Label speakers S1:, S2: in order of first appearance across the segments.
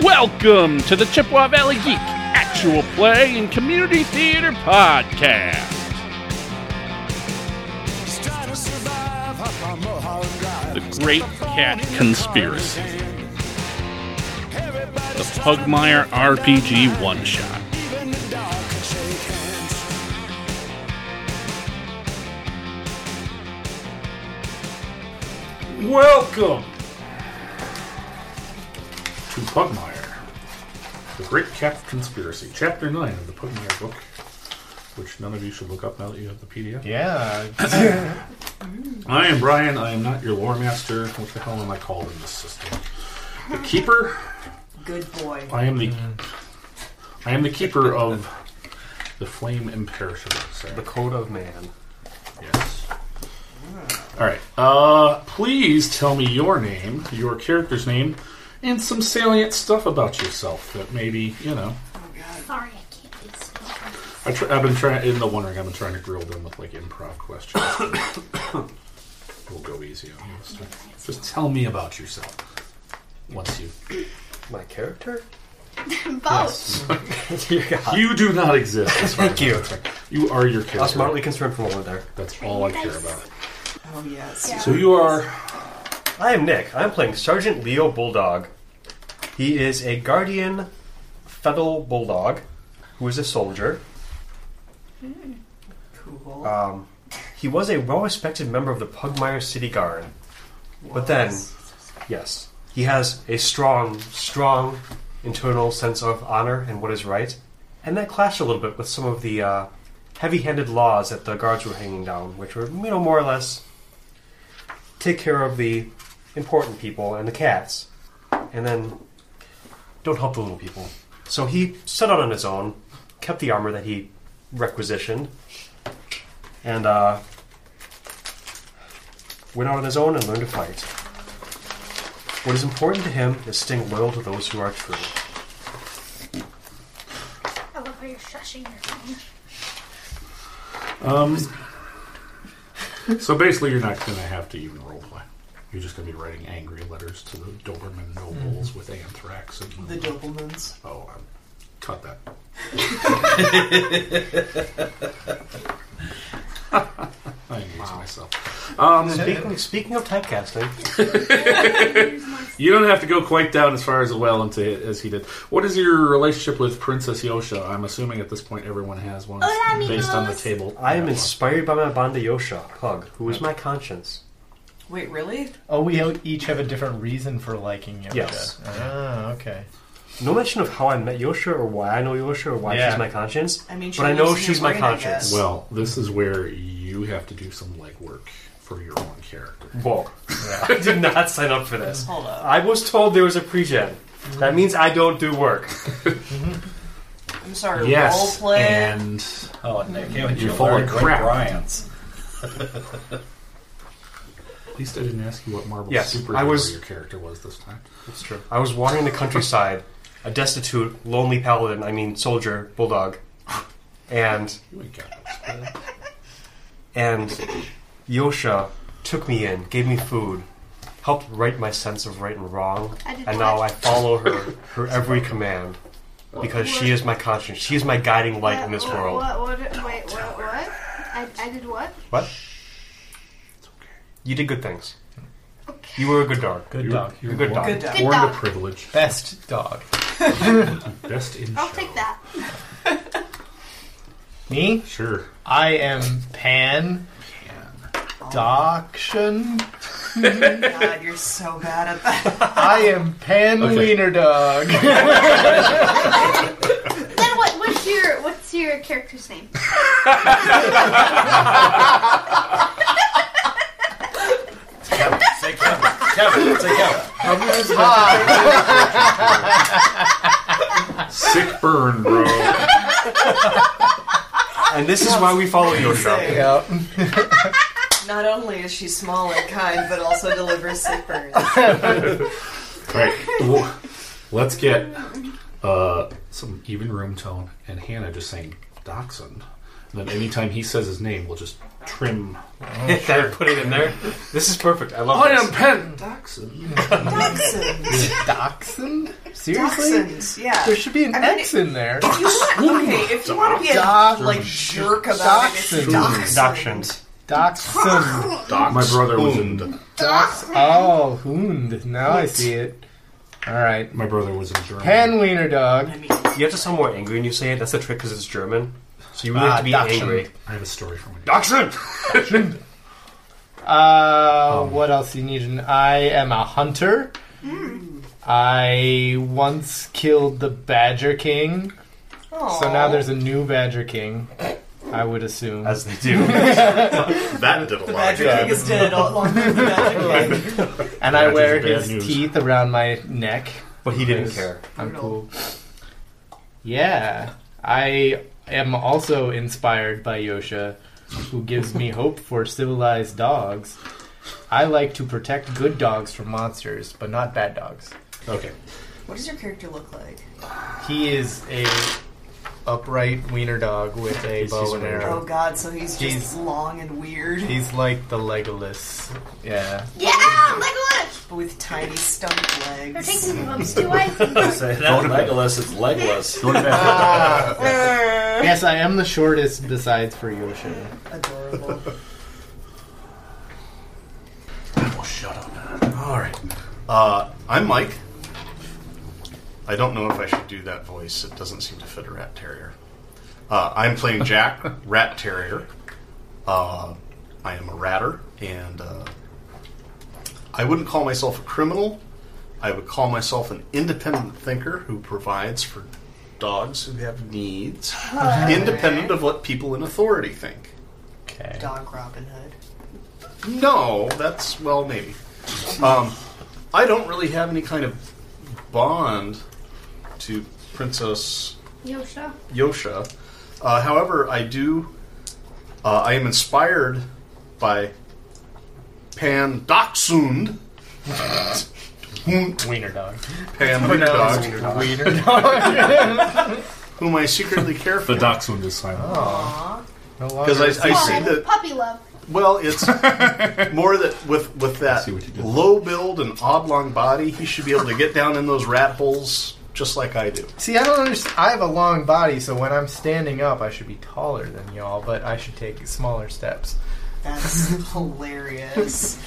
S1: Welcome to the Chippewa Valley Geek Actual Play and Community Theater Podcast.
S2: The
S1: Great Cat Conspiracy. The Pugmire RPG One Shot.
S3: Welcome to Pugmire, The Great Cat Conspiracy, Chapter 9 of the Pugmire book, which none of you should look up now that you have the PDF.
S4: Yeah,
S3: I am Brian, I am not your lore master. What the hell am I called in this system? The Keeper?
S5: Good boy.
S3: I am the. I am the keeper of the flame imperishable. Sorry.
S4: the code of man.
S3: Yes. All right. Uh, please tell me your name, your character's name, and some salient stuff about yourself that maybe you know.
S6: Sorry, I can't be so.
S3: I tr- I've been trying in the wondering. I've been trying to grill them with like improv questions. we'll go easy on you. this time. Just tell me about yourself. Once you,
S4: My character?
S6: Both.
S4: you got
S3: you do not exist. as far as
S4: Thank you.
S3: I'm concerned. You are your character.
S4: I was smartly concerned from over there.
S3: That's all I care about.
S5: Oh yes.
S3: So you are.
S4: I am Nick. I'm playing Sergeant Leo Bulldog. He is a guardian federal bulldog who is a soldier.
S5: Cool.
S4: Um, he was a well respected member of the Pugmire City Guard. But then, yes, he has a strong, strong internal sense of honor and what is right. And that clashed a little bit with some of the uh, heavy handed laws that the guards were hanging down, which were, you know, more or less take care of the important people and the cats, and then don't help the little people. So he set out on his own, kept the armor that he requisitioned, and uh, went out on his own and learned to fight. What is important to him is staying loyal to those who are true.
S6: I love how you're shushing your phone.
S3: So basically, you're not going to have to even roleplay. You're just going to be writing angry letters to the Doberman nobles with anthrax and
S5: the Doppelmans.
S3: Oh, I cut that. I engaged myself. Um,
S4: Speaking, speaking of typecasting,
S3: You don't have to go quite down as far as the well into as he did. What is your relationship with Princess Yosha? I'm assuming at this point everyone has one
S6: Hola,
S3: based on the
S6: amigos.
S3: table.
S4: I am inspired by my bond to Yosha, Pug, who is my conscience.
S5: Wait, really?
S7: Oh, we each have a different reason for liking Yoda.
S4: Yes.
S7: Ah, okay.
S4: No mention of how I met Yosha or why I know Yosha or why
S7: Yeah.
S4: she's my conscience.
S5: I mean, she
S4: but I know
S5: lives in
S4: she's
S5: your
S4: my
S5: brain, I
S4: conscience.
S5: guess.
S3: Well, this is where you have to do some legwork for your own character.
S4: Whoa. I did not sign up for this.
S5: Hold up.
S4: I was told there was a pregen. That means I don't do work.
S5: I'm sorry.
S3: Yes,
S5: Role play.
S3: and
S8: Oh, Nick, haven't
S3: You're
S8: you
S3: full of
S8: learned Rick
S3: crap.
S8: Bryant's?
S3: At least I didn't ask you what Marvel
S4: Yes,
S3: superhero
S4: I was-
S3: your character was this time.
S4: That's true. I was wandering the countryside, a destitute, lonely paladin, I mean soldier, bulldog. And
S3: You ain't got no spell.
S4: and Yosha took me in, gave me food, helped right my sense of right and wrong,
S6: I did
S4: and
S6: not.
S4: now I follow her, her every command, because she is my conscience. She is my guiding light in this
S6: what,
S4: world.
S6: What, what, what, wait, what, what? I, I did what?
S4: What? You did good things. You were a good dog.
S7: Good
S3: You're-
S7: dog.
S3: you're
S4: Good dog.
S5: Good dog.
S3: Born
S6: Good
S3: to
S6: dog.
S3: privilege.
S7: Best dog.
S3: Best in
S6: I'll
S3: show.
S6: take that.
S7: Me?
S3: Sure.
S7: I am Pan. Doction.
S5: God, you're so bad at that.
S7: I am Pan
S3: Okay.
S7: Wiener Dog.
S6: Then what? What's your What's your character's name?
S8: Kevin, say Kevin. Kevin, say Kevin.
S3: Sick burn, bro.
S4: And this is why we follow Yosha.
S7: yep.
S5: Not only is she small and kind, but also delivers sick burns.
S3: right. Well, Let's get uh, some even room tone and Hannah just saying dachshund Then anytime he says his name, we'll just trim.
S4: That put it in there. This is perfect. I love
S3: I
S4: this.
S3: am Penn Dachshund.
S5: Dachshund.
S7: Dachshund? Seriously?
S5: Dachshunds, yeah.
S7: There should be an
S5: I mean,
S7: X in there.
S5: If you want, okay, if you want to be a
S7: Dachshund.
S5: like jerk about it, it's
S7: Dachshund.
S5: dachshund.
S4: Dachshund.
S7: Dachshund.
S3: My brother was in.
S7: Oh, Hund. Now I see it. Alright.
S3: My brother was in Germany.
S7: Pan wiener dog.
S4: You have to sound more angry when you say it. That's the trick because it's German. So you really
S7: Ah,
S4: have to be
S7: Dachshund.
S4: angry.
S3: I have a story for my
S4: Dachshund!
S7: Uh,
S3: Um,
S7: what else do you need? And I am a hunter. I once killed the Badger King,
S5: Aw.
S7: so now there's a new Badger King. I would assume.
S4: As they do.
S8: That did a lot of
S5: Magic
S8: good.
S5: King is dead all along with the magic king.
S7: and I
S3: Badger's
S7: wear
S3: bad
S7: his
S3: news.
S7: teeth around my neck.
S4: But he didn't
S7: Yes.
S4: care.
S7: I'm
S5: Brutal.
S7: cool. Yeah, I am also inspired by Yosha, who gives me hope for civilized dogs. I like to protect good dogs from monsters, but not bad dogs.
S3: Okay.
S5: What does your character look like?
S7: He is a upright wiener dog with a
S4: He's- he's
S7: bow and
S4: weird.
S5: Oh
S7: arrow.
S5: god, so he's just
S7: He's-
S5: long and weird,
S7: He's like the Legolas. Yeah.
S6: Yeah, Legolas!
S5: but with tiny stump
S6: They're
S5: legs.
S6: taking bumps too I
S8: Not Legolas, it's legless.
S3: Going back,
S7: Yes, I am the shortest besides for Yosha.
S5: Adorable.
S8: All right. Uh, I'm Mike. I don't know if I should do that voice. It doesn't seem to fit a rat terrier. Uh, I'm playing Jack, rat terrier. Uh, I am a ratter, and uh, I wouldn't call myself a criminal. I would call myself an independent thinker who provides for dogs who have needs, independent of what people in authority think.
S7: Okay.
S5: Dog Robin Hood.
S8: No, that's well, maybe. Um, I don't really have any kind of bond to Princess
S6: Yosha.
S8: Yosha. Uh, however, I do. Uh, I am inspired by Pan Dachshund. Hund
S7: Wiener dog.
S8: Pan Wiener Dog,
S7: Wiener dog.
S8: whom I secretly care
S3: the
S8: for.
S3: dachshund is silent.
S7: Because
S8: Because I, I see
S6: Oh,
S8: that.
S6: puppy love.
S8: Well, it's more that with with
S3: I
S8: that
S3: see what you did.
S8: low build and oblong body, he should be able to get down in those rat holes just like I do.
S7: See, I don't understand. I have a long body, so when I'm standing up, I should be taller than y'all, but I should take smaller steps.
S5: That's hilarious.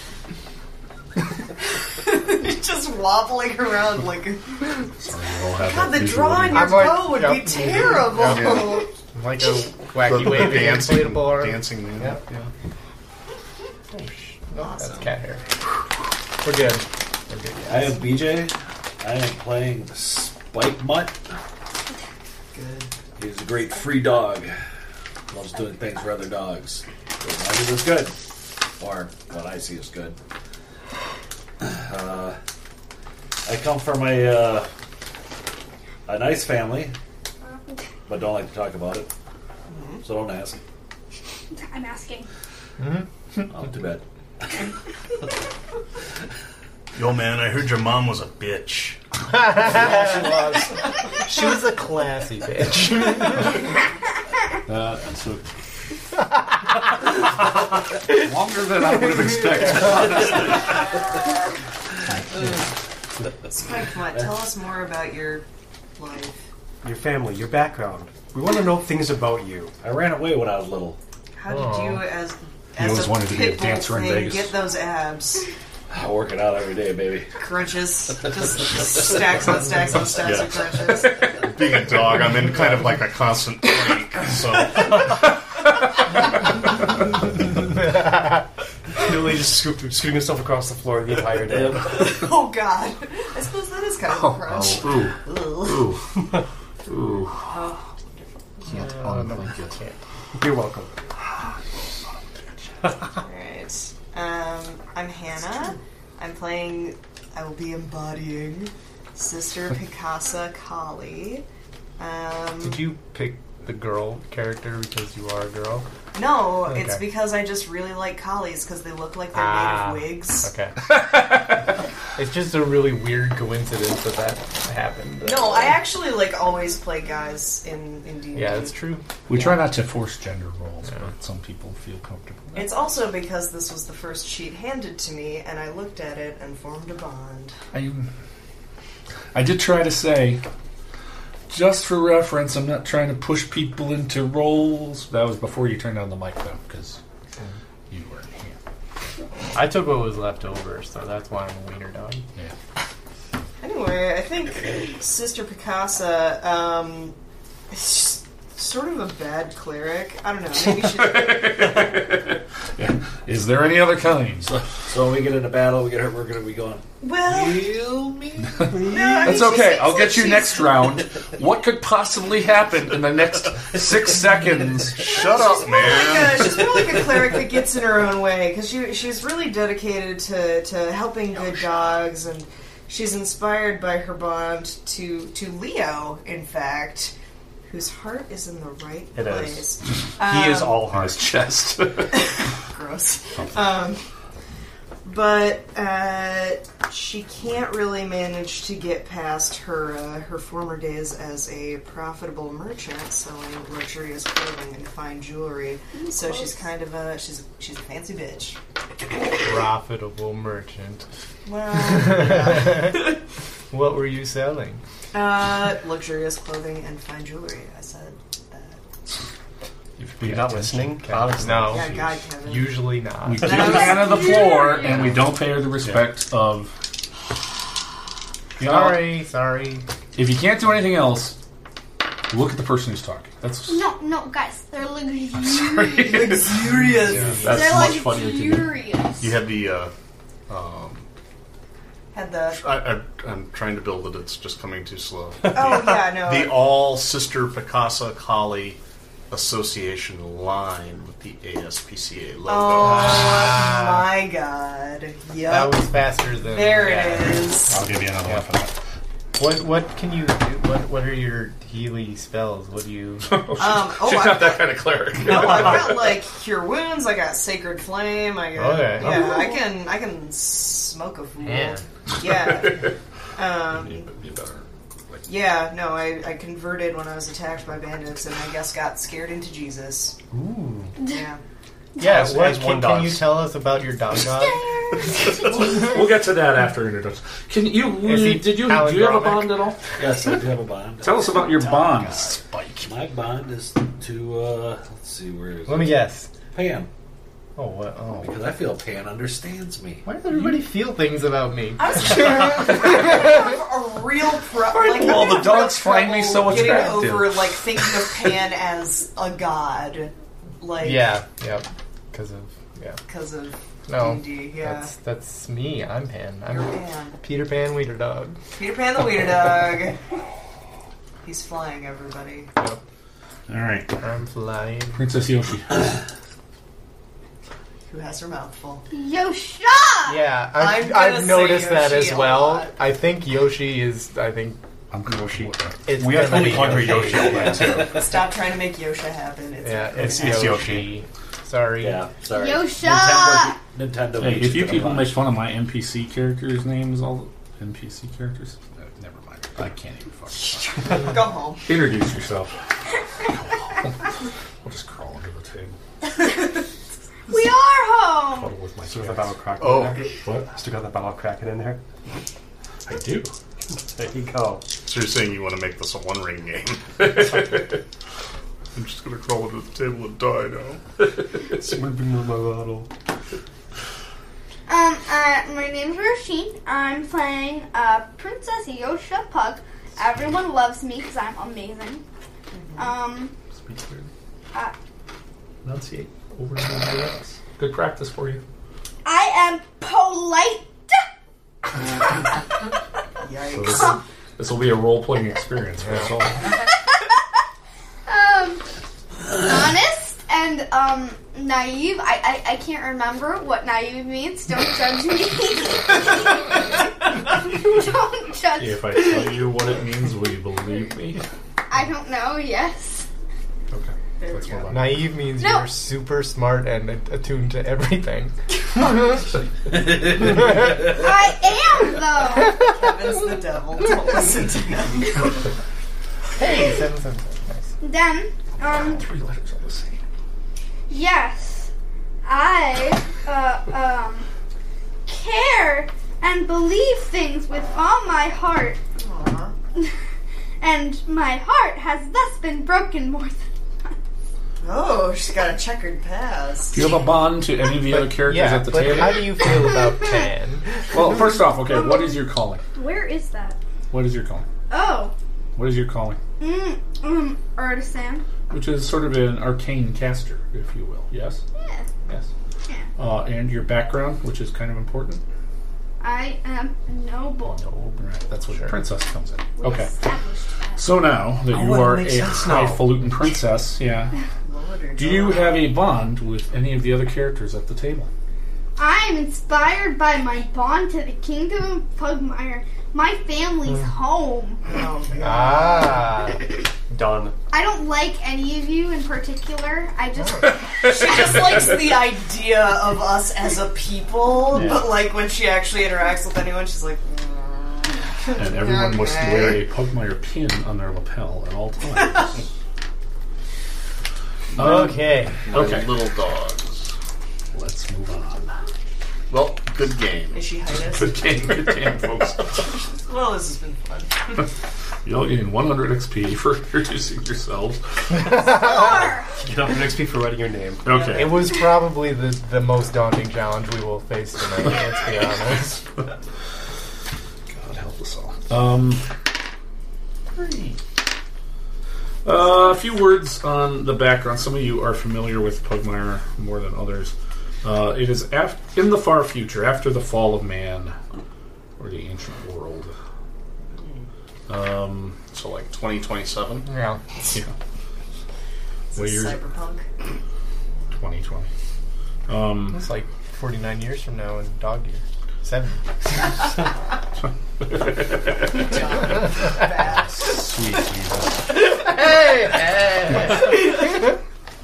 S5: just wobbling around like
S3: Sorry, we all have
S5: God,
S3: that
S5: the
S3: visual
S5: draw on
S3: image.
S5: your
S7: I'm like-
S5: bow would
S7: yep.
S5: be terrible.
S8: Yeah.
S7: I'm like a wacky wavy inflatable arm.
S8: dancing man.
S7: Yep. Yeah. No, That's
S5: Awesome.
S7: cat hair. We're good. We're good. Yeah.
S2: I am BJ. I am playing Spike Mutt.
S5: Good.
S2: He's a great free dog. Loves doing things for other dogs. What I do is good, or what I see is good. Uh, I come from a uh, a nice family, but don't like to talk about it. So don't ask.
S6: I'm asking.
S2: Oh, too bad.
S8: Yo, man, I heard your mom was a bitch.
S7: She was a classy bitch.
S2: Uh, and so longer than I would have expected.
S5: Spike Mutt, tell us more about your life.
S4: Your family, your background. We want to know things about you.
S2: I ran away when I was little.
S5: How did you, as
S3: He
S5: as
S3: Oh. always
S5: a
S3: wanted to be a
S5: pitbull
S3: dancer in
S5: thing,
S3: Vegas.
S5: Get those abs,
S2: I work it out every day, baby.
S5: crunches, just stacks on stacks on stacks of
S8: Yeah.
S5: crunches.
S8: Being a dog, I'm in kind of like a constant break. So
S4: Literally just scooped, scooting himself across the floor the entire day.
S5: Oh God, I suppose that is kind of
S3: Oh,
S5: a crunch.
S3: Ooh,
S5: Ugh.
S3: ooh, ooh. Can't unclink it.
S4: You're welcome.
S5: Alright. Um, I'm Hannah. I'm playing, I will be embodying Sister Picasa Kali. Um,
S7: Did you pick the girl character because you are a girl?
S5: no, it's
S7: Okay.
S5: because I just really like Collies because they look like they're
S7: Ah,
S5: made of wigs.
S7: Okay. It's just a really weird coincidence that that happened.
S5: No, I actually like always play guys in in D&D.
S7: Yeah, that's true.
S3: We try not to force gender roles, but some people feel comfortable.
S5: It's also because this was the first sheet handed to me, and I looked at it and formed a bond.
S3: I, I did try to say, just for reference, I'm not trying to push people into roles. That was before you turned on the mic, though, because you weren't here.
S7: I took what was left over, so that's why I'm a wiener dog.
S5: Anyway, I think Sister Picasa, um, is just sort of a bad cleric. I don't know. Maybe she,
S3: Is there any other kinds?
S2: So when we get into battle, we get hurt, we're gonna be going.
S5: well,
S2: Kill me.
S5: no, I mean,
S3: That's
S5: she
S3: okay.
S5: seems
S3: I'll
S5: like
S3: get you
S5: she's-
S3: next round. What could possibly happen in the next six seconds?
S8: Shut up, man.
S5: Like a, she's more like a cleric that gets in her own way because she she's really dedicated to to helping good dogs, and she's inspired by her bond to to Leo, in fact, whose heart is in the right
S4: It is.
S5: place.
S4: he is all
S3: On
S4: heart.
S3: his chest.
S5: Gross. Um, but uh, she can't really manage to get past her uh, her former days as a profitable merchant selling luxurious clothing and fine jewelry. so she's kind of a she's she's a fancy bitch.
S7: Profitable merchant.
S5: Well,
S7: What were you selling?
S5: uh, luxurious clothing and fine jewelry. I said.
S4: You're not listening?
S7: Okay.
S4: Honestly.
S7: No.
S5: Yeah, God, Kevin.
S7: Usually not.
S3: We kick Anna the floor, and we don't pay her the respect of. You know,
S7: sorry, sorry.
S3: If you can't do anything else, look at the person who's talking. That's
S6: No, no, guys, they're luxurious.
S5: Luxurious.
S3: that's
S6: they're
S3: much funnier to do.
S6: luxurious.
S8: You had the. Uh, um,
S5: Had the
S8: I, I, I'm trying to build it. It's just coming too slow.
S5: oh yeah no
S8: the All Sister Picasa Kali Association line with the ASPCA logo.
S5: oh my god
S7: That
S5: yep
S7: was faster than.
S5: there
S7: yeah.
S5: it is.
S3: I'll give you another one for that.
S7: What what can you do? What what are your Healy spells? What do you?
S5: Um, oh, I,
S3: that kind of cleric.
S5: No, I got like cure wounds. I got sacred flame. I got
S7: Okay.
S5: yeah.
S3: Oh.
S5: I can I can smoke a fool.
S7: Yeah.
S5: Yeah.
S8: You, you better.
S5: Yeah, No, I, I converted when I was attacked by bandits, and I guess got scared into Jesus.
S7: Ooh.
S5: Yeah.
S7: Yeah.
S4: As-
S7: what
S4: as
S7: can,
S4: one
S7: can you
S4: does.
S7: tell us about your dog dog?
S3: We'll get to that after introduction. Can you? mm,
S7: Is he
S3: did you? Do you have a
S7: palindromic?
S3: bond at all?
S2: Yes, I do have a bond.
S3: Tell us about your bond.
S2: My bond is to uh, let's see where is
S7: Let
S2: it?
S7: me guess.
S2: Pan
S7: Oh what? Oh.
S2: because I feel Pan understands me.
S7: Why does everybody feel things about me?
S5: I was a real pro. Like,
S3: Well,
S5: I'm
S3: the
S5: having real
S3: dogs find me
S5: trouble
S3: so
S5: Getting
S3: attractive.
S5: over like thinking of Pan as a god, like
S7: Yeah. Yep. Because of yeah.
S5: because of
S3: Oh.
S7: No.
S5: D&D, yeah.
S7: That's that's me. I'm Pan. I'm
S5: your Pan.
S7: Peter Pan Wiener Dog.
S5: Peter Pan the Wiener Dog. He's flying, everybody.
S3: All right,
S7: I'm flying.
S3: Princess Yoshi.
S5: Who has her mouth full?
S6: Yosha!
S7: Yeah,
S5: I'm
S7: I've,
S5: gonna
S7: I've
S5: say
S7: noticed that
S5: Yoshi
S7: as
S5: a
S7: well.
S5: lot.
S7: I think Yoshi is. I think
S3: I'm Yoshi.
S7: it's.
S4: We are totally
S7: gonna be
S4: calling her Yoshi all that, too.
S5: Stop trying to make Yosha happen. It's
S7: Yeah, it's,
S4: It's
S7: Yoshi. Sorry.
S2: Yeah, sorry.
S6: Yosha!
S2: Nintendo. Nintendo
S3: Hey,
S2: hates
S3: if you
S2: that
S3: people
S2: I'm
S3: make fun of my NPC characters' names, all the NPC characters. Uh, Never mind. I can't even fucking.
S5: Go home.
S3: Introduce yourself. I'll just crawl under the table,
S6: We are home!
S3: cuddle with my
S4: Still got that
S3: cats.
S4: battle crack
S8: Oh.
S4: in there. What? Still got that battle cracking in there.
S3: I do.
S4: There you go.
S8: So you're saying you want to make this a one ring game? I'm just gonna crawl under the table and die now.
S6: Um, uh, my name's Rasheen. I'm playing uh, Princess Yosha Pug. Everyone loves me because I'm amazing. Um,
S3: Speak clearly.
S6: Uh,
S3: Enunciate over everybody else. Good practice for you.
S6: I am polite.
S5: Yikes.
S3: This will be a role playing experience for us all.
S6: Um, honest and um naive. I, I I can't remember what naive means. Don't judge me. Don't judge.
S3: If I tell you what it means, will you believe me?
S6: I don't know. Yes.
S3: Okay. That's more like
S7: Naive means
S6: No.
S7: you're super smart and a- attuned to everything.
S6: I am though.
S5: Kevin's the devil. Don't listen to him.
S9: Hey, seven, seven, seven. Nice.
S6: Then, um,
S3: Three letters all the same.
S6: yes, I uh, um, care and believe things with all my heart,
S5: Aw.
S6: and my heart has thus been broken more than once.
S5: Oh, she's got a checkered past.
S3: Do you have a bond to any of the other characters
S9: Yeah,
S3: at the
S9: but
S3: table?
S9: how do you feel about Tan?
S3: well, first off, okay, what is your calling?
S6: Where is that?
S3: What is your calling?
S6: Oh,
S3: What is your calling?
S6: mm, um, artisan.
S3: Which is sort of an arcane caster, if you will. Yes?
S6: Yeah,
S3: Yes.
S6: Yeah.
S3: Uh, and your background, which is kind of important.
S6: I am noble.
S3: No, right. That's where the princess comes in. Okay.
S6: Established that.
S3: So now that you
S4: wouldn't
S3: are
S4: make
S3: a
S4: sense now.
S3: highfalutin princess, yeah.
S5: Lord or
S3: Do you
S5: God.
S3: have a bond with any of the other characters at the table?
S6: I am inspired by my bond to the kingdom of Pugmire, my family's home.
S5: Oh, God.
S9: Ah.
S4: Done.
S6: I don't like any of you in particular. I just
S4: Oh.
S5: She just likes the idea of us as a people, but like when she actually interacts with anyone, she's like, "Mm."
S3: And everyone must
S5: Okay.
S3: wear a Pugmire pin on their lapel at all times. Um,
S9: Okay.
S8: My
S3: Okay.
S8: little dogs.
S3: Let's move on.
S8: Well, good game.
S5: Is she high
S3: game, good game, folks.
S5: Well, this has been fun.
S3: You all gain 100 XP for introducing yourselves.
S4: Get 100 XP for writing your name.
S3: Okay.
S9: It was probably the, the most daunting challenge we will face tonight, let's be honest.
S3: God help us all. Um, uh, a few words on the background. Some of you are familiar with Pugmire more than others. Uh, it is af- in the far future, after the fall of man, or the ancient world. Um,
S8: So like 2027.
S9: Yeah.
S3: yeah,
S5: This
S3: Well,
S5: is
S3: you're-
S5: cyberpunk.
S3: 2020. Um,
S9: It's like 49 years from now in dog year. Seven.
S3: sweet Jesus.
S9: Hey! hey.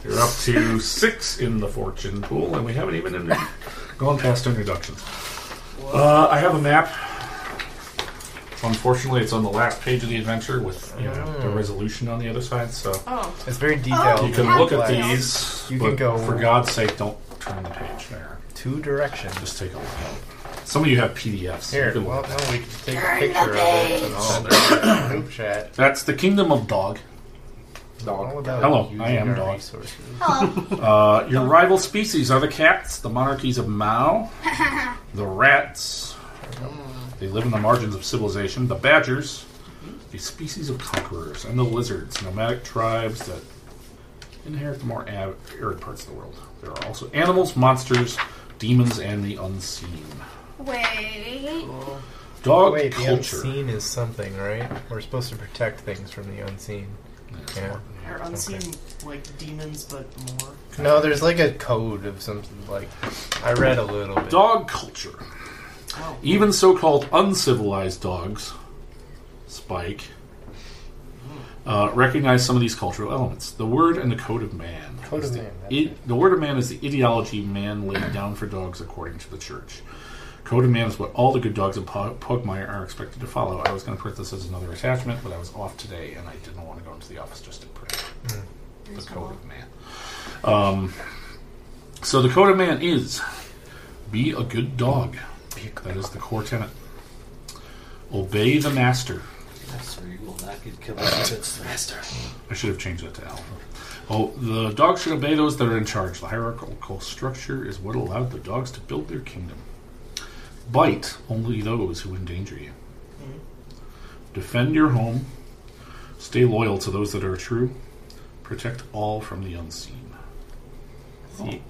S3: You're up to six in the fortune pool, and we haven't even inter- gone past introductions. Uh, I have a map. Unfortunately, it's on the last page of the adventure with you know,
S9: Mm.
S3: the resolution on the other side, so
S5: Oh,
S9: It's very detailed.
S3: you can
S6: yeah.
S3: look at
S9: Like,
S3: these.
S9: You
S3: but
S9: can go-
S3: For God's sake, don't turn the page there.
S9: Two directions.
S3: Just take a look. Some of you have PDFs. you
S9: Here,
S3: can
S9: well,
S3: look.
S9: no, we can take a picture of it and all that. group chat.
S3: That's the Kingdom of Dog.
S9: All about
S3: Hello,
S9: using
S3: I am
S9: our
S3: dog.
S9: resources.
S6: hello.
S3: Uh, your rival species are the cats, the monarchies of Mao, the rats. They live in the margins of civilization. The badgers, a species of conquerors, and the lizards, nomadic tribes that inherit the more av- arid parts of the world. There are also animals, monsters, demons, and the unseen.
S6: Wait.
S3: Dog
S9: Wait, the
S3: culture.
S9: unseen is something, right? We're supposed to protect things from the unseen. Yeah.
S5: are unseen like demons, but more.
S9: No, there's like a code of something. Like I read a little bit.
S3: Dog culture.
S5: Oh.
S3: Even so called uncivilized dogs, Spike, uh, recognize some of these cultural elements. The word and the code of man.
S9: Code
S3: is
S9: of
S3: the,
S9: man, that's
S3: i- the word of man is the ideology man laid down for dogs according to the church. Code of man is what all the good dogs in Pug- Pugmire are expected to follow. I was going to print this as another attachment, but I was off today and I didn't want to go into the office just to print it. the code of man. Um, so the code of man is be a good dog. That is the core tenet. Obey the master.
S2: Yes, or you will not get killed if it's the master.
S3: I should have changed that to alpha. Oh, the dog should obey those that are in charge. The hierarchical structure is what allowed the dogs to build their kingdom. Bite only those who endanger you. Defend your home. Stay loyal to those that are true. Protect all from the unseen.
S9: See,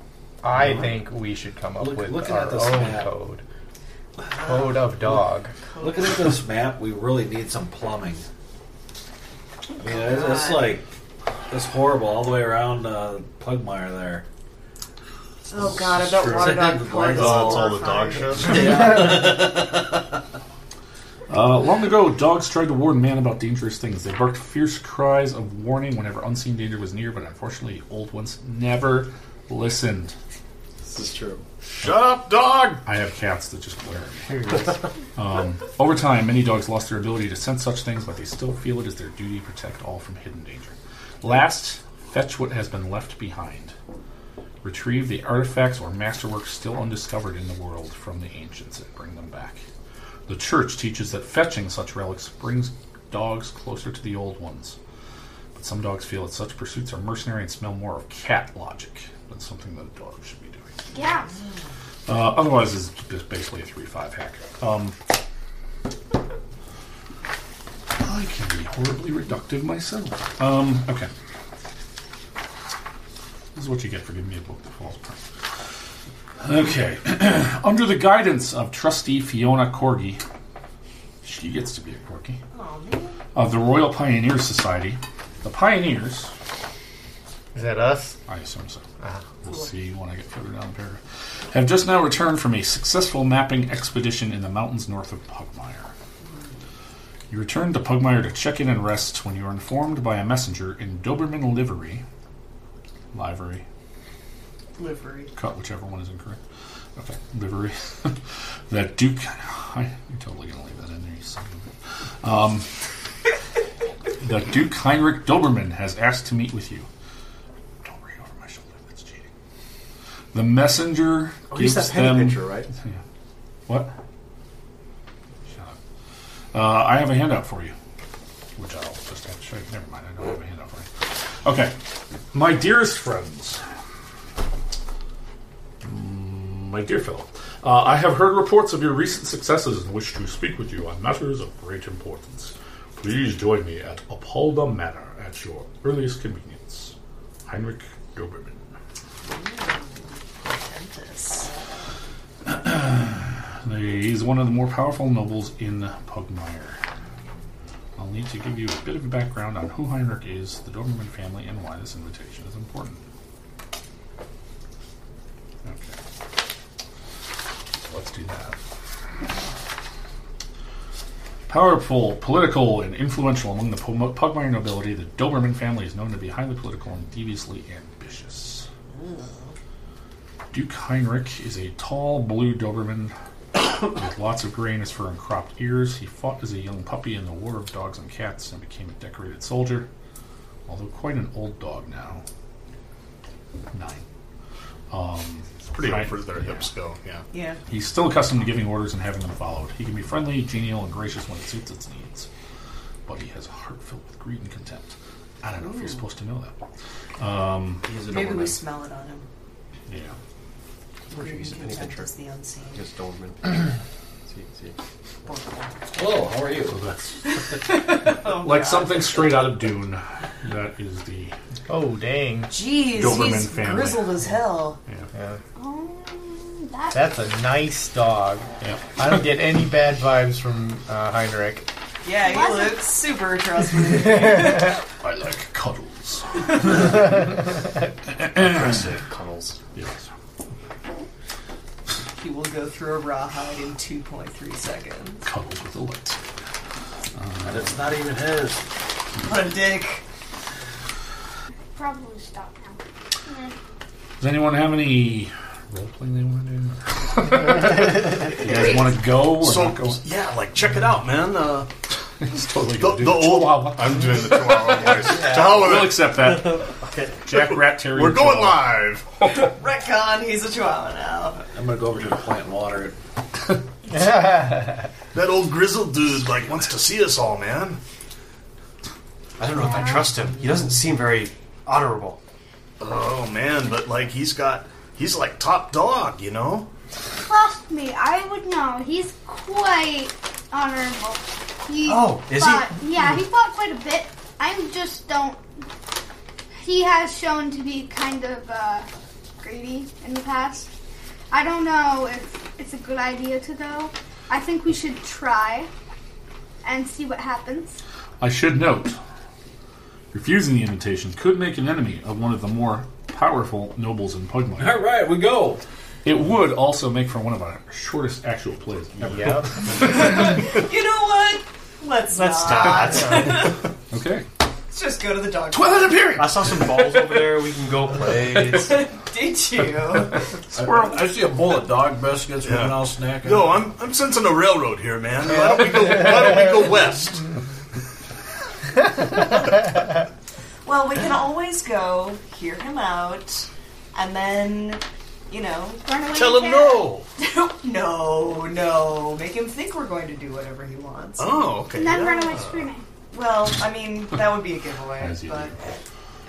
S9: I think we should come up
S2: Look-
S9: with
S2: looking at
S9: our
S2: this
S9: own
S2: map.
S9: code. Code of dog.
S2: Looking at this map, we really need some plumbing. I mean,
S5: Oh,
S2: it's, it's like it's horrible all the way around uh, Pugmire there.
S5: Oh God, I bet water dog porn is
S8: Oh, that's all the dog
S5: horrifying.
S8: shows.
S3: Uh, long ago, dogs tried to warn man about dangerous things. They barked fierce cries of warning whenever unseen danger was near, but unfortunately, the old ones never listened.
S4: This is true.
S8: Shut up, dog!
S3: I have cats that just glare at me. um, over time, many dogs lost their ability to sense such things, but they still feel it is their duty to protect all from hidden danger. Last, fetch what has been left behind. Retrieve the artifacts or masterworks still undiscovered in the world from the ancients and bring them back. The church teaches that fetching such relics brings dogs closer to the old ones. But some dogs feel that such pursuits are mercenary and smell more of cat logic than something that a dog should be doing.
S6: Yeah.
S3: Uh, otherwise, it's just basically a three-five hack. Um, I can be horribly reductive myself. Um, okay. This is what you get for giving me a book that falls apart. Okay. Under the guidance of trustee Fiona Corgi, she gets to be a Corgi, of the Royal Pioneer Society, the Pioneers,
S9: Is that us?
S3: I assume so. We'll see when I get further down the paragraph. Have just now returned from a successful mapping expedition in the mountains north of Pugmire. You returned to Pugmire to check in and rest when you are informed by a messenger in Doberman livery, livery,
S5: Livery.
S3: cut whichever one is incorrect. Okay, livery. that Duke. I, you're totally gonna leave that in there. You son of a- um, that Duke Heinrich Doberman has asked to meet with you. Don't read over my shoulder. That's cheating. The messenger
S4: At
S3: gives
S4: least that
S3: them.
S4: pen picture, right?
S3: What? Shut up. Uh, I have a handout for you, which I'll just have to show you. Never mind, I don't have a handout for you. Okay. My dearest friends. Mm, My dear fellow, uh, I have heard reports of your recent successes and wish to speak with you on matters of great importance. Please join me at Apolda Manor at your earliest convenience. Heinrich Doberman.
S5: Dentist.
S3: He's one of the more powerful nobles in Pugmire. I'll need to give you a bit of a background on who Heinrich is, the Doberman family, and why this invitation is important. Okay. So let's do that. Powerful, political, and influential among the Pug- Pugmire nobility, the Doberman family is known to be highly political and deviously ambitious. Duke Heinrich is a tall, blue Doberman with lots of gray in his fur and cropped ears. He fought as a young puppy in the War of Dogs and Cats and became a decorated soldier, although quite an old dog now. Nine. Um,
S8: It's pretty
S3: Right.
S8: old for their
S3: Yeah.
S8: hips go, yeah.
S5: Yeah.
S3: He's still accustomed to giving orders and having them followed. He can be friendly, genial, and gracious when it suits its needs. But he has a heart filled with greed and contempt. I don't know if you're supposed to know that. Um,
S4: He's a
S5: Maybe we
S4: Doberman.
S5: smell it on him.
S3: yeah.
S4: Or should we use a penny
S5: Contempt
S4: picture?
S5: is the unseen.
S4: He's a Doberman. see, see.
S10: Hello, how are you?
S3: So that's
S5: Oh,
S3: like
S5: God.
S3: something straight out of Dune. That is the.
S9: Oh, dang.
S5: Jeez,
S3: Doberman
S5: he's
S3: family.
S5: grizzled as hell.
S9: Yeah.
S6: Um, that,
S9: That's a nice dog.
S3: Yeah.
S9: I don't get any bad vibes from uh, Heinrich.
S5: Yeah, he
S6: Wasn't-
S5: looks super trustworthy.
S3: I like cuddles.
S4: Impressive cuddles.
S3: Yes.
S5: he will go through a rawhide in 2.3 seconds.
S3: Cuddles with a light.
S10: And it's not even his.
S5: What a dick.
S6: probably stop now.
S3: Does anyone have any role playing they want to do? you guys want to go or
S8: So,
S3: not go?
S8: yeah, like, check it out, man. Uh,
S3: It's totally
S8: the,
S3: gonna do
S8: the old.
S3: Chihuahua.
S8: I'm doing the Chihuahua voice. To hell with
S3: We'll
S8: it.
S3: accept that. Jack Rat Terrier.
S8: We're going
S3: Chihuahua.
S8: live.
S5: Retcon, he's a chihuahua now.
S10: I'm gonna go over to the plant and water it.
S8: That old grizzled dude, like, wants to see us all, man.
S4: I don't know if I trust him. He doesn't seem very honorable.
S8: Oh, man, but, like, he's got. He's like top dog, you know?
S6: Trust me, I would know. He's quite honorable. He
S4: Oh, is he?
S6: fought, he? Yeah, he fought quite a bit. I just don't. He has shown to be kind of uh, greedy in the past. I don't know if it's a good idea to go. I think we should try and see what happens.
S3: I should note, refusing the invitation could make an enemy of one of the more powerful nobles in Pugmire.
S10: All right, we go.
S3: It would also make for one of our shortest actual plays ever.
S9: Yep.
S5: You know what? Let's,
S4: Let's
S5: not.
S4: not.
S3: Okay.
S5: Just go to the dog.
S8: Twilight Imperium!
S4: I saw some balls over there. We can go play. It's-
S5: Did you?
S10: Squirrel. I, I see a bowl of dog biscuits
S8: Yeah.
S10: and I'll snack. on
S8: Yo,
S10: it.
S8: I'm, I'm sensing a railroad here, man. Why don't we go, why don't we go west?
S5: Well, we can always go hear him out, and then, you know,
S6: Run away
S8: Tell
S6: with
S8: him
S6: that.
S8: no.
S5: no, no, make him think we're going to do whatever he wants.
S8: Oh, okay.
S6: And then run away screaming.
S5: Well, I mean, that would be a giveaway,
S3: As you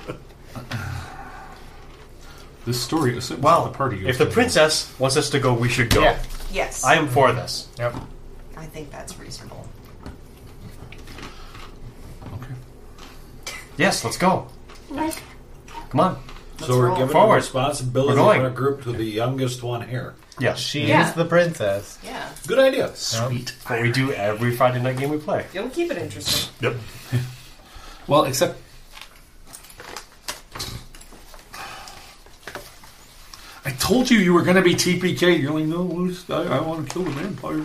S5: but
S3: This story assumes
S4: Wow.
S3: that the party
S4: if the princess wants us to go, we should go.
S9: Yeah.
S5: yes,
S4: I am for this.
S9: Yep.
S5: I think that's reasonable.
S3: Okay.
S4: Yes, let's go.
S6: Like,
S4: Come on.
S2: So we're
S5: roll.
S2: giving
S4: Forward.
S2: the responsibility
S4: We're going.
S2: of our group to the youngest one here.
S4: Yes,
S9: She
S5: Yeah.
S9: is the princess.
S5: Yeah,
S2: Good idea.
S3: Sweet.
S4: what we do every Friday night game we play.
S5: it'll keep it interesting.
S8: Yep.
S3: Well, except. I told you you were going to be TPK. You're like, no, Luce, I, I want to kill the vampire.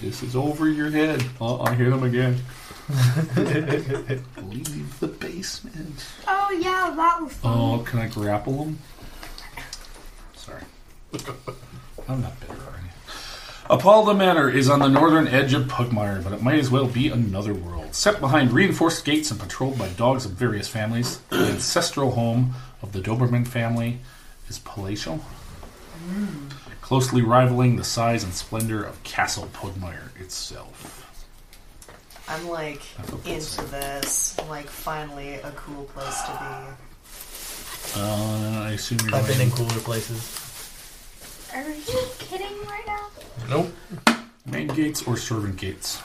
S3: This is over your head. Uh, I hit him again. Leave the basement.
S6: oh yeah, that was fun.
S3: Oh, can I grapple him? Sorry. I'm not bitter, are you? Apalda Manor is on the northern edge of Pugmire, but it might as well be another world. Set behind reinforced gates and patrolled by dogs of various families, the ancestral home of the Doberman family is palatial, Mm. closely rivaling the size and splendor of Castle Pugmire itself.
S5: I'm like
S3: hope that's
S5: into this, like finally a cool place to
S3: Uh, I assume you're
S9: I've been in
S3: going-
S9: cooler places.
S6: Are you kidding right now?
S9: Nope.
S3: main gates or servant gates.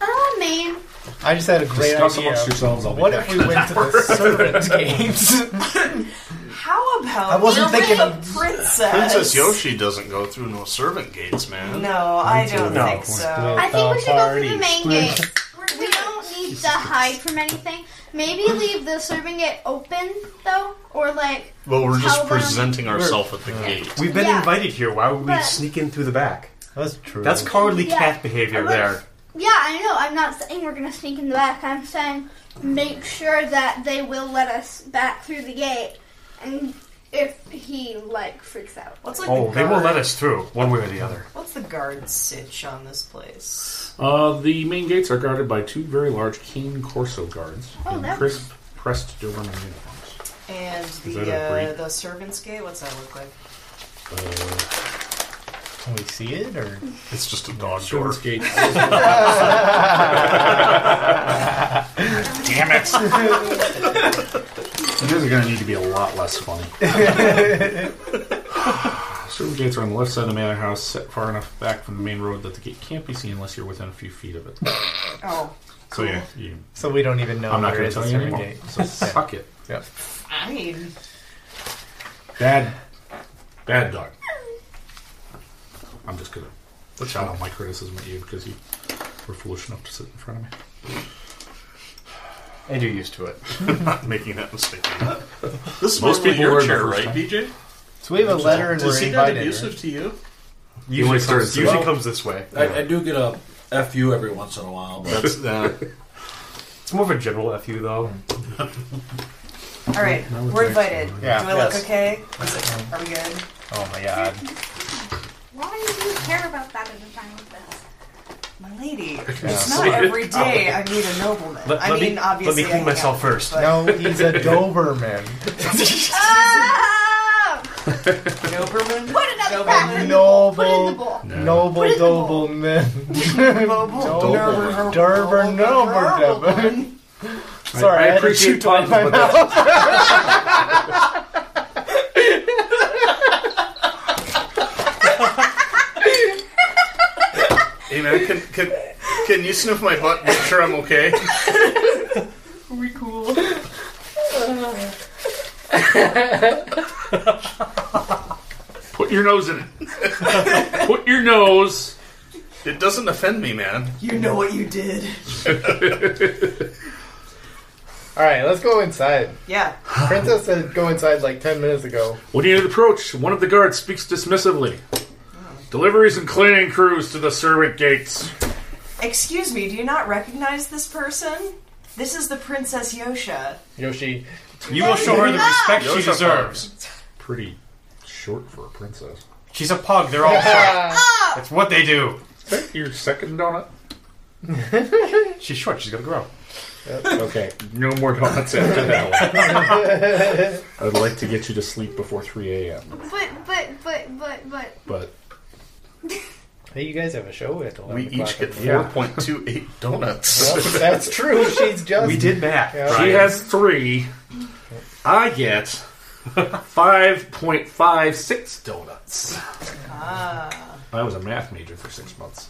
S6: Oh man,
S9: I just had a great
S3: Discuss
S9: idea.
S3: amongst yourselves. I'll be
S9: What
S3: back.
S9: if we went to the servant games?
S5: be. How about
S9: I wasn't
S5: we're
S9: thinking-
S5: with the princess?
S8: Princess Yoshi doesn't go through no servant gates, man.
S5: No, I don't
S4: No.
S5: think so.
S6: I think we should go through the main
S9: Party.
S6: gate. We don't need to hide from anything. Maybe leave the serving gate open though, or like
S8: Well, we're
S6: How
S8: just
S6: about-
S8: presenting ourselves at the gate.
S4: We've been
S6: Yeah.
S4: invited here. Why would we
S6: But-
S4: sneak in through the back?
S9: That's true.
S4: That's cowardly
S6: Yeah.
S4: cat behavior
S6: I'm
S4: there.
S6: Yeah, I know. I'm not saying we're gonna sneak in the back. I'm saying make sure that they will let us back through the gate, and if he like freaks out,
S5: What's like
S4: Oh,
S5: the
S4: they
S5: guard?
S4: won't let us through, one way or the other.
S5: What's the guard sitch on this place?
S3: Uh, the main gates are guarded by two very large keen Corso guards
S6: Oh,
S3: in
S6: that's-
S3: crisp pressed Doberman uniforms.
S5: And
S3: that
S5: the
S3: a
S5: uh,
S3: breed?
S5: the servants' gate. What's that look like?
S9: Can we see it or?
S8: It's just a dog door.
S3: Servants gate.
S8: Damn it!
S3: You guys are going to need to be a lot less funny. Servant gates are on the left side of the manor house, set far enough back from the main road that the gate can't be seen unless you're within a few feet of it.
S5: Oh,
S3: So yeah, you,
S9: So we don't even know.
S3: I'm not
S9: there
S3: going to
S9: is a
S3: tell you
S9: servant
S3: anymore.
S9: gate.
S3: So suck it.
S9: Yep.
S5: I mean,
S3: Bad, bad dog. I'm just gonna shout out my criticism at you because you were foolish enough to sit in front of me.
S4: And you're used to it.
S8: Not making that mistake. This
S3: Most
S8: is mostly
S3: people
S8: your
S3: were the
S8: chair,
S3: first
S8: right,
S3: time.
S8: BJ?
S9: So we have a letter and
S8: Is
S9: we're
S8: he that
S9: invited.
S8: abusive
S9: right?
S8: to you?
S4: Usually,
S3: started
S4: comes, usually
S3: slow.
S4: comes this way.
S10: I, I do get a fu every once in a while, but
S8: That's uh,
S4: It's more of a general FU, though.
S5: all right, we're invited.
S9: Yeah,
S5: Do I look
S9: yes.
S5: okay? Is it, are we good?
S9: Oh my god.
S6: why do you care about that at a time like this?
S5: My lady,
S9: Yeah.
S5: it's not every day I meet a nobleman.
S4: Let,
S5: I
S4: let
S5: mean,
S4: me,
S5: obviously,
S4: let
S5: I
S4: me clean
S5: can't,
S4: myself first.
S5: but-
S9: No, he's a Doberman.
S6: Oh!
S5: Doberman.
S6: Put another crack in the bowl. Put it in the bowl.
S9: Noble,
S3: No.
S9: noble
S6: Put it in the bowl.
S9: Doberman.
S5: Doberman.
S9: Dober, Nober, Doberman. Sorry,
S3: I
S9: I had to
S3: appreciate
S9: shoot one in
S3: puns,
S9: my
S3: but that's-
S9: mouth.
S8: hey man, can, can can you sniff my butt? and Make sure I'm okay.
S5: We cool.
S3: Put your nose in it. Put your nose.
S8: It doesn't offend me, man.
S5: You know what Oh, you did.
S9: All right, let's go inside.
S5: Yeah.
S9: Princess said go inside like ten minutes ago.
S3: When you approach, one of the guards speaks dismissively. Deliveries and cleaning crews to the servant gates.
S5: Excuse me, do you not recognize this person? This is the Princess Yosha.
S7: Yoshi.
S4: You will show her the respect she deserves.
S3: Pretty short for a princess.
S4: She's a pug. They're all short. That's what they do.
S3: Is that your second donut?
S4: She's short. She's gonna grow.
S3: Okay, no more donuts after that one. I'd like to get you to sleep before 3 a.m.,
S6: But, but, but, but, but.
S3: but
S7: Hey, you guys have a show at 11
S8: We
S7: o'clock
S8: each get
S7: on-
S3: Yeah.
S8: 4.28 donuts.
S7: That's true. She's just.
S4: We did math.
S3: She
S4: Brian.
S3: has three. I get 5.56 donuts. I was a math major for six months.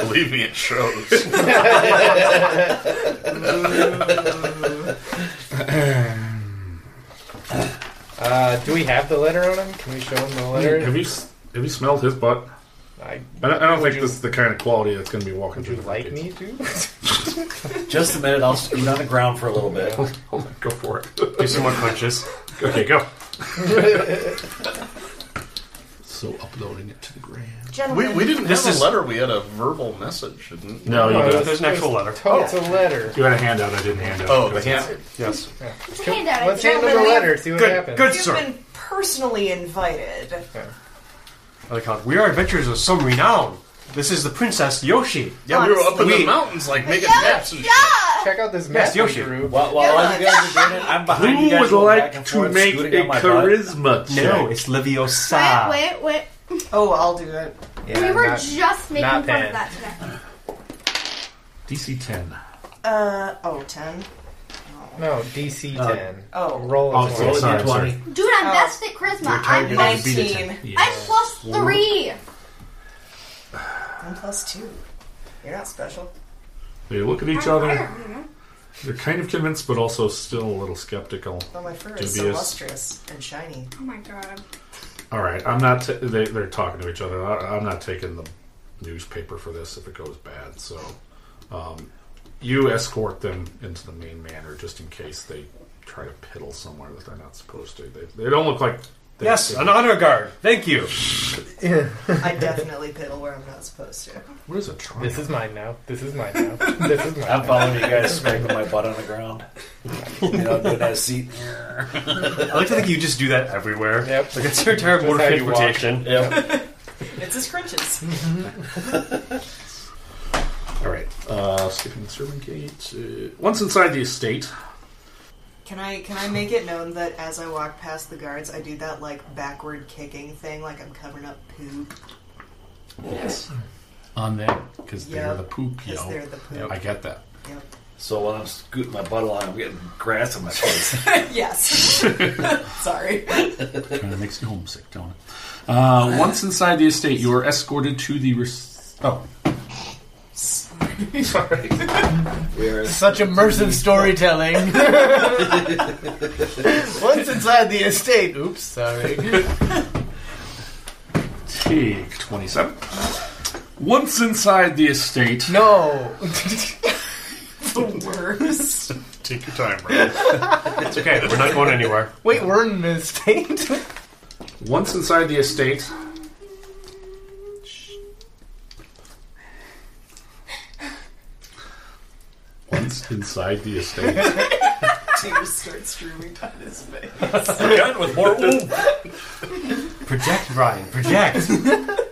S8: Believe me, it shows.
S7: Uh, do we have the letter on him? Can we show him the letter?
S3: Have you s- have you smelled his butt?
S7: I,
S3: I don't, I don't
S7: Would
S3: think
S7: you-
S3: this is the kind of quality that's going to be walking
S7: would
S3: through
S7: you
S3: the
S7: like
S3: markets.
S7: me to?
S2: Just a minute, I'll scoot on the ground for a little bit.
S3: Hold on, go for it.
S4: Do some more punches.
S3: okay, go.
S10: So uploading it to the grand.
S8: We,
S5: Gentlemen,
S8: we didn't
S4: This
S8: have
S4: is-
S8: a letter. We had a verbal message, didn't we?
S3: No, Oh, you
S4: Uh,
S3: got
S4: There's an actual letter.
S7: Oh, it's a letter.
S3: You had a handout. I didn't hand out.
S8: Oh, the hand.
S4: Yes.
S6: It's a handout. I
S7: Let's
S6: think.
S7: hand him the letter. See what
S4: Good.
S7: happens.
S4: Good
S5: you've
S4: sir.
S5: been personally invited.
S4: I like how we are adventurers of some renown. This is the Princess Yoshi.
S8: Yeah, we were up in
S4: We-
S8: the mountains, like making maps and shit.
S7: Check out this
S4: Yes,
S7: map
S4: Yoshi.
S7: we drew.
S2: While, while all you guys are doing it, I'm behind you
S3: Who
S2: guys.
S3: would
S2: going back
S3: like
S2: and
S3: to
S2: forth,
S3: make
S2: scooting
S3: a
S2: on my butt.
S3: charisma check?
S4: No, it's Leviosa.
S6: Wait, wait, wait.
S5: Oh, I'll do it.
S7: Yeah,
S6: we were
S7: not-
S6: just making fun
S7: not bad.
S6: of that today.
S3: DC 10.
S5: Uh, oh, 10.
S7: No, DC 10.
S5: Oh,
S7: Roll
S3: Oh,
S7: it.
S3: sorry, sorry, sorry.
S6: Dude, I'm
S5: Oh.
S6: best at charisma.
S3: trying
S6: I'm
S3: to
S6: plus,
S3: beat it.
S5: 19.
S6: I'm plus three.
S5: I'm plus 2. You're not special.
S3: They look at each other. They're kind of convinced, but also still a little skeptical.
S5: Though my fur is so
S3: Dubious.
S5: lustrous and shiny.
S6: Oh my god.
S3: All right, I'm not. T- they, they're talking to each other. I, I'm not taking the newspaper for this if it goes bad. So, um, you escort them into the main manor just in case they try to piddle somewhere that they're not supposed to. They, they don't look like. They,
S4: Yes,
S3: they-
S4: an honor guard. Thank you.
S5: I definitely piddle where I'm not supposed to.
S3: What is a triumph?
S7: This is mine now. This is mine now. This is mine.
S2: I'm
S7: now.
S2: following you guys, scraping my butt on the ground. You know, doing that seat.
S4: I like to think you just do that everywhere.
S7: Yep.
S4: Like it's your entire mode of
S7: how you walk.
S4: transportation.
S2: Yep.
S5: It's his crunches.
S3: All right, uh, skipping the servant gate. Uh, once inside the estate,
S5: Can I can I make it known that as I walk past the guards, I do that like backward kicking thing, like I'm covering up poop
S10: On that, because
S5: Yeah.
S10: they're the poop,
S5: because
S10: yo.
S5: they're the poop.
S10: I get that.
S2: So while I'm scooting my butt along, I'm getting grass in my face.
S5: Yes. Sorry.
S10: Kind of makes you homesick, don't it? Uh, once inside the estate, you are escorted to the. Res- oh,
S2: We are
S9: Such immersive storytelling. Once inside the estate, oops, sorry.
S3: take twenty-seven. Once inside the estate,
S9: No.
S5: the worst.
S8: Take your time, bro.
S4: It's okay. We're not going anywhere.
S9: Wait, we're in an estate?
S3: Once inside the estate, once inside the estate,
S5: Tears start streaming down his face.
S2: done with more oomph.
S4: Project, Brian. Project.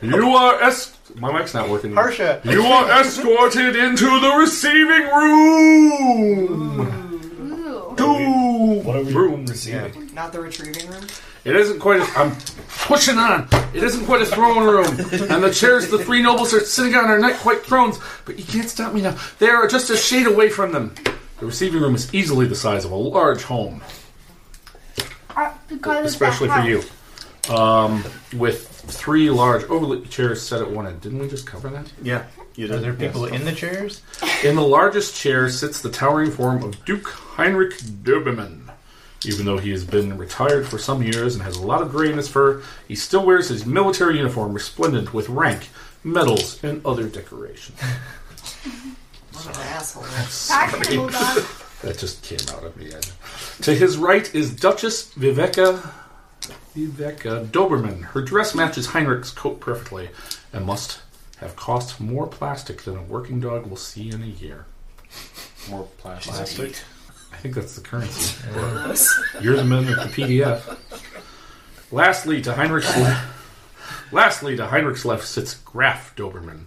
S3: you are es- my mic's not working. here.
S9: Harsha.
S3: You are escorted into the receiving room.
S6: Ooh.
S3: Two
S2: What are we
S3: room.
S2: receiving?
S5: Not the retrieving room.
S3: It isn't quite. A, I'm pushing on. It isn't quite a throne room, and the chairs the three nobles are sitting on are not quite thrones. But you can't stop me now. They are just a shade away from them. The receiving room is easily the size of a large home,
S6: Uh, because it's
S3: especially
S6: that
S3: for
S6: hot.
S3: you, um, with three large overly chairs set at one end. Didn't we just cover that?
S8: Yeah, you
S9: Are
S8: did.
S9: there people in the chairs?
S3: In the largest chair sits the towering form of Duke Heinrich Dobermann. Even though he has been retired for some years and has a lot of gray in his fur, he still wears his military uniform resplendent with rank, medals, and other decorations.
S5: What an asshole.
S6: Actually, hold on.
S3: That just came out of me. I- To his right is Duchess Viveka Viveka Doberman. Her dress matches Heinrich's coat perfectly and must have cost more plastic than a working dog will see in a year.
S11: More plastic.
S3: I think that's the currency. You're the man with the PDF. Lastly, to Heinrich's left, lastly to Heinrich's left sits Graf Doberman,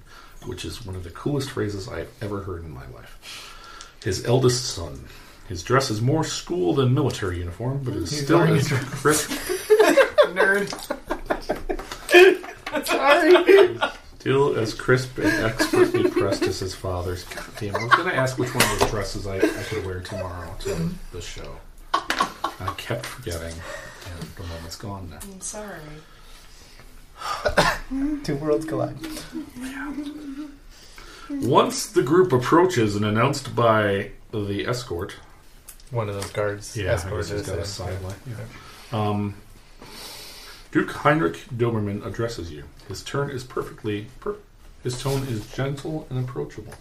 S3: which is one of the coolest phrases I've ever heard in my life. His eldest son. His dress is more school than military uniform, but is still
S7: wearing
S3: as crisp.
S7: Nerd.
S3: Still as crisp and expertly pressed as his father's. God damn, I was going to ask which one of those dresses I, I could wear tomorrow to the show. I kept forgetting, and the moment's gone now.
S5: I'm sorry.
S7: Two worlds collide.
S3: Once the group approaches and announced by the escort,
S7: One of those guards.
S3: I guess he's
S7: escorted us
S3: got a
S7: in.
S3: sideline. yeah. Um, Duke Heinrich Doberman addresses you. His turn is perfectly. Per- his tone is gentle and approachable.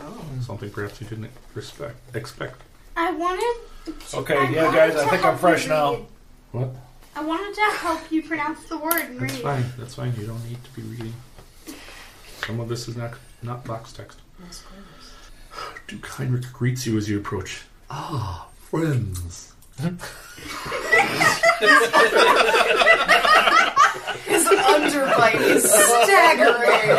S3: Oh. Something perhaps you didn't respect, expect.
S6: I wanted. To,
S11: Okay,
S6: I
S11: yeah,
S6: wanted
S11: guys,
S6: to
S11: I think
S6: help
S11: I'm fresh
S6: you
S11: now.
S6: read.
S3: What?
S6: I wanted to help you pronounce the word and
S3: That's
S6: read.
S3: fine. That's fine. You don't need to be reading. Some of this is not not box text. Duke Heinrich greets you as you approach. Ah, friends.
S5: His underbite is staggering.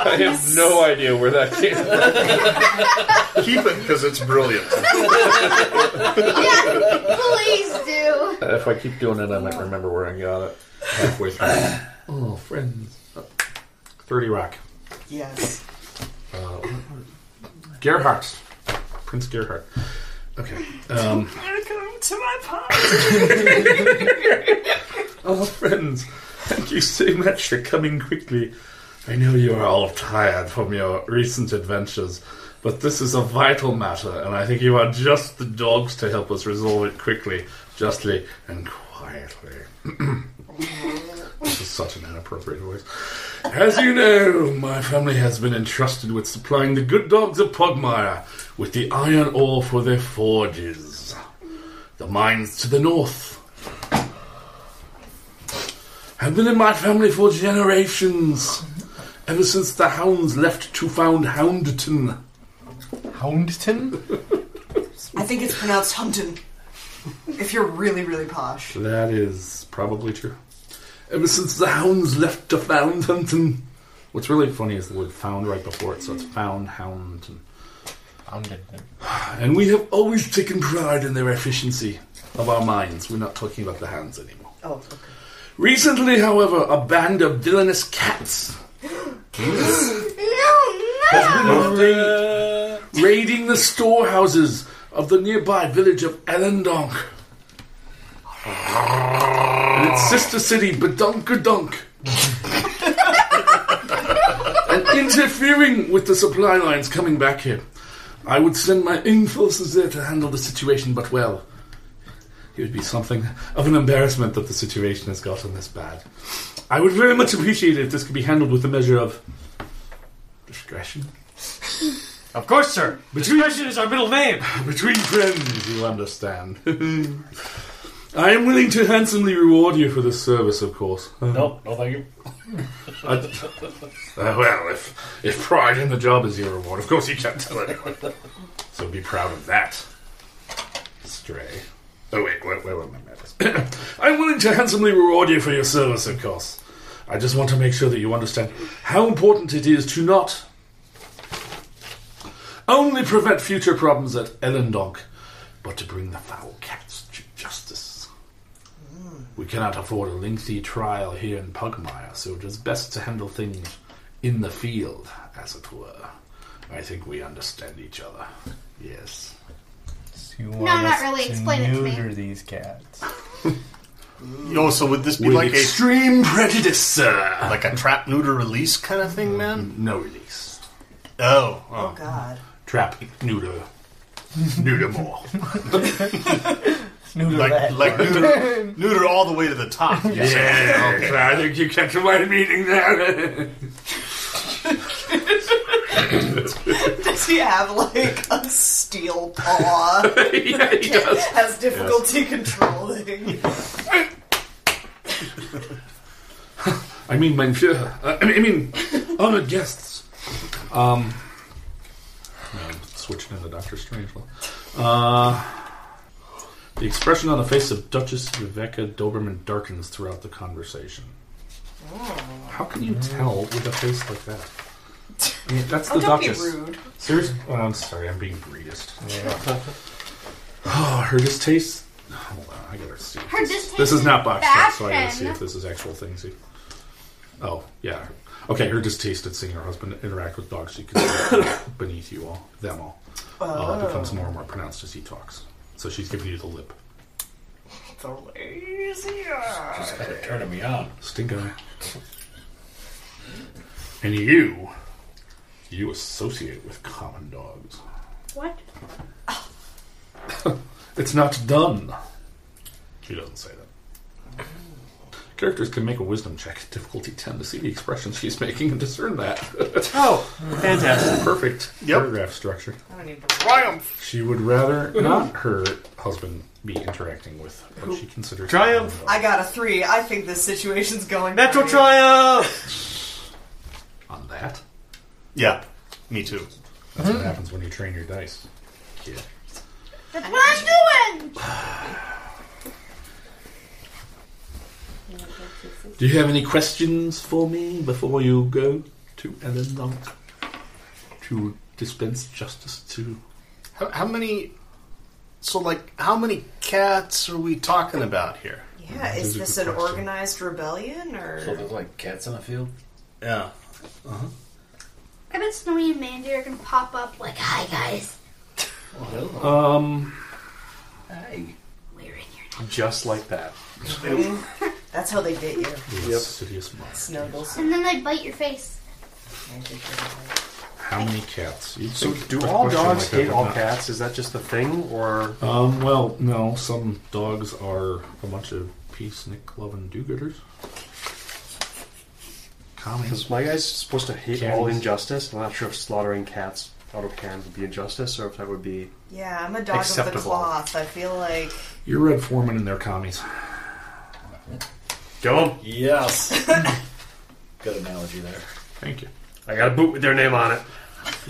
S12: I have no idea where that came from.
S8: Keep it because it's brilliant.
S6: Yeah, please do.
S12: If I keep doing it, I might remember where I got it.
S3: Halfway through. oh, friends. Thirty Rock.
S5: Yes.
S3: Gerhardt. Prince Gerhardt. Okay. Um,
S5: Welcome to my party.
S3: oh, friends, thank you so much for coming quickly. I know you are all tired from your recent adventures, but this is a vital matter, and I think you are just the dogs to help us resolve it quickly, justly, and quietly. This is such an inappropriate voice. As you know, my family has been entrusted with supplying the good dogs of Pogmire with the iron ore for their forges. The mines to the north have been in my family for generations, ever since the hounds left to found Houndton.
S7: Houndton?
S5: I think it's pronounced Humpton. If you're really, really posh.
S3: That is probably true. Ever since the hounds left to found Houndton. What's really funny is the word found right before it, so it's found Houndton.
S7: Hounded.
S3: And we have always taken pride in their efficiency of our minds. We're not talking about the hands anymore.
S5: Oh, okay.
S3: Recently, however, a band of villainous cats
S6: No, no.
S3: has been raid- raiding the storehouses of the nearby village of Ellendonk. And its sister city, Badunkadunk. and interfering with the supply lines coming back here. I would send my own forces there to handle the situation, but well, it would be something of an embarrassment that the situation has gotten this bad. I would very much appreciate it if this could be handled with a measure of discretion.
S2: Of course, sir. Discretion is our middle name.
S3: Between friends, you understand. I am willing to handsomely reward you for this service, of course.
S2: Oh,
S11: Nope, no thank you.
S3: I- uh, well, if, if pride in the job is your reward, of course you can't tell anyone. So be proud of that. Stray. Oh, wait, where, where were my matters? I'm willing to handsomely reward you for your service, of course. I just want to make sure that you understand how important it is to not only prevent future problems at Ellendonk, but to bring the foul cats to justice. We cannot afford a lengthy trial here in Pugmire, so it is best to handle things in the field, as it were. I think we understand each other. Yes.
S7: So you want
S6: not
S7: us
S6: really.
S7: to
S6: Explain it to me.
S7: neuter these cats.
S8: Yo, so would this be
S3: With
S8: like a
S3: extreme prejudice, sir.
S8: like a trap neuter release kind of thing, man?
S3: No release.
S8: Oh,
S5: Oh,
S8: oh.
S5: God.
S3: Trap neuter. neuter more.
S7: Neuter
S8: like
S7: that.
S8: like neuter, neuter all the way to the top. you say.
S3: Yeah, I think you catch my meaning there.
S5: Does he have, like, a steel paw?
S3: yeah, he does.
S5: Has difficulty controlling.
S3: I mean, mein Führer. Uh, I mean, I mean,
S10: Honored guests.
S3: Um, no, I'm switching into Doctor Strangelove. Uh, the expression on the face of Duchess Rebecca Doberman darkens throughout the conversation.
S5: Oh.
S3: How can you tell with a face like that? I mean, that's
S5: Oh,
S3: the
S5: don't be
S3: Duchess.
S5: rude.
S3: Seriously? Oh, I'm sorry, I'm being greedist. oh, her distaste. Hold on, I gotta see.
S6: Her distaste
S3: This is not
S6: in
S3: boxed up, so I gotta
S6: fashion.
S3: see if this is actual things. he- Oh, yeah. Okay, her distaste at seeing her husband interact with dogs she considers beneath you all, them all, uh, becomes more and more pronounced as he talks. So she's giving you the lip.
S5: The lazy eye.
S2: They're turning me on.
S3: Stink eye. And you, you associate with common dogs.
S6: What?
S3: It's not done. She doesn't say that. Characters can make a wisdom check, difficulty 10, to see the expression she's making and discern that.
S4: Oh, fantastic.
S3: Perfect
S8: Yep.
S3: paragraph structure.
S5: I don't need to.
S8: Triumph!
S3: She would rather not her husband be interacting with what she considers.
S4: Triumph.
S5: I got a three. I think this situation's going.
S4: Natural
S5: great.
S4: triumph!
S3: On that?
S8: Yeah, me too.
S3: That's what happens when you train your dice. Kid.
S6: That's what I'm doing.
S3: Do you have any questions for me before you go to Ellen Monk to dispense justice to?
S8: How, how many? So, like, how many cats are we talking about here?
S5: Yeah, is
S3: a
S5: this
S3: good
S5: an
S3: question.
S5: organized rebellion
S2: So
S5: or?
S2: there's like cats in a field.
S8: Yeah.
S6: I bet Snowy and Mandy are gonna pop up like, "Hi guys,
S3: Um,
S6: we're in here."
S9: Just like that.
S5: That's how they get you.
S3: insidious monster.
S5: Snuggles.
S6: And then they bite your face.
S3: How many cats? You'd
S4: So,
S3: think
S4: do
S3: a
S4: all
S3: question
S4: dogs
S3: like that
S4: hate
S3: would
S4: all
S3: not-
S4: cats? Is that just the thing, or
S3: Um, well, no. Some dogs are a bunch of peace, nick, love, and do-gooders. Commies.
S4: is my guy's supposed to hate all
S3: Cats.
S4: injustice? I'm not sure if slaughtering cats out of hand would be injustice, or if that would be
S5: Yeah, I'm a dog of the
S4: Acceptable.
S5: cloth. I feel like
S3: You're Red Foreman and they're commies.
S4: kill them.
S2: Yes. Good analogy there.
S3: Thank you.
S4: I got a boot with their name on it.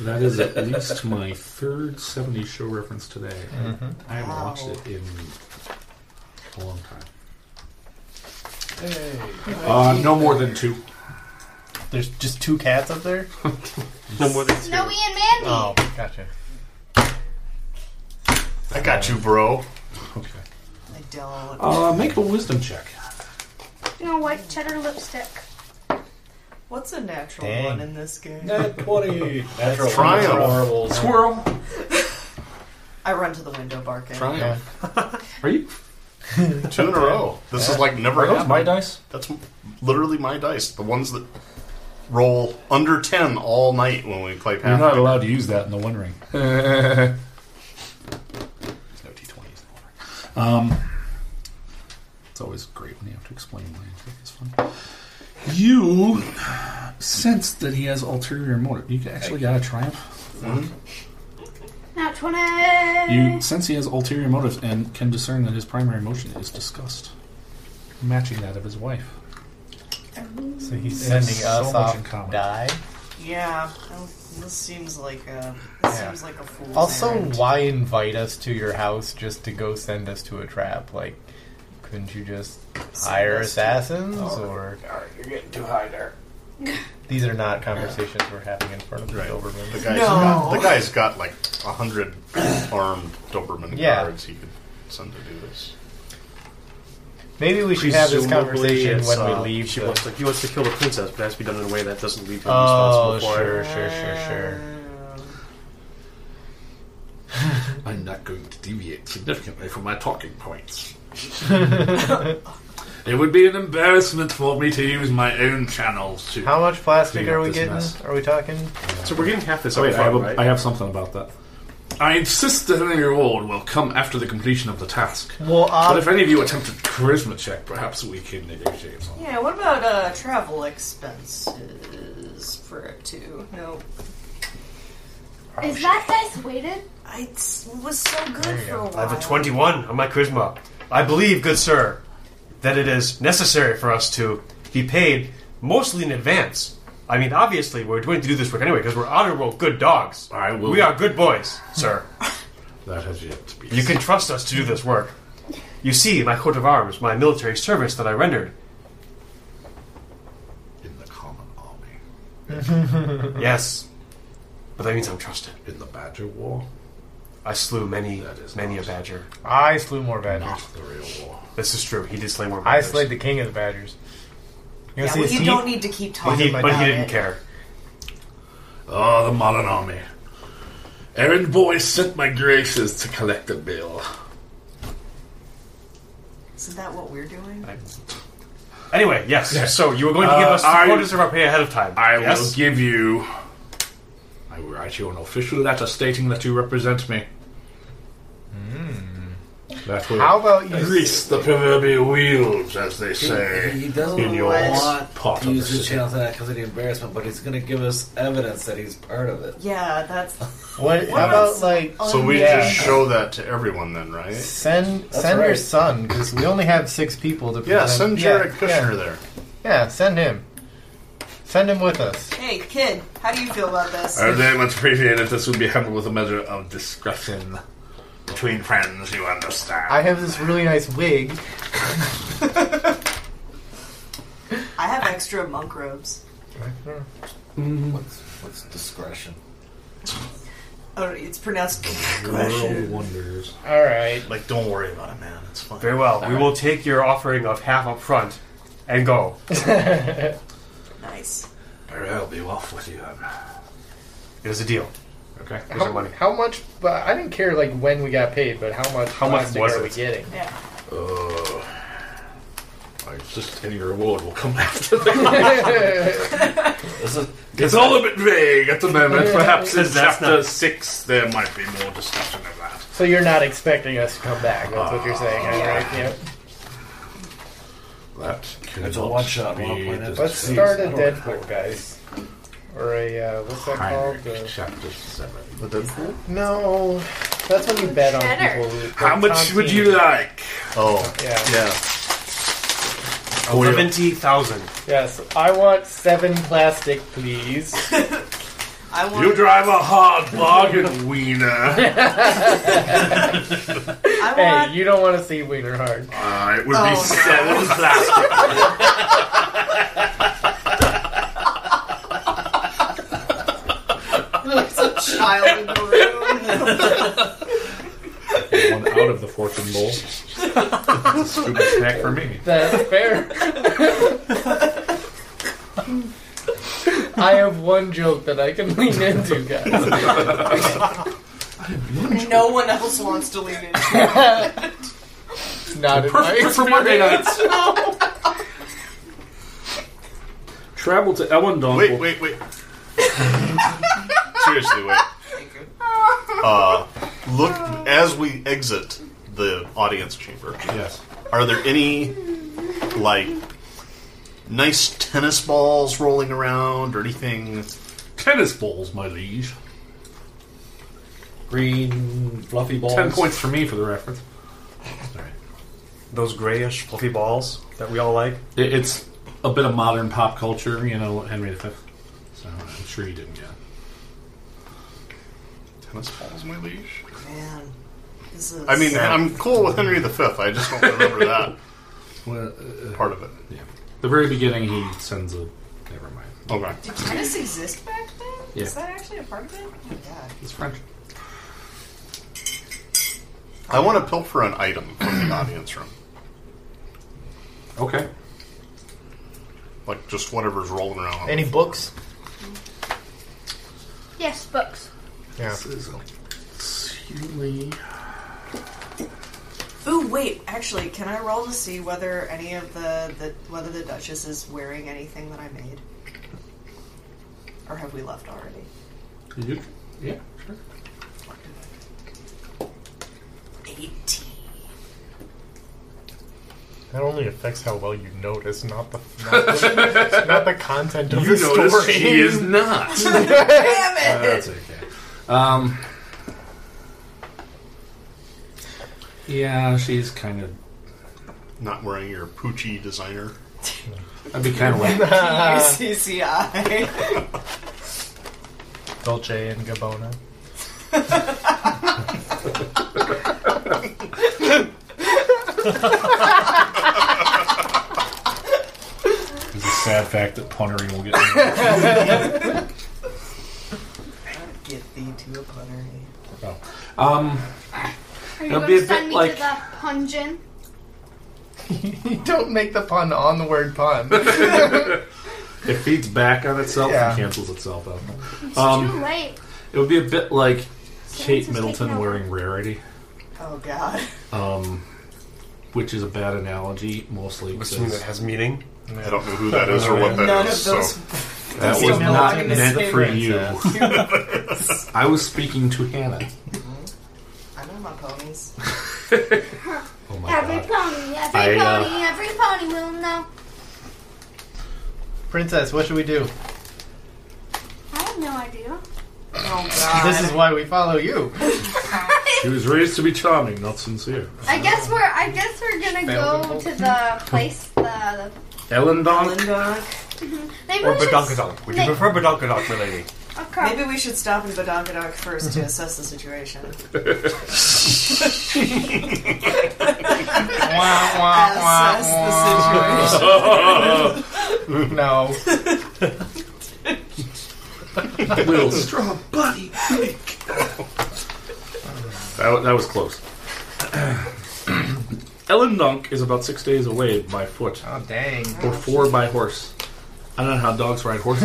S3: That is at least my third 70s show reference today. I haven't watched it in a long time. Uh, no more than two.
S9: There's just two cats up there?
S4: No more than two.
S6: Snowy and Mandy.
S9: Oh, gotcha.
S8: I got you, bro.
S3: Okay.
S5: I don't.
S9: Oh.
S3: Uh, make a wisdom check.
S6: You know what? Cheddar lipstick.
S5: What's a natural
S9: Dang.
S5: one in this game?
S2: Nat twenty. Natural
S8: Triumph.
S2: horrible.
S3: Twirl.
S5: I run to the window barking.
S3: Triumph. Are you?
S8: Two in a row. This is like never
S3: Are those
S8: happened.
S3: my dice?
S8: That's m- literally my dice. The ones that roll under ten all night when we play
S3: You're not
S8: Pathfinder.
S3: allowed to use that in the One Ring. There's no D20s in the One Ring. Um, it's always great when you have to explain why you think it's fun. You sense that he has ulterior motive. You actually got a triumph.
S6: Not twenty.
S3: You sense he has ulterior motives and can discern that his primary emotion is disgust, matching that of his wife.
S9: So he's
S3: There's
S9: sending
S3: so
S9: us
S3: much in
S9: off
S3: common.
S9: to die.
S5: Yeah, well, this seems like a this
S9: Yeah.
S5: seems like a fool's
S9: Also,
S5: errand.
S9: why invite us to your house just to go send us to a trap? Like, couldn't you just hire
S5: us to- Oh
S9: assassins or? These are not conversations we're having in front of the
S8: Right. The
S9: Doberman.
S8: guy's
S5: No.
S8: got the guy's got like a hundred armed Doberman
S9: Yeah.
S8: guards he could send to do this.
S9: Maybe we should have this
S4: Presumably
S9: conversation
S4: it's,
S9: when
S4: uh,
S9: we leave.
S4: She
S9: the-
S4: wants to, he wants to kill the princess, but it has to be done in a way that doesn't leave him
S9: oh,
S4: responsible for
S9: sure,
S4: it.
S9: sure, sure,
S5: Uh,
S9: sure.
S5: Um,
S10: I'm not going to deviate significantly from my talking points. it would be an embarrassment for me to use my own channels to.
S9: How much plastic
S10: Clean up
S9: are we
S10: this
S9: getting?
S10: mess.
S9: Are we talking?
S4: So we're getting half this
S3: Wait,
S4: up
S3: I have,
S4: front,
S3: a,
S4: right?
S3: I have something about that.
S10: I insist that any reward will come after the completion of the task.
S9: Well,
S10: But
S9: ob-
S10: if any of you attempt a charisma check, perhaps we can negotiate something.
S5: Yeah, what about uh, travel expenses for it too? No,
S6: Is that dice weighted?
S5: I s- was so good for a while.
S4: I have a 21 on my charisma. I believe, good sir, that it is necessary for us to be paid mostly in advance I mean, obviously, we're going to do this work anyway because we're honorable, good dogs.
S3: I will-
S4: We are good boys, sir.
S3: That has yet to be.
S4: You can trust us to do this work. You see, my coat of arms, my military service that I rendered.
S3: in the common army,
S4: Yes, but that means I'm trusted.
S3: in the Badger War,
S4: I slew many,
S3: That is
S4: many a
S3: not-
S4: badger.
S7: I slew more badgers.
S3: not the real war.
S4: This is true. He did slay more.
S7: I
S4: Badgers.
S7: slayed the king of the badgers. You
S5: Yeah,
S7: wanna see
S5: well,
S7: his
S5: you
S7: teeth?
S5: don't need to keep
S4: But
S5: talking
S4: he,
S5: about
S4: but he didn't
S5: it.
S4: care.
S3: Ah, the modern army. Errand boy sent my graces to collect a bill.
S5: Isn't that what we're doing?
S4: Anyway, yes. So you were going to give
S3: Uh,
S4: us the
S3: I-
S4: quotas of our pay ahead of time.
S3: I
S4: yes?
S3: will give you. I will write you an official letter stating that you represent me. That will
S7: How about you?
S3: grease the proverbial wheels, as they say.
S2: He doesn't
S3: in your
S2: want
S3: part
S2: to
S3: of
S2: use
S3: the
S2: the channel to because of the embarrassment, but he's going to give us evidence that he's part of it.
S5: Yeah, that's
S7: What, how about like
S5: Oh,
S8: So we
S7: Yeah.
S8: just show that to everyone then, right?
S7: send send your
S2: right.
S7: son because we only have six people to.
S8: Yeah,
S7: present.
S8: send Jared
S7: yeah,
S8: Kushner there.
S7: Yeah, yeah, send him. Send him with us.
S5: Hey, kid, how do you feel about this?
S3: I would very much appreciate if this would be handled with a measure of discretion between friends, you understand.
S7: I have this really nice wig.
S5: I have extra monk robes.
S2: What's, what's discretion?
S5: Oh, it's pronounced
S3: wonders.
S7: All right.
S8: Like, don't worry about it, man. It's fine.
S4: Very well. we will take your offering of half up front and go.
S5: nice.
S3: Very well, be off with you. then.
S4: It is a deal.
S3: Okay.
S4: Here's our money.
S7: How much? But I didn't care like when we got paid, but how much?
S4: How much
S7: plastic
S4: was
S7: are we
S4: it?
S7: getting?
S5: Yeah.
S3: I just any reward will come after that.
S2: This is,
S3: It's all a bit vague at the moment. Perhaps in
S4: Because that's
S3: chapter
S4: not-
S3: six there might be more discussion of that.
S7: So you're not expecting us to come back? That's what you're saying, all right? Yeah.
S3: That can
S2: It's a one-shot, one point.
S7: Let's
S2: Jeez,
S7: start a
S2: I don't
S7: Deadpool, guys. Or a uh, what's that called? The-
S3: chapter seven.
S7: no, that's when you bet on
S6: Cheddar.
S7: people. who-
S3: How
S7: like
S3: much
S7: Tom
S3: would
S7: Keene.
S3: you like?
S8: Oh,
S7: Yeah.
S8: yeah.
S4: Seventy thousand.
S7: Yes, I want seven plastic, please.
S5: I want
S3: You drive a hard bargain, wiener.
S5: I want
S7: hey, you don't want to see Wiener Hard.
S3: Uh, it would
S5: Oh,
S3: be
S5: no.
S3: seven plastic.
S5: child in the room.
S3: One out of the fork and bowl. It's a stupid snack for me.
S7: That's fair. I have one joke that I can lean into, guys.
S5: no one else wants to lean in.
S7: It's not in my
S3: Perfect for Monday nights. Travel to Ellendon.
S8: Wait, wait, wait. Seriously, wait. Uh, look as we exit the audience chamber.
S3: Yes.
S8: Are there any like nice tennis balls rolling around or anything?
S3: Tennis balls, my liege.
S2: green fluffy balls.
S3: Ten points for me for the reference.
S4: Those grayish fluffy balls that we all like.
S3: It, it's a bit of modern pop culture, you know, Henry V. So I'm sure you didn't get. it.
S8: Tennis balls, my liege.
S5: Man, this is.
S8: I mean, I'm cool with Henry V. I just don't remember that
S3: Well, uh,
S8: part of it.
S3: yeah. The very beginning, he sends a. Never mind.
S8: Okay.
S5: did tennis exist back then?
S3: Yeah.
S5: Is that actually a part of it? Oh my god.
S3: It's French.
S8: I want to pilfer an item from the audience room,
S3: Okay.
S8: like just whatever's rolling around.
S7: Any books?
S6: Yes, books.
S7: Yeah.
S5: Ooh, wait. Actually, can I roll to see whether any of the, the whether the Duchess is wearing anything that I made, or have we left already?
S3: You, yeah, sure.
S5: Eighteen.
S7: That only affects how well you notice, not the not the, not the content of
S3: You
S7: the
S3: notice
S7: story.
S3: she is not.
S5: Damn it!
S3: That's okay. Um. Yeah, she's kind of
S8: Not wearing your Poochie designer
S3: That'd be kind of like
S5: PUCCI.
S7: Dolce and Gabbana.
S3: it's a sad fact that punnery will get.
S5: Get thee to a punnery.
S3: um,
S6: Are you
S3: It'll
S6: going
S3: be a
S6: to
S3: bit
S6: send me
S3: like-
S6: to the pungeon?
S7: Don't make the pun on the word pun.
S3: it feeds back on itself
S7: Yeah.
S3: and cancels itself out.
S6: It's
S3: Um,
S6: too late.
S3: It would be a bit like
S6: Someone's
S3: Kate
S6: just taking
S3: Middleton
S6: over.
S3: wearing rarity,
S5: Oh god.
S3: um, which is a bad analogy mostly
S4: With something that
S3: because
S4: has meaning.
S8: I don't know who that is or what that is.
S5: None of
S8: so-
S5: those.
S3: that
S5: Those
S3: was
S5: don't belong
S3: not
S5: in the
S3: meant
S5: same
S3: for you.
S7: princess.
S3: I was speaking to Hannah.
S5: I know my ponies.
S3: Oh my
S6: Every
S3: god!
S6: pony, every
S3: I, uh,
S6: pony, every pony will know.
S7: Princess, what should we do?
S6: I have no idea.
S5: Oh god.
S7: This is why we follow you.
S3: She was raised to be charming, not sincere.
S6: I guess we're I guess we're gonna
S7: Failed
S6: go
S7: it.
S6: to the place the, the
S3: Ellen Donk.
S5: Lindon.
S6: maybe
S4: Or
S6: we should s-
S4: Badonkadonk. Would you
S6: Nick.
S4: prefer Badonkadonk, my lady?
S6: okay.
S5: Maybe we should stop in Badonkadonk first to assess the situation.
S7: Wah, wah, wah,
S5: Assess
S7: wah.
S5: the situation.
S7: No.
S3: Little straw buddy. that, wa- that was close. Ellen Dunk is about six days away by foot,
S7: Oh, dang.
S3: or four by horse. I don't know how dogs ride horses.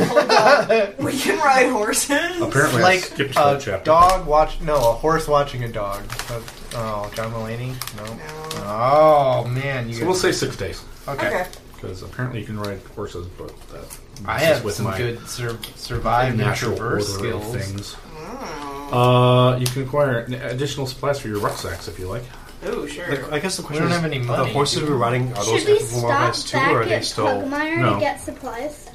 S5: We can ride horses.
S3: Apparently, I
S7: Like
S3: skipped that
S7: a
S3: chapter.
S7: dog watch. No, a horse watching a dog. Uh, Oh, John Mulaney? No.
S5: No.
S7: Oh, man. You
S3: So we'll say six days,
S7: okay.
S5: Okay.
S3: because apparently you can ride horses, but that
S7: I
S3: messes
S7: have some good sur- survive and
S3: natural
S7: traverse
S3: order of
S7: skills.
S3: things.
S5: Hmm.
S3: Uh, you can acquire an- additional supplies for your rucksacks if you like.
S5: Oh sure.
S4: Like, I guess the
S7: We
S4: question
S7: don't
S4: is,
S7: have any
S4: the
S7: money.
S4: horses we're riding, are those
S6: Should we
S4: capable of
S6: stop
S4: us too, or are
S6: back
S4: they
S6: at
S4: still...
S6: Pugmire
S3: No.
S6: to get supplies?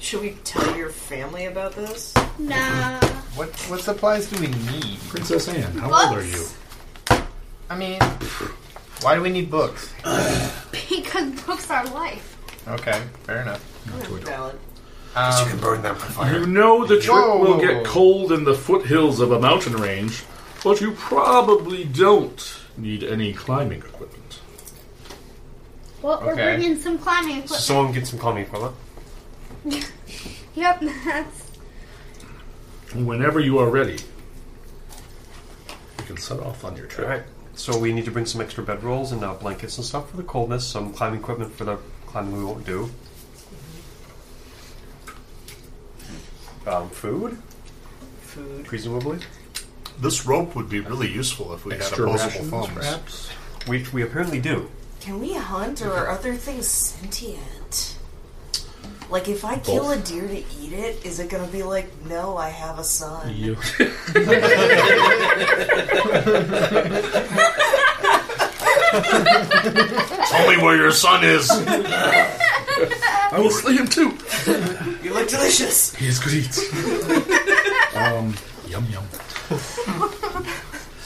S5: Should we tell your family about this?
S6: Nah.
S7: What, what supplies do we need?
S3: Princess Anne, how old are you?
S6: Books?
S7: I mean, why do we need books?
S6: Because books are life.
S7: Okay, fair enough.
S5: Valid.
S7: Um,
S4: burn them for fire.
S3: You know the trick
S7: Whoa.
S3: will get cold in the foothills of a mountain range, but you probably don't need any climbing equipment.
S6: Well, we're
S7: Okay.
S6: bringing some climbing
S4: So
S6: equipment.
S4: someone get some climbing equipment.
S6: Yep, that's.
S3: Whenever you are ready, you can set off on your trip.
S4: Alright, so we need to bring some extra bedrolls and uh, blankets and stuff for the coldness, some climbing equipment for the climbing we won't do. Um, food,
S5: Food.
S4: presumably.
S8: This rope would be really useful if we
S3: Extra
S8: had opposable
S3: rations,
S8: thumbs.
S3: perhaps.
S4: Which we apparently do.
S5: Can we hunt or are other things sentient? Like if I kill a deer to eat it, is it gonna be like, no, I have a son?
S3: You-
S8: Tell me where your son is.
S3: I will slay him too.
S5: You look delicious.
S3: He is good eats. um, yum yum.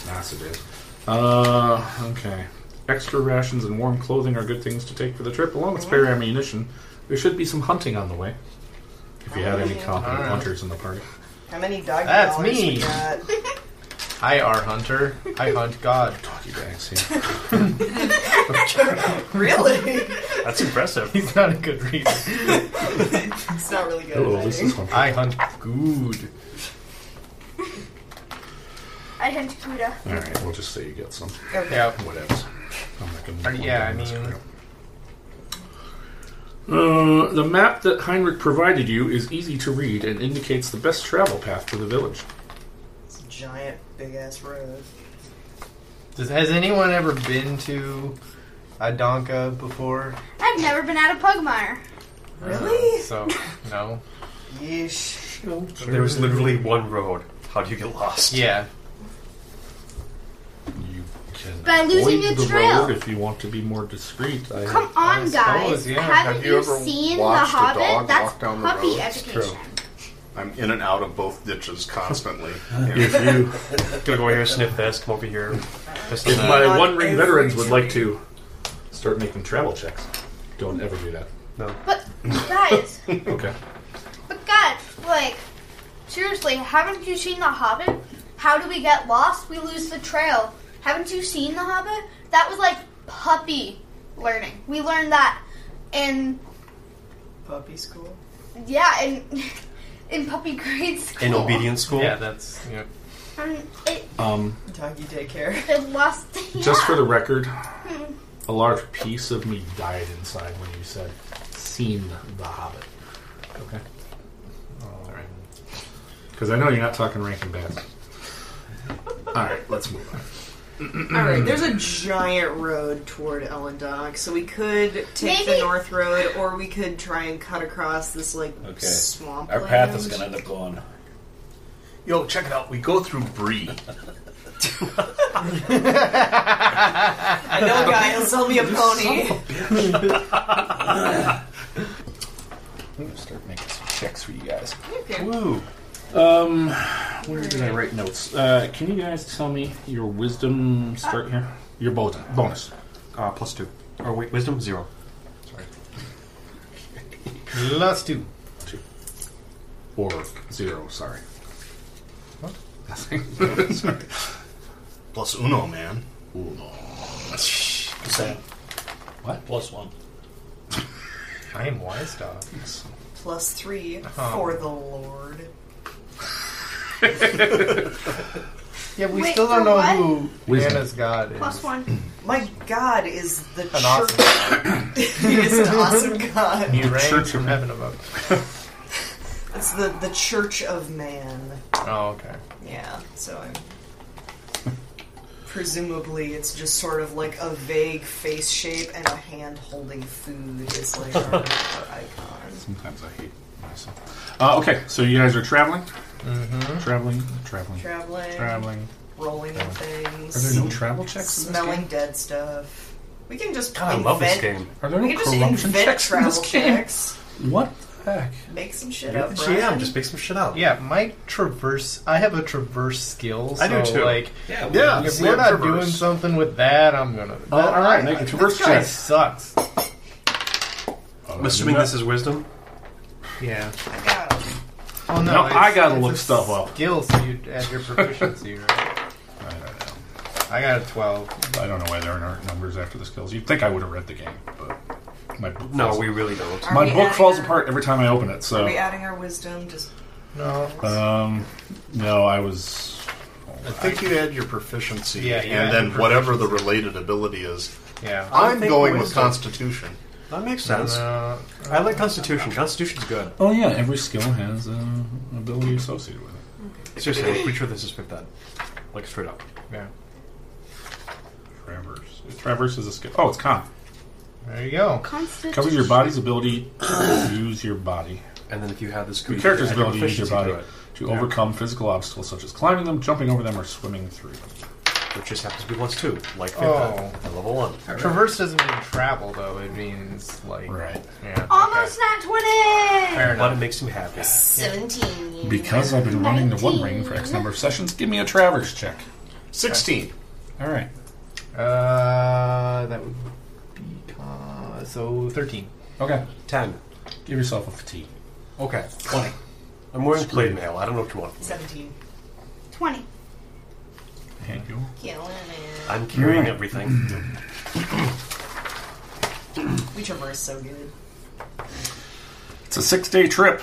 S3: nice it is. Uh, okay. Extra rations and warm clothing are good things to take for the trip, along with spare ammunition. There should be some hunting on the way. If you had any competent hunters in the party.
S5: How many dog
S7: That's
S5: dollars
S7: me.
S5: we got?
S7: I are hunter. I hunt God.
S3: Doggy bags, yeah.
S5: Really?
S4: That's impressive.
S7: He's not a good reader.
S5: it's not really good.
S3: Hello,
S5: at
S3: this
S5: hiding.
S3: is hunting.
S7: I hunt good.
S6: I hunt Kuda.
S3: Alright, we'll just say you get some.
S7: Yeah.
S3: Whatever. I'm not gonna
S7: Uh, yeah, I mean-
S3: Uh, the map that Heinrich provided you is easy to read and indicates the best travel path to the village.
S5: It's a giant, big ass road.
S7: Does, has anyone ever been to Adonka before?
S6: I've never been out of Pugmire.
S5: Really?
S7: Uh, So, no.
S5: Yeesh.
S4: There was literally one road. How do you get lost?
S7: Yeah.
S3: You can
S6: By losing
S3: avoid
S6: the
S3: the
S6: trail.
S3: road if you want to be more discreet. I
S6: Come on,
S7: suppose,
S6: guys.
S7: yeah.
S6: Haven't
S8: Have you
S6: you,
S8: ever
S6: seen The
S8: watched a
S6: Hobbit?
S8: dog
S6: That's
S8: walk down the
S6: puppy
S8: road? It's
S6: education.
S8: I'm in and out of both ditches constantly.
S3: if you,
S4: Gonna go over here, sniff this, come over here. This
S3: if
S4: and that.
S3: my
S5: Not
S3: One Ring
S5: every
S3: veterans would like
S5: tree.
S3: to start making travel checks.
S10: Don't ever do that.
S4: No.
S6: But guys,
S10: Okay.
S6: but guys, like seriously, haven't you seen The Hobbit? How do we get lost? We lose the trail. Haven't you seen The Hobbit? That was like puppy learning. We learned that in
S5: Puppy school.
S6: yeah, in in puppy grade school.
S4: In obedience school?
S7: Yeah, that's yeah.
S6: Um, it,
S3: Um,
S5: Doggy daycare.
S6: it lost.
S3: Just
S6: yeah.
S3: for the record, a large piece of me died inside when you said seen the Hobbit. Okay. All right. Because I know you're not talking Rankin Bass. All right, let's move on.
S5: All
S2: Mm.
S5: right, there's a giant road toward Ellendog, so we could take
S6: Maybe-
S5: the north road, or we could try and cut across this like
S2: Okay.
S5: swamp.
S2: Our path is going to end up going.
S8: Yo, check it out. We go through Bree.
S5: I know, guy. He'll sell me a pony.
S3: I'm gonna start making some checks for you guys.
S5: Okay.
S3: Woo. Um, where did I write notes? Uh, can you guys tell me your wisdom start here? Your bonus. Bonus.
S4: Uh, plus two. Or wait, wisdom? Zero.
S7: Plus two.
S3: Or zero, sorry. What? Nothing.
S8: Plus Uno, man.
S2: Same.
S3: What?
S2: Plus one.
S7: I am wise dog.
S5: Plus three
S2: Uh-huh.
S5: for the Lord.
S9: Yeah, we
S6: Wait,
S9: still don't
S6: for
S9: know
S6: what?
S9: who
S3: Wisdom.
S9: Anna's god is.
S6: Plus one.
S5: My God is the church.
S9: An awesome.
S5: he is an awesome God.
S9: He reigns
S3: Church
S9: from
S3: of-
S9: heaven above.
S5: It's the the Church of Man.
S9: Oh, okay.
S5: Yeah. So I'm. Presumably, it's just sort of like a vague face shape and a hand holding food is like our, our icon.
S3: Sometimes I hate myself. Uh, okay, so you guys are traveling? Traveling, traveling,
S5: Traveling,
S3: traveling.
S5: rolling with
S3: Are there
S5: things,
S3: no travel checks in this
S5: smelling
S3: game?
S5: dead stuff. We can just
S4: God, I
S5: invent,
S4: love this game.
S3: Are there
S5: We
S3: no
S5: can just
S3: corruption
S5: invent
S3: checks in
S5: travel
S3: this game?
S5: checks.
S3: What the heck?
S5: Make some shit
S4: You're
S5: up.
S4: the
S5: Brian.
S4: GM. Just make some shit up.
S7: Yeah, my traverse. I have a traverse skill. So
S8: I do too.
S7: Like,
S2: Yeah.
S8: Yeah,
S7: if
S8: see,
S7: we're
S8: I'm
S7: not
S8: perverse.
S7: doing something with that, I'm gonna.
S3: Uh, all right, make a traverse
S7: This guy
S3: check.
S7: sucks.
S4: I'm assuming this is wisdom.
S7: Yeah.
S5: I got it.
S7: Oh no,
S3: No, I
S7: it's-
S3: gotta
S7: it's
S3: look
S7: a
S3: stuff up.
S7: Skill, so you add your proficiency. Right?
S3: I don't know.
S7: I got a twelve.
S3: I don't know why there aren't numbers after the skills. You'd think I would have read the game, but my book
S4: No,
S3: falls,
S4: we really don't.
S5: Are
S3: my
S5: we
S3: book
S5: adding
S3: falls
S5: our-
S3: apart every time I open it.
S5: Are
S3: So
S5: we adding our wisdom? Just
S7: No.
S3: um, no, I was
S8: I think you add your proficiency
S7: Yeah, you add
S8: and then
S7: your
S8: whatever the related ability is.
S7: Yeah.
S8: I'm
S4: think
S8: going with
S4: wisdom.
S8: Constitution.
S4: That makes sense.
S7: Uh,
S4: I like Constitution. Constitution's good.
S3: Oh yeah, every skill has an ability associated with it.
S4: Seriously, I'm pretty sure this is fifth ed. Like, straight up.
S7: yeah.
S3: Traverse. Traverse is a skill. Oh, it's con.
S7: There you go.
S6: Constant.
S3: Covers your body's ability to use your body.
S4: And then if you have this...
S3: Your character's
S4: add
S3: ability to use your
S4: proficiency
S3: body
S4: to
S3: to overcome physical obstacles such as climbing them, jumping over them, or swimming through them.
S4: it, Which just happens to be plus two. Like fifth
S7: Oh.
S4: ed. At level one.
S7: Traverse doesn't mean travel though. It means like.
S3: Right.
S7: Yeah.
S6: Almost not twenty.
S7: Fair
S4: But
S7: enough.
S4: it makes him happy.
S5: seventeen.
S3: Because I've been running the One Ring for X number of sessions, give me a Traverse check.
S8: 16.
S3: All right.
S7: Uh, that would be uh, so thirteen.
S3: Okay.
S4: Ten.
S3: Give yourself a fatigue.
S4: Okay. Twenty. I'm wearing plate mail. I don't know what you want from me.
S5: Seventeen.
S6: Twenty.
S3: Thank you.
S5: Killing it.
S4: I'm carrying everything.
S5: We traverse so good.
S3: It's a six-day trip.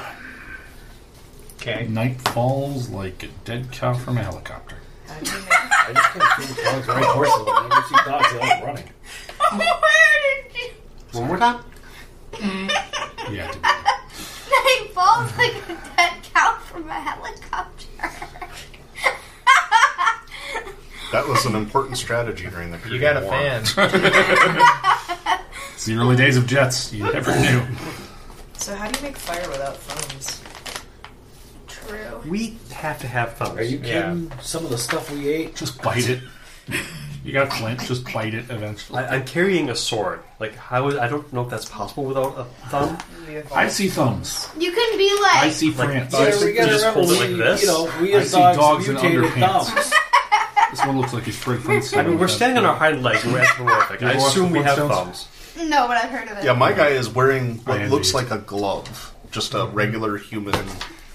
S7: Okay.
S9: Mm.
S3: Night falls like a dead cow from a helicopter.
S5: How do you know?
S2: I just can't see the dogs running horses. I never see dogs that aren't running.
S6: Where did you?
S4: One more time.
S3: Yeah. it did.
S6: Night falls like a dead cow from a helicopter.
S8: That was an important strategy during the
S7: You
S8: Korean
S7: got a
S8: War.
S7: fan.
S3: It's the early days of jets. You never knew.
S5: So how do you make fire without flames?
S6: True.
S4: We have to have thumbs.
S2: Are you
S7: Yeah.
S2: kidding? Some of the stuff we ate.
S3: Just bite it. You got a flint. Just bite it eventually.
S4: I, I'm carrying a sword. Like, how is... I don't know if that's possible without a thumb.
S5: We have-
S3: I see thumbs.
S6: You can be like.
S3: I see France.
S2: Yeah,
S4: just-
S2: we gotta
S4: you just
S2: remember
S4: hold it
S2: we,
S4: like this?
S2: You know, we
S3: I
S2: as
S3: see
S2: dogs,
S3: dogs in
S2: mutated
S3: underpants.
S2: thumbs.
S3: This one looks like he's straight from.
S4: I mean, we're standing on our hind legs and we're anthropomorphic. I
S3: ever watch
S4: assume we have
S3: Flintstones?
S4: thumbs.
S6: No, but I've heard of it.
S8: Yeah, my guy is wearing
S3: I
S8: what
S3: am
S8: looks
S3: weak.
S8: like a glove, just a regular human.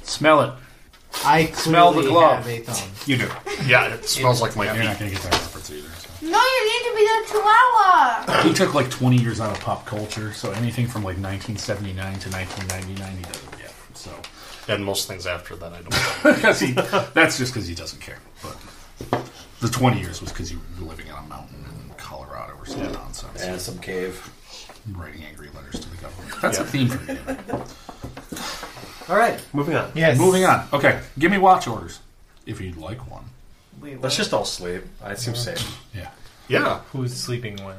S3: Smell it.
S9: I
S8: Smell the
S9: clearly
S8: glove.
S9: have a thumb.
S8: You do. Yeah, it smells like my
S3: You're
S8: feet.
S3: not going to get that reference either. so.
S6: No, you need to be the chihuahua.
S3: He took like 20 years out of pop culture, so anything from like 1979 to 1999, he doesn't get. So
S8: And most things after that, I don't.
S3: 'Cause he, that's just because he doesn't care. But the 20 years was because you were living on a mountain in Colorado or some nonsense,
S2: And some cave.
S3: writing angry letters to the government. That's a theme for me.
S4: All right, moving on.
S9: Yes.
S3: Moving on. Okay, give me watch orders if you'd like one.
S5: We will.
S4: Let's just all sleep. I seem safe.
S3: Yeah.
S8: Yeah,
S9: Who's sleeping when?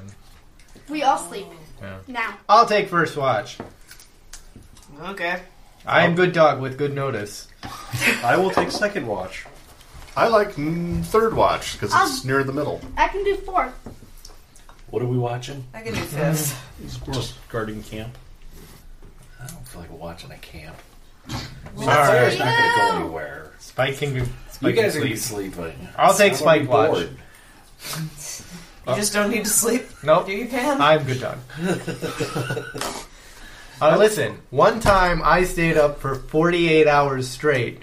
S6: We all sleep
S9: Yeah.
S6: now.
S7: I'll take first watch.
S5: Okay.
S7: I
S9: Oh.
S7: am good dog with good notice.
S4: I will take second watch.
S8: I like mm, third watch because it's near the middle.
S6: I can do fourth.
S2: What are we watching?
S5: I can do fifth.
S2: Just guarding camp. I don't feel like watching a camp.
S6: Sorry.
S2: It's not going to go anywhere.
S7: Spike can do.
S2: You
S7: Spike
S2: guys are going to
S7: can
S2: be
S7: sleep.
S2: sleeping.
S7: I'll take
S2: I'm gonna be
S7: Spike watch.
S2: bored.
S3: Uh,
S5: You just don't need to sleep.
S7: Nope.
S5: Do you, Pam?
S7: I'm good dog. uh, listen, one time I stayed up for 48 hours straight.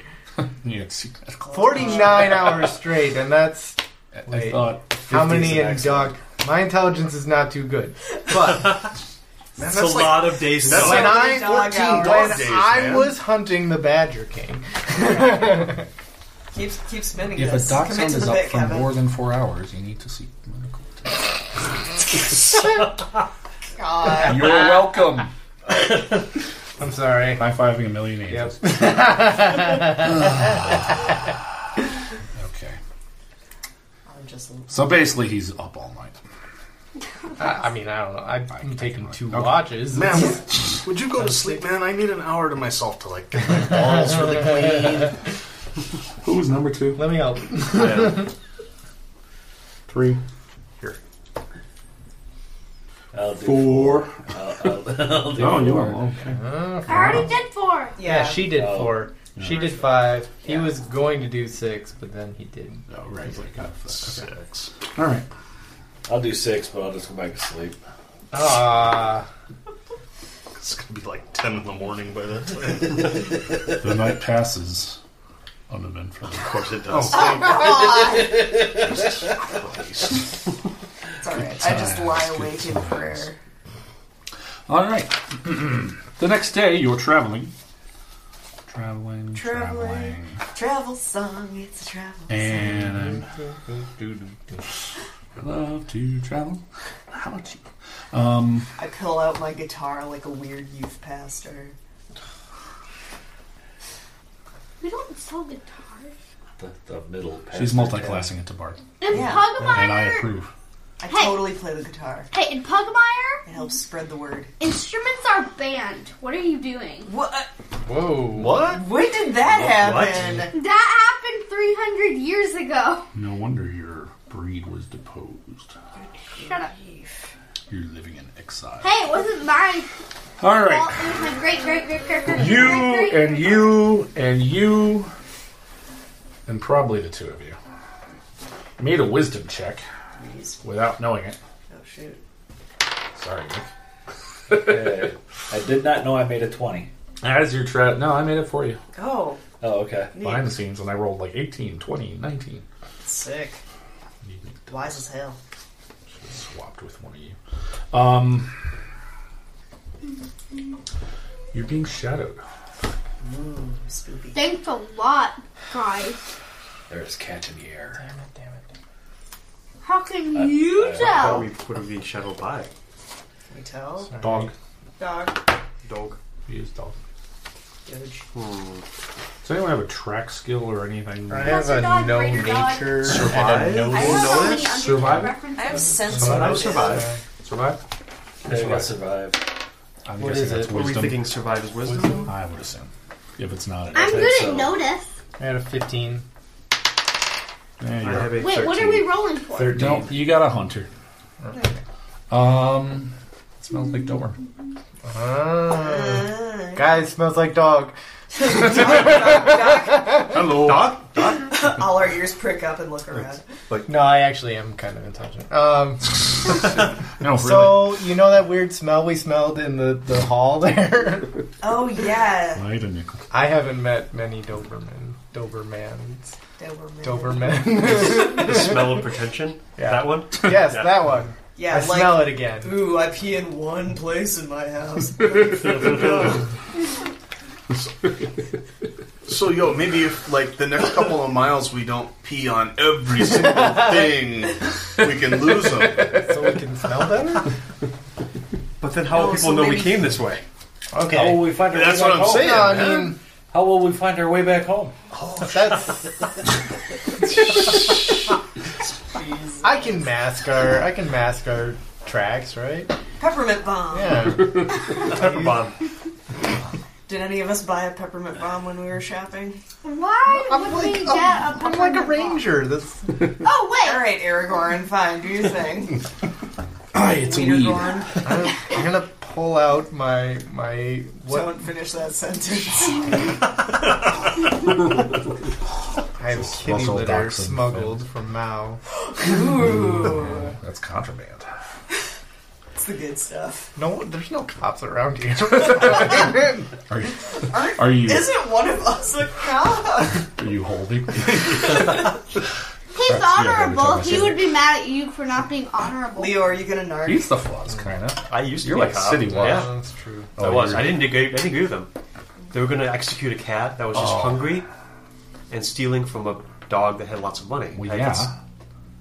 S3: You had secret-
S7: 49 hours straight, and that's
S3: I
S7: Wait.
S3: thought.
S7: how
S4: 50 is
S7: many
S4: an
S7: in dog.
S4: excellent.
S7: My intelligence is not too good. But
S8: Man,
S4: It's a lot of days.
S8: that's
S4: to
S7: when
S8: like-
S7: I,
S5: dog hours.
S7: when
S8: Dog days,
S7: I
S8: man.
S7: was hunting the Badger King,
S5: Keep, keep spinning
S3: If
S5: this.
S3: a dachshund
S5: Commit to
S3: is
S5: the
S3: up
S5: bit,
S3: for
S5: Kevin.
S3: more than four hours, you need to seek medical.
S5: God.
S3: You're welcome.
S7: I'm sorry.
S3: High fiving a million
S7: Yep.
S3: angels. okay.
S5: I'm just
S3: So basically, he's up all night.
S7: I, I mean, I don't know. I,
S3: I-
S7: I'm taking two
S3: okay.
S7: watches.
S8: Man, would- would you go to sleep, man? I need an hour to myself to like get my balls really clean.
S3: Who was number two?
S7: Let me help.
S3: Three.
S2: I'll do
S3: Four.
S2: I'll, I'll, I'll do
S3: Oh, you
S2: four.
S3: are. Okay.
S6: I already did four.
S5: Yeah.
S7: Yeah, she did
S2: Oh.
S7: four. She did five. He
S5: Yeah.
S7: was going to do six, but then he didn't.
S3: Oh, right. we got that.
S8: Six.
S3: All right.
S2: I'll do six, but I'll just go back to sleep.
S7: Ah,
S8: It's gonna be like ten in the morning by that time.
S3: The night passes uneventfully.
S8: Of course it does. Christ.
S5: It's alright. I just lie awake in prayer.
S3: All right. the next day, you're traveling. Traveling. Traveling.
S5: Traveling. Travel song, it's a travel
S3: And I love to travel. How about you?
S5: song. I pull out my guitar like a weird youth pastor.
S6: We don't sell guitars.
S2: The, the middle.
S3: She's
S2: passenger
S3: multi-classing it to Bart,
S6: And
S5: Yeah.
S3: and I
S6: Pugmire.
S3: approve.
S5: I
S6: Hey.
S5: totally play the guitar.
S6: Hey, in Pugmire,
S5: It helps spread the word.
S6: instruments are banned. What are you doing?
S5: What?
S7: whoa.
S8: What?
S5: When did that happen?
S6: That happened 300 years ago.
S3: No wonder your breed was deposed.
S6: Shut up.
S3: You're living in exile.
S6: Hey, it wasn't mine.
S3: All
S6: Well,
S3: right.
S6: it was my great, great, great, great, great,
S3: You
S6: great, great-
S3: and you and you and probably the two of you made a wisdom check
S5: Jeez.
S3: without knowing it.
S5: Oh shoot.
S3: Sorry. Nick.
S2: Uh, I did not know I made a 20.
S3: As your trap. No, I made it for you.
S5: Oh,
S2: Oh, okay.
S3: Behind the scenes, and I rolled like 18, 20, 19.
S5: sick. Wise as hell.
S3: swapped with one of you. Um, you're being shadowed.
S5: Spooky.
S6: Thanks a lot, guys.
S2: There's cat in the air.
S6: How can you
S4: What
S6: tell?
S4: we what are we being shadowed by?
S5: Can we tell?
S3: Dog.
S5: Dog.
S4: Dog.
S3: He is dog.
S5: Judge.
S3: Does anyone have a track skill or anything?
S7: I have a
S6: dog,
S7: no
S6: breeder dog.
S7: nature
S4: Survive?
S7: and a
S5: I
S7: no.
S5: have-
S6: so many
S5: Notice?
S6: underground
S3: Survive?
S5: I
S6: references.
S5: have sense
S3: Survive.
S5: motive.
S4: survive.
S3: Survive?
S2: Maybe I survive.
S3: I'm
S7: What
S3: guessing
S7: is
S3: that's
S7: it?
S4: What are we
S3: wisdom.
S4: thinking? Survive is wisdom.
S3: I would assume. If it's not,
S6: I'm
S3: it's
S2: think
S6: good
S2: so.
S6: at notice.
S7: I had a 15.
S3: Yeah,
S4: I
S3: you're
S4: have a
S6: Wait,
S4: 13.
S6: what are we rolling for?
S3: 13. Don't, you got a hunter. Um, it smells like Doberman.
S7: Ah.
S5: Uh,
S7: Guys, smells like dog.
S8: Hello. Dog? Dog?
S5: All our ears prick up and look around.
S7: No, I actually am kind of intelligent. Um,
S3: No, Oh, really.
S7: so you know that weird smell we smelled in the, the hall there?
S5: Oh yeah,
S3: Light a nickel.
S7: I haven't met many Doberman Dobermans.
S5: Doberman.
S7: Doberman.
S4: The smell of pretension.
S7: Yeah.
S4: That one.
S7: yes, that one.
S5: Yeah,
S7: I
S5: like
S7: smell it again.
S5: ooh, I pee in one place in my house.
S8: So, yo, maybe if, like, the next couple of miles we don't pee on every single thing, we can lose them.
S7: So we can smell better?
S4: But then how
S6: Oh,
S5: No,
S4: will people
S5: so
S4: know
S5: maybe-
S4: we came this way?
S2: How
S7: Okay.
S2: will we find our
S8: That's
S2: way
S8: what
S2: back
S8: I'm
S2: home?
S8: saying.
S7: No, Oh, I
S8: man.
S7: mean
S2: How will we find our way back home?
S7: that's I can mask our I can mask our tracks, right?
S5: peppermint bomb.
S7: Yeah.
S4: Pepper bomb.
S5: Did any of us buy a peppermint bomb when we were shopping?
S6: Why
S7: I'm
S6: would
S7: like,
S6: we
S7: I'm,
S6: get a
S7: I'm like a
S6: peppermint
S7: ranger. That's
S6: bomb? Oh wait,
S5: All right, Aragorn, fine. Do your thing.
S3: Aye, it's a weed.
S5: Aragorn,
S7: I'm, I'm gonna pull out my my what
S5: don't finish that sentence.
S7: I have
S3: Just
S7: kitty
S3: Russell
S7: litter
S3: Dachshund
S7: smuggled from Mao.
S5: Ooh,
S3: That's contraband.
S5: it's the good stuff.
S7: No, there's no cops around here.
S3: Are you? Are you?
S5: Isn't one of us a cop?
S3: Are you holding?
S6: he's
S3: That's- yeah,
S6: honorable.
S3: every time I
S6: he
S3: say
S6: would be mad at you for not being honorable.
S5: Leo, are you gonna narc?
S3: He's the flaws, kind of.
S4: I used to
S3: You're
S4: be
S3: like
S4: a cop.
S3: city Oh, watch.
S4: Yeah,
S7: that's true.
S4: I was. I didn't agree. I didn't agree with them. They were going to execute a cat that was just
S3: Oh.
S4: hungry and stealing from a dog that had lots of money.
S3: Well,
S4: Like,
S3: yeah.
S4: that's-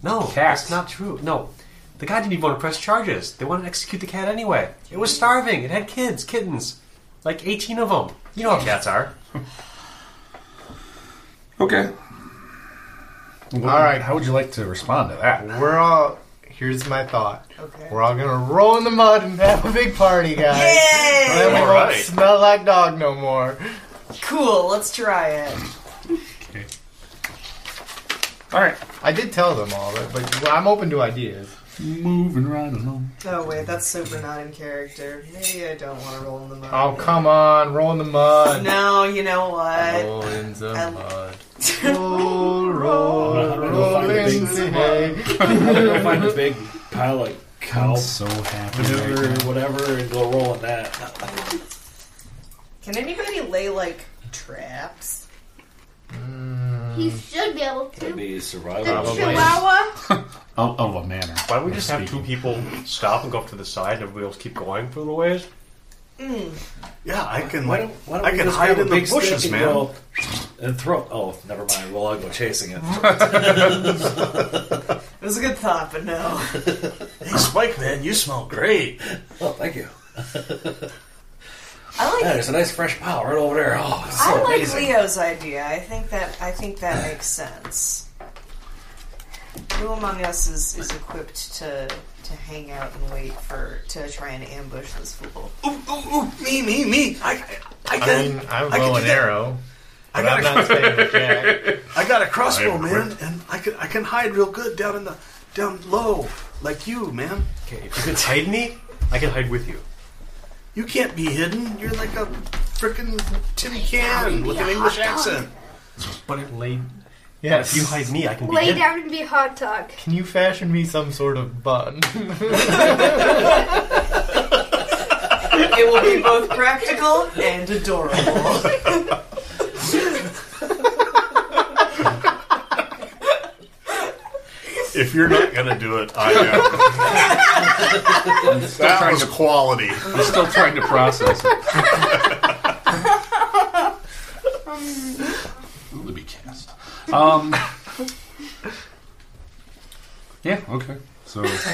S4: No,
S3: Cats.
S4: that's not true. No, the guy didn't even want to press charges. They wanted to execute the cat anyway. It was starving. It had kids, kittens, like eighteen of them. You know how cats are.
S10: Okay.
S3: all right. How would you like to respond to that?
S7: We're all. Here's my thought.
S5: Okay.
S7: We're all gonna roll in the mud and have a big party, guys.
S5: Yay!
S7: Then we won't
S8: Alright.
S7: smell like dog no more.
S5: Cool. Let's try it.
S3: All right.
S7: I did tell them all that, but well, I'm open to ideas.
S3: Moving right along.
S5: Oh wait, that's super not in character. Maybe I don't want to roll in the mud.
S7: Oh come on, roll in the mud.
S5: No, you know what?
S7: Roll in the
S5: I-
S7: mud. Roll, roll, roll in the hay.
S2: I'm gonna go find a big pile of cow
S3: I'm so happy.
S2: manure
S3: Right
S2: or whatever and go rolling that.
S5: Can anybody lay like traps?
S6: He should be able to.
S2: That'd
S6: The
S2: be survival.
S6: Chihuahua.
S3: now. Of, of a manner.
S4: Why don't we just have two
S3: Speaking.
S4: people stop and go up to the side, and everybody else keep going for a little ways?
S8: Yeah, I can,
S2: Why
S8: like,
S2: don't, why don't
S8: I
S2: we
S8: can
S2: just
S8: hide
S2: grab a
S8: in the
S2: big stick
S8: bushes,
S2: and
S8: man.
S2: go And throw. Oh, never mind. We'll all go chasing it.
S5: It was a good thought, but no.
S8: Hey, Spike, man, you smell great.
S2: Oh, thank you.
S5: I
S2: Yeah,
S5: like
S2: there's a nice fresh pile right over there. Oh, it's so
S5: I like
S2: amazing.
S5: Leo's idea. I think that I think that makes sense. Who among us is, is equipped to to hang out and wait for to try and ambush this fool?
S8: Ooh, ooh, ooh, me, me, me. I, I, I
S7: I
S8: can.
S7: mean, I'm
S8: I can
S7: low
S8: do
S7: an
S8: that.
S7: arrow,
S8: I
S7: but I'm
S8: got a-
S7: not staying with Jack.
S8: I got a crossbow,
S10: I
S8: man, and I can I can hide real good down in the down low, like you, man.
S4: Okay, if you can hide me, I can hide with you.
S8: You can't be hidden. You're like a frickin' tin can with an English accent.
S4: But if, lay,
S7: Yes,
S4: if you hide me, I can be
S6: Lay
S4: hidden.
S6: down and be a hot dog.
S7: Can you fashion me some sort of bun?
S5: It will be both practical and adorable. Um,
S8: If you're not gonna do it, I am. that was quality.
S3: I'm still trying to process it. Ooh, be cast. Um. Yeah. Okay. So
S5: Um,
S7: So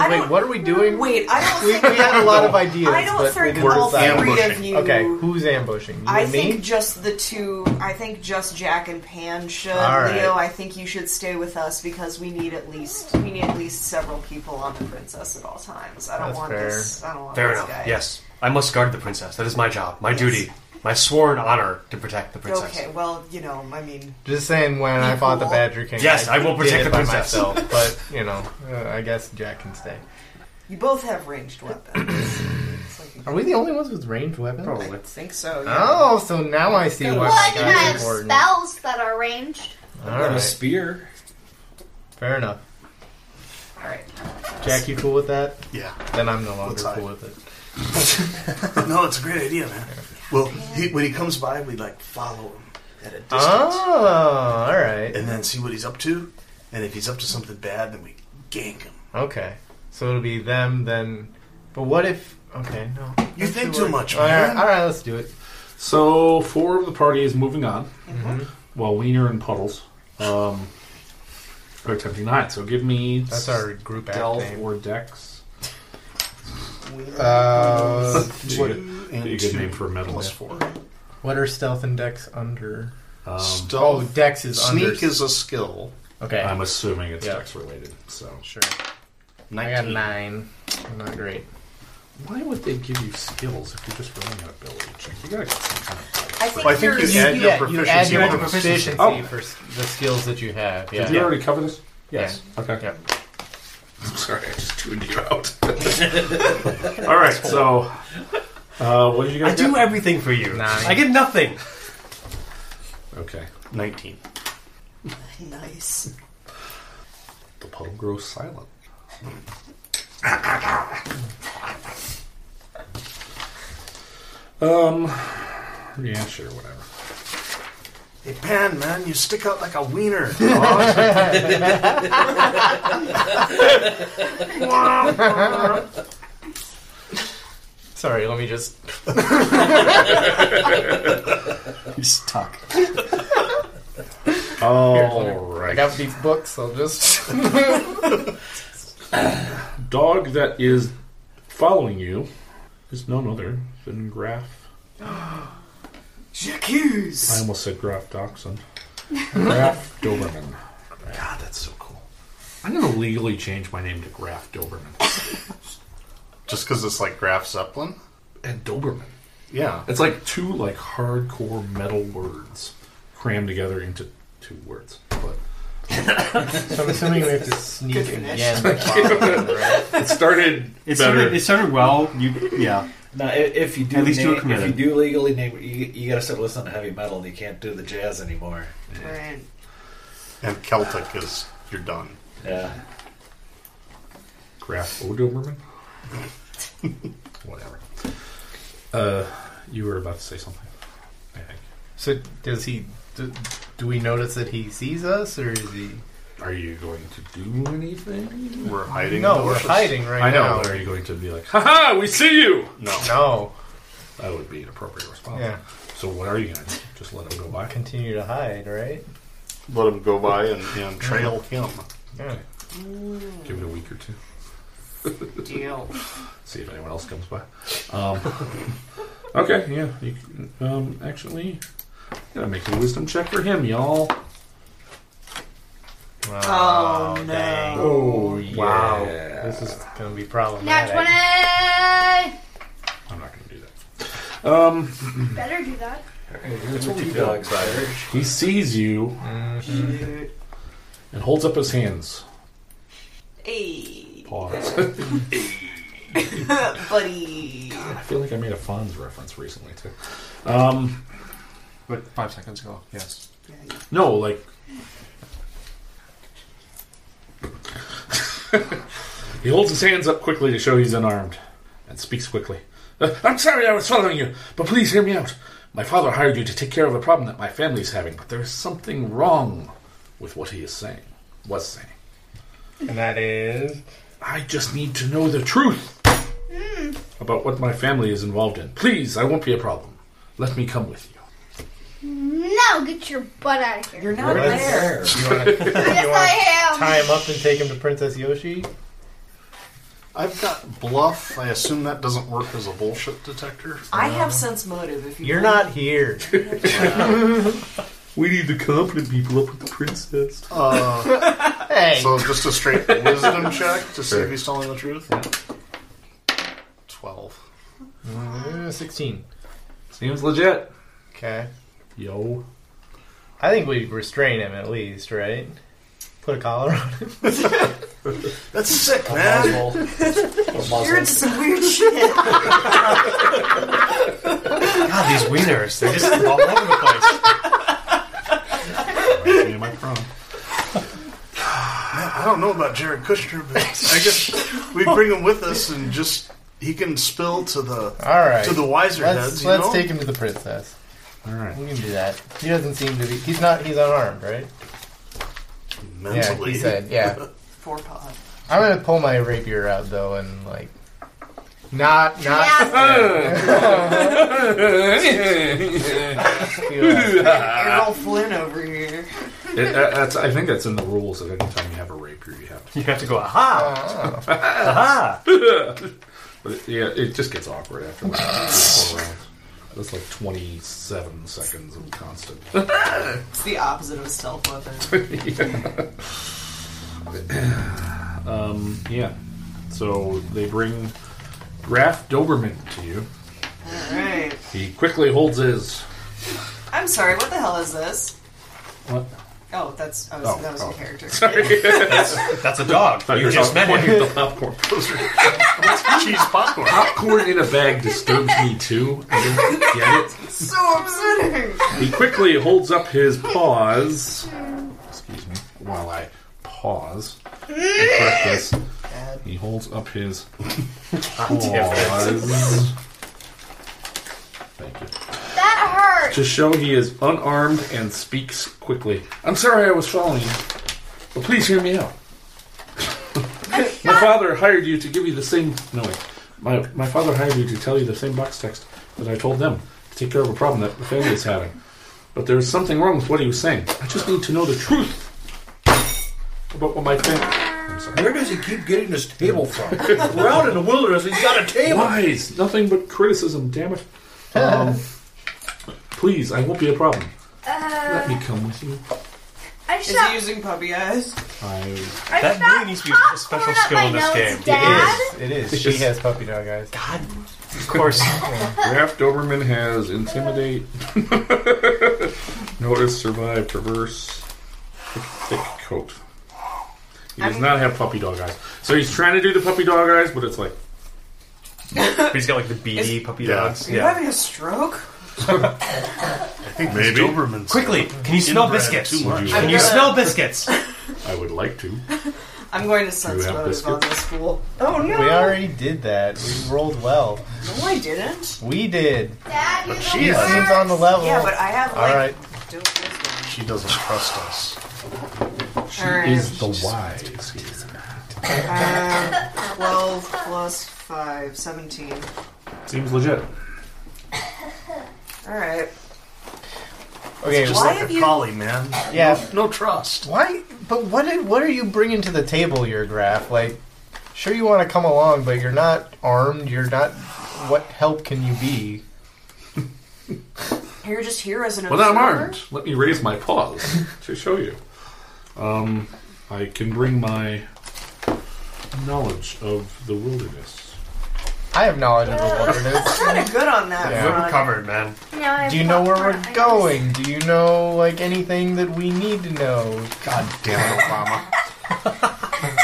S5: I
S7: wait,
S5: don't-
S7: what are we doing?
S5: Wait, I don't
S7: We, we
S5: think
S7: had a lot of ideas.
S5: I don't
S7: but we
S5: think
S7: didn't
S5: all three
S7: decide.
S5: of
S8: ambushing.
S5: you.
S7: Okay, who's ambushing? You
S5: I
S7: and me?
S5: think just the two. I think just Jack and Pan should.
S7: All right.
S5: Leo, I think you should stay with us because we need at least we need at least several people on the princess at all times. I don't
S7: That's
S5: want
S7: fair.
S5: this. I don't want
S4: Fair
S5: this
S4: enough.
S5: guy.
S4: Yes, I must guard the princess. That is my job, my duty, my sworn honor to protect the princess.
S5: Okay. Well, you know, I mean,
S7: Just saying, when I fought the Badger King,
S4: Yes, I will
S7: did
S4: protect
S7: it
S4: the
S7: by
S4: princess.
S7: myself. But you know, uh, I guess Jack can stay.
S5: you both have ranged weapons. It's like you
S7: Are we the only ones with ranged weapons?
S5: think so. yeah.
S7: Oh, so now I see why
S6: Well,
S7: my
S6: I mean, I
S7: guy's
S6: have
S7: important.
S6: spells that are ranged.
S7: All
S3: And a
S7: right.
S3: spear.
S7: Fair enough.
S5: All right.
S7: Jack, you cool with that?
S8: Yeah.
S7: Then I'm no longer
S8: Let's hide.
S7: cool with it.
S8: no, it's a great idea, man. Well, he, when he comes by, we like follow him at a distance
S7: Oh, all right.
S8: and then see what he's up to. And if he's up to something bad, then we gank him.
S7: Okay. So it'll be them then. But what if? Okay, no.
S8: You
S7: That's
S8: think
S7: the
S8: too
S7: word.
S8: much,
S7: All right,
S8: man.
S7: all right, let's do it.
S3: So four of the party is moving on,
S4: Mm-hmm.
S3: while Wiener and Puddles um, are attempting to hide. So give me
S9: That's our group act
S3: stealth
S9: name.
S3: or dex.
S7: Uh,
S8: Two and
S3: Be a good
S8: two
S3: name for a metal.
S8: plus
S3: yeah.
S8: four.
S7: what are stealth and dex under?
S3: Um,
S7: Oh,
S8: Stealth.
S7: dex is under.
S8: Sneak is a skill.
S7: okay.
S3: I'm assuming it's
S7: Yeah.
S3: dex related. So
S7: sure. I got
S8: 19.
S7: nine. Not great.
S3: why would they give you skills if you're just rolling an ability check? You gotta get some kind of.
S5: I think
S8: Well, I think
S5: yours-
S8: you add your
S7: you
S8: proficiency.
S7: add your
S8: bonus.
S7: proficiency
S3: Oh.
S7: for s- the skills that you have. Yeah.
S3: Did you already cover this?
S7: Yes.
S3: Okay.
S7: Yeah.
S10: I'm sorry, I just tuned you out.
S3: All right. So, uh, what did you
S4: I
S3: guys
S4: do
S3: get?
S4: everything for you.
S7: Nine.
S4: I get nothing.
S3: Okay.
S8: 19.
S5: Nice.
S3: The puddle grows silent. um. Yeah, sure, whatever.
S8: Hey, Pan, man, you stick out like a wiener.
S7: Sorry. Let me just.
S4: He's stuck.
S3: All
S7: I
S3: right.
S7: got these books. I'll just.
S3: Dog that is following you is none other than Graf. I
S5: Jacques.
S3: almost said Graf Dachshund. Graf Doberman.
S8: God, that's so cool.
S3: I'm going to legally change my name to Graf Doberman.
S8: Just because it's like Graf Zeppelin?
S3: And Doberman.
S8: Yeah.
S3: It's like two like hardcore metal words crammed together into two words. But
S7: so I'm assuming we have to sneak
S5: finish.
S7: again. to follow them, right?
S3: it started better.
S4: It started, it started well. You, yeah.
S2: Now, i- if you do,
S4: At least you
S2: name-
S4: were committed.
S2: if you do legally name, you, you got to start listening to heavy metal. and You can't do the jazz anymore.
S5: Right.
S8: And Celtic is, you're done.
S2: Yeah,
S3: Graf Odoberman? Whatever. Uh, you were about to say something. I think.
S7: So does he? Do, do we notice that he sees us, or is he?
S3: Are you going to do anything?
S8: We're hiding.
S7: No,
S8: the
S7: we're
S8: bushes.
S7: hiding right
S3: I know.
S7: now.
S3: Are you going to be like, haha, we see you?
S8: No.
S7: No.
S3: That would be an appropriate response.
S7: Yeah.
S3: So what are you going to do? Just let him go by?
S7: Continue to hide, right?
S8: Let him go by and, and trail him.
S7: Yeah.
S3: Give it a week or two.
S5: Deal.
S3: See if anyone else comes by. Um, okay, yeah. You, can- um, actually, gotta make a wisdom check for him, y'all.
S5: Oh, no.
S3: Oh,
S7: Wow.
S3: yeah.
S7: This is gonna be problematic.
S6: Nat 20!
S3: I'm not going to do that. Um,
S6: Better do that.
S2: it's two dogs there.
S3: He sees you
S5: Cute.
S3: and holds up his hands.
S5: Hey,
S3: Pause.
S5: buddy.
S3: I feel like I made a Fonz reference recently too. Um,
S4: But five seconds ago, yes.
S3: no, like he holds his hands up quickly to show he's unarmed, and speaks quickly. "Uh, I'm sorry I was following you, but please hear me out. My father hired you to take care of a problem that my family's having, but there is something wrong with what he is saying. Was saying.
S7: And that is.
S3: I just need to know the truth about what my family is involved in. Please, I won't be a problem. Let me come with you.
S6: No, get your butt out of here.
S5: You're not there.
S7: You wanna, you wanna
S6: yes, I am.
S7: tie him up and take him to Princess Yoshi?
S8: I've got bluff. I assume that doesn't work as a bullshit detector.
S5: I have sense motive. If you
S7: You're
S5: want.
S7: not here.
S3: We need the competent people up with the princess.
S8: Uh,
S7: Hey.
S8: so just a straight wisdom check to see if he's telling the truth. Twelve.
S7: Mm, Sixteen.
S3: Seems legit.
S7: Okay.
S3: Yo.
S7: I think we restrain him at least, right? Put a collar on him.
S8: That's sick, man.
S5: You're into some weird shit.
S4: God, these wieners, they're just all over the place.
S3: Reminds me of my prom.
S8: I don't know about Jared Kushner, but I guess we bring him with us and just he can spill to the
S7: All right.
S8: to the wiser
S7: let's,
S8: heads. you
S7: Let's
S8: know?
S7: take him to the princess.
S3: All right.
S7: We can do that. He doesn't seem to be. He's not. He's unarmed, right?
S8: mentally.
S7: Yeah, he said. Yeah.
S5: Four pod.
S7: I'm gonna pull my rapier out though, and like, not not.
S5: Errol Flynn over here.
S3: It, uh, that's, I think that's in the rules of anytime you have a rapier, you have to.
S4: You have to go, aha! aha!
S3: But it, yeah, it just gets awkward after like three or four rounds. That's like 27 seconds of constant.
S5: It's the opposite of a stealth weapon.
S3: Um, yeah. So they bring Graf Doberman to you.
S5: Alright.
S3: He quickly holds his.
S5: I'm sorry, what the hell is this?
S3: What?
S5: Oh, that's I was,
S3: Oh,
S5: that was
S3: oh.
S5: a character.
S4: That's a dog.
S3: Thought
S4: You
S3: were
S4: just met
S3: talking-
S4: him.
S3: pointing at the popcorn.
S8: Cheese popcorn.
S3: popcorn in a bag disturbs me too. I don't get it.
S5: so upsetting!
S3: He quickly holds up his paws. Excuse me. While I pause and correct this, he holds up his paws. Thank you.
S6: That hurt.
S3: To show he is unarmed and speaks quickly. I'm sorry I was following you, but please hear me out. my father hired you to give you the same. No, wait. My, my father hired you to tell you the same box text that I told them to take care of a problem that the family is having. But there is something wrong with what he was saying. I just need to know the truth about what my family. I'm sorry.
S2: Where does he keep getting this table from? We're out in the wilderness. He's got a table.
S3: Lies! Nothing but criticism, damn it. Um, please, I won't be a problem. Let me come with you.
S6: I
S5: Is he
S6: shot.
S5: using puppy eyes?
S3: I
S6: I
S4: That
S6: shot
S4: really needs to be a special
S6: popcorn up
S4: skill
S6: my
S4: in this
S6: nose,
S4: game. It
S6: Dad.
S7: It is. She has puppy dog eyes.
S4: Of course.
S3: Graf Doberman has intimidate, notice, survive, traverse, thick, thick coat. He does not have puppy dog eyes, so he's trying to do the puppy dog eyes, but it's like
S4: He's got like the beady puppy
S8: Yeah.
S4: dogs.
S5: Are you having a stroke?
S8: Maybe. Doberman's
S4: Quickly, can you smell
S8: inbred
S4: biscuits?
S8: Too much.
S3: Would
S4: Can you
S5: Yeah.
S4: smell biscuits?
S3: I would like to.
S5: I'm going to sense
S3: have
S5: motive
S3: biscuit?
S5: on this fool. Oh no!
S7: We already did that. We rolled well.
S5: No, I didn't.
S7: We did.
S6: Dad, you're
S8: she
S6: the
S8: is-
S7: Seems
S6: worst.
S7: on the
S3: Oh.
S7: level.
S5: Yeah, but I have like.
S7: All right.
S5: Dope wisdom.
S8: She doesn't trust us.
S5: All right.
S3: Is the wise here.
S5: Um, 12 plus 5, 17.
S3: Seems legit.
S5: Alright.
S7: Okay.
S8: Just
S5: Why
S8: like
S5: have
S8: a
S5: you-
S8: collie, man.
S7: Yeah.
S8: No trust.
S7: Why? But what? Did, what are you bringing to the table here, Graf? Like, sure you want to come along, but you're not armed. You're not. What help can you be?
S5: You're just here as an
S3: Well, I'm
S5: observer?
S3: armed. Let me raise my paws to show you. Um, I can bring my knowledge of the wilderness.
S7: I have knowledge of the wilderness.
S5: Kind of good on that
S7: Yeah.
S4: We're
S5: front.
S4: covered, man.
S6: Now I
S7: Do you know where
S6: popcorn
S7: we're
S6: eyes.
S7: going? Do you know like anything that we need to know?
S8: God damn it, Obama.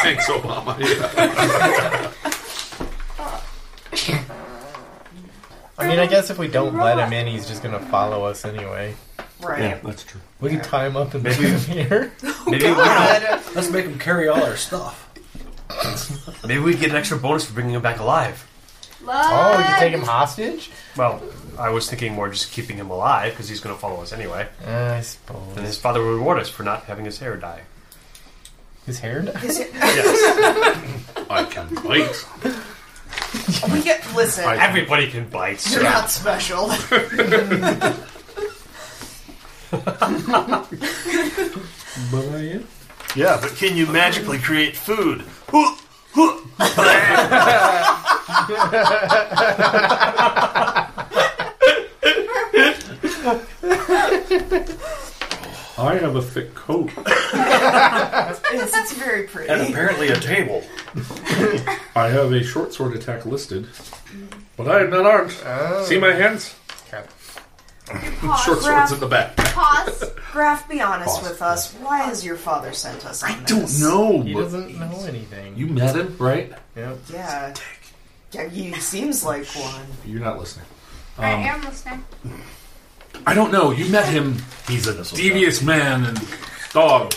S3: Thanks, Obama. Yeah.
S7: I mean, I guess if we don't let him in, he's just gonna follow us anyway.
S5: Right.
S3: that's true.
S7: We can tie him up and leave him here.
S4: Maybe,
S5: God.
S2: Let's make him carry all our stuff.
S4: maybe we'd get an extra bonus for bringing him back alive.
S7: Oh,
S6: Love.
S7: we can take him hostage?
S4: Well, I was thinking more just keeping him alive because he's going to follow us anyway.
S7: Uh, I
S4: And
S7: suppose.
S4: his father would reward us for not having his hair dye.
S7: His hair dye?
S4: Yes.
S3: I can bite.
S5: We get, listen,
S4: Everybody can bite.
S5: you're not special.
S3: But I am.
S8: Yeah, but can you magically create food?
S3: I have a thick coat.
S5: It's, it's very pretty.
S2: And apparently a table.
S3: I have a short sword attack listed, but I am not armed. See my hands?
S6: Pause,
S3: Short
S6: Graf.
S3: swords in the back.
S6: Pause.
S5: Graf, be honest
S3: Pause.
S5: with us. Why has your father sent us on this?
S3: know.
S7: He doesn't know anything.
S3: You met him, right?
S7: Yep.
S5: Yeah. Yeah, he seems like one.
S3: You're not listening.
S6: I
S7: Um,
S6: am listening.
S3: I don't know. You met him.
S8: He's in this one.
S3: Devious man and dog.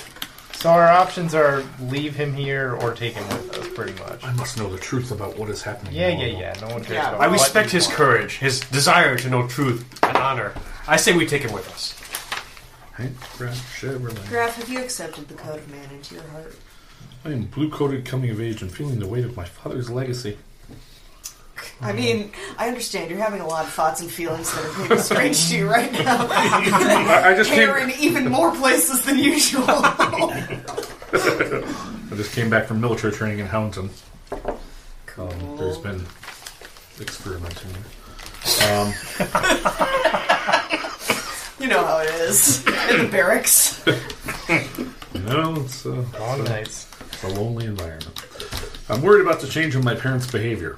S7: So our options are leave him here or take him with us, pretty much.
S3: I must know the truth about what is happening.
S7: Yeah, yeah, yeah. No one cares.
S4: Yeah,
S7: about
S4: I
S7: what
S4: respect
S7: you
S4: his
S7: want.
S4: courage, his desire to know truth and honor. I say we take him with us.
S5: Graf, have you accepted the code of man into your heart?
S3: I am blue coated, coming of age, and feeling the weight of my father's legacy. Mm-hmm.
S5: I mean, I understand you're having a lot of thoughts and feelings that are maybe strange to you right now. I,
S3: I just
S5: They're
S3: came-
S5: in even more places than usual.
S3: I just came back from military training in Houndton. Um, there's been experimenting. Um,
S5: you know how it is in the barracks.
S3: no, it's, uh, it's
S7: Long
S3: a-
S7: nights.
S3: it's a lonely environment. I'm worried about the change in my parents' behavior.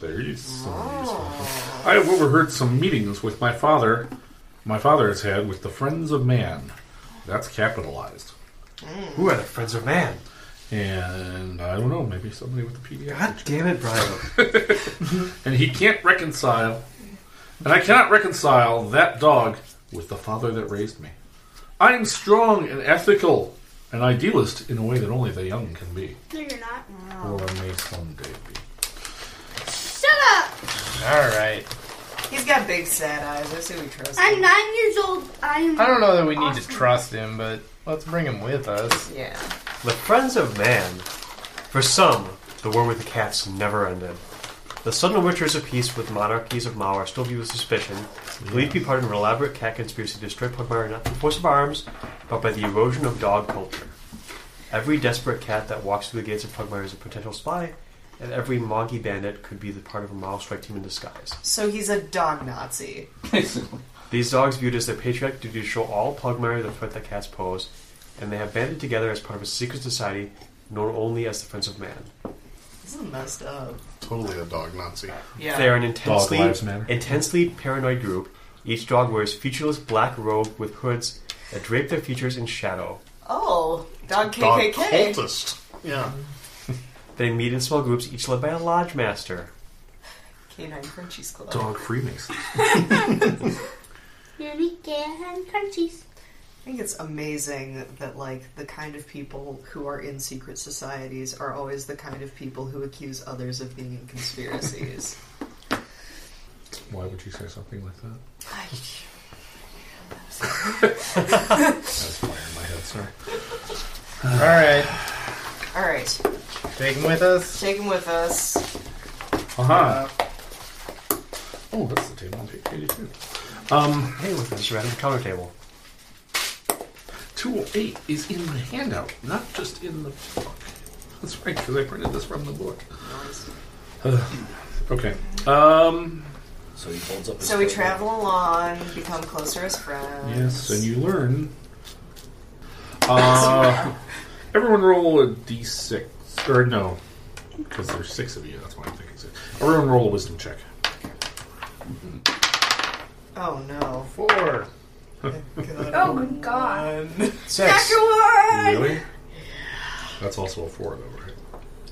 S3: There is some useful info. I have overheard some meetings with my father. My father has had with the Friends of Man. That's capitalized.
S4: Who are the friends of man?
S3: And I don't know, maybe somebody with the PDF.
S4: God damn it, Brian.
S3: and he can't reconcile, and I cannot reconcile that dog with the father that raised me. I am strong and ethical, an idealist in a way that only the young can be,
S6: No, you're not.
S3: or may someday be.
S6: Shut up!
S7: All right.
S5: He's got big sad eyes. I say we trust
S6: I'm
S5: him.
S6: nine years old. I'm.
S7: I don't know that we need to
S6: awesome.
S7: trust him, but let's bring him with us.
S5: Yeah.
S4: The friends of man. For some, the war with the cats never ended. The sudden witchers of peace with monarchies of Mao are still viewed with suspicion, believed to be part of an elaborate cat conspiracy to destroy Pugmire not through force of arms, but by the erosion of dog culture. Every desperate cat that walks through the gates of Pugmire is a potential spy, and every Moggy bandit could be the part of a Mao strike team in disguise.
S5: So he's a dog Nazi.
S4: These dogs viewed as their patriotic duty to show all Pugmire the threat that cats pose, and they have banded together as part of a secret society known only as the Friends of Man.
S5: This is messed up.
S8: Totally a dog Nazi.
S5: Yeah.
S4: They are an intensely,
S3: Dog lives matter.
S4: intensely paranoid group. Each dog wears featureless black robe with hoods that drape their features in shadow.
S5: Oh, dog
S8: Dog
S5: KKK.
S8: cultist. Yeah.
S4: They meet in small groups, each led by a lodge master.
S5: Canine Frenchies Club.
S3: Dog Freemason.
S6: Really can crunchies.
S5: I think it's amazing that like the kind of people who are in secret societies are always the kind of people who accuse others of being in conspiracies.
S3: Why would you say something like that?
S5: I-
S3: That's fire in my head, sorry.
S7: All right.
S5: All right,
S7: Take him with us.
S5: take him with us.
S3: Aha! Uh, Oh, that's the table on page 82. Um,
S4: Hey, look, this random counter table.
S3: 208 is in the handout, not just in the book. That's right, because I printed this from the book. Okay. Um,
S2: So he folds up his
S5: So we
S2: paper.
S5: travel along, become closer as friends.
S3: Yes, and you learn. Uh, everyone roll a d6. Or no, because there's six of you, that's why I'm thinking six. Everyone roll a wisdom check.
S5: Oh no!
S7: Four.
S6: Oh, good God.
S4: Six.
S3: Really? That's also a four, though, right?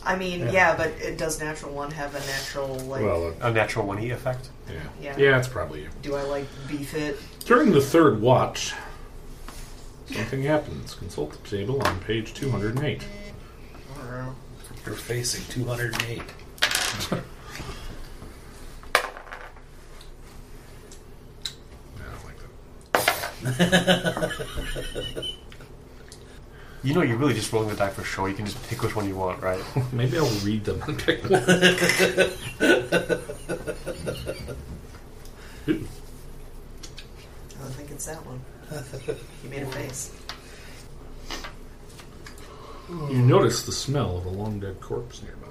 S5: I mean, yeah. but it does natural one have a natural like?
S3: Well, uh,
S4: A natural one E effect.
S3: yeah.
S5: Yeah.
S3: Yeah, it's probably you.
S5: do I like beef it?
S3: During the third watch, something happens. Consult the table on page 208.
S5: Or-
S13: You're facing 208.
S3: Yeah, I don't like that.
S4: You know, you're really just rolling the die for show. You can just pick which one you want, right?
S3: Maybe I'll read them and pick one. Ooh.
S5: I think it's that one. He made a face.
S3: You notice the smell of a long dead corpse nearby.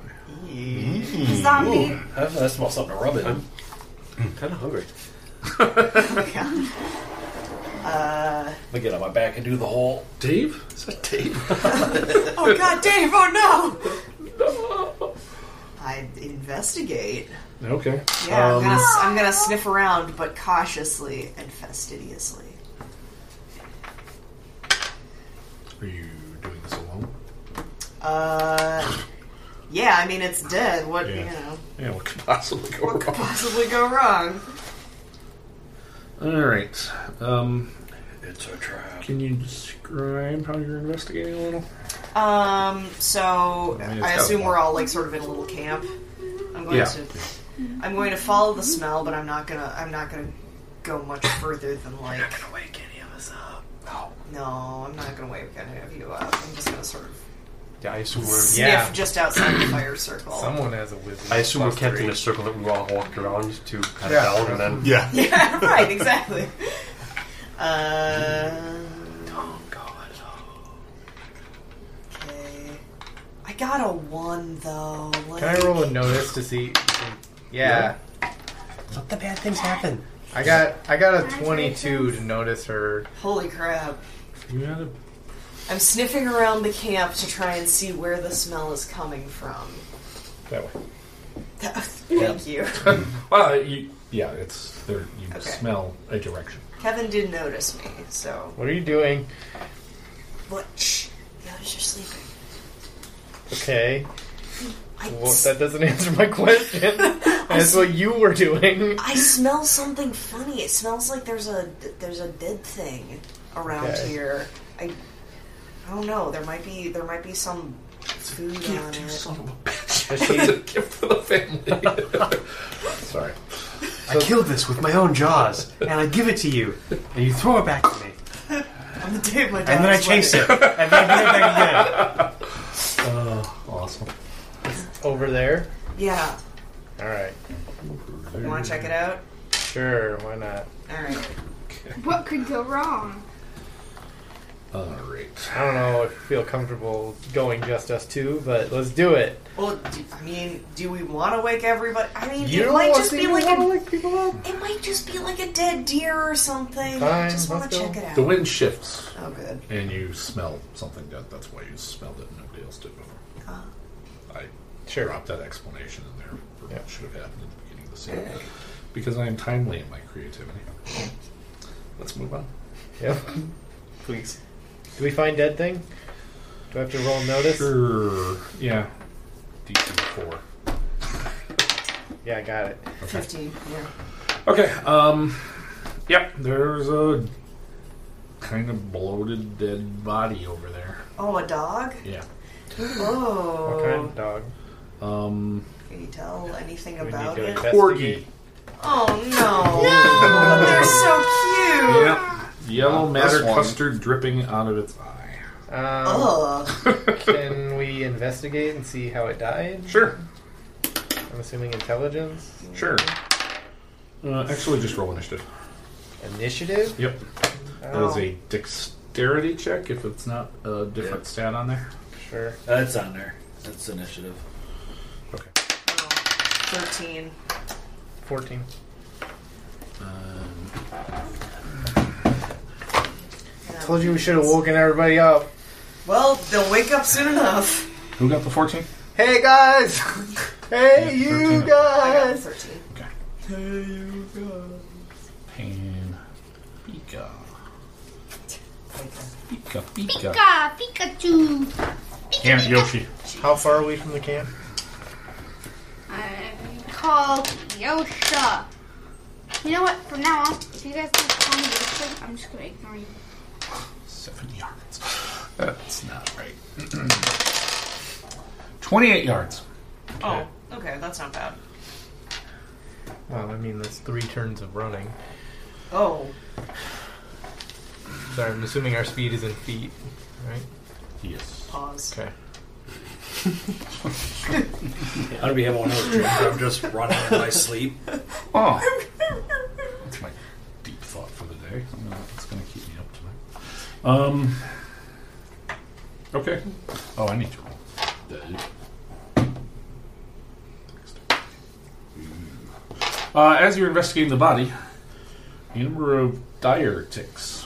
S6: Zombie.
S13: I have- I smell something to rub in.
S4: I'm kind of hungry.
S5: Yeah.
S13: Let me get on my back and do the whole.
S3: Dave? Is that Dave?
S5: Oh God, Dave! Oh no! I investigate.
S3: Okay.
S5: Yeah,
S3: Um,
S5: I'm, gonna, I'm gonna sniff around, but cautiously and fastidiously.
S3: Are you doing this alone?
S5: Uh, yeah, I mean it's dead. What you
S3: Yeah.
S5: know?
S3: Yeah, what could possibly go
S5: What could
S3: wrong?
S5: possibly go wrong?
S3: Alright. Um,
S13: It's a trap.
S3: Can you describe how you're investigating a little?
S5: Um, so
S3: I mean, it's
S5: I
S3: got
S5: assume
S3: one.
S5: we're all like sort of in a little camp. I'm going
S3: Yeah.
S5: to I'm going to follow the smell, but I'm not gonna I'm not gonna go much further than like You're not gonna wake any of us up. No. No, I'm not gonna wake any of you up. I'm just gonna sort of
S4: Yeah, I assume we're.
S5: sniff just outside the fire circle.
S4: has a wisdom. I assume we're kept in a circle that we all walked around to kind
S5: Yeah.
S4: of down and then.
S5: Yeah, right, exactly. Uh,
S7: Oh,
S5: Don't go Okay. I got a one though. Like,
S7: Can I roll a notice to see? Yeah.
S4: Let the bad things happen.
S7: I got I got a 22 to notice her.
S5: Holy crap!
S3: You had a
S5: I'm sniffing around the camp to try and see where the smell is coming from.
S3: that way.
S5: Thank you.
S3: well, you, yeah, it's there. You smell a direction.
S5: Kevin did notice me, so
S7: What are you doing?
S5: what? Shh. Notice you're sleeping.
S7: Okay.
S5: I
S7: Well, that doesn't answer my question. That's what you were doing.
S5: I smell something funny. It smells like there's a there's a dead thing around
S7: Okay.
S5: here. I I don't know. There might be there might be some food on it.
S7: Does she,
S3: Sorry.
S4: I killed this with my own jaws, and I give it to you, and you throw it back to me,
S5: on the day of my
S4: and then I
S5: daughter's
S4: chase it,
S5: wedding.
S4: and then I give it back again.
S3: Oh, awesome.
S7: Over there?
S5: Yeah.
S7: All right.
S5: You want to check it out?
S7: Sure, why not?
S5: All right.
S6: What could go wrong?
S3: All right.
S7: I don't know if I feel comfortable going just us two, but let's do it.
S5: Well, do, I mean, do we want to wake everybody? I mean,
S7: You
S5: it
S7: don't
S5: might
S7: want
S5: just be
S7: people
S5: like a,
S7: to wake people up.
S5: it might just be like a dead deer or something. I
S3: Fine,
S5: just want
S3: let's
S5: to
S3: go.
S5: check it out.
S3: The wind shifts,
S5: Oh, good.
S3: and you smell something. That that's why you smelled it, and nobody else did before.
S5: Ah.
S3: I
S7: Sure.
S3: dropped that explanation in there for what should have happened at the beginning of the scene because I am timely in my creativity. Let's move on.
S7: Yep. Please. Do we find dead thing? Do I have to roll notice?
S3: Sure. Yeah. DC four.
S7: Yeah, I got it.
S5: Fifteen. Yeah.
S3: Okay. Um. Yep. There's a kind of bloated dead body over there.
S5: Oh, a dog.
S3: Yeah.
S5: Oh.
S7: What kind of dog?
S3: Um.
S5: Can you tell anything
S7: We need
S5: about
S7: to
S5: it?
S3: Corgi.
S7: investigate.
S5: Oh no! No, they're so cute.
S3: Yep. Yellow
S8: Uh,
S3: matter
S8: this one.
S3: custard dripping out of its eye.
S7: Um,
S5: Ugh.
S7: can we investigate and see how it died?
S3: Sure.
S7: I'm assuming intelligence,
S3: Sure. Uh, actually, just roll initiative.
S7: initiative.
S3: Yep. That
S5: Oh,
S3: is a dexterity check if it's not a different stat on there.
S7: Sure.
S2: That's on there. That's initiative.
S3: Okay.
S5: Thirteen.
S7: Fourteen.
S3: Um,
S7: Told you we should have woken everybody up.
S5: Well, they'll wake up soon enough.
S3: who got the 14?
S7: Hey guys! hey you
S3: Thirteen.
S5: I got
S7: guys!
S5: thirteen.
S3: Pain. Pika. Pika, pika.
S6: Pika, Pikachu.
S3: Damn it, Yoshi.
S7: How far are we from the camp?
S6: I'm called Yosha. You know what? From now on, if you guys keep calling me Yosha, I'm just gonna ignore you.
S3: Seven yards. That's not right. 28 yards.
S5: Oh, okay, that's not bad.
S7: Well, I mean, that's three turns of running.
S5: Oh,
S7: Sorry, I'm assuming our speed is in feet, right?
S3: Yes.
S5: pause.
S7: Okay.
S13: How do we have one of those dreams where I'm just running in my sleep?
S3: Oh. That's my deep thought for the day. I don't know what's going to keep me up tonight. Um. Okay. Oh, I need to roll. Uh, as you're investigating the body, a number of dire ticks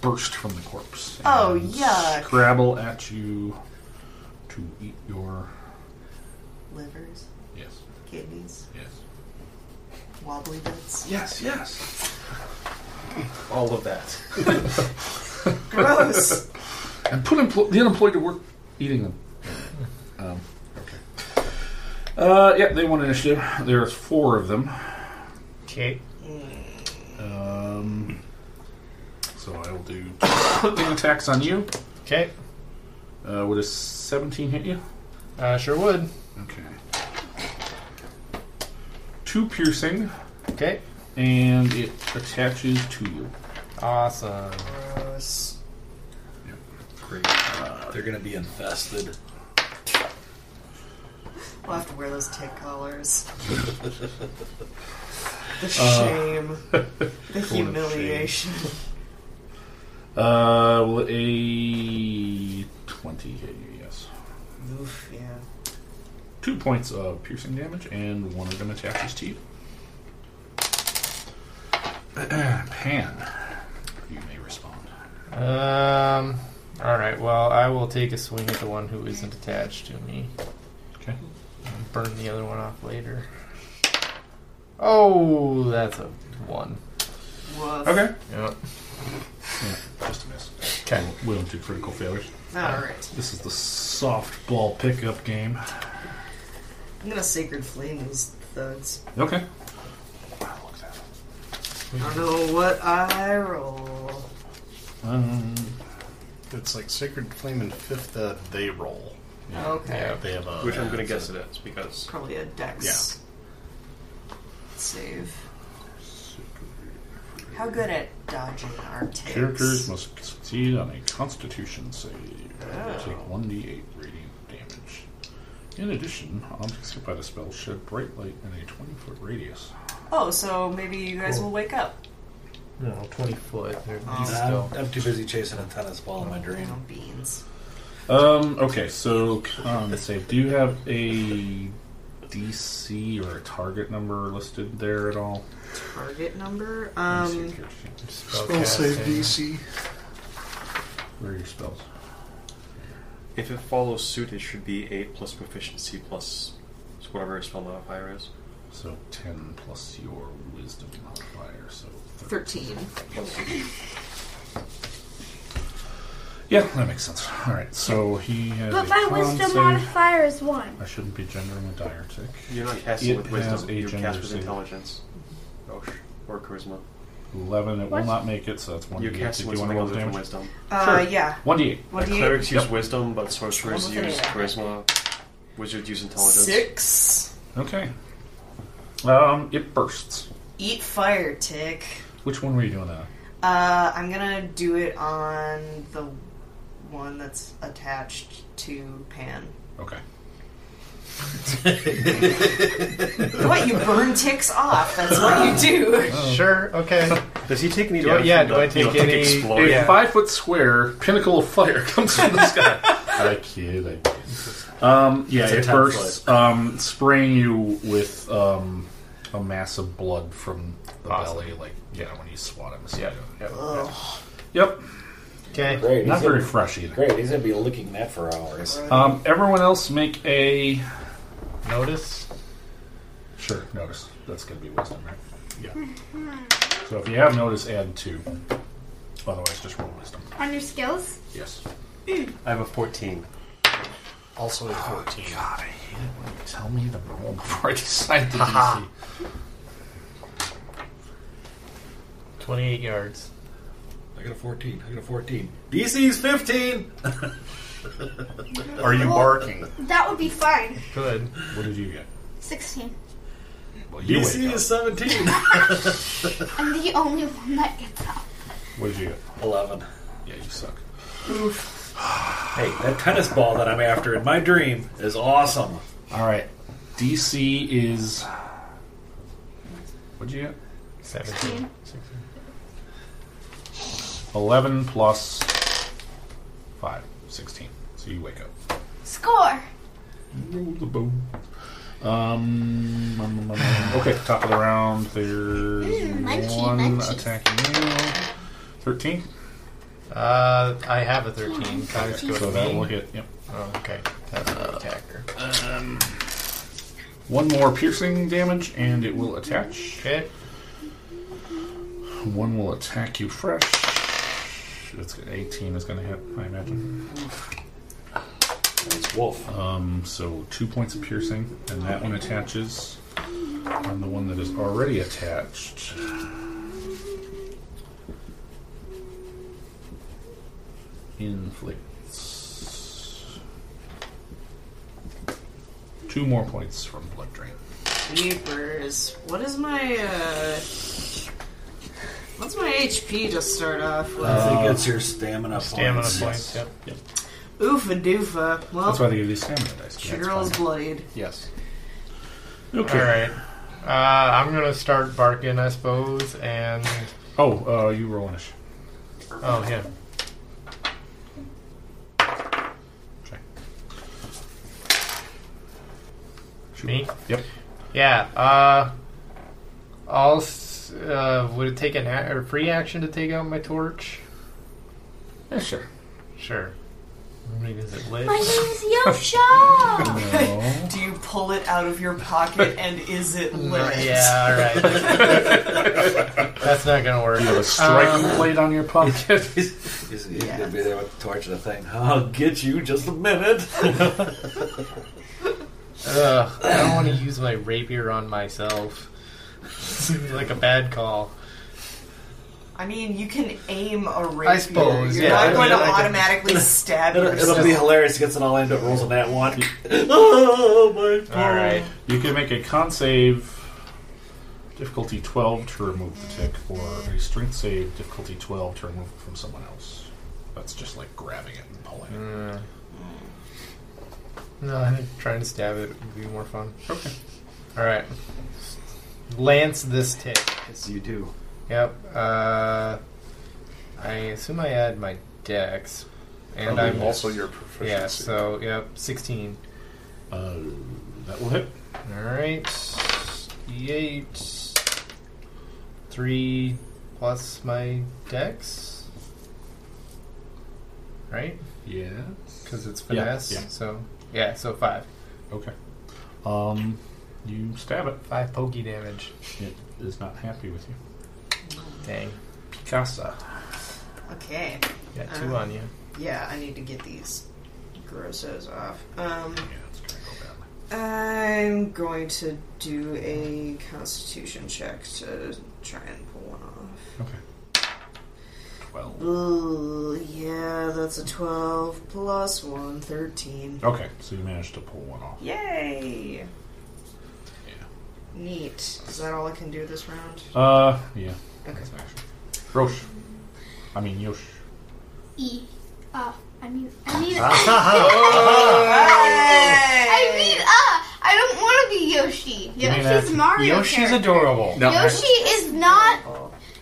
S3: burst from the corpse.
S5: Oh,
S3: and
S5: yuck.
S3: Scrabble at you to eat your.
S5: Livers,
S3: Yes.
S5: kidneys,
S3: Yes.
S5: wobbly bits.
S3: Yes, yes.
S13: All of that.
S5: Gross.
S3: And put empl- the unemployed to work eating them. Um, okay. Uh, yeah, they want initiative. There's four of them.
S7: Okay.
S3: Um, so So I will do two sting attacks on you.
S7: Okay.
S3: Uh, would a 17 hit you?
S7: Uh, sure would.
S3: Okay. Two piercing,
S7: Okay.
S3: and it attaches to you.
S7: Awesome.
S5: Gross.
S2: Great. Uh, They're gonna be infested.
S5: We'll have to wear those tick collars. The shame. the humiliation.
S3: Uh, will a 20 hit you? Yes.
S5: Oof, yeah.
S3: Two points of piercing damage, and one of them attaches to you. Pan, you may respond.
S7: Um. All right. Well, I will take a swing at the one who isn't attached to me.
S3: Okay.
S7: And burn the other one off later. Oh, that's a one.
S5: Woof.
S3: Okay.
S7: Yep.
S3: Yeah, just a miss.
S7: Okay.
S3: We don't do critical failures.
S5: Alright.
S3: This is the soft ball pickup game.
S5: I'm gonna Sacred Flame these thugs.
S3: Okay.
S5: I don't know what I roll.
S3: Um,
S8: It's like Sacred Flame and Fifth Ed, they roll.
S5: Okay.
S8: They have a.
S14: Which I'm going to guess it is because
S5: Probably a dex save. How good at dodging are ticks?
S3: characters must succeed on a Constitution save.
S5: Oh.
S3: Take 1d8 radiant damage. In addition, objects hit by the spell shed bright light in a 20 foot radius.
S5: Oh, so maybe you guys will wake up. Um,
S7: No, twenty foot. They're these
S2: Nah,
S7: still.
S2: Uh, I'm, I'm too busy chasing a tennis ball in my dream.
S5: Damn beans.
S3: Um, okay, so
S4: Um,
S3: con save. Do you have a DC or a target number listed there at all?
S5: Target number?
S3: Let me see
S5: Um,
S3: if you're-
S8: Spell save
S7: Spellcasting.
S8: DC.
S3: Where are your spells?
S4: If it follows suit, it should be 8 plus proficiency plus whatever your spell modifier is.
S3: So 10 plus your wisdom modifier, so
S5: 13.
S3: Yeah, that makes sense. All right, so he has
S6: But
S3: a
S6: my
S3: con
S6: wisdom
S3: save.
S6: modifier is one.
S3: I shouldn't be gendering a dire tick.
S4: You're not casting
S3: It
S4: with
S3: has
S4: wisdom,
S3: a
S4: you
S3: gender
S4: cast with
S3: save.
S4: intelligence. Oh, sh- or charisma.
S3: 11, it
S6: What?
S3: will not make it, so that's one
S4: You're
S3: d eight.
S4: casting
S3: Do
S4: with
S3: you want
S4: something
S3: to roll
S4: other
S3: the
S4: than
S3: damage?
S4: wisdom.
S5: Uh, yeah.
S3: One d eight.
S5: What do you?
S4: Clerics use
S3: Yep.
S4: wisdom, but sorcerers
S5: Almost an
S4: use
S5: eight.
S4: charisma. Wizards use intelligence.
S5: Six.
S3: Okay. Um, it bursts.
S5: Eat fire, tick.
S3: Which one were you doing that? on?
S5: Uh, I'm gonna do it on the one that's attached to Pan.
S3: Okay.
S5: What? You burn ticks off. That's what you do.
S3: Oh.
S7: Sure. Okay.
S4: Does he take any
S7: Do I-
S4: damage?
S7: yeah,
S4: from
S7: do
S4: the-
S7: I take
S4: you know, tick
S7: any-
S4: explode?
S7: Oh,
S3: a
S7: yeah.
S3: five foot square pinnacle of fire comes from the sky. I kid, I kid. Um, yeah,
S2: It's a
S3: it
S2: 10
S3: bursts, um, spraying you with um, a mass of blood from the
S7: Awesome.
S3: belly, like yeah, when you swat him.
S7: Yeah.
S3: Yep.
S7: Okay.
S2: Great.
S3: Not
S2: he's gonna-
S3: very fresh either.
S2: Great. He's gonna be licking that for hours.
S3: Um, everyone else make a
S7: Notice.
S3: sure notice. That's going to be wisdom, right? Yeah. So if you have notice, add two. Otherwise, just roll wisdom.
S6: On your skills?
S3: Yes.
S4: I have a 14.
S8: Also a 14.
S3: God, I hate it when you tell me the roll before I decide the DC.
S7: Twenty-eight yards.
S2: I got a 14. I got a 14. DC's 15.
S8: Are you
S6: Well-
S8: barking?
S6: That would be fine.
S7: Good.
S3: What did you get?
S6: 16.
S3: Well, you
S2: DC
S3: wake
S2: is 17.
S6: I'm the only one that gets up.
S3: up. What did you get?
S2: 11.
S3: Yeah, you suck.
S2: Hey, that tennis ball that I'm after in my dream is awesome.
S3: All right. DC is. What'd you get?
S7: Seventeen.
S3: 11 plus 5. 16. So you wake up.
S6: Score!
S3: Roll the bone. Um, um, um, um, okay, top of the round. There's
S6: Mm, munchies,
S3: one
S6: munchies.
S3: attacking you. 13.
S7: Uh, I have a thirteen. Times good.
S3: So that will hit. Yep.
S7: Oh, okay. That's an attacker.
S3: One more piercing damage, and it will attach.
S7: Okay.
S3: One will attack you fresh. It's 18 is going to hit, I imagine.
S2: It's Wolf.
S3: Um, so two points of piercing, and that one attaches on the one that is already attached. inflicts two more points from blood drain.
S5: Jeepers. What is my uh What's my HP to start off with?
S2: I think it's your stamina points.
S5: Oofa doofa. Well,
S3: That's why they give you stamina dice.
S5: Your girl is bloodied.
S3: Yes.
S7: All right. Uh, I'm gonna start barking, I suppose, and
S3: Oh, uh, you roll initiative.
S7: oh yeah. Me?
S3: Yep.
S7: Yeah. Uh, I'll. s- Uh, would it take an a- or free action to take out my torch?
S3: Yeah, sure.
S7: Sure. I mean, is it lit?
S6: My name is Yosha.
S5: Do you pull it out of your pocket and is it
S7: Uh,
S5: lit?
S7: yeah. All right. That's not gonna work.
S3: You have a striking
S7: Um,
S3: plate on your pocket.
S2: he's he's gonna be there with the torch and the thing. I'll get you just a minute.
S7: Ugh, I don't want to use my rapier on myself. Seems like a bad call.
S5: I mean, you can aim a rapier.
S7: suppose,
S5: You're
S7: yeah.
S5: not
S7: I
S5: going
S7: mean,
S5: to
S7: I can-
S5: automatically stab
S2: It'll, it'll
S5: yourself.
S2: be hilarious. He gets it all in, but rolls on that one. oh my god!
S7: All right.
S3: You can make a con save, difficulty 12 to remove the tick, or a strength save, difficulty 12 to remove it from someone else. That's just like grabbing it and pulling it.
S7: Mm. No, I think trying to stab it would be more fun.
S3: Okay.
S7: All right. Lance this tick.
S4: Yes, you do.
S7: Yep. Uh, I assume I add my dex, and
S8: Probably
S7: I'm
S8: Oh, also your
S7: yeah.
S8: proficiency.
S7: So yep, sixteen.
S3: Uh, that will hit.
S7: All right. D8. Three plus my dex. Right?
S3: Yeah.
S7: Because it's
S3: Yeah,
S7: finesse.
S3: yeah.
S7: So, yeah, so five.
S3: Okay. Um, you stab it.
S7: Five pokey damage.
S3: It is not happy with you.
S7: Dang.
S3: Picasa.
S5: Okay.
S7: Got two
S6: Uh.
S7: on you.
S5: Yeah, I need to get these grossos off. Um,
S3: Yeah, it's gonna go badly.
S5: I'm going to do a constitution check to try and pull one off.
S3: Twelve.
S5: Ooh, yeah, that's a 12 plus 1, 13.
S3: Okay, so you managed to pull one off.
S5: Yay! Neat. Is that all I can do this round?
S3: Uh, yeah.
S5: Okay.
S3: That's an action. Rosh. I mean, Yosh.
S6: E. Uh, I mean, I mean, I
S5: Hey!
S6: mean, uh, I don't want to be Yoshi. Yoshi's Mario.
S7: Yoshi's
S6: character.
S7: adorable.
S8: No,
S6: Yoshi is not.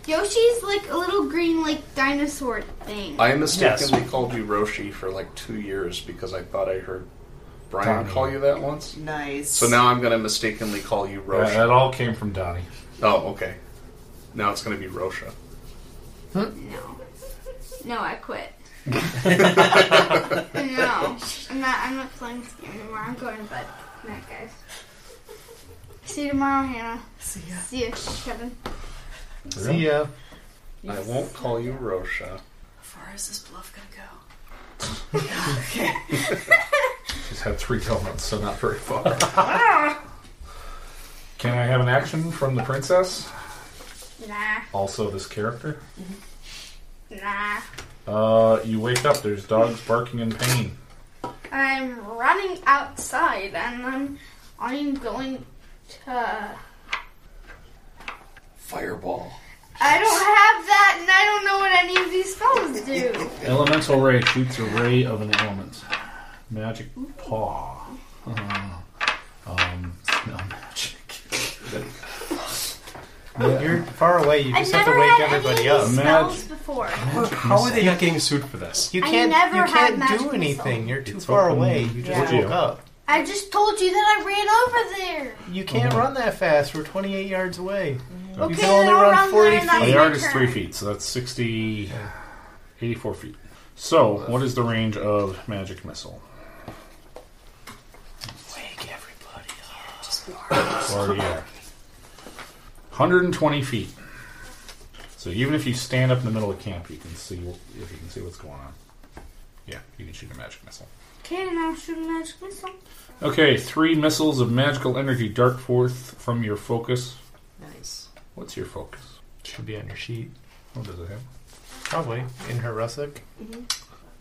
S6: Yoshi's like a little green, like dinosaur thing.
S8: I mistakenly called you Roshi for like two years because I thought I heard Brian
S3: Tommy.
S8: call you that once.
S5: Nice.
S8: So now I'm going to mistakenly call you Roshi.
S3: that all came from Donnie.
S8: Oh, okay. Now it's going to be Rosha.
S6: No. No, I quit. no, I'm not. I'm not playing this game anymore. I'm going to bed. Night, guys. See you tomorrow, Hannah.
S5: See ya.
S6: See you, Kevin.
S7: See ya.
S8: I won't call you Rosha.
S5: How far is this bluff gonna go?
S3: She's had three donuts, so not very far.
S6: Ah!
S3: Can I have an action from the princess?
S6: Nah,
S3: Also, this character.
S6: nah.
S3: Uh, you wake up. There's dogs barking in pain.
S6: I'm running outside, and I'm I'm going to.
S8: Fireball.
S6: I don't have that, and I don't know what any of these spells do.
S3: Elemental ray shoots a ray of an element. Magic paw. Uh, um, smell magic.
S7: You're far away. You
S6: I've
S7: just have to
S6: never
S7: wake
S6: had any
S7: everybody
S6: of
S7: up.
S6: these spells before.
S4: How are they not getting sued for this?
S7: You
S6: I
S7: can't.
S6: never
S7: you
S6: had
S7: can't
S6: magical
S7: do anything.
S6: soul.
S7: You're too
S3: It's
S7: far
S3: open
S7: away. You just
S3: to you.
S7: woke up.
S6: I just told you that I ran over there.
S7: You can't run that fast. We're 28 yards away.
S6: Mm-hmm. Okay,
S7: can only
S6: then I'll
S7: run
S6: run
S7: 40
S6: there and that's
S3: Well, the
S6: my
S3: yard is
S6: turn.
S3: three feet, so that's 60, 84 feet. So, what is the range of magic missile?
S7: Wake everybody up.
S3: Or yeah, 120 feet. So even if you stand up in the middle of camp, you can see if you can see what's going on. Yeah, you can shoot a magic missile.
S6: Okay, now shoot a magic missile.
S3: Okay, three missiles of magical energy dart forth from your focus.
S5: Nice.
S3: What's your focus?
S7: Should be on your sheet.
S3: What does it have?
S7: Probably in her russet.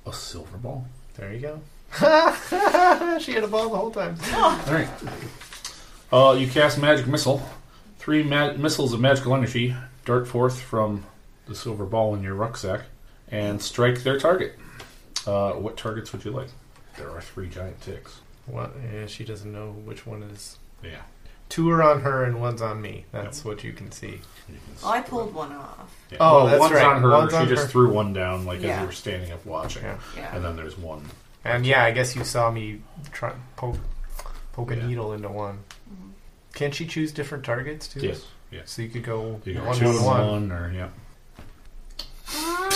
S3: A silver ball.
S15: There you go.
S7: she had a ball the whole time.
S3: All right. Uh, you cast magic missile. Three ma- missiles of magical energy dart forth from the silver ball in your rucksack and strike their target. Uh, what targets would you like? There are three giant ticks.
S7: What? Yeah, she doesn't know which one is.
S3: Yeah.
S7: Two are on her and one's on me. That's what you can see.
S5: Well, I pulled one off.
S3: Yeah.
S7: Oh,
S3: well,
S7: that's
S3: one's
S7: right.
S3: on her.
S7: One's
S3: she
S7: on
S3: just
S7: her.
S3: threw one down, like as
S5: Yeah.
S3: you were standing up watching.
S7: Yeah.
S5: Yeah.
S3: And then there's one.
S7: And yeah, I guess you saw me try poke poke a
S3: Yeah.
S7: needle into one.
S6: Mm-hmm.
S7: Can't she choose different targets too?
S3: Yes. Yes.
S7: So you could go
S3: You got
S7: one
S3: two
S7: to
S3: and
S7: one.
S3: one, or yeah.
S6: Um,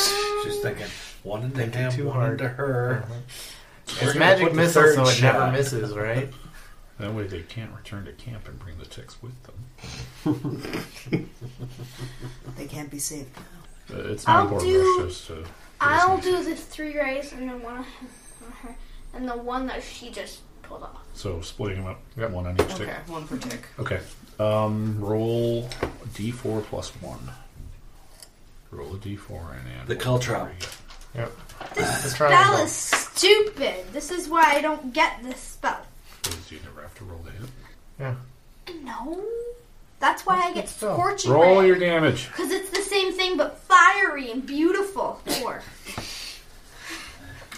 S2: She's thinking one into
S7: Thinking
S2: him,
S7: too
S2: one
S7: hard.
S2: into
S7: Uh-huh.
S2: her.
S7: It's magic missile, so it never
S2: misses.
S7: misses, right?
S3: That way they can't return to camp and bring the ticks with them.
S5: They can't be saved.
S3: Uh, it's not
S6: I'll
S3: important.
S6: do-
S3: It's just, uh,
S6: I'll do the three rays and then one on her, and the one that she just pulled off.
S3: so splitting them up. Got one on each tick.
S5: Okay, one per tick.
S3: Okay. Um, roll a d4 plus 1. Roll a d4 and add.
S2: The
S3: one.
S2: caltrop.
S7: Yep.
S6: This
S7: triangle.
S6: spell is stupid. This is why I don't get this spell.
S3: Because You never have to roll the hit.
S7: Yeah.
S6: No, that's why I get
S7: spell?
S6: scorching
S3: Roll
S6: ray.
S3: your damage.
S6: Because it's the same thing, but fiery and beautiful. Four.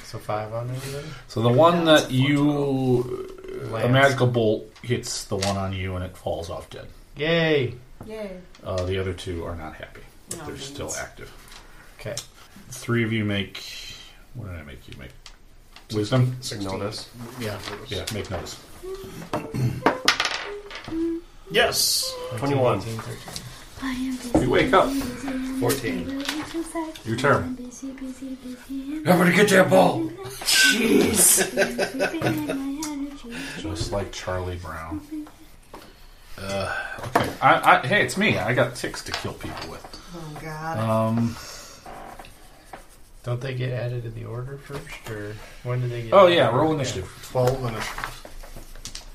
S7: So five on everybody.
S3: So the one that you. uh, A
S7: Lands.
S3: magical bolt hits the one on you and it falls off dead.
S7: Yay.
S5: Yay.
S3: Uh, the other two are not happy. But
S5: No,
S3: they're
S5: thanks.
S3: still active.
S7: Okay.
S3: Three of you make. What did I make you make? Wisdom?
S4: Notice.
S3: Yeah. Yeah, make notice.
S8: Yes.
S4: 21.
S7: 18, 13.
S6: I am busy.
S3: You wake up.
S2: 14.
S3: Your turn.
S6: Busy, busy, busy.
S2: Everybody get that ball!
S5: Jeez.
S3: Just like Charlie Brown. Uh, okay. I, I, hey, it's me. I got ticks to kill people with.
S5: Oh God.
S3: Um,
S7: Don't they get added in the order first, or when do they get?
S3: oh,
S7: added?
S3: yeah. Roll initiative.
S8: 12 initiative.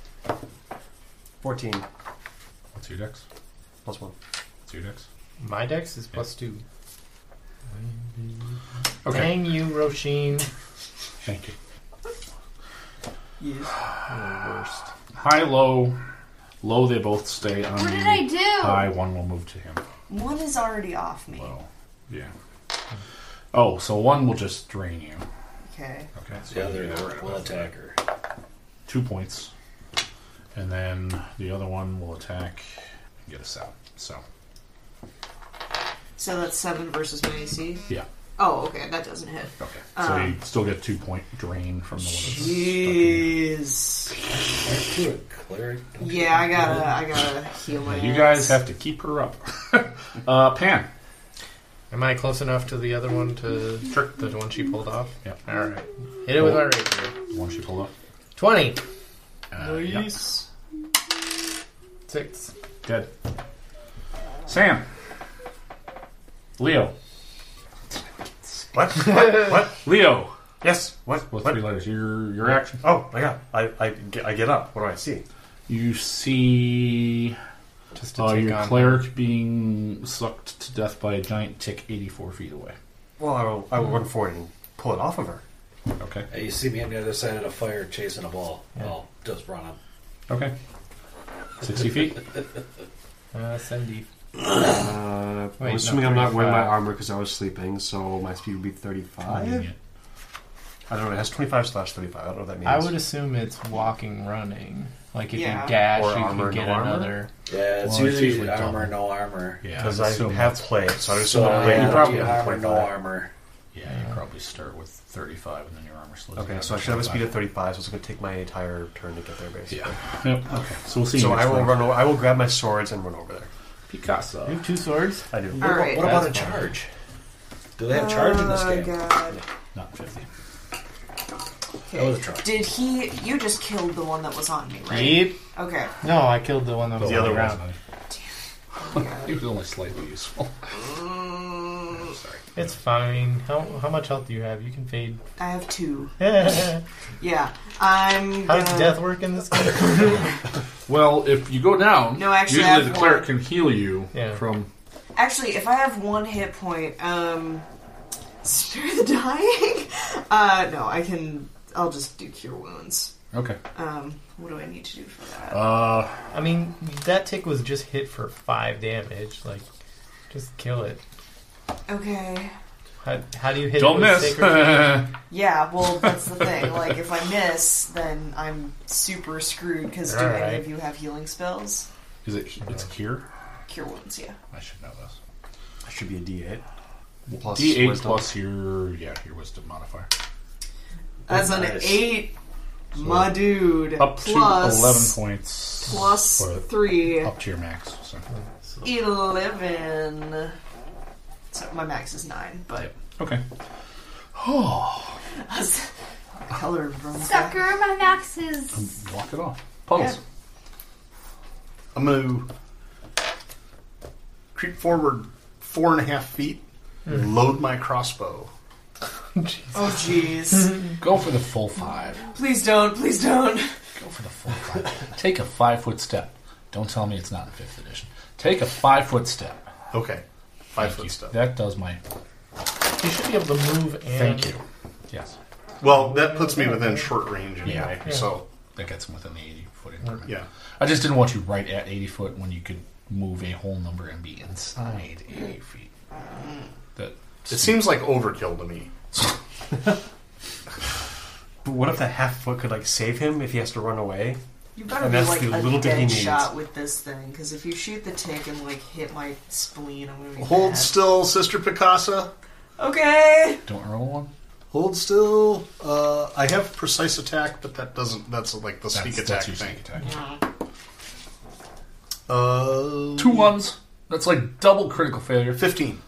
S4: 14.
S3: What's your dex?
S4: Plus 1.
S3: What's your dex?
S7: My dex is plus two.
S3: Okay.
S7: Dang you, Roshin.
S3: Thank you.
S7: worst.
S3: High, low. Low, they both stay on
S6: What
S3: you.
S6: did I do?
S3: High, one will move to him.
S5: One is already off me.
S3: Low. Yeah. Oh, so one will just drain you.
S5: Okay.
S3: Okay. So
S2: The other
S3: you get rid of
S2: will
S3: it.
S2: attack her.
S3: Two points. And then the other one will attack and get us out. So,
S5: So that's seven versus my AC.
S3: yeah.
S5: Oh, okay, that doesn't hit.
S3: Okay. So
S6: Um,
S3: you still get two point drain from the one that's stuck in
S5: Jeez.
S2: Do it, cleric.
S5: Yeah, I gotta, I gotta heal my.
S3: you. You
S5: ass.
S3: guys have to keep her up. uh, Pan.
S7: Am I close enough to the other one to trick the one she pulled off?
S3: Yep.
S7: All right. Hit it with my rapier.
S3: Once you pull up.
S7: Twenty.
S3: Uh, yep.
S7: Six.
S3: Dead. Sam. Leo.
S4: What? what? What?
S3: Leo.
S4: Yes. What?
S3: With
S4: what?
S3: three letters. Your your action.
S4: Oh my god. I, I, get, I get up. What do I see?
S3: You see
S7: Just to
S3: uh,
S7: take
S3: your
S7: on.
S3: cleric being sucked to death by a giant tick 84 feet away.
S4: Well, I will, I will run forward and pull it off of her.
S3: Okay.
S2: Hey, you see me on the other side of the fire chasing a ball. I'll just run him.
S3: Okay. 60 feet.
S7: Uh, Cindy.
S4: Uh,
S7: Wait,
S4: I'm
S7: no,
S4: assuming I'm not wearing my
S7: 35.
S4: armor because I was sleeping, so my speed would be 35.
S3: Convenient.
S4: I don't know. It has 25 slash 35. I don't know what that means.
S7: I would assume it's walking, running. Like if
S5: Yeah.
S7: you dash,
S4: Or
S7: you
S4: armor,
S7: can get
S4: no armor?
S7: another.
S2: Yeah,
S3: Well,
S2: it's
S3: it's
S2: usually,
S3: usually
S2: armor,
S3: double.
S2: no armor.
S3: Yeah.
S4: Because
S3: I'd
S4: I
S3: assume
S4: have
S3: that's-
S4: played, so I just
S2: So,
S4: want to
S2: yeah,
S3: you probably have
S2: armor, no
S4: 25.
S2: armor.
S3: Yeah, you probably start with 35 and then your armor slows
S4: Okay,
S3: down
S4: so I
S3: to
S4: should have a speed of
S3: 25.
S4: 35, so it's going to take my entire turn to get there, basically.
S3: Yeah. Yep. Okay. So we'll see
S4: So
S3: you
S4: I
S3: next
S4: will
S3: round.
S4: run. Over, I will grab my swords and run over there.
S7: You
S3: Picasso.
S7: have two swords.
S4: I do.
S5: All right.
S2: What about a
S7: That's fine.
S2: charge? Do they have charge in this
S5: Oh
S2: game?
S5: God.
S3: Not 50.
S5: Okay.
S2: was a try.
S5: Did he? You just killed the one that was on me, right?
S7: Yep.
S5: Okay.
S7: No, I killed the one that was
S3: The
S7: on
S3: other
S7: ground.
S3: one's
S5: Oh,
S3: He
S5: God.
S3: was only slightly useful.
S5: Mm,
S3: Sorry.
S7: It's fine. How how much health do you have? You can fade.
S5: I have two.
S7: How
S5: Yeah. I'm.
S7: does
S5: gonna-
S7: death work in this game?
S3: Well, if you go down,
S5: No, actually, I
S3: usually
S5: have
S3: the cleric can
S5: one.
S3: heal you
S7: Yeah.
S3: from.
S5: Actually, if I have one hit point, um, Spare the dying? Uh, no, I can. I'll just do cure wounds.
S3: Okay.
S5: Um, what do I need to do for that?
S3: Uh,
S7: I mean, that tick was just hit for five damage. Like, just kill it.
S5: Okay.
S7: How, how do you hit?
S3: Don't
S7: it with
S3: miss.
S7: sacred-
S5: Yeah, well, that's the thing. Like, if I miss, then I'm super screwed because do
S3: Alright.
S5: any of you have healing spells?
S3: Is it? It's cure.
S5: Cure wounds, yeah.
S3: I should know this.
S4: That should be a D8. Plus
S3: D8
S4: wisdom.
S3: plus your yeah your wisdom modifier.
S5: That's an
S3: Nice.
S5: eight, my dude.
S3: Up
S5: plus
S3: to eleven points.
S5: plus
S3: for-
S5: three.
S3: Up to your max. So.
S5: Eleven. So my max is nine, but
S3: Okay.
S5: oh, color runs back.
S6: Sucker, my max is.
S3: Walk it off.
S8: Puddles. I'm going to creep forward four and a half feet,
S3: Hmm.
S8: load my crossbow.
S5: Oh, jeez.
S3: Go for the full five.
S5: Please don't. Please don't.
S3: Take a five foot step. Don't tell me it's not in fifth edition. Take a five foot step.
S8: Okay. Five foot step.
S3: That does my.
S7: You should be able to move. And
S3: Thank you. Yes.
S8: Well, that puts me within short range
S3: Yeah.
S8: anyway,
S3: Yeah.
S8: so.
S3: That gets him within the 80 foot
S8: increment. Yeah.
S3: I just didn't want you right at 80 foot when you could move a whole number and be inside
S8: Uh-huh.
S3: 80 feet. That
S8: It seems like overkill to me.
S4: But what if the half foot could like save him if he has to run away?
S5: You better
S4: and
S5: be
S4: that's
S5: like
S4: the
S5: a
S4: little bit
S5: dead
S4: he needs.
S5: shot with this thing, because if you shoot the tick and like hit my spleen, I'm gonna be
S8: Hold
S5: mad.
S8: still, Sister Picasa.
S5: Okay.
S3: Don't roll one.
S8: Hold still. Uh, I have precise attack, but that doesn't. That's like the sneak attack
S3: that's your
S8: thing.
S3: sneak attack.
S8: Uh,
S3: Two ones. That's like double critical failure.
S8: 15.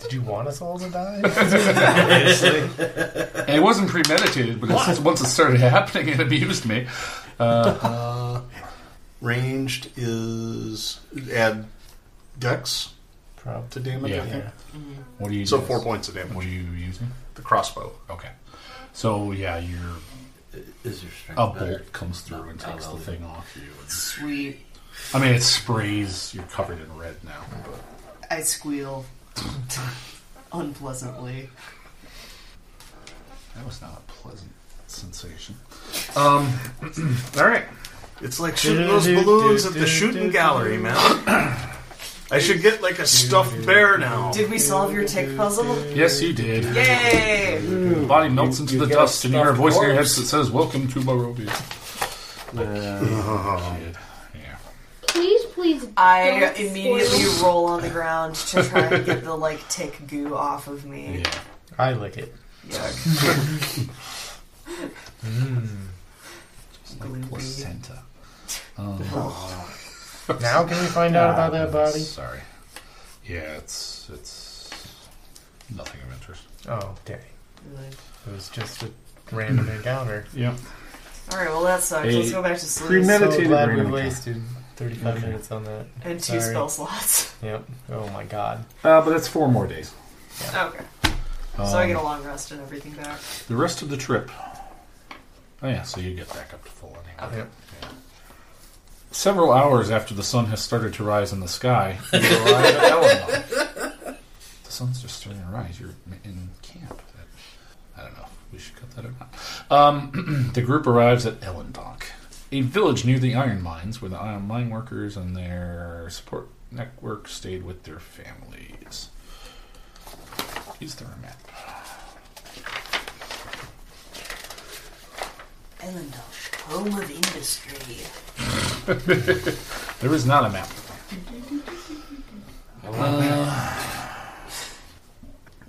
S7: Did you want us all to die?
S3: And it wasn't premeditated, but it's, once it started happening, it abused me. Uh,
S8: Uh, ranged is add dex
S7: Prob-
S8: to damage.
S3: Yeah.
S8: I think.
S3: what do you?
S8: So
S3: use?
S8: four points of damage.
S3: What are you using?
S8: The crossbow.
S3: Okay. So yeah, your
S2: Is your strength
S3: a
S2: better?
S3: bolt comes through and takes the thing off you.
S5: Sweet.
S3: I mean, it sprays. You're covered in red now. But
S5: I squeal unpleasantly.
S3: that was not a pleasant sensation. Um. all right.
S8: It's like shooting those balloons at the shooting gallery, man. I should get like a stuffed bear now.
S5: Did we solve your tick puzzle?
S3: Yes, you did.
S5: Yay!
S3: The body melts into the
S5: get
S3: dust,
S5: a
S3: and you hear a
S5: stuffed
S3: voice in your head that
S5: corpse.
S3: says, "Welcome to Barovia." Uh,
S6: Please, please.
S5: I
S6: don't
S5: immediately
S6: spoil-
S5: roll on the ground to try and get the like tick goo off of me.
S7: I lick it.
S3: Like placenta. Oh.
S7: Now can we find out about that body?
S3: Sorry. Yeah, it's it's nothing of interest.
S7: Oh, dang. It was just a random encounter.
S3: Yeah.
S5: All right, well that sucks. Let's go back to sleep.
S7: So glad we
S3: random
S7: wasted 35 minutes on that.
S5: And two
S7: Sorry.
S5: spell slots.
S7: Yep. Oh my god.
S3: Uh, but that's four more days.
S5: Okay. so I get a long rest and everything back.
S3: The rest of the trip. Oh yeah, so you get back up to full anyway.
S5: Okay.
S3: Yeah. Several hours after the sun has started to rise in the sky, you arrive at Eleanor. The sun's just starting to rise. You're in camp. That- I don't know if we should cut that or not. Um, the group arrives at Ellendonk, a village near the iron mines where the iron mine workers and their support network stayed with their families. Is there a map?
S5: Ellendorf, home of industry.
S3: There is not a map.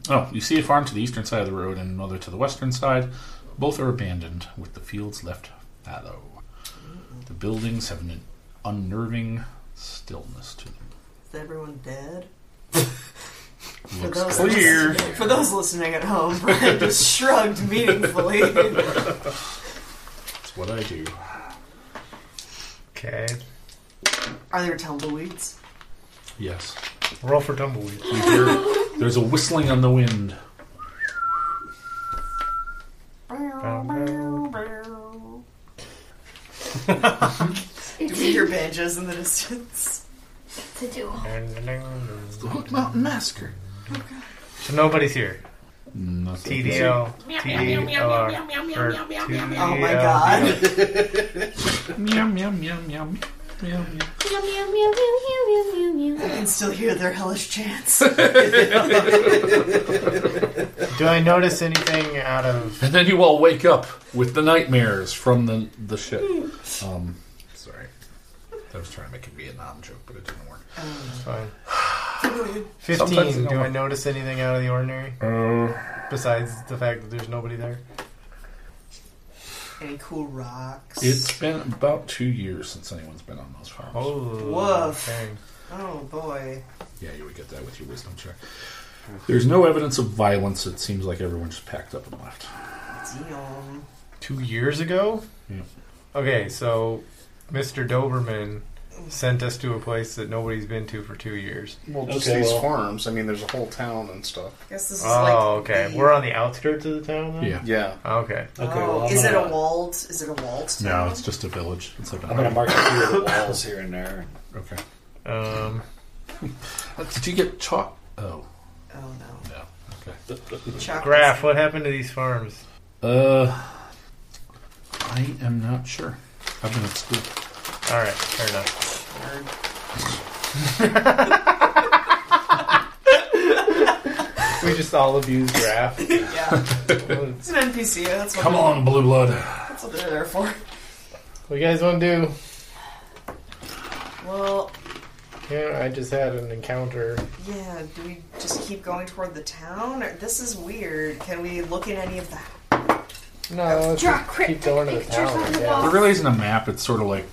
S3: Oh, you see a farm to the eastern side of the road and another to the western side. Both are abandoned, with the fields left fallow. The buildings have an unnerving stillness to them.
S5: Is everyone dead? For
S3: Looks
S5: those,
S3: clear.
S5: for those listening at home, Brian just shrugged meaningfully.
S3: That's what I do.
S7: Okay.
S5: Are there tumbleweeds?
S3: Yes.
S7: Roll for tumbleweed.
S3: You hear, there's a whistling on the wind.
S5: Do we hear banjos in the distance?
S6: It's to do.
S7: It's
S10: the Hook Mountain Massacre.
S7: So nobody's here. TDO.
S5: Oh my god.
S3: meow, meow, meow, meow, meow, meow.
S5: I can still hear their hellish chants.
S7: Do I notice anything out of
S3: And then you all wake up with the nightmares from the the ship. Um, sorry, I was trying to make a Vietnam joke, but it didn't work.
S7: fine?
S3: Sometimes it
S7: Fifteen.
S3: don't
S7: Do I
S3: work.
S7: notice anything out of the ordinary
S3: Uh,
S7: besides the fact that there's nobody there?
S5: Any cool rocks?
S3: it's been about two years since anyone's been on those farms.
S7: Oh,
S5: Woof.
S7: dang.
S5: Oh boy.
S3: Yeah, you would get that with your wisdom check. There's no evidence of violence. It seems like everyone just packed up and left.
S5: Xenon.
S7: two years ago.
S3: Yeah.
S7: Okay, so Mr. Doberman sent us to a place that nobody's been to for two years.
S8: Well, just
S2: Okay,
S8: these
S2: well-
S8: farms. I mean, there's a whole town and stuff.
S5: Guess this is like.
S7: Oh, okay.
S5: the-
S7: We're on the outskirts of the town, then.
S3: Yeah.
S8: Yeah.
S7: Okay.
S2: Okay,
S5: Oh,
S2: well, I'm
S5: is it
S2: gonna-
S5: a walled? Is it a walled?
S3: No,
S5: town?
S3: it's just a village. It's like a
S2: I'm gonna mark a few of the walls here and there.
S3: Okay.
S7: Um,
S3: Uh, Did you get chalk? Oh,
S5: Oh no.
S3: no. Okay.
S5: Chuck
S7: Graph. What happened to these farms?
S3: Uh, I am not sure. I've been at school.
S7: All right. Fair enough. We just all abuse graph.
S5: Yeah. it's an NPC. That's what
S3: Come on, blue blood.
S5: That's what they're there for.
S7: What you guys want to do?
S5: Well,
S7: Yeah, I just had an encounter.
S5: yeah. Do we just keep going toward the town? Or, this is weird. Can we look at any of the?
S7: No, let's
S6: Draw
S7: just
S6: cryptic
S7: keep going to the
S6: pictures
S7: town.
S6: on the
S7: I guess.
S6: wall.
S3: There really isn't a map. It's sort of like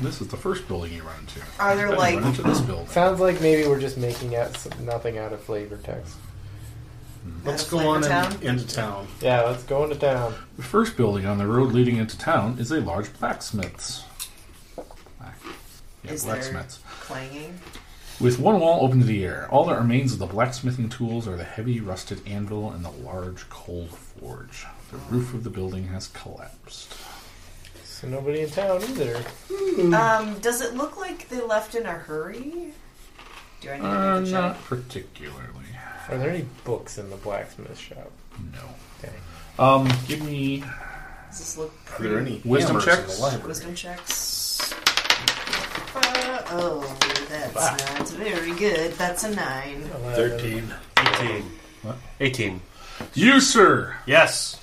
S3: this is the first building you run into.
S5: Are there
S3: You
S5: like?
S3: run into this building.
S7: Sounds like maybe we're just making out some, nothing out of flavor text.
S8: Let's
S5: a
S8: go
S5: flavor
S8: on
S5: town?
S8: in, into town.
S7: Yeah, let's go into town.
S3: The first building on the road leading into town is a large blacksmith's. Black- Yeah,
S5: Is there-
S3: blacksmith's.
S5: clanging.
S3: With one wall open to the air, all that remains of the blacksmithing tools are the heavy rusted anvil and the large cold forge. The roof of the building has collapsed.
S7: So nobody in town either.
S5: Um, does it look like they left in a hurry? Do I need
S3: Uh,
S5: to make a check?
S3: not particularly.
S7: Are there any books in the blacksmith shop?
S3: No.
S7: Okay.
S3: Um, give me
S5: Does this look
S8: Are there any
S3: Wisdom
S8: hammers
S3: checks?
S8: in the library?
S5: wisdom checks? Uh, oh, that's not very good. That's a nine.
S2: Thirteen.
S4: 18.
S3: What?
S4: 18.
S3: you, sir.
S4: Yes.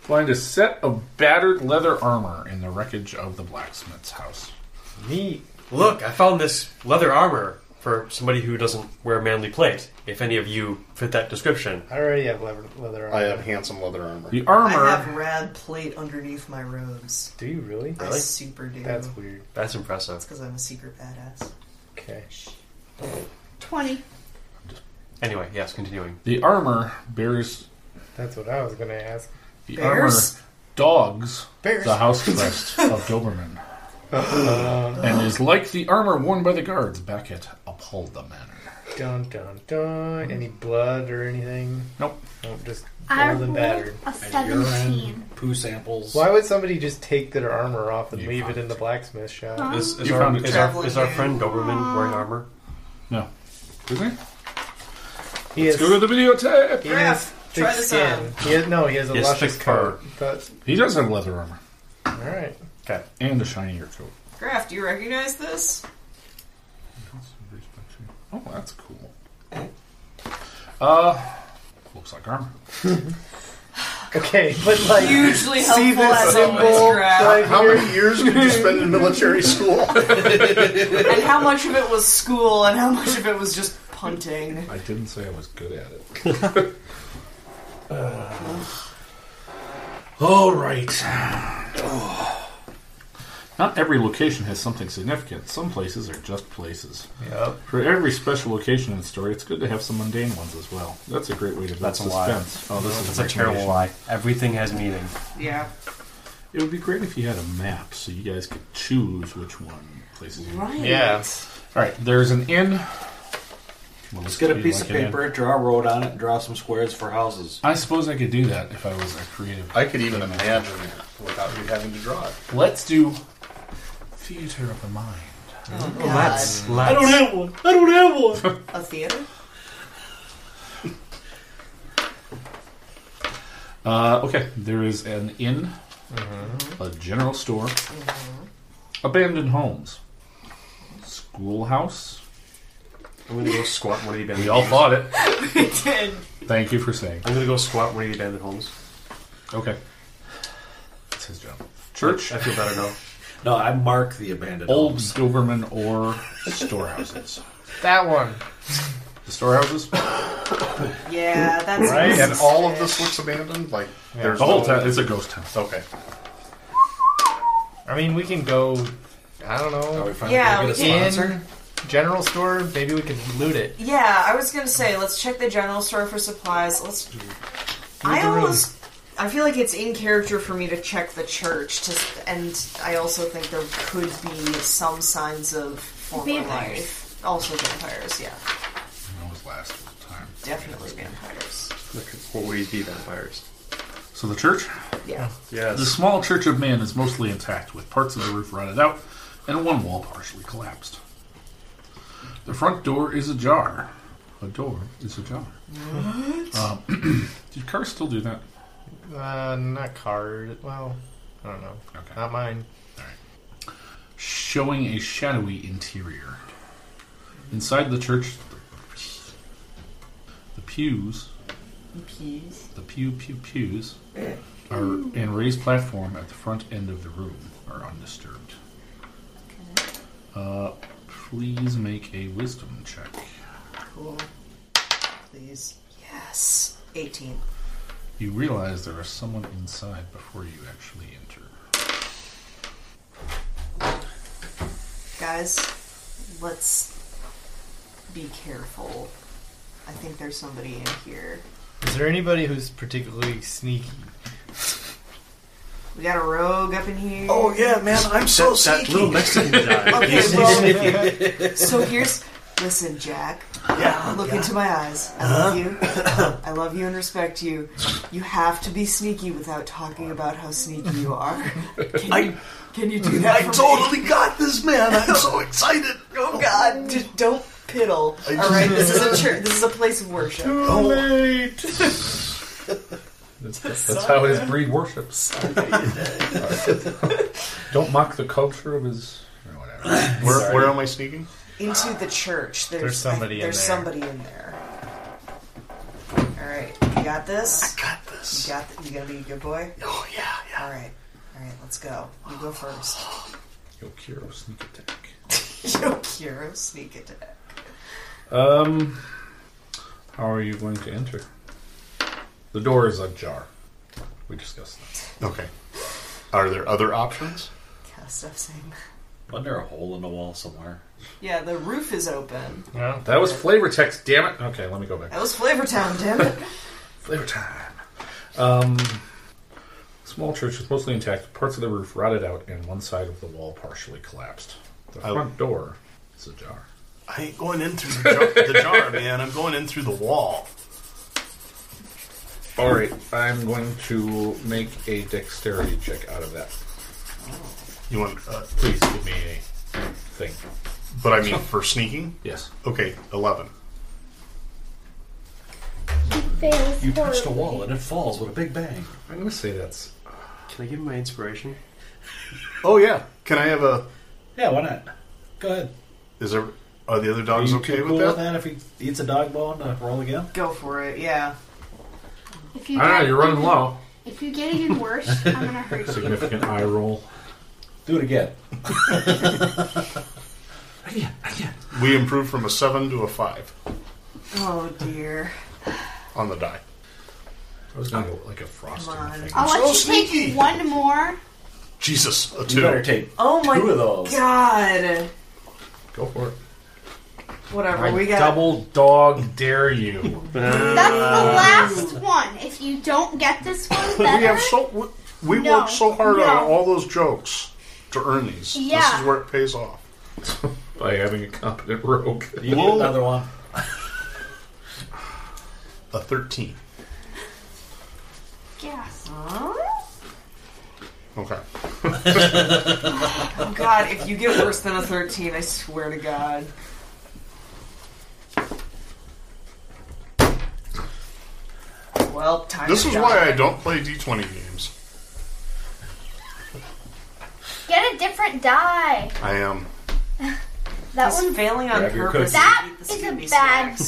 S3: Find a set of battered leather armor in the wreckage of the blacksmith's house.
S7: Neat.
S4: Look, I found this leather armor for somebody who doesn't wear manly plate, if any of you fit that description.
S7: I already have leather. leather
S8: I
S7: on.
S8: have handsome leather armor.
S3: The
S5: I have
S3: armor.
S5: rad plate underneath my robes.
S7: Do you really?
S5: I super do.
S7: That's weird.
S4: That's impressive.
S5: because I'm a secret badass.
S7: Okay.
S6: 20.
S4: Anyway, yes, continuing.
S3: The armor bears
S7: That's what I was going to ask.
S3: the
S5: Bears?
S3: armor dogs
S7: Bears.
S3: the house crest of Doberman, and is like the armor worn by the guards back at Apolda Manor.
S7: Dun dun dun. Any blood or anything?
S3: Nope.
S7: Nope. Just
S6: I
S7: old and battered.
S6: rolled a 17.
S2: Poo samples.
S7: Why would somebody just take their armor off and
S3: You
S7: leave it
S3: found
S7: in the
S3: it.
S7: blacksmith shop?
S4: Is, is,
S3: You
S4: our,
S3: found a
S4: is, our,
S5: traveling
S4: is our
S5: man.
S4: friend Doberman wearing armor?
S3: No, is it?
S7: He
S3: Let's
S7: has,
S3: go to the videotape.
S7: he
S5: Graph,
S7: has thick
S5: try this
S7: skin.
S5: on.
S7: He has, no, he has a
S4: He has
S7: luscious
S4: thick
S7: coat. But,
S3: He does have leather armor
S7: all right.
S4: Okay.
S3: and a shinier coat.
S5: Graf, do you recognize this?
S3: Oh, that's cool. Uh, looks like armor.
S7: Okay, but like
S5: Hugely helpful
S7: see this
S5: as
S7: symbol.
S5: always, Graf.
S7: Like,
S8: How many years did you spend in military school?
S5: and how much of it was school and how much of it was just punting?
S3: I didn't say I was good at it. Uh, all right. Not every location has something significant. Some places are just places.
S7: Yep.
S3: For every special location in the story, it's good to have some mundane ones as well. That's a great way to build
S4: That's a lie.
S3: suspense. Oh, this is
S4: That's a terrible
S3: recommendation.
S4: lie. Everything has meaning.
S5: Yeah.
S3: It would be great if you had a map so you guys could choose which one places. You... All
S5: Right.
S7: Yeah.
S3: right, there's an inn. Well,
S2: Let's get a
S3: be
S2: piece
S3: like
S2: of
S3: an inn.
S2: paper, draw a road on it, and draw some squares for houses.
S3: I suppose I could do that if I was a creative.
S8: I could even imagine it without you having to draw it.
S3: Let's do theater of the mind.
S5: Oh,
S4: Well, that's-
S5: God.
S4: I don't have
S13: one. I don't have one.
S5: A theater?
S3: Uh, okay, there is an inn, a general store, abandoned homes, schoolhouse.
S4: I'm gonna go squat one of the abandoned.
S3: We all bought it.
S5: I did.
S3: Thank you for saying.
S4: I'm gonna go squat one of the abandoned homes.
S3: Okay. That's his job. Church,
S4: I feel better now.
S2: No, I mark the abandoned
S3: old
S2: homes.
S3: Doberman or storehouses.
S9: That one.
S3: The storehouses?
S5: Yeah, that's
S8: Right? And all of this looks abandoned? Like, there's
S3: the whole
S8: no-
S3: town. It's a ghost town.
S8: Okay.
S9: I mean, we can go. I don't
S3: Oh,
S9: know.
S5: Yeah, we can-
S9: In general store, maybe we could loot it.
S5: Yeah, I was gonna say let's check the general store for supplies. Let's. I
S9: the room.
S5: almost. I feel like it's in character for me to check the church, to, s- and I also think there could be some signs of former
S6: Vampires.
S5: life. Also vampires, yeah,
S10: That was last time.
S5: definitely vampires.
S4: There could always be vampires.
S3: So the church?
S5: Yeah,
S4: Yes.
S3: The small church of man is mostly intact, with parts of the roof rotted out and one wall partially collapsed. The front door is ajar. A door is ajar. Um, did cars still do that?
S9: Uh, not card. Well, I don't know.
S3: Okay.
S9: Not mine.
S3: Showing a shadowy interior. Inside the church, the pews,
S5: peas.
S3: the pew pew pews, are and raised platform at the front end of the room are undisturbed. Uh, please make a wisdom check.
S5: Cool. Please. Yes. Eighteen.
S3: You realize there is someone inside before you actually enter.
S5: Guys, let's be careful. I think there's somebody in here.
S9: Is there anybody who's particularly sneaky?
S5: We got a rogue up in here.
S8: Oh, yeah, man, I'm so
S4: that, that
S8: sneaky.
S4: little Mexican guy.
S5: Okay,
S7: Oh,
S5: well, so here's. Listen, Jack.
S8: Yeah,
S5: Look into my eyes. I love you. I love you and respect you. You have to be sneaky without talking about how sneaky you are. Can you,
S8: I-
S5: can you do that?
S8: I
S5: for me?
S8: totally got this, man. I'm so excited.
S5: Oh God! Just don't piddle. All right, this is a church. This is a place of worship.
S10: That's, that's how his breed worships. Don't mock the culture of his. Whatever.
S8: Where, where am I sneaking?
S5: Into the church. There's,
S9: There's somebody in
S5: There's
S9: there.
S5: somebody in there. All right, you got this.
S8: Got this.
S5: You got. Th- you gonna be a good boy.
S8: Oh, yeah, yeah.
S5: All right. All right. Let's go. You go first.
S3: Yokiro sneak attack.
S5: Yokiro sneak attack.
S3: Um, how are you going to enter? The door is ajar. We discussed that.
S8: Okay. Are there other options?
S5: God, stop saying that.
S2: Wasn't there a hole in the wall somewhere?
S5: Yeah, the roof is open.
S3: Yeah, that was flavor text. Damn it. Okay, let me go back.
S5: That was Flavortown, damn it.
S3: Flavor time. Um, small church is mostly intact. Parts of the roof rotted out, and one side of the wall partially collapsed. The
S8: I-
S3: front door is ajar.
S8: I ain't going in through the jar, the jar man. I'm going in through the wall.
S3: All right, I'm going to make a dexterity check out of that.
S8: You want, uh,
S3: Please give me a thing.
S8: but I mean, for sneaking?
S3: Yes.
S8: Okay, 11.
S6: Fails
S2: You touched a wall and it falls with a big bang.
S3: I'm going to say that's.
S4: Can I give him my inspiration?
S8: Oh, yeah. Can I have a.
S2: Yeah, why not? Go ahead.
S8: Is there. Are the other dogs
S2: you
S8: okay
S2: cool
S8: with that?
S2: If he eats a dog bone, uh, roll again.
S5: Go for it, yeah.
S6: If
S3: I don't
S6: you, get,
S3: know, Ah, you're running low.
S6: if you get even worse, I'm gonna hurt you.
S3: Significant eye roll.
S2: Do it again.
S8: We improved from a 7 to a 5
S5: Oh dear.
S8: on the die.
S3: I was going to go like a frosting
S5: Come on.
S3: thing.
S6: I'll let
S8: So
S6: you
S8: sneaky.
S6: take one more.
S8: Jesus, a
S2: You better
S8: 2.
S2: take
S5: Oh my
S2: two of those.
S5: god.
S3: Go for it.
S5: Whatever,
S3: I
S5: we got.
S3: double dog dare you.
S6: That's the last one. If you don't get this one, better.
S8: We have so. We
S6: No.
S8: worked so hard on
S6: No.
S8: all those jokes to earn these. This
S6: Yeah.
S8: is where it pays off.
S3: By having a competent rogue.
S2: You need another one.
S8: A 13.
S6: Yes.
S5: Huh?
S8: Okay.
S5: Oh God, if you get worse than a thirteen, I swear to God. Well, time.
S8: This
S5: to
S8: is
S5: die.
S8: why I don't play D20 games.
S6: Get a different die.
S8: I am.
S6: That
S5: He's
S6: one
S5: failing on
S8: Grab your
S5: purpose.
S8: cookie.
S6: That is a bad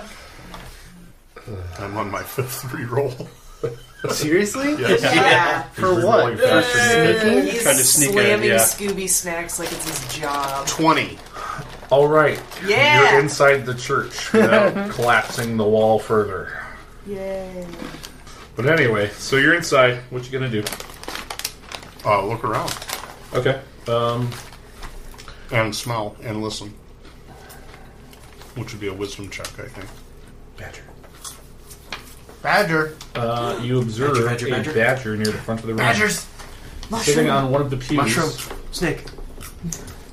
S6: dog.
S8: I'm on my fifth re-roll.
S16: Seriously?
S8: Yes.
S5: Yeah. Yeah.
S16: For what?
S5: He's
S2: Trying to sneak in,
S5: slamming
S2: yeah.
S5: Scooby snacks like it's his job.
S8: Twenty.
S3: All right.
S5: Yeah.
S3: You're inside the church without collapsing the wall further.
S5: Yay!
S3: But anyway, so you're inside. What you gonna do?
S8: Uh, look around
S3: Okay. Um,
S8: and smell and listen, which would be a wisdom check, I think.
S3: badger.
S7: Badger.
S3: Uh, you observe
S17: badger,
S3: a
S17: badger.
S3: badger near the front of the room,
S7: Badgers.
S3: sitting on one of the pews.
S17: Mushroom. Snake.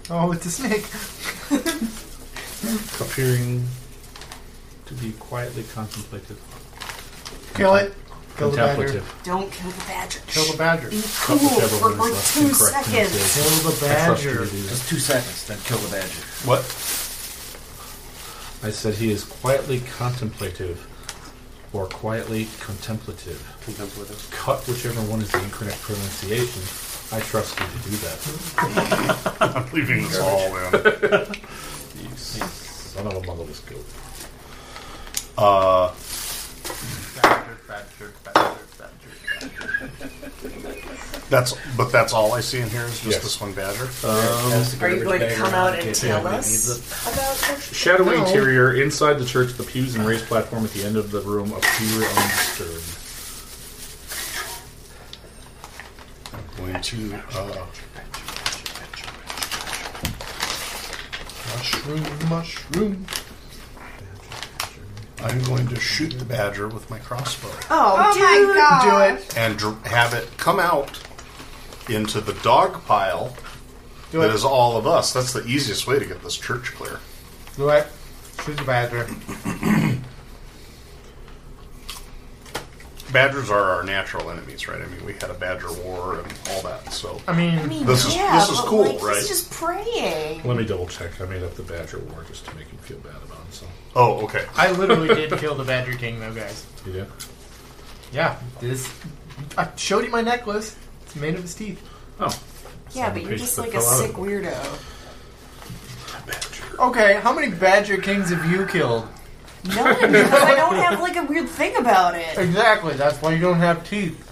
S7: Oh, it's a snake.
S3: appearing to be quietly contemplative.
S7: Kill it. Kill the badger.
S3: Contemplative.
S5: Don't kill the badger.
S7: Kill the badger.
S5: Be cool for like two seconds.
S7: Kill the badger.
S2: Just two seconds, then kill the badger.
S8: Oh.
S3: What? I said he is quietly contemplative, or quietly contemplative.
S17: Contemplative.
S3: Cut whichever one is the incorrect pronunciation. I trust you to do that.
S8: I'm leaving this all in.
S3: You son of a motherless goat.
S8: Uh,
S7: Badger, badger, badger, badger.
S8: that's but that's all I see in here is just
S3: Yes.
S8: this one badger.
S5: Are you going to come out and tell us about this?
S3: Shadowy interior inside the church. The pews and raised platform at the end of the room appear undisturbed.
S8: going to uh, mushroom, mushroom. I'm going to shoot the badger with my crossbow
S5: Oh,
S6: Oh my
S5: dude.
S6: god.
S7: Do it.
S8: and dr- have it come out into the dog pile
S7: Do
S8: that
S7: it.
S8: is all of us. That's the easiest way to get this church clear.
S7: Do it. Shoot the badger.
S8: Badgers are our natural enemies, right? I mean, we had a badger war and all that. So
S7: I mean,
S8: this is
S5: Yeah,
S8: this is
S5: but,
S8: cool,
S5: like,
S8: right?
S5: He's just praying.
S3: Let me double check. I made up the Badger War just to make him feel bad about himself.
S8: Oh, okay.
S7: I literally did kill the badger king, though, guys.
S3: You did?
S7: Yeah, this. I showed you my necklace. It's made of his teeth.
S3: Oh.
S5: Yeah, but you're
S3: Page
S5: just
S3: that
S5: like a
S3: fell out of
S5: sick
S3: it.
S5: weirdo.
S7: Okay, how many badger kings have you killed?
S5: No, because I don't have like a weird thing about it.
S7: Exactly. That's why you don't have teeth.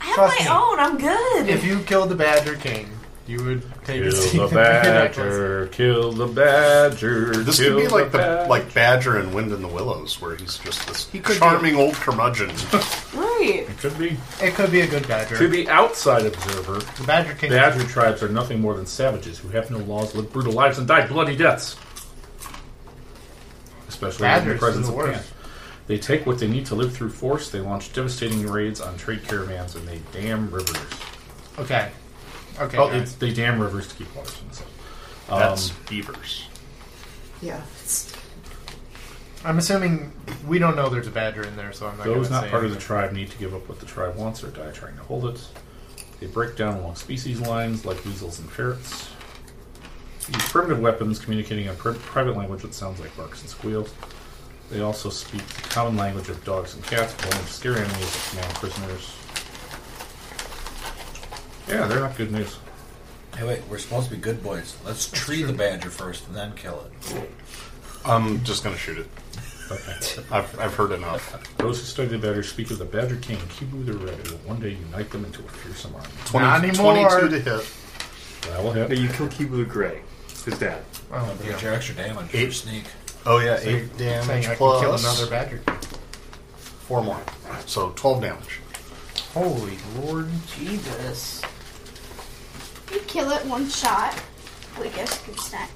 S5: I have
S7: Trust
S5: my
S7: me.
S5: own. I'm good.
S7: If you killed the badger king, you would take
S3: Kill
S7: his teeth.
S3: the
S7: and make a necklace.
S3: badger, kill the badger.
S8: This
S3: kill
S8: could be like the
S3: badger.
S8: like Badger and Wind in the Willows, where he's just this
S7: He could
S8: charming old curmudgeon.
S5: right.
S3: It could be.
S7: It could be a good badger.
S3: To the outside observer,
S7: the badger king.
S3: badger tribes are nothing more than savages who have no laws, live brutal lives, and die bloody deaths. Especially in
S7: Badgers
S3: the
S7: are
S3: presence
S7: the
S3: of man.
S7: worst.
S3: They take what they need to live through force. They launch devastating raids on trade caravans, and they dam rivers.
S7: Okay. Okay.
S3: Oh,
S7: guys.
S3: it's, they dam rivers to keep water from Um, themselves.
S8: That's beavers.
S5: Yeah. it's-
S7: I'm assuming we don't know there's a badger in there, so I'm not.
S3: Those
S7: gonna
S3: not
S7: say
S3: part of the
S7: anything.
S3: tribe need to give up what the tribe wants or die trying to hold it. They break down along species lines like weasels and ferrets. Use primitive weapons communicating a pri- private language that sounds like barks and squeals. They also speak the common language of dogs and cats, but only scare animals that command prisoners. Yeah, they're not good news.
S2: Hey, wait, we're supposed to be good boys. Let's tree the badger first and then kill it.
S8: I'm just gonna shoot it.
S3: Okay.
S8: I've, I've heard enough.
S3: Those who study the badger speak of the badger king, Kibu the Red, who will one day unite them into a fearsome army.
S8: 20,
S7: Not anymore.
S8: 22 to hit,
S3: That will hit.
S17: you kill Kibu the Gray. His dad.
S7: Oh,
S2: But
S7: yeah.
S2: it's your extra damage.
S8: Eight.
S2: for sneak.
S8: Oh yeah,
S7: You're
S8: eight damage
S7: saying I
S8: plus
S7: can kill another badger.
S8: four more, so twelve damage.
S7: Holy lord!
S5: Jesus.
S6: You kill it one shot. We get a scoop snack.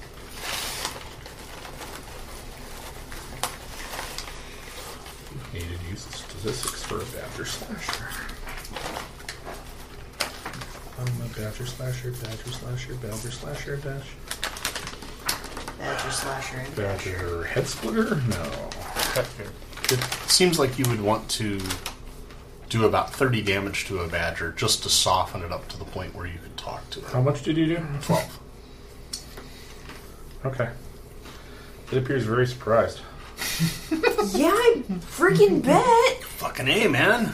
S3: Needed use of statistics for a badger slasher. I'm a badger slasher, badger slasher, badger slasher, dash.
S5: Badger slasher. and
S3: Badger head splitter? No.
S8: It seems like you would want to do about 30 damage to a badger just to soften it up to the point where you could talk to it.
S3: How much did you do?
S8: 12.
S3: Okay. It appears very surprised.
S5: Yeah, I freaking bet.
S8: Fucking A, man.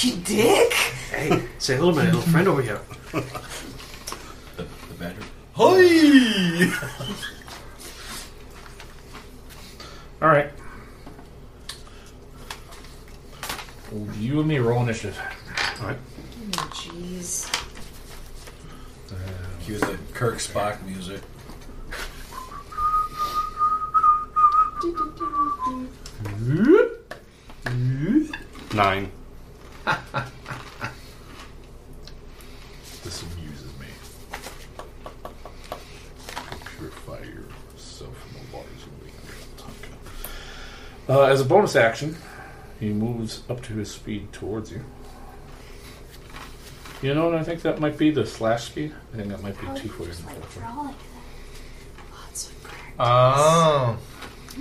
S5: You dick.
S4: Hey, say hello to my little friend over here.
S13: The badger.
S3: Hoi! All right. You and me roll initiative.
S8: All right.
S5: Jeez.
S13: Cue the Kirk Spock music.
S8: Nine.
S10: This amuses me. Purify yourself from the waters of Lake
S3: Uh, as a bonus action, he moves up to his speed towards you. You know what? I think that might be the slash speed. I think that might be two for you.
S8: Mm.
S7: Um,
S9: Oh.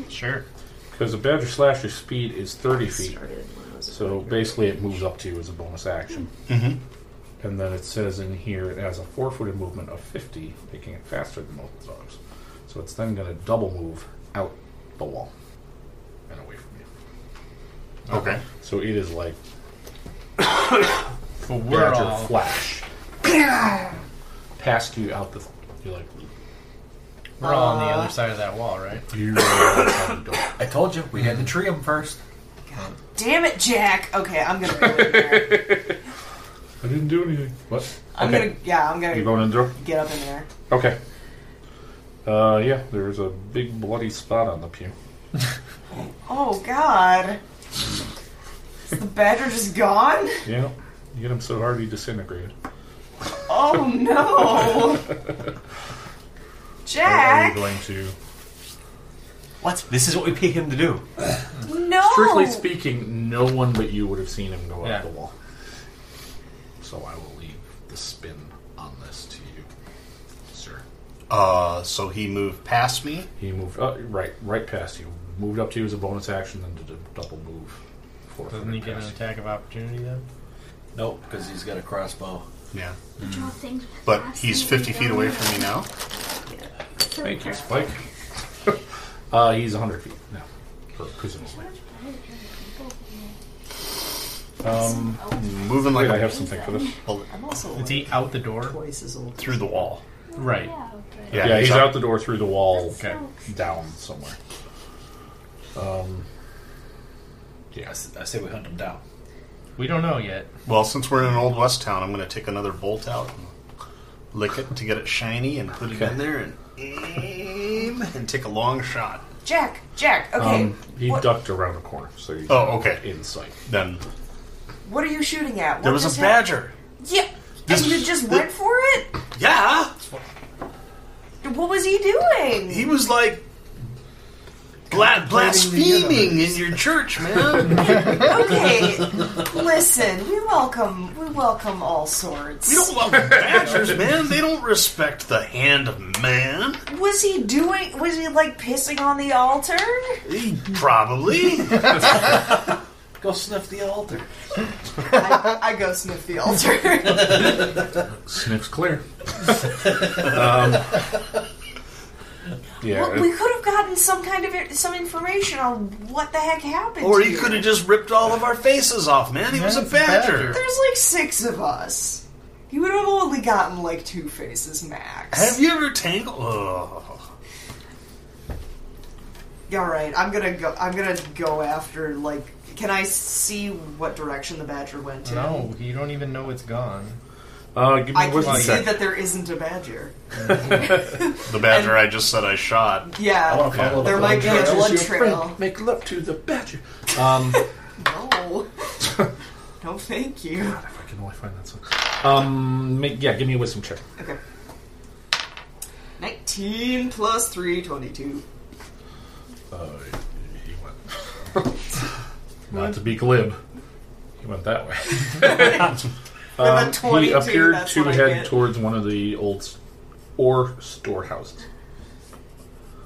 S9: Sure.
S3: Because a badger slasher speed is 30 feet.
S5: Started when I was a
S3: So basically, it moves up to you as a bonus action.
S8: Mhm.
S3: And then it says in here it has a four footed movement of 50, making it faster than most dogs. So it's then going to double move out the wall and away from you.
S8: Okay.
S3: So it is like
S9: But we're
S3: badger
S9: all.
S3: flash. Past you out the. You're like.
S9: We're all on the
S4: Uh,
S9: other side of that wall, right?
S3: You are out the door.
S13: I told you we had
S4: Mm-hmm.
S13: to tree him first.
S5: Damn it, Jack. Okay, I'm gonna. Go in there.
S3: I didn't do anything. What?
S5: I'm
S3: okay.
S5: gonna. Yeah, I'm
S3: You
S5: gonna
S3: going in the door?
S5: get up in there.
S3: Okay. Uh, yeah, there's a big bloody spot on the pew.
S5: Oh God. Is the badger just gone?
S3: Yeah. You get him so hard he disintegrated.
S5: Oh no.
S3: Are you
S5: Jack.
S3: going to.
S4: What? This is what we pay him to do.
S5: No.
S8: Oh.
S3: Strictly speaking, no one but you would have seen him go
S9: Yeah.
S3: out the wall. So I will leave the spin on this to you, sir.
S8: Uh, so he moved past me.
S3: He moved uh, right, right past you. Moved up to you as a bonus action, then did a double move. Four
S9: Doesn't he get an attack of opportunity then?
S13: Nope, because he's got a crossbow.
S8: Yeah.
S6: Draw things with
S8: But
S6: glass
S8: he's
S6: and
S8: 50
S6: we
S8: feet
S6: don't
S8: away
S6: know.
S8: from me now.
S6: So
S3: Thank you,
S6: that's
S3: Spike. uh, he's 100 feet now. Or presumably.
S6: much better than people
S3: Um,
S8: Moving like
S3: wait, I
S8: a
S3: have something for this.
S8: bullet
S5: I'm also
S9: Is
S5: like
S9: he out the door?
S5: twice as old.
S8: through the wall.
S9: Right.
S6: do.
S3: Yeah, he's out the door through the wall.
S9: Okay.
S3: down somewhere. Um,
S13: I, s- I say we hunt him down.
S9: We don't know yet.
S8: Well, since we're in an old west town, I'm going to take another bolt out and lick it to get it shiny and put it in there and aim and take a long shot.
S5: Jack. Jack. Okay.
S3: Um, he
S5: what,
S3: ducked around a corner, so he's
S8: Oh, okay.
S3: in sight.
S8: Then
S5: what are you shooting at? What
S8: there was
S5: just
S8: a
S5: hap-
S8: badger.
S5: Yeah. And you just went for it.
S8: Yeah,
S5: What was he doing?
S8: he was like bla- blaspheming in your church, man.
S5: Okay, listen. We welcome. We welcome all sorts.
S8: we don't love badgers, man. They don't respect the hand of man.
S5: Was he doing? Was he like pissing on the altar?
S8: He- Probably.
S13: Go sniff the altar.
S5: I, I go sniff the altar.
S3: Sniff's clear. um, yeah,
S5: well, we could have gotten some kind of some information on what the heck happened.
S8: Or he
S5: here.
S8: could have just ripped all of our faces off, man. He was a badger.
S5: There's like six of us. He would have only gotten like two faces max.
S8: Have you ever tangled? Oh.
S5: All right, I'm gonna go. I'm gonna go after like. Can I see what direction the badger went to?
S9: No, you don't even know it's gone.
S3: uh, give me
S5: I
S3: a
S5: can
S3: wisdom
S5: see
S3: check.
S5: that there isn't a badger.
S8: The badger I just said I shot.
S5: Yeah.
S13: I
S3: Oh,
S13: want to follow the
S5: There might be a
S13: badger.
S5: blood trail.
S3: Make love to the badger. Um,
S5: No. no, thank you.
S3: if I can only find that song. Um, make, yeah, give me a wisdom check.
S5: Okay. 19 plus 3, 22.
S3: Uh, he went. Not to be glib, he went that way.
S5: For the
S3: Um, he
S5: 22,
S3: appeared
S5: that's
S3: to
S5: what I
S3: head
S5: get.
S3: towards one of the old s- ore storehouses.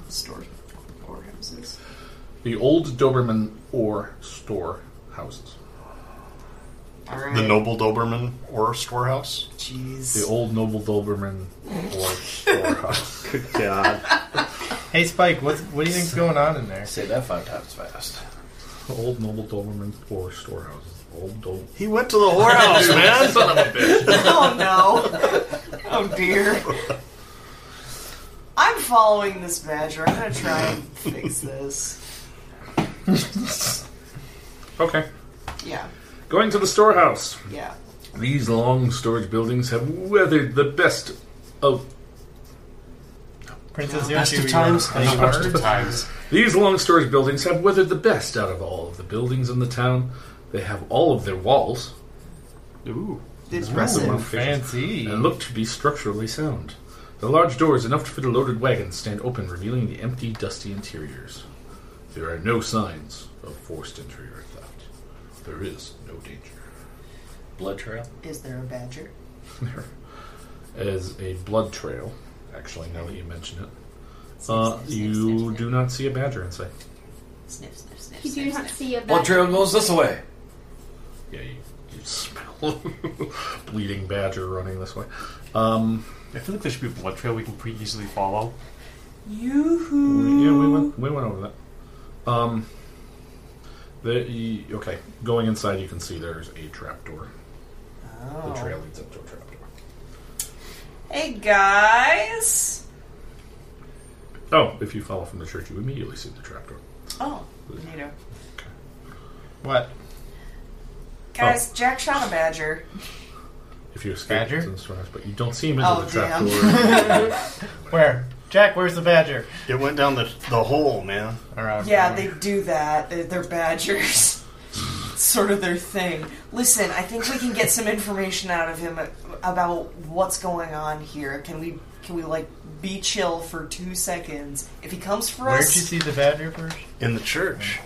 S5: Store. Or houses.
S3: The old Doberman ore storehouses.
S5: All right.
S8: The Noble Doberman or Storehouse?
S5: Jeez.
S3: The old noble Doberman or storehouse.
S2: Good God.
S7: Hey Spike, what's what do you think's going on in there?
S13: Say that five times fast.
S3: old noble Doberman or storehouses. Old Doberman.
S8: He went to the whorehouse, man.
S10: Son of a bitch.
S5: oh no. Oh dear. I'm following this badger. I'm gonna try and fix this.
S3: Okay.
S5: Yeah,
S3: Going to the storehouse.
S5: yeah.
S3: These long storage buildings have weathered the best of
S7: Princess
S4: Best
S7: Yoshi,
S4: of
S7: were you
S4: times,
S7: any
S4: best of
S7: words?
S4: times.
S3: These long storage buildings have weathered the best out of all of the buildings in the town. They have all of their walls
S7: Ooh,
S5: It's
S3: Ooh,
S5: impressive.
S7: fancy.
S3: and look to be structurally sound. The large doors, enough to fit a loaded wagon, stand open, revealing the empty, dusty interiors. There are no signs of forced interior theft. There is no danger.
S13: Blood trail.
S5: Is there a badger?
S3: As a blood trail, actually, now that you mention it, uh, you do not see a badger inside.
S18: Sniff, sniff, sniff.
S6: You do not see a
S13: Blood
S6: badger.
S13: trail goes this way.
S3: Yeah, you, you smell bleeding badger running this way. Um,
S4: I feel like there should be a blood trail we can pretty easily follow.
S3: Yeah, we
S5: Yoo-hoo.
S3: went we went over that. Um, the y- okay, going inside, you can see there's a trapdoor. The trail leads up to a trapdoor.
S5: Hey guys.
S3: Oh, if you follow from the church, you immediately see the trapdoor.
S5: Oh, NATO.
S7: What?
S5: Guys, Jack shot a badger.
S3: If you escape,
S7: Badger?
S3: it's in the storehouse, but you don't see him into
S5: Oh,
S3: the
S5: damn.
S3: trapdoor.
S7: Where? Jack, where's the badger?
S8: It went down the, the hole, man.
S7: All right.
S5: Yeah, they do that. They're, they're badgers. It's sort of their thing. Listen, I think we can get some information out of him about what's going on here. Can we? Can we like be chill for two seconds? If he comes for
S7: Where'd you
S5: us,
S7: see the badger first?
S8: In the church.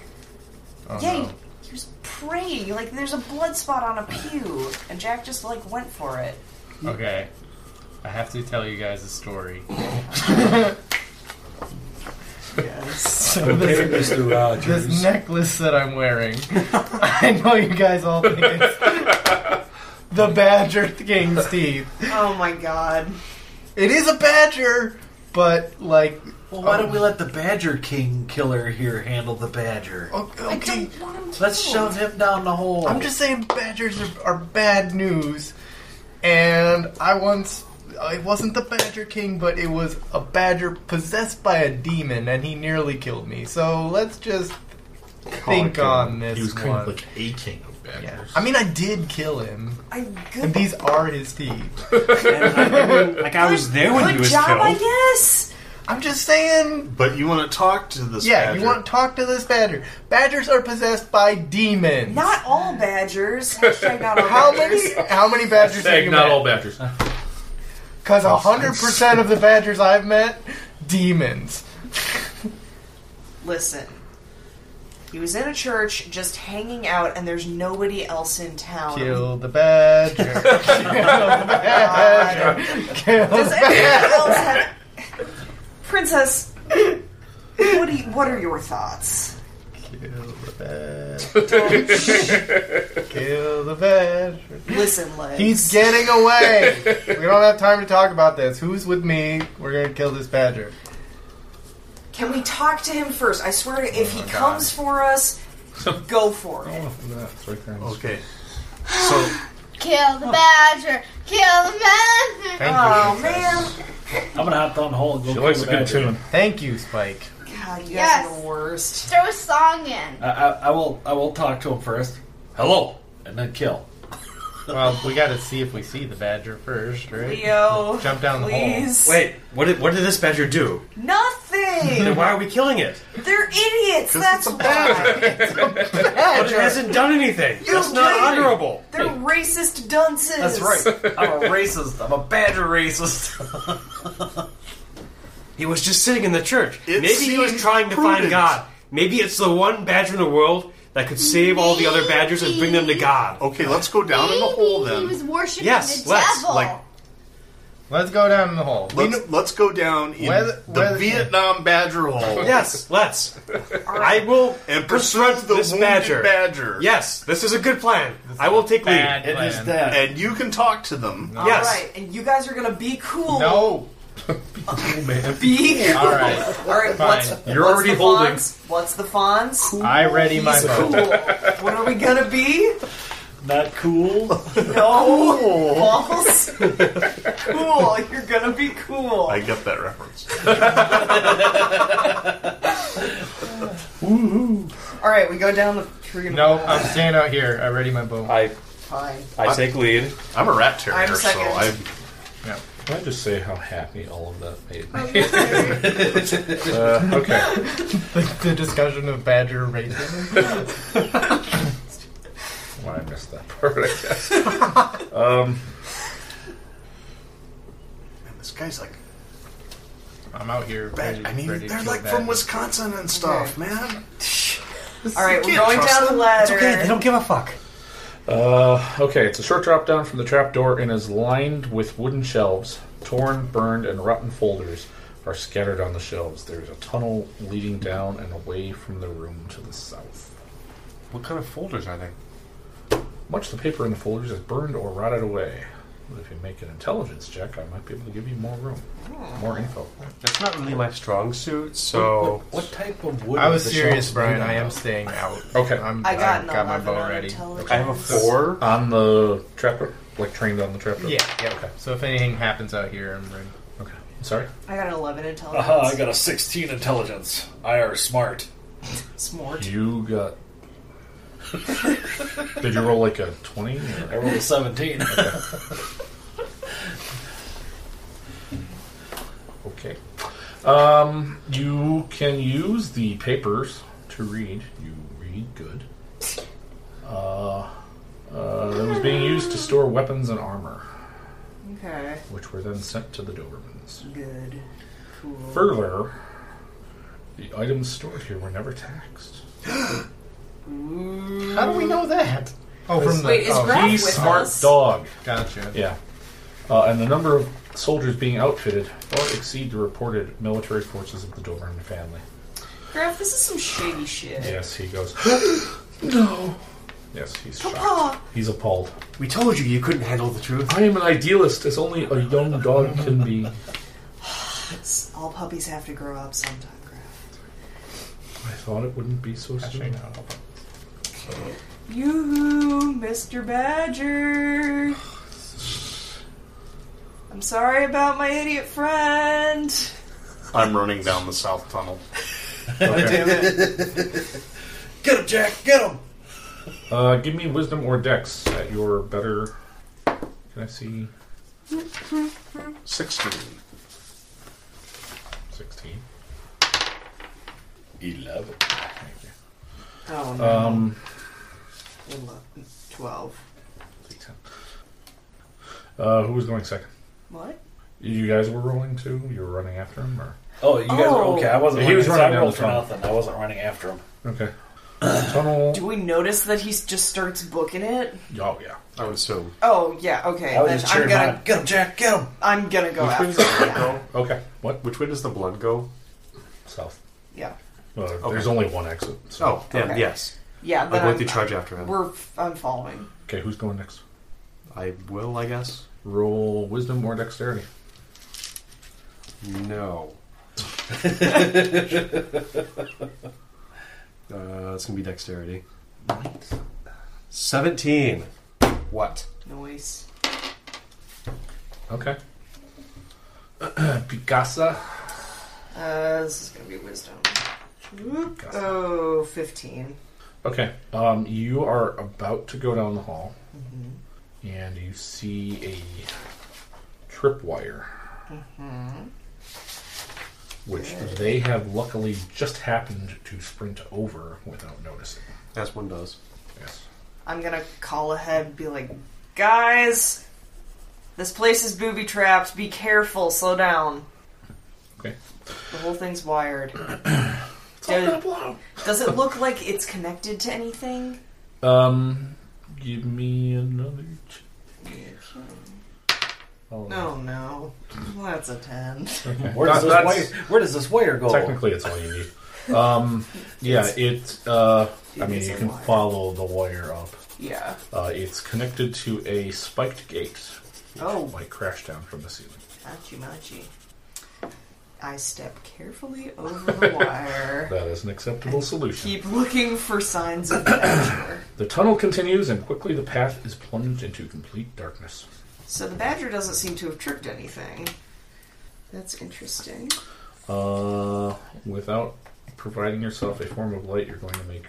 S7: Oh,
S5: yeah,
S7: no.
S5: he, he was praying. Like there's a blood spot on a pew, and Jack just like went for it.
S7: Okay. I have to tell you guys a story.
S5: Yes.
S7: So this,
S13: Mr. Rogers.
S7: this necklace that I'm wearing, I know you guys all think it's the badger king's teeth.
S5: oh my god.
S7: It is a badger, but like,
S13: Well, why don't we let the Badger King killer here handle the badger?
S7: o- okay,
S13: Let's
S4: Oh.
S13: shove him down the hole.
S7: I'm just saying badgers are, are bad news. And I once, uh, it wasn't the badger king, but it was a badger possessed by a demon, and he nearly killed me. So let's just think on this
S3: he was
S7: one.
S3: kind of like a king of badgers.
S7: Yeah. I mean, I did kill him,
S5: I'm good.
S7: and these are his teeth.
S4: Like I was there when he
S5: Good
S4: was
S5: job, I
S4: killed.
S5: guess.
S7: I'm just saying.
S8: But you want to talk to this
S7: Yeah,
S8: badger.
S7: you want to talk to this badger? Badgers are possessed by demons.
S5: Not all badgers. Hashtag not all
S7: how
S5: badgers.
S7: many? How many badgers have
S3: Hashtag
S7: you
S3: not all
S7: met?
S3: badgers.
S7: Because hundred percent of the badgers I've met, demons.
S5: Listen. He was in a church just hanging out, and there's nobody else in town.
S7: Kill the badger. Kill the badger. Kill
S5: Does
S7: the
S5: anyone else have. Princess, what, do you, what are your thoughts?
S7: badger. Kill the badger.
S5: Listen, Liz.
S7: He's getting away. We don't have time to talk about this. Who's with me? We're gonna kill this badger.
S5: Can we talk to him first? I swear, to,
S7: Oh
S5: if he comes for us, go for it.
S3: That's right there.
S8: Okay. So,
S6: Kill the badger. Kill the badger.
S7: Thank
S5: Oh,
S7: you.
S5: man.
S13: I'm gonna hop down the hole and go.
S3: She
S13: kill
S3: likes
S13: the
S3: a good
S13: badger.
S3: tune.
S7: Thank you, Spike.
S5: God, you guys are
S6: Yes.
S5: the worst.
S6: Throw a song in.
S13: I, I, I will. I will talk to him first. Hello, and then kill.
S7: Well, we gotta see if we see the badger first, right?
S5: Leo,
S7: Jump down the hole.
S5: please.
S4: Wait, what did, what did this badger do?
S5: Nothing.
S4: Then why are we killing it?
S5: They're idiots. That's why.
S4: But it hasn't done anything.
S5: You're
S4: That's not
S5: right.
S4: honorable.
S5: They're racist dunces.
S13: That's right. I'm a racist. I'm a badger racist.
S4: He was just sitting in the church.
S8: It
S4: Maybe he was
S8: seems
S4: trying to find
S8: prudent.
S4: God. Maybe it's the one badger in the world that could save all the other badgers and bring them to God.
S8: okay, let's go down in the hole
S6: Maybe He
S8: then.
S6: was worshiping
S4: Yes,
S6: the
S4: let's,
S6: devil.
S8: like-
S7: Let's go down in the hole.
S8: Let's, let's go down in
S7: Whether-
S8: the
S7: whether-
S8: Vietnam Badger hole.
S4: Yes, let's. I will
S8: And pursue the
S4: this
S8: wounded
S4: badger.
S8: badger.
S4: Yes, this is a good plan. I will take lead.
S7: bad It is plan.
S4: that.
S8: And you can talk to them.
S4: Yes.
S5: All right, and you guys are gonna be cool.
S7: No.
S5: Be cool.
S7: All right.
S5: All right. What's,
S7: Fine.
S5: what's the Fonz? What's the Fonz?
S7: I ready my
S5: He's
S7: vote.
S5: cool. what are we gonna be?
S2: Not cool.
S5: No. Balls. cool. You're gonna be cool.
S8: I get that reference.
S5: All right, we go down the tree.
S7: No, I'm staying out here. I ready my bow.
S19: I
S5: Fine.
S19: I take lead.
S8: I'm a rat terrier,
S5: I'm
S8: so
S5: second.
S8: I.
S3: Can I just say how happy all of that made me? uh, okay.
S7: the, the discussion of badger racism.
S3: Well, I missed that part, I guess. um,
S8: Man, this guy's like.
S7: I'm out here.
S8: Bad.
S7: ready-
S8: I mean,
S7: ready to
S8: they're
S7: kill
S8: like from
S7: badgers.
S8: Wisconsin and stuff, man.
S5: All right,
S8: You
S5: we're
S8: can't
S5: going
S8: trust
S5: down the
S8: them.
S5: ladder.
S4: give a fuck.
S3: uh, okay, it's a short drop down from the trapdoor and is lined with wooden shelves. Torn, burned, and rotten folders are scattered on the shelves. There's a tunnel leading down and away from the room to the south.
S9: What kind of folders are they?
S3: Much of the paper in the folders is burned or rotted away. But if you make an intelligence check, I might be able to give you more room, more info.
S4: That's not really my strong suit, so.
S13: What, what type of wood?
S7: I was
S13: is the
S7: serious,
S13: shelf
S7: Brian.
S13: made
S7: I
S13: out
S7: am
S13: of?
S7: staying out.
S3: Okay.
S7: I'm,
S5: I got
S7: I've
S5: an
S7: got my
S5: 11
S7: bow
S5: on
S7: ready.
S5: intelligence.
S4: I have a four.
S3: On the trapdoor, like trained on the trapdoor.
S7: Yeah, yeah.
S3: Okay.
S7: So if anything happens out here, I'm ready.
S3: Okay. Sorry.
S5: I got an 11 intelligence.
S2: Aha, Uh, I got a 16 intelligence. I are smart.
S5: Smart.
S3: You got. Did you roll like a twenty?
S2: I rolled a 17.
S3: Okay. Um, you can use the papers to read. You read good. Uh, uh, that was being used to store weapons and armor,
S5: Okay.
S3: which were then sent to the Dobermans.
S5: Good. Cool.
S3: Further, the items stored here were never taxed.
S7: How do we know that? Oh, from the
S5: Wait, is
S7: oh,
S5: Graf
S3: Be
S5: with
S3: smart
S5: us?
S3: dog.
S7: gotcha.
S3: Yeah. Uh, and the number of soldiers being outfitted far exceed the reported military forces of the Doberman family.
S5: Graf, this is some shady shit.
S3: Yes, he goes, No. Yes, he's shocked.
S5: Papa.
S3: He's appalled.
S4: We told you you couldn't handle the truth.
S3: I am an idealist, as only a young dog can be.
S5: It's- All puppies have to grow up sometime, Graf.
S3: I thought it wouldn't be so soon.
S5: Yoo-hoo, Mr. Badger. I'm sorry about my idiot friend.
S8: I'm running down the south tunnel.
S13: Get him, Jack. Get him.
S3: Uh, give me wisdom or dex at your better. Can I see
S8: 16.
S3: 16?
S2: 11.
S5: Oh, no.
S3: Um,
S5: 12.
S3: uh, who was going second?
S5: What?
S3: You guys were rolling too? You were running after him? or
S2: Oh, you guys were
S5: Oh.
S2: okay. I wasn't.
S3: He was running down
S2: running, so I rolled
S3: the
S2: for
S3: tunnel.
S2: nothing. I wasn't running after him.
S3: Okay. Tunnel.
S5: Do we notice that he just starts booking it?
S3: Oh, yeah.
S4: I would assume.
S5: Oh, yeah, okay.
S2: I was
S5: Then
S2: just
S5: I'm
S2: cheering
S5: gonna,
S2: mine.
S13: Get him, Jack. Get him.
S5: I'm gonna go
S4: Which way does
S5: after
S4: the blood
S5: him.
S4: go?
S3: Okay. What?
S4: Which way does the blood go?
S3: South.
S5: Yeah.
S3: Uh, There's only one exit. So.
S4: Oh, then
S5: Okay.
S4: yes.
S5: Yeah,
S4: I'm
S5: then
S4: going to charge after him.
S5: We're, I'm following.
S3: Okay, who's going next?
S4: I will, I guess.
S3: Roll wisdom or dexterity.
S4: No. uh, it's gonna be dexterity. Seventeen. What?
S5: Noise.
S3: Okay. Picasa.
S5: Uh, this is gonna be wisdom. Whoop. Oh, 15.
S3: Okay. Um, you are about to go down the hall, and you see a tripwire, which they have luckily just happened to sprint over without noticing.
S4: As one does.
S3: Yes.
S5: I'm gonna call ahead and be like, guys, this place is booby trapped. Be careful. Slow down.
S3: Okay.
S5: The whole thing's wired. does, does it look like it's connected to anything?
S3: Um, give me another. ch-
S5: Oh no. Well, that's a 10.
S2: Where does, this
S3: That's-
S2: wire, where does this wire go?
S3: Technically, it's all you need. Um, yeah, it's. Uh, I mean, you can follow the wire up.
S5: Yeah.
S3: Uh, it's connected to a spiked gate. which,
S5: Oh.
S3: Like crashed down from the ceiling.
S5: Machi Machi. I step carefully over the wire.
S3: That is an acceptable solution.
S5: Keep looking for signs of badger.
S3: The tunnel continues, and quickly the path is plunged into complete darkness.
S5: so the badger doesn't seem to have tricked anything. That's interesting.
S3: Uh, without providing yourself a form of light, you're going to make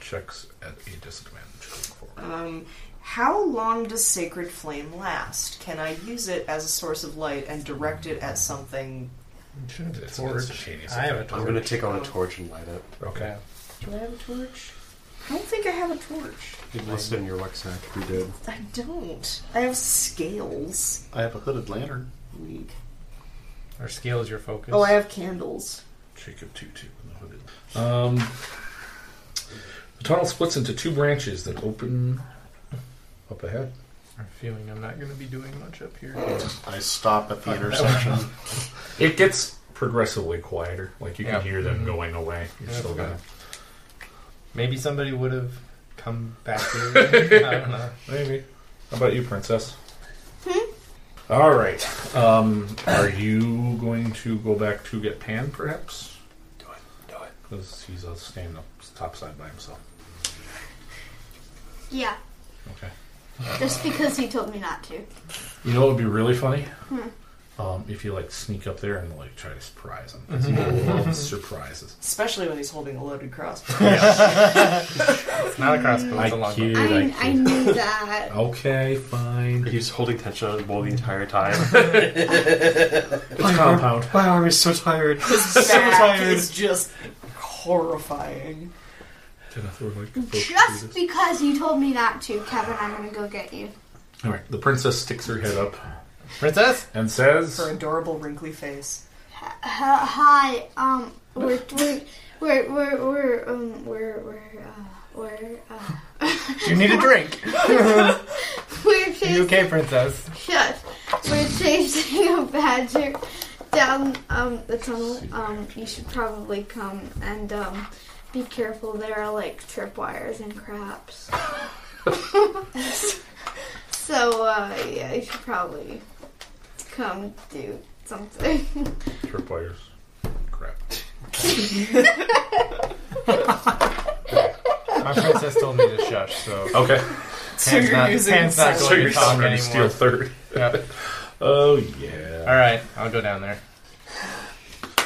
S3: checks at a disadvantage.
S5: Um, how long does sacred flame last? Can I use it as a source of light and direct it at something?
S3: It's an instantaneous effect.
S4: I'm going to take on a torch and light it.
S3: Okay.
S5: Do I have a torch? I don't think I have a torch.
S4: It listed in your rucksack. We did.
S5: I don't. I have scales.
S8: I have a hooded lantern.
S5: Weak.
S7: Our scale is your focus.
S5: Oh, I have candles.
S3: Jacob Tutu. Um, the tunnel splits into two branches that open up ahead.
S7: I'm feeling I'm not going to be doing much up here.
S8: I stop at the intersection.
S3: It gets progressively quieter. Like you
S7: Yeah.
S3: can hear them going away. You're
S7: Yeah,
S3: still
S7: okay.
S3: gonna.
S7: Maybe somebody would have come back here. I don't know.
S3: Maybe. How about you, Princess?
S6: Hmm?
S3: All right. Um, are you going to go back to get Pan, perhaps? Do it. Do it. Because he's uh, standing up topside by himself.
S6: Yeah,
S3: Okay.
S6: just because he told me not to.
S3: You know what would be really funny?
S6: Hmm.
S3: Um, if you like sneak up there and like try to surprise him. 'Cause people love surprises.
S5: Especially when he's holding a loaded crossbow.
S3: It's
S7: not a crossbow,
S3: it's a longbow.
S6: I, I knew that.
S3: Oh, Okay, fine.
S4: He's holding tension on his bowl Uh, the entire time.
S3: it's compound.
S4: My arm is so tired. so
S5: His back
S4: tired.
S5: is just horrifying.
S6: Just because you told me not to, Kevin, I'm gonna go get you.
S3: All right. The princess sticks her head up. Princess and says,
S5: Her adorable wrinkly face.
S6: Hi, um, we're we're we're we're we're um, we're we're uh, we're uh,
S7: You need a drink.
S6: we're
S7: You
S6: chasing
S7: okay, princess?
S6: shut. We're chasing a badger down um the tunnel. Um, you should probably come and um be careful. There are like tripwires and craps. so uh, yeah, you should probably come do something.
S3: "Tripwires, crap."
S7: My princess told me to shush, so.
S3: Okay.
S7: So you're not,
S5: using
S7: Pan's not
S3: So
S7: going
S3: you're
S7: to talk
S3: telling her
S7: anymore.
S3: to steal third.
S7: Yep.
S3: Oh yeah.
S7: All right, I'll go down there.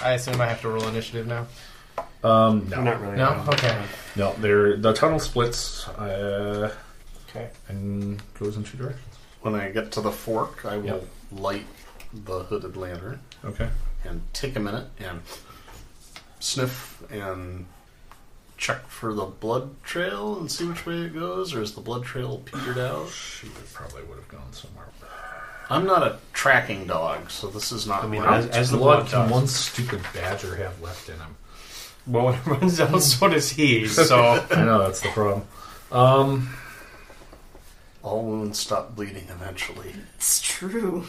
S7: I assume I have to roll initiative now.
S3: Um, no,
S4: Not really.
S7: No? Okay.
S3: no. There, the tunnel splits. Uh,
S7: Okay.
S3: and goes in two directions.
S8: When I get to the fork, I will
S3: Yep.
S8: light the hooded lantern
S3: Okay.
S8: and take a minute and sniff and check for the blood trail and see which way it goes, or is the blood trail petered out?
S3: She would probably would have gone somewhere.
S8: I'm not a tracking dog, so this is not.
S4: I mean,
S8: my-
S4: as, as the
S3: Blood
S4: blood
S3: can
S4: does.
S3: one stupid badger have left in him?
S4: Well, when it runs out, so does he. So
S3: I know that's the problem. Um,
S8: all wounds stop bleeding eventually.
S5: It's true.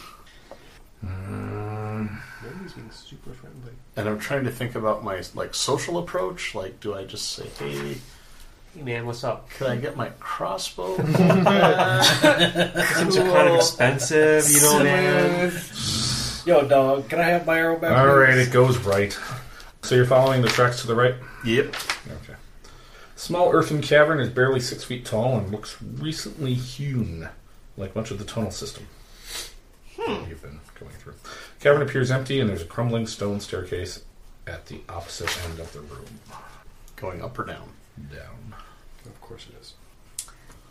S4: Nobody's being super friendly.
S8: And I'm trying to think about my like social approach. Like, do I just say, "Hey,
S4: Hey man, what's up?
S8: could I get my crossbow?"
S4: Things are kind of expensive, you know, man.
S2: Yo, dog, can I have my arrow back?
S3: all right,
S2: please?
S3: it goes right. So you're following the tracks to the right.
S8: yep.
S3: Okay. Small earthen cavern is barely six feet tall and looks recently hewn, like much of the tunnel system that you've been going through. Cavern appears empty, and there's a crumbling stone staircase at the opposite end of the room.
S8: Going up or down?
S3: Down.
S4: Of course it is.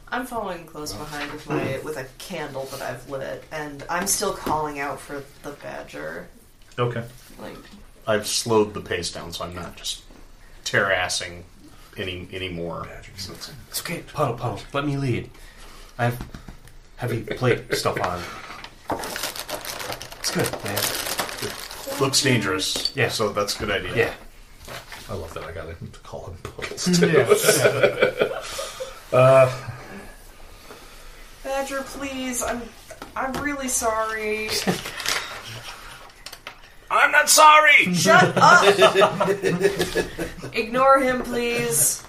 S5: I'm following close behind with my with a candle that I've lit, and I'm still calling out for the badger.
S3: Okay.
S5: Like,
S8: I've slowed the pace down, so I'm not just terrassing any anymore.
S4: It's okay. Puddle, puddle. Let me lead. I have heavy plate stuff on. It's good, man.
S8: Looks dangerous.
S4: Yeah.
S8: So that's a good idea.
S4: Yeah.
S3: I love that I got him to call him Puddles, too. uh,
S5: badger, please! I'm I'm really sorry.
S19: I'm not sorry.
S5: Shut up. Ignore him, please.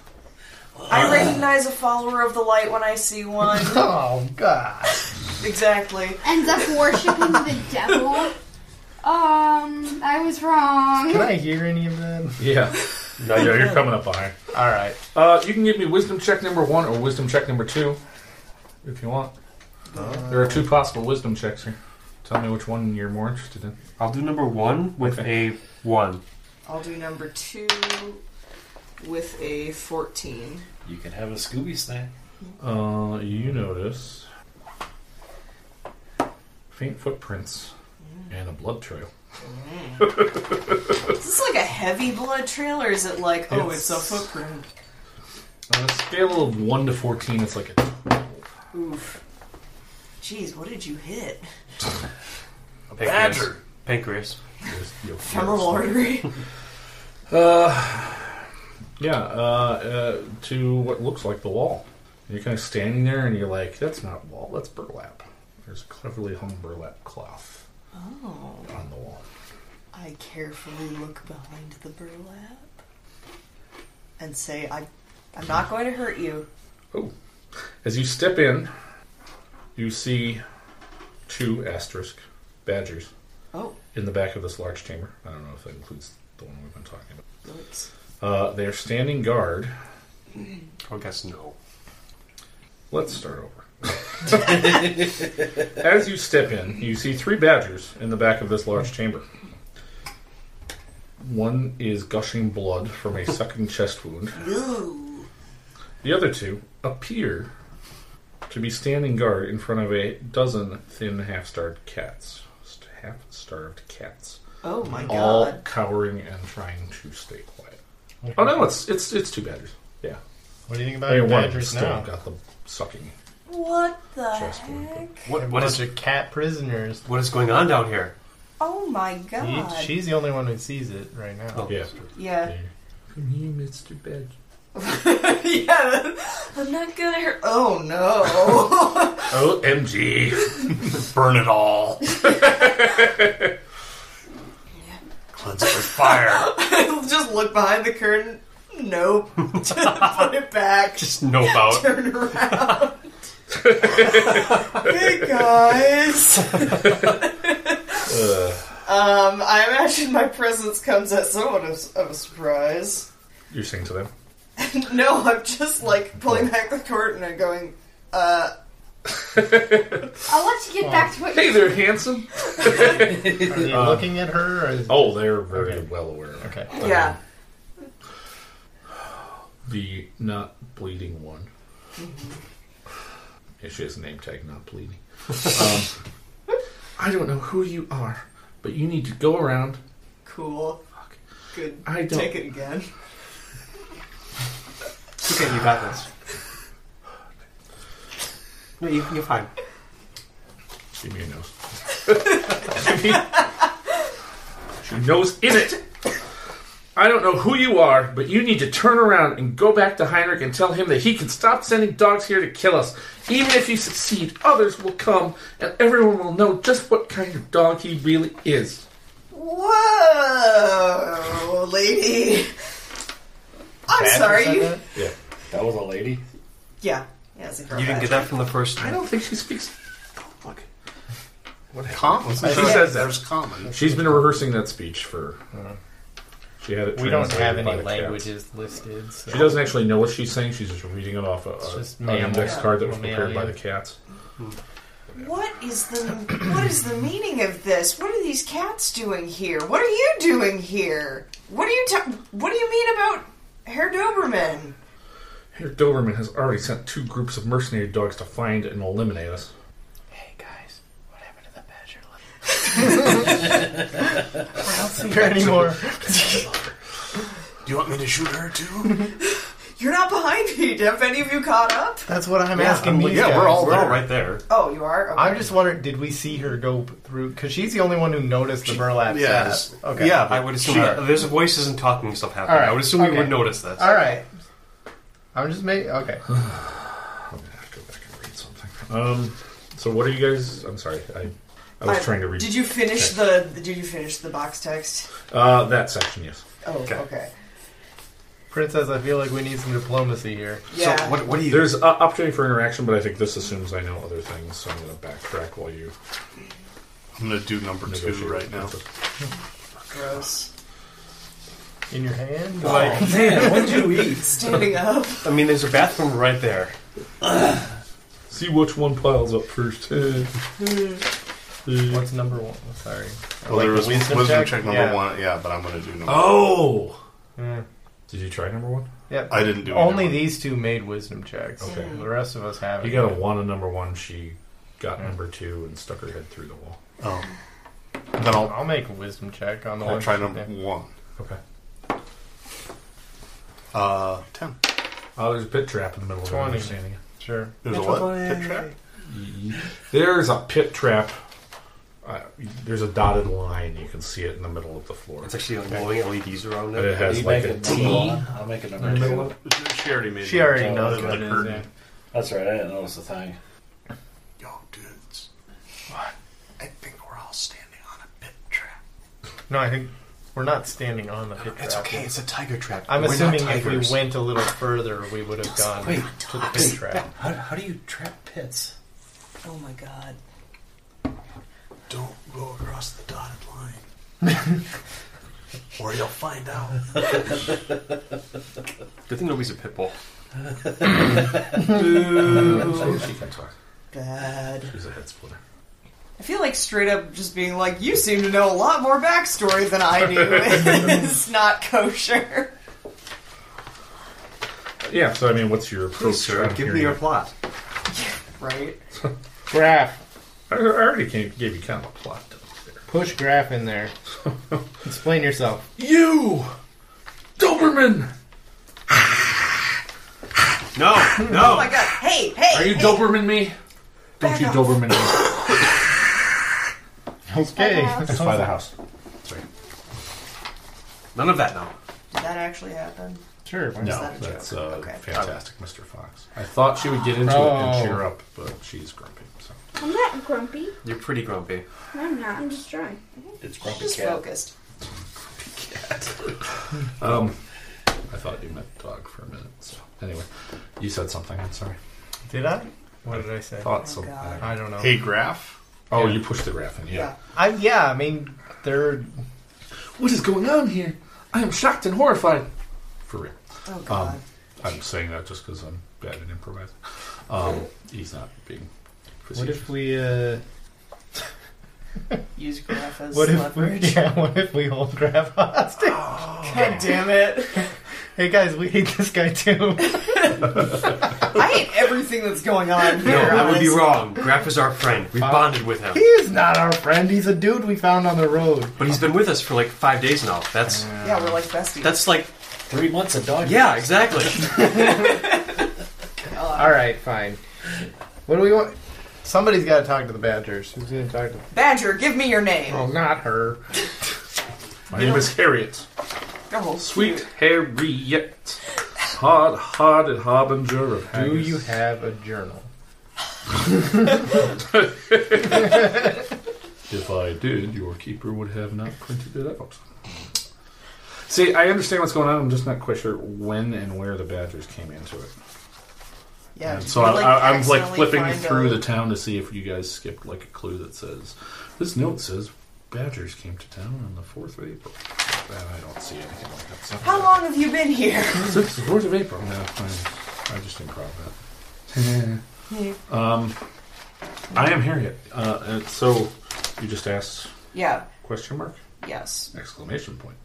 S5: I recognize a follower of the light when I see one.
S7: Oh, God.
S5: Exactly.
S6: Ends up worshiping the devil. Um, I was wrong.
S7: Can I hear any of that?
S10: Yeah.
S3: No,
S10: yeah,
S3: you
S10: you're
S3: can.
S10: coming up behind.
S7: All right.
S3: Uh, you can give me wisdom check number one or wisdom check number two, if you want. there are two possible wisdom checks here. Tell me which one you're more interested in.
S4: I'll do number one with a one.
S5: I'll do number two with a 14.
S2: You can have a Scooby snack.
S3: Uh, you notice faint footprints and a blood trail.
S5: Is this like a heavy blood trail, or is it like, oh, it's,
S3: It's-
S5: a footprint?
S3: On a scale of one to fourteen, it's like a
S5: Oof. Jeez, what did you hit?
S4: Pancreas. Pancreas.
S5: Femoral artery.
S3: Uh, yeah, uh, uh, to what looks like the wall. And you're kind of standing there, and you're like, "That's not wall. That's burlap." There's cleverly hung burlap cloth
S5: Oh.
S3: on the wall.
S5: I carefully look behind the burlap and say, I, I'm not going to hurt you.
S3: As you step in, you see two asterisk badgers.
S5: Oh.
S3: In the back of this large chamber. I don't know if that includes the one we've been talking about.
S5: Oops.
S3: Uh, they're standing guard.
S4: I Oh, guess no.
S3: Let's start over. As you step in, you see three badgers in the back of this large chamber. One is gushing blood from a sucking chest wound. The other two appear to be standing guard in front of a dozen thin, half-starved cats. St- Half-starved cats.
S5: Oh my
S3: All
S5: God.
S3: cowering and trying to stay quiet. Oh no, it's it's it's two badgers. Yeah.
S9: What do you think
S3: I
S9: about
S3: mean, one of
S9: badgers
S3: them's still
S9: now?
S3: Got the sucking.
S5: What the
S3: Chest wound,
S5: heck?
S9: What,
S4: what
S9: a
S4: is-
S9: bunch of cat prisoners.
S4: What is going on down here?
S5: Oh my
S9: He-
S5: god.
S9: she's the only one who sees it right now.
S4: Oh.
S3: Yeah.
S5: yeah.
S3: From you, Mr. Badger.
S5: yeah. I'm not going to hurt. Oh no.
S10: OMG. Burn it all.
S8: Cleanse with fire.
S5: Just look behind the curtain. Nope. Just put it back. Just
S4: nope out.
S5: Turn around. hey guys.
S3: Uh,
S5: Um, I imagine my presence comes as somewhat of, of a surprise.
S3: You're singing to them.
S5: no, I'm just like pulling back the curtain and going, uh.
S6: I'll let you get back to what
S3: Hey there, handsome.
S9: Are they
S3: Uh,
S9: looking at her? Or is
S3: Oh, they're very well aware. Okay.
S5: Yeah.
S3: The not bleeding one. Yeah, she has a name tag, not bleeding. um, I don't know who you are, but you need to go around.
S5: Cool. Good.
S3: I don't-
S5: Take it again.
S4: It's okay, you got this. No, you, you're fine.
S3: Give me a nose. She knows in it. I don't know who you are, but you need to turn around and go back to Heinrich and tell him that he can stop sending dogs here to kill us. Even if you succeed, others will come, and everyone will know just what kind of dog he really is.
S5: Whoa, lady. I'm
S3: Badger
S5: sorry.
S3: said
S5: You...
S3: that? Yeah.
S2: That was a lady?
S5: Yeah. Yeah, it's a girl.
S4: You didn't get that from the first
S3: I
S4: time.
S3: don't think she speaks.
S8: What common?
S3: She says that.
S8: There's common.
S3: She's been rehearsing that speech for. uh, She had it.
S9: We don't have
S3: translated by
S9: any
S3: the cat.
S9: languages listed. So.
S3: She doesn't actually know what she's saying. She's just reading it off a,
S9: It's
S3: a-
S9: just
S3: an
S9: mammal.
S3: index
S9: Yeah.
S3: card that was
S9: Mammal.
S3: prepared by the cats.
S5: What is the what is the meaning of this? What are these cats doing here? What are you doing here? What are you ta- What do you mean about Herr Doberman?
S3: Herr Doberman has already sent two groups of mercenary dogs to find and eliminate us.
S9: Hey guys, what happened to the badger?
S8: I don't think
S9: There anymore.
S8: Do you want me to shoot her too?
S5: You're not behind me. Have any of you caught up?
S9: That's what I'm
S8: Yeah,
S9: asking.
S8: I'm-
S9: these
S8: yeah,
S9: guys.
S8: we're all
S4: We're all right there.
S5: Oh, you are. Okay.
S9: I'm just wondering, did we see her go p- through? Because she's the only one who noticed the burlap.
S8: Yes.
S9: sack. Okay.
S4: Yeah, I would assume
S9: Sure.
S4: there's voices and talking stuff happening.
S9: All right,
S4: I would assume we
S9: okay.
S4: would notice this.
S9: All right. I'm just making. Okay.
S3: I'm gonna have to go back and read something. Um, So what are you guys? I'm sorry, I, I was
S5: I-
S3: trying to read.
S5: Did you finish the? Did you finish the box text?
S3: Uh, that section, yes.
S5: Oh, okay.
S7: Princess, I feel like we need some diplomacy here.
S5: Yeah. So what- what do you-
S3: There's uh, opportunity for interaction, but I think this assumes I know other things, so I'm going to backtrack while you.
S8: I'm going to do number two right now.
S5: Gross.
S7: In your hand?
S4: Like,
S5: Oh. Standing up.
S4: I mean, there's a bathroom right there.
S3: See which one piles up first.
S7: What's number one? Sorry.
S8: Well, there was wisdom, check, number one, yeah, but I'm going to do number
S3: Oh!
S7: Yeah.
S3: Did you try number one?
S7: Yep.
S8: I didn't do
S7: Only
S8: either
S7: these two made wisdom checks.
S3: Okay.
S7: The rest of us haven't.
S3: You got a one on number one. She got number two and stuck her head through the wall.
S8: Oh.
S7: Then I'll, I'll make a wisdom check on the
S8: I'll
S7: one.
S8: try number one.
S3: Okay.
S8: Uh, ten.
S3: Oh, there's a pit trap in the middle of
S7: 20.
S3: the standing.
S7: Sure.
S8: There's a
S4: Oh,
S8: what? Pit trap?
S3: There's a pit trap. Uh, there's a dotted line. You can see it in the middle of the floor. It's
S4: actually glowing
S2: E
S4: LEDs around
S3: it. It has
S2: You
S3: like
S2: make
S3: a
S2: it
S3: T.
S2: number one. I'll make it number
S3: in the
S2: two.
S3: middle of it.
S8: She already made
S7: She
S8: it.
S7: already
S8: Uh,
S7: knows
S8: the
S7: what it is,
S8: curtain.
S7: yeah.
S2: That's right. I didn't notice the thing.
S8: Yo, dudes. What? I think we're all standing on a pit trap.
S7: No, I think we're not standing on the pit
S4: It's
S7: trap.
S4: okay, it's a tiger trap.
S7: I'm
S4: We're not
S7: assuming if we
S4: tigers.
S7: went a little further, we would have gone
S4: Wait,
S7: to the pit trap.
S20: How, how do you trap pits? Oh my god.
S8: Don't go across the dotted line. or you'll find out.
S4: Good thing nobody's a pit bull.
S5: Bad.
S3: She's a head splitter.
S5: I feel like straight up just being like, you seem to know a lot more backstory than I do. it's not kosher.
S3: Yeah. So I mean, what's your approach?
S4: sir,
S3: I'm
S4: give me
S3: hearing
S4: your
S3: it.
S4: plot.
S5: Right?
S7: Graph.
S3: I I already gave gave you kind of a plot.
S7: Push graph in there. Explain yourself.
S3: You, Doberman.
S4: No,
S5: Oh my god. Hey, hey.
S3: Are you
S5: hey.
S3: Doberman me? Don't you Doberman me?
S7: Okay.
S3: It's by the house. Sorry.
S4: None of that now.
S5: Did that actually happen?
S7: Sure. why
S3: No,
S5: that a
S3: that's
S5: joke?
S3: uh,
S5: Okay.
S3: fantastic, Mr. Fox. I thought she would get into it
S7: Oh.
S3: and cheer up, but she's grumpy. So.
S21: I'm not grumpy.
S4: You're pretty grumpy.
S21: No, I'm not. I'm just dry.
S2: It's
S5: Just focused.
S3: Um, I thought you meant dog for a minute. So anyway, you said something. I'm sorry.
S7: Did I? What did I say?
S3: Thought something.
S7: I don't know.
S8: Hey, Graph.
S3: Oh,
S7: Um, Yeah.
S3: you pushed the ref in. Yeah.
S7: I, yeah, I mean, they're
S3: What is going on here? I am shocked and horrified. For real.
S5: Oh god.
S3: I'm saying that just because I'm bad at improvising. Um, he's not being.
S7: What
S3: facetious.
S7: if we? Uh,
S5: Use graph as
S7: what if we?
S5: leverage.
S7: Yeah. What if we hold Graph hostage?
S5: God damn it.
S7: Hey guys, we hate this guy too.
S5: I hate everything that's going on here.
S4: No, that would be
S5: honestly.
S4: wrong. Graph is our friend. We
S5: Uh,
S4: bonded with him.
S7: he is not our friend. He's a dude we found on the road.
S4: But he's been with us for like five days now. That's
S5: Yeah, we're like besties.
S4: that's like
S2: Three months of dog.
S4: yeah, exactly.
S7: All right, fine. What do we want? Somebody's got to talk to the Badgers. Who's going to talk to?
S5: Badger, give me your name.
S7: Oh, not her.
S3: My name is Harriet.
S5: Oh,
S3: Sweet Harriet. Hard hearted harbinger of
S7: Do
S3: haggis.
S7: you have a journal?
S3: If I did, your keeper would have not printed it out. See, I understand what's going on. I'm just not quite sure when and where the Badgers came into it.
S5: Yeah.
S3: And
S5: did
S3: so
S5: you,
S3: I'm like, I'm like
S5: accidentally
S3: flipping
S5: find
S3: through
S5: a-
S3: the town to see if you guys skipped like a clue that says this note says Badgers came to town on the fourth of April. And I don't see anything like that. So
S5: How long have you been here?
S3: So it's the fourth of April. No, I, I just improv that. um, I am Harriet. Uh, and so you just asked
S5: Yeah.
S3: question mark
S5: Yes.
S3: exclamation point.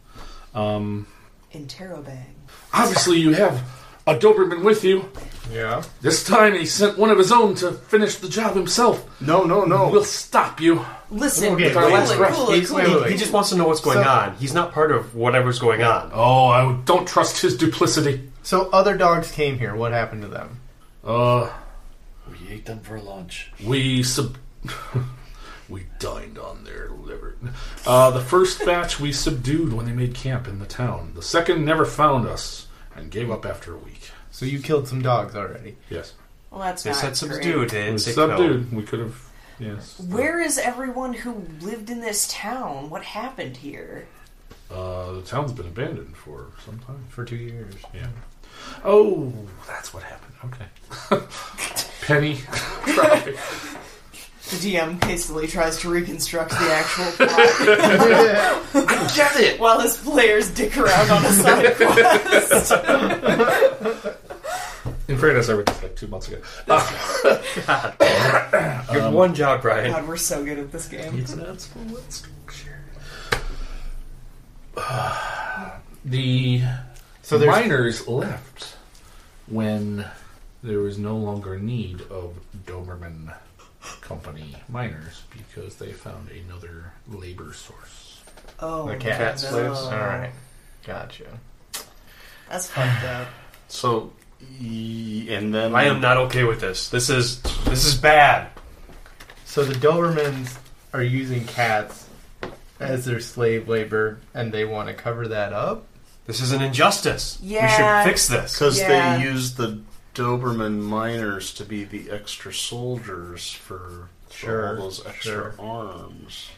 S3: Um,
S5: Interrobang.
S3: obviously you have a Doberman with you.
S7: Yeah.
S3: This time he sent one of his own to finish the job himself.
S8: No, no, no.
S3: We'll stop you.
S5: Listen,
S7: Okay,
S5: cool
S7: wait,
S5: it,
S7: wait,
S5: cool it, cool
S7: wait, wait,
S5: it.
S7: wait, wait.
S4: he just wants to know what's going
S7: So-
S4: on. He's not part of whatever's going on.
S3: Oh, I don't trust his duplicity.
S7: So other dogs came here. What happened to them?
S3: Uh,
S2: We ate them for lunch.
S3: we sub. we dined on their liver. Uh, the first batch we subdued when they made camp in the town. The second never found us and gave up after a week.
S7: So you killed some dogs already.
S3: Yes.
S5: Well, that's
S4: They
S5: not
S4: said
S5: great.
S4: subdued. They
S3: It
S4: didn't
S3: was
S4: say
S3: subdued. We could have. Yes.
S18: Where is everyone who lived in this town? What happened here?
S3: Uh, the town's been abandoned for some time.
S7: For two years.
S3: Yeah. Oh, that's what happened. Okay. Penny. Right.
S5: The DM hastily tries to reconstruct the actual plot. I
S3: get it.
S5: While his players dick around on a side quest.
S3: In fairness, I read this like two months ago.
S4: Good one job, Brian.
S5: God, we're so good at this game.
S3: It's the
S9: So there's-
S3: miners left when there was no longer need of Doberman Company miners because they found another labor source.
S5: Oh,
S9: the cat
S5: no.
S9: slaves. All right, gotcha.
S5: That's fucked up.
S8: So, y- and then
S4: I am not okay with this. This is this is bad.
S7: So the Dobermans are using cats as their slave labor, and they want to cover that up.
S4: This is an injustice.
S5: Yeah.
S8: because
S5: Yeah.
S8: they used the Doberman miners to be the extra soldiers for, for
S7: Sure,
S8: all those extra arms.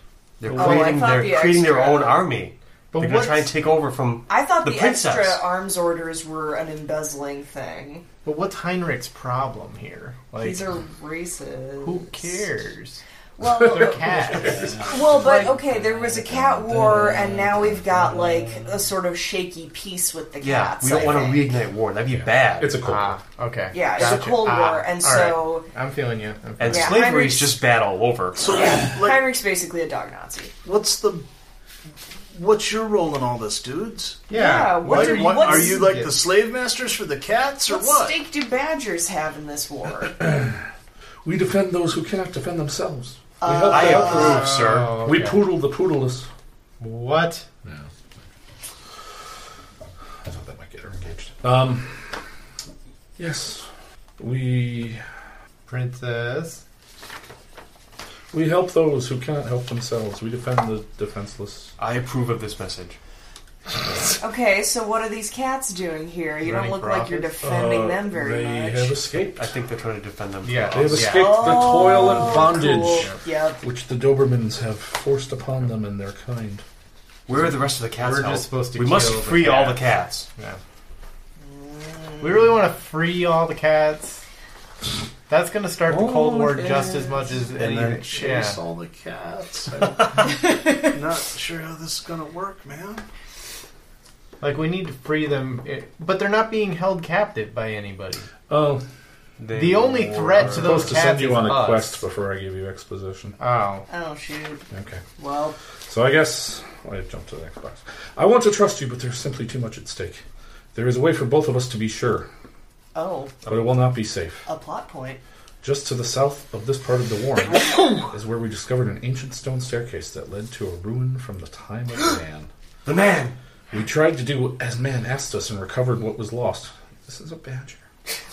S4: They're
S5: Oh, I
S4: creating,
S5: thought
S4: they're
S5: the
S4: creating their
S5: extra-
S4: own army.
S7: But
S4: they're going to try and
S7: what's-
S4: take over from
S5: I thought
S4: the,
S5: the,
S4: princess.
S5: extra arms orders were an embezzling thing.
S7: But what's Heinrich's problem here? Like,
S5: These are racist.
S7: who cares?
S5: Well,
S7: they're cats.
S5: Well, but okay, there was a cat
S2: uh,
S5: war, and now we've got like a sort of shaky peace with the
S4: yeah,
S5: cats.
S4: we don't
S5: I
S4: want to
S5: think.
S4: reignite war. That'd be bad.
S3: It's a cold
S7: Ah, okay.
S5: Yeah, it's a Cold War, and
S7: all right.
S5: so-
S7: I'm feeling you. I'm
S4: And
S7: feeling
S5: Yeah,
S4: slavery
S5: Heinrich's-
S4: is just bad all over.
S8: So,
S5: Heinrich's basically a dog Nazi.
S8: what's the what's your role in all this, dudes?
S5: Yeah, what
S8: Like,
S5: did-
S8: what-
S5: what's-
S8: are you like the slave masters for the cats or
S5: What,
S8: what?
S5: stake do badgers have in this war?
S3: We defend those who cannot defend themselves. We
S5: Uh,
S3: help
S4: I
S3: the
S7: Oh.
S4: approve,
S3: helpless.
S4: sir.
S3: We
S7: okay.
S3: poodle the poodleless.
S7: you. What?
S3: I thought that might get her engaged. Um, yes, we
S7: princess.
S3: We help those who cannot help themselves. We defend the defenseless.
S4: I approve of this message.
S5: okay, so what are these cats doing here? You don't
S4: Running
S5: look
S4: for
S5: like you're
S4: office?
S5: defending
S3: Uh,
S5: them very
S3: they
S5: much. Oh,
S3: have escaped.
S4: I think they're trying to defend them.
S7: Yeah,
S3: They have
S4: us.
S3: escaped the toil and bondage,
S5: cool. Yep.
S3: which the Dobermans have forced upon them and their kind.
S4: Where are the rest of the cats?
S7: We're
S4: held?
S7: just supposed to
S4: We must
S7: kill the
S4: free all the
S7: cats.
S4: cats.
S7: Yeah. We really want to free all the cats. That's going to start the Cold War
S5: Oh,
S7: just as much as
S8: and then
S7: anything.
S8: chase
S7: Yeah.
S8: all the cats. I'm not sure how this is gonna work, man.
S7: Like we need to free them, i- but they're not being held captive by anybody.
S3: Oh,
S7: the only threat to those
S3: supposed to send
S7: cats
S3: you on
S7: is
S3: a
S7: us.
S3: quest before I give you exposition.
S7: Oh,
S5: Oh shoot.
S3: Okay.
S5: Well,
S3: So I guess I jumped to the next box. I want to trust you, but there's simply too much at stake. There is a way for both of us to be sure,
S5: oh,
S3: but it will not be safe.
S5: a plot point.
S3: Just to the south of this part of the warren is where we discovered an ancient stone staircase that led to a ruin from the time of man.
S4: The man.
S3: We tried to do as man asked us and recovered what was lost. This is a badger.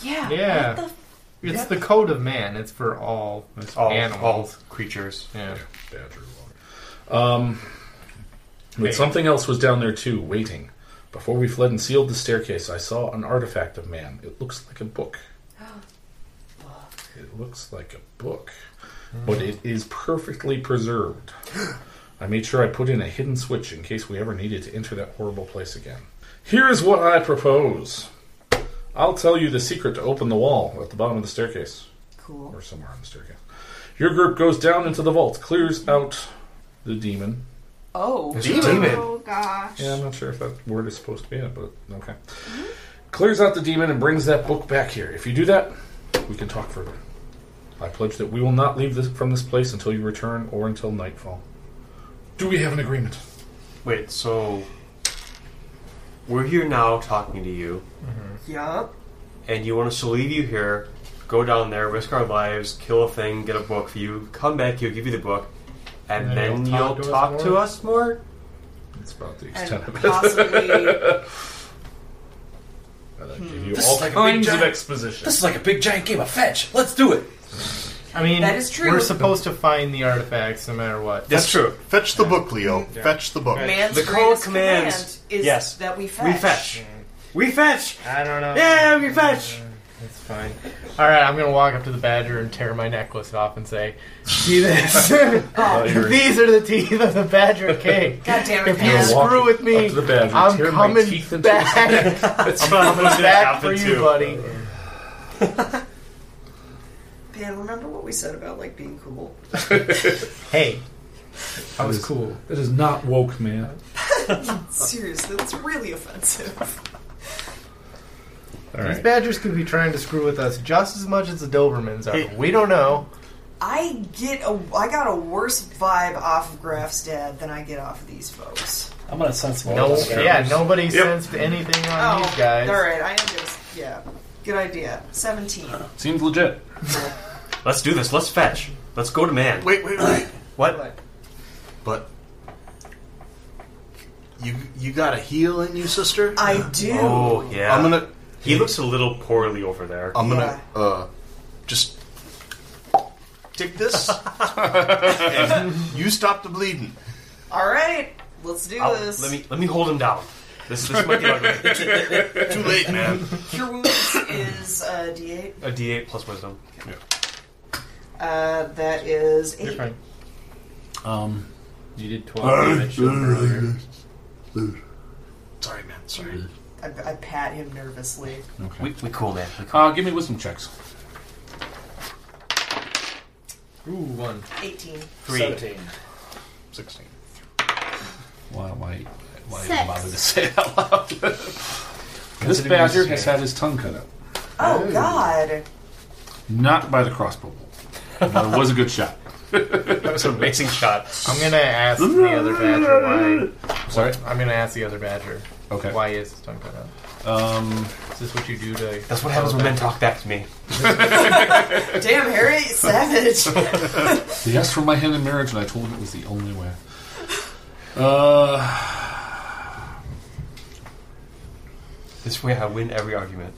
S5: Yeah.
S7: yeah.
S5: What
S7: It's
S5: Yeah.
S7: the code of man. It's for all
S4: All, all
S7: animals.
S4: creatures.
S7: Yeah.
S3: Badger. Um, but something else was down there too, waiting. Before we fled and sealed the staircase, I saw an artifact of man. It looks like a book. It looks like a book, but it is perfectly preserved. I made sure I put in a hidden switch in case we ever needed to enter that horrible place again. Here's what I propose I'll tell you the secret to open the wall at the bottom of the staircase,
S5: Cool.
S3: or somewhere on the staircase. Your group goes down into the vault, clears out the demon.
S5: Oh.
S4: There's a demon.
S6: Oh gosh.
S3: Yeah, I'm not sure if that word is supposed to be in it, but okay. Clears out the demon and brings that book back here. If you do that, we can talk further. I pledge that we will not leave this from this place until you return or until nightfall. Do we have an agreement?
S4: Wait, so we're here now talking to you,
S5: Yup.
S4: and you want us to leave you here, go down there, risk our lives, kill a thing, get a book for you, come back here, give you the book, and,
S7: And then
S4: then
S7: you'll
S4: you'll
S7: talk
S4: talk
S7: to us
S4: to us more?
S3: That's about the
S5: And
S3: extent of it.
S5: possibly.
S3: And I give you
S13: This
S3: all
S13: is like a big
S3: kinds of
S13: giant-
S3: exposition.
S13: This is like a big giant game of fetch. Let's do it.
S7: I mean,
S5: That is true.
S7: We're supposed to find the artifacts no matter what.
S4: That's true.
S8: Fetch the book, Leo. Fetch the book.
S5: Man's
S4: The call
S5: greatest
S4: commands-
S5: command is
S4: yes.
S5: that we fetch.
S4: We fetch! We fetch!
S7: I don't know.
S4: Yeah, we fetch!
S7: That's fine. All right, I'm gonna walk up to the badger and tear my necklace off and say, "See this?
S18: Oh,
S7: These are the teeth of the badger king.
S18: God damn it,
S7: If you
S18: Pat.
S7: screw with me,
S18: Up to the badger,
S7: I'm
S18: tear my
S7: coming
S18: teeth into his
S7: back. I'm coming back for you, buddy.
S5: Ben, remember what we said about like being cool?
S7: hey,
S3: I was cool. That is not woke, man.
S5: Seriously, that's really offensive.
S7: These badgers could be trying to screw with us just as much as the Dobermans are. We don't know.
S5: I get a, I got a worse vibe off of Graf's dad than I get off of these folks.
S2: I'm gonna sense more.
S7: No,
S2: of those
S7: yeah,
S2: characters.
S7: nobody sensed anything on these guys.
S5: Oh, all right, I am gonna. Yeah, good idea. Seventeen.
S3: Seems legit.
S4: Let's do this. Let's fetch. Let's go to man.
S8: Wait, wait, wait.
S4: What?
S8: But you you got a heel in you, sister.
S5: I do.
S4: Oh yeah.
S8: I'm gonna.
S4: He looks a little poorly over there.
S8: I'm gonna uh, just take this. and you stop the bleeding.
S5: All right, let's do
S4: Ow,
S5: this.
S4: Let me let me hold him down. This this might be ugly.
S8: Too late, man.
S5: Your wounds is uh, D8.
S4: A D8 plus wisdom.
S5: Uh, that is eight.
S3: Um,
S7: you did
S8: Sorry, man. Sorry.
S5: I, I pat him nervously.
S3: Okay.
S4: We, we cool, man.
S3: Uh, give me wisdom checks.
S7: Ooh, one.
S5: 18.
S4: Three.
S2: 17.
S8: 16.
S3: Why am I? Why
S5: Six.
S3: did I bother to say it out loud? this
S5: Considering
S3: badger
S5: this-
S3: has had his tongue cut out,
S5: Oh, God.
S3: not by the crossbow bolt, but it was a good shot.
S7: That
S4: was an amazing shot.
S7: I'm gonna ask the other badger why.
S3: Sorry?
S7: I'm gonna ask the other badger.
S3: Okay.
S7: Why is his tongue cut out?
S3: Um,
S7: is this what you do to?
S4: That's what happens when men talk back to me.
S5: Damn, Harry, savage.
S7: Oh,
S3: He asked for my hand in marriage, and I told him it was the only way. Uh,
S4: This way I win every argument.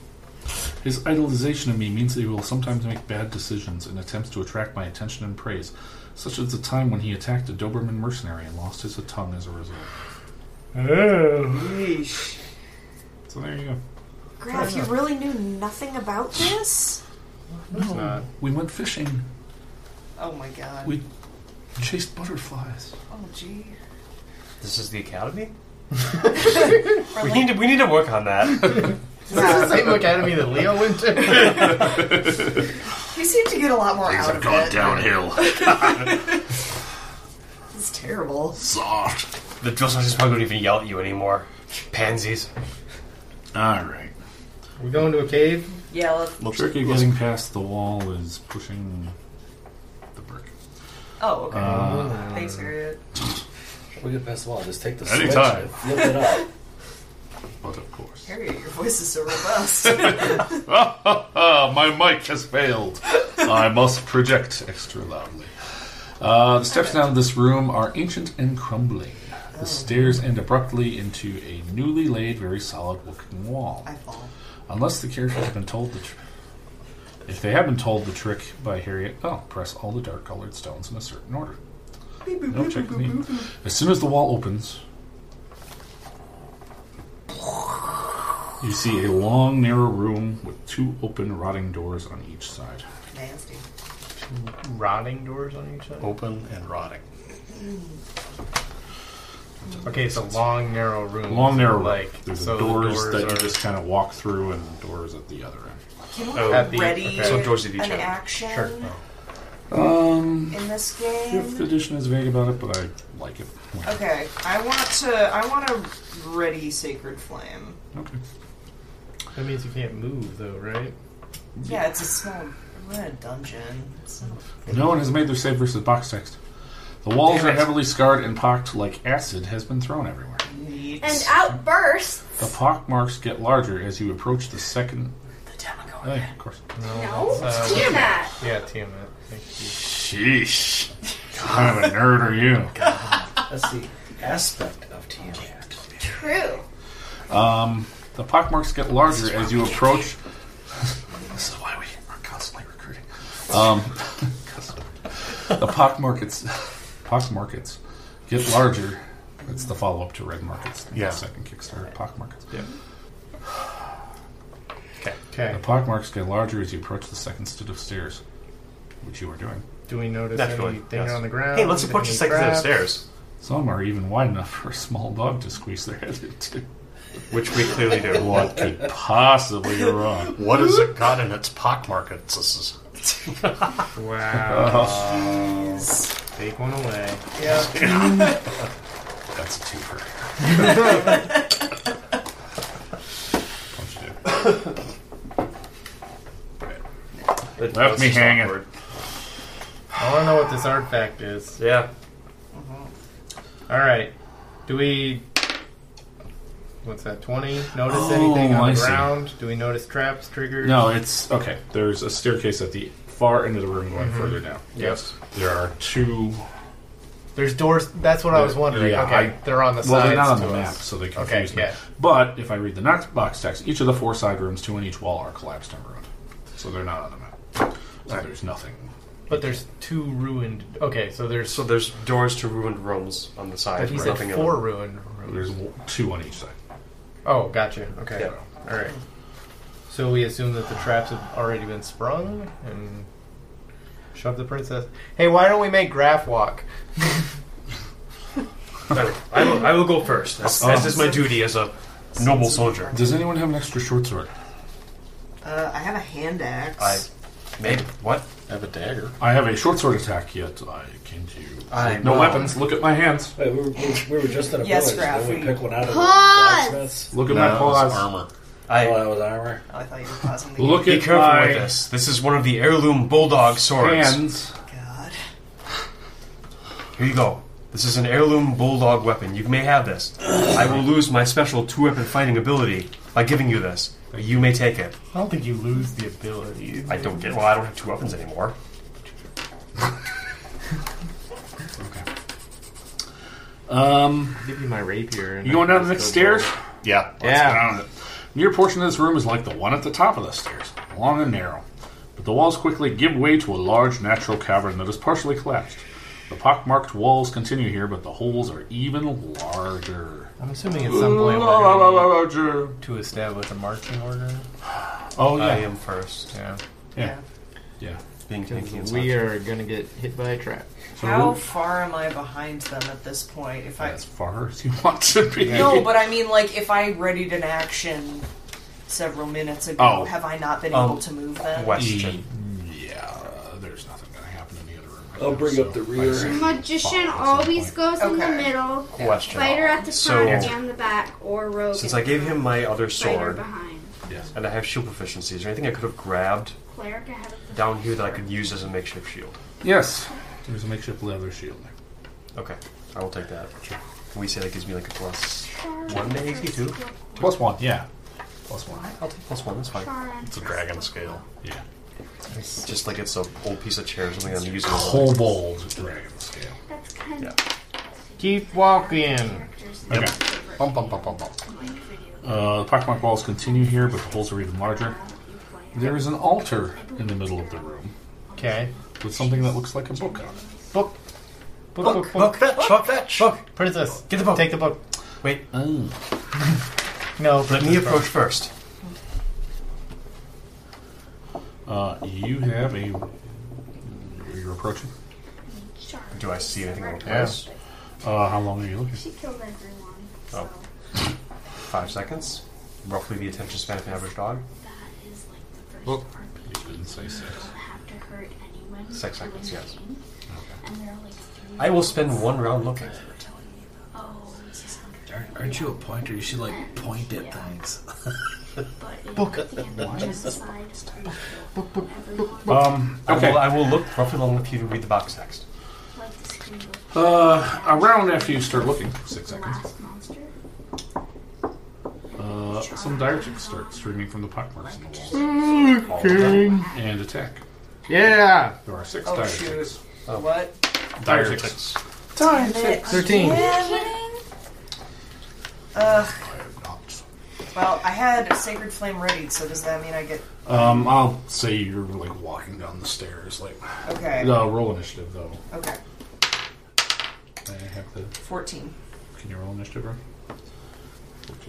S3: his idolization of me means that he will sometimes make bad decisions and attempts to attract my attention and praise, such as the time when he attacked a Doberman mercenary and lost his tongue as a result.
S5: Yeesh.
S3: So there you go.
S18: Graf, you really knew nothing about this?
S3: No, we went fishing.
S5: Oh, my God.
S3: We chased butterflies.
S5: oh, gee.
S4: This is the academy. we need to we need to work on that.
S7: Is this the same academy that Leo went to?
S5: He seemed to get a lot more out
S7: Things have
S5: of
S7: gone
S5: it.
S7: downhill.
S5: it's terrible.
S3: Soft.
S4: the drill sergeants probably don't even yell at you anymore. Pansies.
S3: All right.
S7: We're going to a cave.
S5: Yeah, let's.
S3: Tricky getting past the wall is pushing the brick.
S5: Oh, okay.
S3: Uh,
S5: Thanks, Harriet.
S2: We get past the wall. Just take the switch
S3: Anytime.
S2: and Flip it up.
S3: But of course.
S5: Harriet, your voice is so robust.
S3: Ah, My mic has failed. I must project extra loudly. Uh, the steps down this room are ancient and crumbling. The stairs end abruptly into a newly laid, very solid looking wall. Unless the characters have been told the trick. If they have been told the trick by Harriet, oh, press all the dark colored stones in a certain order. No check me. As soon as the wall opens, you see a long, narrow room with two open, rotting doors on each side.
S5: Nasty.
S7: Rotting doors on each side.
S8: Open and rotting.
S7: Okay, it's a long, narrow room.
S3: Oh. Long, narrow
S7: like
S3: like there's
S7: so the
S3: doors, that you
S7: are-
S3: just kind of walk through, and doors at the other end.
S18: Can we
S7: Oh, at the-
S18: ready
S7: okay. So
S3: doors at each
S18: an
S3: end.
S18: action
S3: Sure. Um,
S18: in this game?
S3: fifth edition is vague about it, but I like it.
S5: Okay, I want to. I want to ready Sacred Flame.
S3: Okay.
S7: That means you can't move though, right?
S5: Yeah, it's a small. We're in a dungeon. It's not-
S3: No one has made their save versus box text. The walls
S5: Damn
S3: are
S5: it.
S3: heavily scarred and pocked, like acid has been thrown everywhere.
S6: And outburst.
S3: The pock marks get larger as you approach the second. The
S5: Oh,
S3: Demogorgon. of course.
S6: No,
S7: Uh,
S6: it's Tiamat.
S7: Yeah, Tiamat. Thank you.
S3: Sheesh. kind of a nerd are you?
S2: That's the aspect of Tiamat.
S6: True.
S3: Um, the pockmarks get larger as you approach.
S10: This is why we are constantly recruiting.
S3: Um, the pock markets, pock markets get larger. It's the follow up to Red Markets. the
S8: Yeah.
S3: Second Kickstarter, pock markets. Yeah.
S8: Okay.
S7: Okay.
S3: The pockmarks get larger as you approach the second stood of stairs, which you are doing.
S7: Do we notice Naturally, anything yes. on the ground?
S4: Hey, let's approach the
S7: Any
S4: second set of
S7: traps?
S4: stairs.
S3: Some are even wide enough for a small dog to squeeze their head into.
S4: Which we clearly do.
S3: What could possibly go wrong?
S8: What has it got in its pock market? This is-
S7: Wow. Take one away.
S8: Yeah.
S3: That's a twofer.
S7: Left me hanging.
S4: Awkward.
S7: I want to know what this artifact is.
S4: Yeah.
S7: All right. Do we? What's that? Twenty. Notice
S3: Oh,
S7: anything on
S3: I
S7: the
S3: see.
S7: ground? Do we notice traps, triggers?
S3: No, it's okay. There's a staircase at the far end of the room going
S7: Mhm.
S3: further down.
S7: Yes.
S3: There are two.
S7: There's doors. That's what I was wondering.
S3: Yeah,
S7: okay,
S3: I-
S7: they're on the
S3: well,
S7: sides.
S3: they're not on
S7: to
S3: the map,
S7: us.
S3: so they
S7: okay,
S3: confuse me.
S7: yeah.
S3: But if I read the Knox box text, each of the four side rooms, two in each wall, are collapsed and ruined. So they're not on the map. So there's nothing.
S7: But there's two ruined. Okay, so there's
S4: So there's doors to ruined rooms on the side.
S7: But he
S4: right?
S7: said
S4: Nothing
S7: four
S4: in them.
S7: ruined
S3: There's two on each side.
S7: Oh, gotcha. Okay.
S4: Yeah.
S7: All right. So we assume that the traps have already been sprung and shove the princess. Hey, why don't we make Graph walk?
S4: I will, I will go first. As, as is my duty as a noble soldier.
S3: Does anyone have an extra short sword?
S5: Uh, I have a hand axe.
S4: I maybe what?
S3: I have a dagger. I have a short sword attack, yet I can do.
S2: I
S3: no
S2: know.
S3: weapons. Look at my hands.
S2: Wait, we, were, we, were- we were just at a
S5: Yes,
S2: village. Didn't
S5: Ralphie.
S2: we pick one out of the
S5: Pause!
S2: blacksmiths?
S3: Look at my paws.
S4: I,
S2: oh, that was armor.
S5: I thought you were pausing the
S3: Look
S4: Be
S3: at
S4: careful
S3: my
S4: with this. This is one of the heirloom bulldog swords.
S3: hands.
S4: Here you go. This is an heirloom bulldog weapon. You may have this. I will lose my special two weapon fighting ability by giving you this. You may take it.
S7: I don't think you lose the ability.
S4: I don't get. Well, I don't have two weapons anymore.
S3: Um,
S7: give you my rapier.
S3: You going down the next stairs?
S8: Yeah.
S7: let's Yeah.
S3: Down it. Near portion of this room is like the one at the top of the stairs, long and narrow. But the walls quickly give way to a large natural cavern that is partially collapsed. The pockmarked walls continue here, but the holes are even larger.
S7: I'm assuming at some point we're
S3: Larger.
S7: gonna need to establish a marching order.
S3: Oh yeah.
S4: I am first.
S7: Yeah.
S3: Yeah. Yeah.
S4: Being tanky and
S7: We
S4: such.
S7: are gonna get hit by a trap.
S18: How far am I behind them at this point? If I
S3: As far as you want to be.
S18: no, but I mean, like, if I readied an action several minutes ago,
S3: Oh.
S18: have I not been
S3: Um,
S18: able to move them?
S7: E.
S4: Question.
S3: Yeah, there's nothing going to happen in the other room.
S2: I'll bring up the rear.
S6: Magician always goes in the middle.
S4: Question.
S6: Fighter at the
S4: So-
S6: front and the back, or rogue.
S4: Since
S6: at
S4: I
S6: the
S4: gave him
S6: front,
S4: my other
S6: Fighter
S4: sword
S6: behind.
S3: Yes.
S4: and I have shield proficiencies, is there anything I could have grabbed
S6: Cleric ahead of the
S4: down here that I could use as a makeshift shield?
S3: Yes. There's a makeshift leather shield.
S4: Okay, I will take that. Can we say that gives me like a plus one to AC two?
S3: Plus one, yeah. Plus one.
S4: I'll take plus one. That's fine.
S8: It's a dragon scale.
S3: Yeah.
S4: It's just like it's a old piece of chair or something I'm using.
S3: Kobold dragon scale.
S6: That's kind
S4: Yeah.
S7: Keep walking.
S3: Okay. Bum, bum, bum, bum, bum. Uh, the pockmark walls continue here, but the holes are even larger. There is an altar in the middle of the room
S7: Okay.
S3: with something that looks like a book on it.
S7: Book. Book. Book. Book.
S4: fetch, book, fetch. Book.
S7: Princess.
S4: Get the book.
S7: Take the book.
S4: Wait,
S3: Oh.
S7: No.
S4: let me approach first.
S3: Uh, you have a. You're approaching.
S6: shark.
S4: Do I see anything on
S6: Yeah.
S4: this?
S3: Uh, how long are you looking?
S6: She killed everyone.
S4: Oh.
S6: So
S4: Five seconds. Roughly the attention span of an average dog.
S6: that is like the first
S3: Well-
S6: RPG.
S3: You didn't say six.
S6: Don't have to hurt anyone.
S4: Six
S6: to
S4: seconds, yes.
S6: win. And there are like three.
S4: I will spend one round looking.
S6: Oh, yeah.
S13: Aren't you a pointer? You should like point at things.
S6: But it
S4: uh,
S6: book. At the end of genocide, book, book, book,
S3: Um,
S4: I,
S3: okay.
S4: will, I will look roughly long enough for you to read the box text.
S6: Like the screen of
S3: Uh, around after you start looking, six
S6: the
S3: seconds,
S6: last monster.
S3: uh, some dire chicks start streaming from the pockmarks in the walls and attack.
S7: Yeah.
S3: There are six
S18: Oh
S3: dire
S18: shoot!
S3: chicks.
S18: What?
S3: Dire
S4: Dire
S3: chicks.
S4: ticks.
S18: Darn it!
S7: Thirteen.
S18: again? Ugh.
S3: Not-
S18: Well, I had Sacred Flame readied, so does that mean I get
S3: Um, I'll say you're like walking down the stairs, like
S18: okay?
S3: uh, roll initiative though.
S18: Okay,
S3: I have the.
S18: fourteen.
S3: Can you roll initiative? Bro?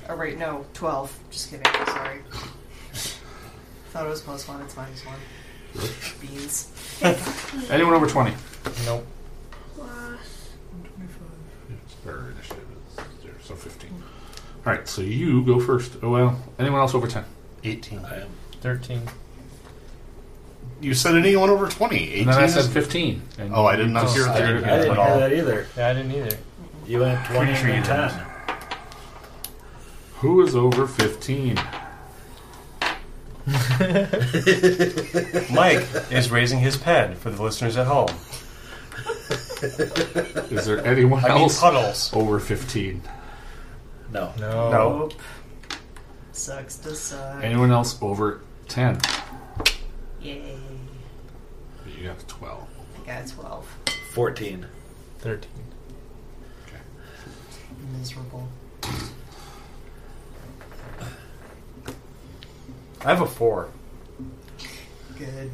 S18: Oh wait, no, twelve. Just kidding. Sorry.
S5: Thought it was plus one. It's minus one. Beans.
S22: Anyone over 20?
S7: Nope.
S3: Their initiative is zero, so 15. All right, so you go first. Oh, well, anyone else over 10?
S8: 18. I
S3: am.
S7: 13.
S8: You said anyone over 20. 18
S3: And then I said
S8: is-
S3: 15. And
S8: oh, I did not
S3: you-
S8: hear
S3: I
S8: that.
S3: didn't- I didn't hear that
S2: either.
S7: Yeah, I didn't either.
S2: You went 20
S3: Pretty sure
S2: and
S3: you
S2: 10.
S3: Who is over 15?
S4: Mike is raising his pen for the listeners at home.
S3: Is there anyone
S4: I mean
S3: else
S4: puddles.
S3: over 15?
S2: No.
S7: No.
S4: No.
S5: Sucks to suck.
S3: Anyone else over 10?
S5: Yay.
S3: You got 12.
S5: I got 12.
S2: 14.
S7: 13.
S5: Miserable.
S4: I have a four.
S5: Good.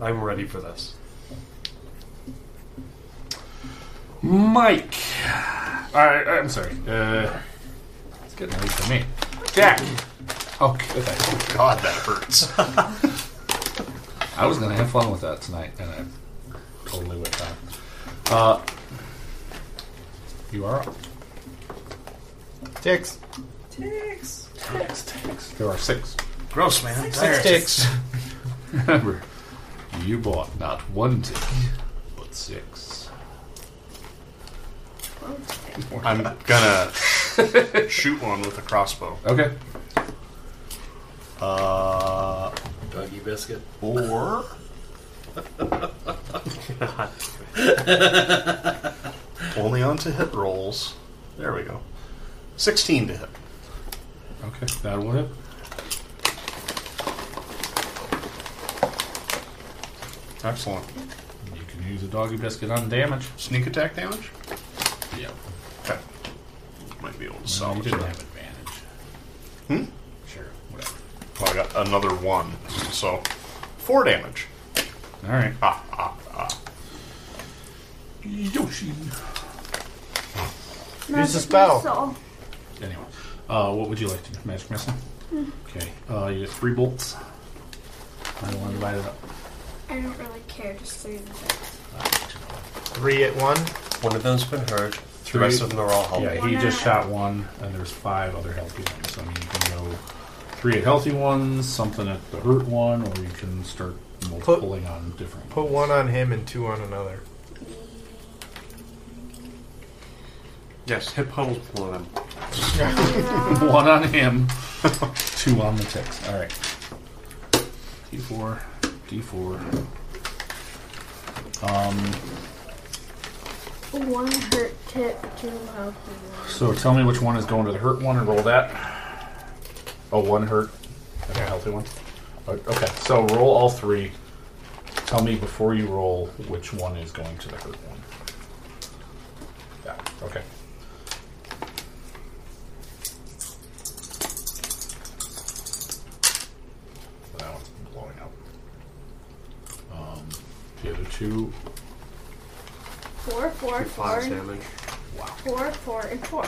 S4: I'm ready for this.
S3: Mike. All right, I'm sorry. Uh, it's good news for me. Jack. Oh, good. Oh,
S8: God, that hurts.
S3: I was going to have fun with that tonight, and I totally went down. Uh, you are up.
S7: Ticks.
S5: Ticks.
S3: There are six.
S8: Gross, man.
S7: Six ticks.
S3: Remember, you bought not one tick, but six.
S8: I'm gonna shoot one with a crossbow.
S3: Okay.
S8: Uh,
S2: Doggy biscuit.
S8: or only on to hit rolls. There we go. Sixteen to hit.
S3: Okay, that will hit.
S8: Excellent.
S3: You can use a doggy biscuit on damage.
S8: Sneak attack damage.
S3: Yeah.
S8: Okay. Might be able to
S3: So you
S8: salvage
S3: didn't
S8: that.
S3: have advantage.
S8: Hmm?
S3: Sure, whatever.
S8: Well, I got another one, so four damage.
S3: All right.
S8: Ah, ah, ah.
S3: Yoshi.
S10: Magic
S7: spell.
S10: missile.
S3: Anyway, uh, what would you like to do? Magic missile?
S10: Hmm.
S3: Okay, uh, you get three bolts. I want to divide it up.
S10: I don't really care. Just three of them.
S7: Three at one.
S4: One of them's been hurt. The rest of them are all healthy.
S3: Yeah, he just shot one, and there's five other healthy ones. So I mean, you can go three at healthy ones, something at the hurt one, or you can start multipling on different.
S7: Put one on him and two on another.
S4: Yes, hit puddles below them.
S3: one on him, two on the ticks. All right. D4, D4. Um,
S10: One hurt tip, two healthy ones.
S3: So tell me which one is going to the hurt one and roll that. Oh, one hurt and a healthy one. O- Okay, so roll all three. Tell me before you roll which one is going to the hurt one. Yeah, okay. So that one's blowing up. Um, the other two,
S10: Four, four, four,
S4: Five
S10: and
S4: damage.
S10: four, four, and four.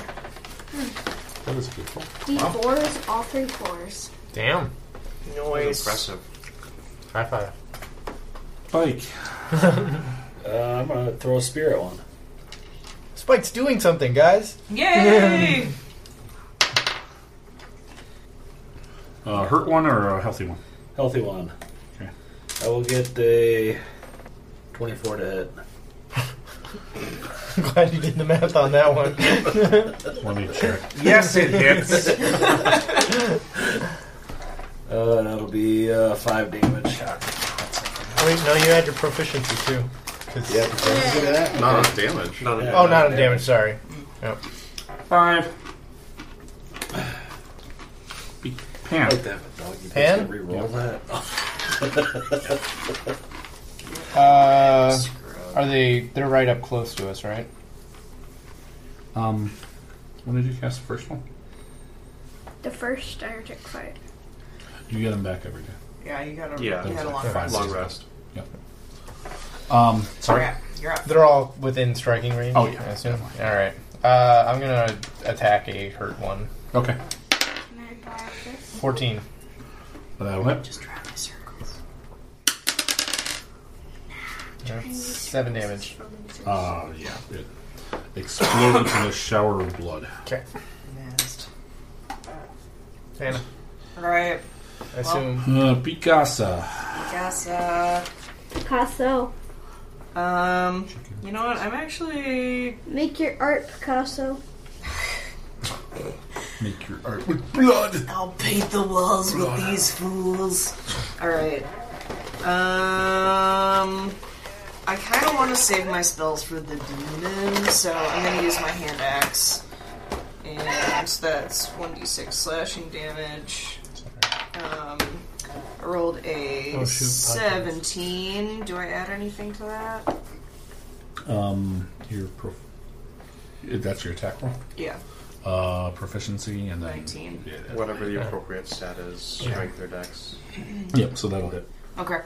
S3: that is beautiful.
S10: D four is all three fours.
S7: Damn.
S4: That's impressive.
S7: High five.
S3: Spike.
S2: Uh, I'm going to throw a spear at one.
S7: Spike's doing something, guys.
S5: Yay!
S3: Uh, hurt one or a healthy one?
S2: Healthy one.
S3: Okay.
S2: I will get a 24 to hit.
S7: Glad you did the math on that one.
S3: Let me check.
S7: yes, it hits.
S2: Uh, that'll be uh, 5 damage.
S7: Wait, no, you had your proficiency too. 'Cause-
S2: Yep. Look at that.
S8: Not on damage.
S4: Not a-
S7: Oh, not on damage. Sorry. Yep.
S3: Five. Be- Pam.
S2: Like that, but dog, you
S7: Pan?
S2: just gotta re-roll that.
S7: Uh, are they? They're right up close to us, right?
S3: Um, when did you cast the first one?
S10: The first starter took five.
S3: You get them back every day.
S5: Yeah, you got a,
S4: Yeah.
S5: you had a long
S3: Five.
S5: rest.
S4: Long rest.
S3: Um, sorry.
S5: Crap, You're up.
S7: They're all within striking range.
S3: Oh, yeah,
S7: I assume. All right. Uh, I'm gonna attack a hurt one.
S3: Okay.
S10: Can I borrow this?
S7: Fourteen.
S3: But I went.
S5: Just drive in circles.
S7: That's seven damage.
S3: Uh, yeah. It exploded in a shower of blood.
S7: Okay. Anna.
S18: All right.
S7: I assume.
S3: Uh, Picasa.
S18: Casa.
S6: Picasso.
S18: Um, you know what? I'm actually.
S6: Make your art, Picasso.
S3: Make your art with blood.
S18: I'll paint the walls with these fools.
S5: All right. Um, I kind of want to save my spells for the demon, so I'm going to use my hand axe, and that's one d six slashing damage. Um, I rolled a
S3: Oh, shoot, podcast.
S5: seventeen. Do I add anything to that?
S3: Um, your prof- that's your attack roll.
S5: Yeah.
S3: Uh, proficiency and then
S5: 19.
S3: Yeah, that-
S4: Whatever the
S3: yeah.
S4: appropriate stat is,
S3: Yeah.
S4: strength or dex.
S3: Yep. So that'll hit.
S5: Okay.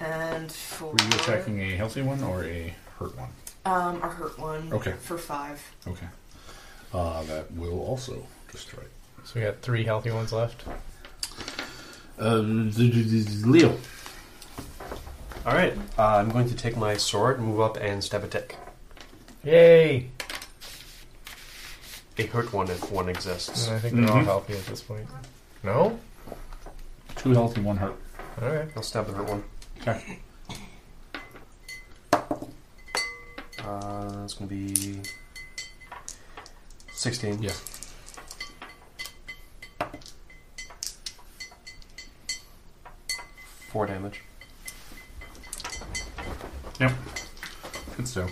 S5: And for
S3: Were you attacking a healthy one or a hurt one?
S5: um a hurt one.
S3: Okay.
S5: For five.
S3: Okay. Uh, that will also destroy. it.
S7: So we got three healthy ones left.
S3: Uh, d- d- d- Leo.
S4: All right, uh, I'm going to take my sword, move up, and stab a tick.
S7: Yay!
S4: A hurt one if one exists.
S7: And I think they're all
S4: Mhm.
S7: healthy at this point. No?
S3: Two healthy, one hurt.
S7: All right.
S4: I'll stab the hurt one.
S3: Okay.
S4: Uh, that's going to be 16.
S3: Yes.
S4: Four damage.
S3: Yep. Good stuff.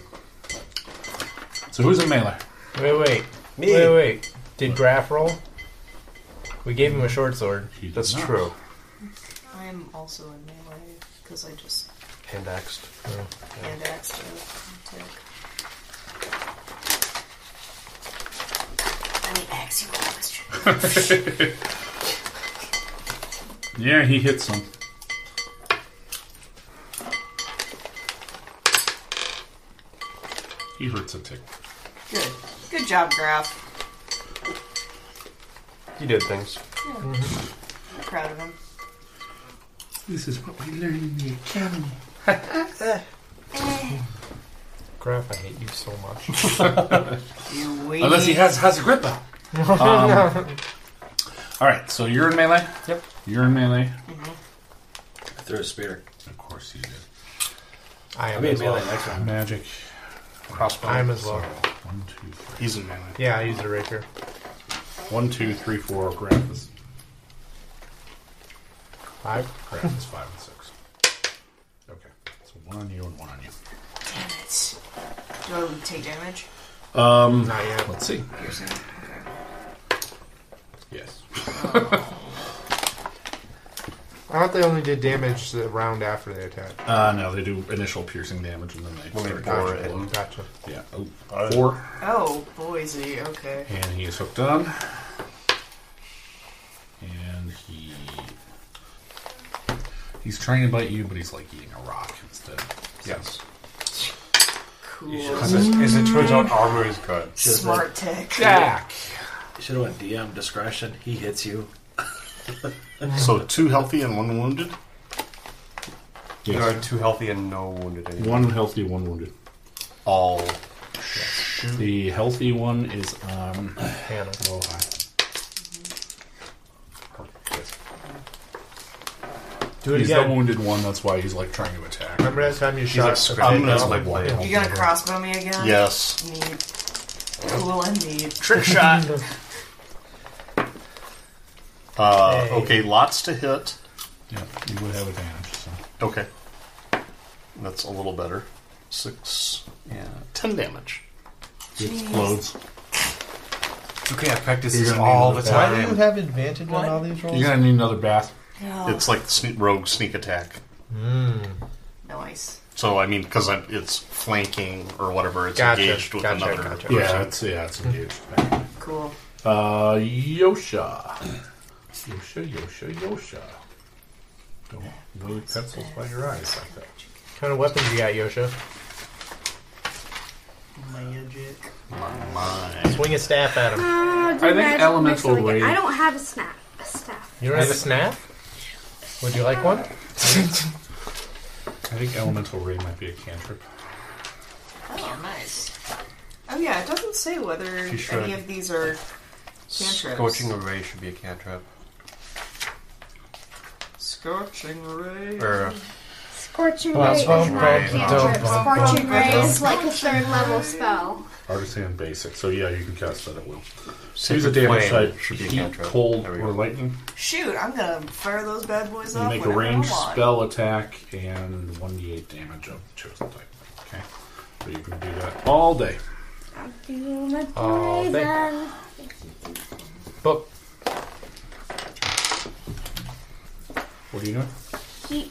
S3: So who's in melee?
S7: Wait, wait.
S4: Me.
S7: Wait, wait. Did Graf roll? We gave him a short sword.
S4: That's true.
S5: I'm also in melee because I just
S4: Hand axed.
S5: hand axed a tick.
S18: Let me ask you a question.
S3: Yeah, he hits him. He hurts a tick.
S5: Good. Good job, Graf.
S4: You did things.
S5: Yeah. I'm proud of him.
S3: This is what we learn in the academy.
S7: Graf, I hate you so much.
S3: Unless he has has Agrippa. um, all right, so you're in melee.
S7: Yep.
S3: You're in melee.
S13: I threw a spear.
S3: Of course you did.
S7: I
S13: I'll
S7: am
S13: be in
S7: as
S13: melee
S7: well.
S13: next round.
S3: Magic.
S7: Crossbow. I'm as well.
S3: One, two, three.
S8: He's in melee.
S7: Yeah, I used a rapier.
S3: One, two, three, four. Graph is
S7: Five.
S3: graph is five and six. Okay, so one on you and one on you.
S5: Damn it. Do I take damage?
S3: Um,
S7: Not yet.
S3: Let's see.
S5: Piercing. Okay.
S3: Yes.
S9: I thought they only did damage the round after they attack.
S3: Uh, no, they do initial piercing damage and then Oh, they
S9: Well, they
S3: start
S9: bore
S3: dodging
S9: it.
S3: blow.
S9: Gotcha.
S3: Yeah. Oh, four,
S5: Oh, Boise. Okay.
S3: and he is hooked on, and he he's trying to bite you, but he's like eating a rock instead. Yes.
S5: Cool.
S4: Because it, as it turns out, armor is good.
S5: Smart tech.
S3: Jack.
S13: Should have went DM discretion. He hits you.
S8: So two healthy and one wounded.
S4: There are two healthy and no wounded anymore.
S3: One healthy, one wounded.
S4: All.
S3: The healthy one is um.
S7: Hannah.
S3: Oh, hi.
S7: Do it
S3: he's
S7: again.
S3: the wounded one. That's why he's like trying to attack.
S7: Remember that time you
S3: He's
S7: shot
S3: like
S7: the
S3: screaming
S7: fake
S3: at
S7: out?
S3: my blade.
S5: You gonna crossbow me again?
S8: Yes.
S5: Neat. Cool and neat.
S8: Trick shot. Uh, Okay, lots to hit.
S3: Yeah, you would have advantage. So.
S8: Okay. That's a little better. Six. Yeah. Ten damage.
S3: It explodes.
S4: It's okay, I practice
S3: You're
S4: this
S3: gonna need
S4: all the
S3: another die.
S4: time.
S3: Why do you
S7: have advantage
S5: What?
S7: on all these rolls?
S3: You're gonna need another bath.
S7: Oh.
S5: No.
S8: It's like the sne- rogue sneak attack.
S5: Nice.
S8: So I mean, because it's flanking or whatever, it's
S7: Gotcha,
S8: engaged with
S7: gotcha,
S8: another.
S7: gotcha.
S8: person.
S3: Yeah, it's yeah,
S4: Mm-hmm.
S3: it's engaged.
S5: Cool.
S3: Uh, Yosha. Yosha, Yosha, Yosha. Don't move pencils by your eyes like that.
S7: What kind of weapons you got, Yosha?
S5: Magic.
S7: Swing a staff at him.
S6: I
S3: think elemental raid-
S6: I don't have a snap. A staff.
S7: You don't have a snap? Would you like one?
S23: I think elemental ray might be a cantrip.
S24: Oh, nice.
S5: Oh yeah, it doesn't say whether
S4: She should.
S5: any of these are cantrips.
S4: Scorching Array should be a cantrip.
S5: Scorching ray.
S4: Or
S10: Scorching
S4: Well,
S10: Ray
S4: that's
S10: is
S4: what
S10: not
S4: I'm
S10: a
S4: saying.
S10: cantrip.
S4: Don't-
S10: Scorching
S4: don't-
S10: Ray
S4: don't-
S10: is like a third level spell.
S3: Artisan basic. So yeah, you can cast that at will.
S4: Sacred
S3: Use a damage
S4: flame
S3: type:
S4: should be a
S3: heat,
S4: cantrip.
S3: cold, or lightning.
S5: Shoot, I'm gonna fire those bad boys
S3: You
S5: off.
S3: make a
S5: whenever I
S3: range
S5: want.
S3: spell attack and 1d8 damage of chosen type. Okay, so you can do that all day.
S10: Oh,
S3: they-
S7: Book.
S3: What do you know?
S10: Heat,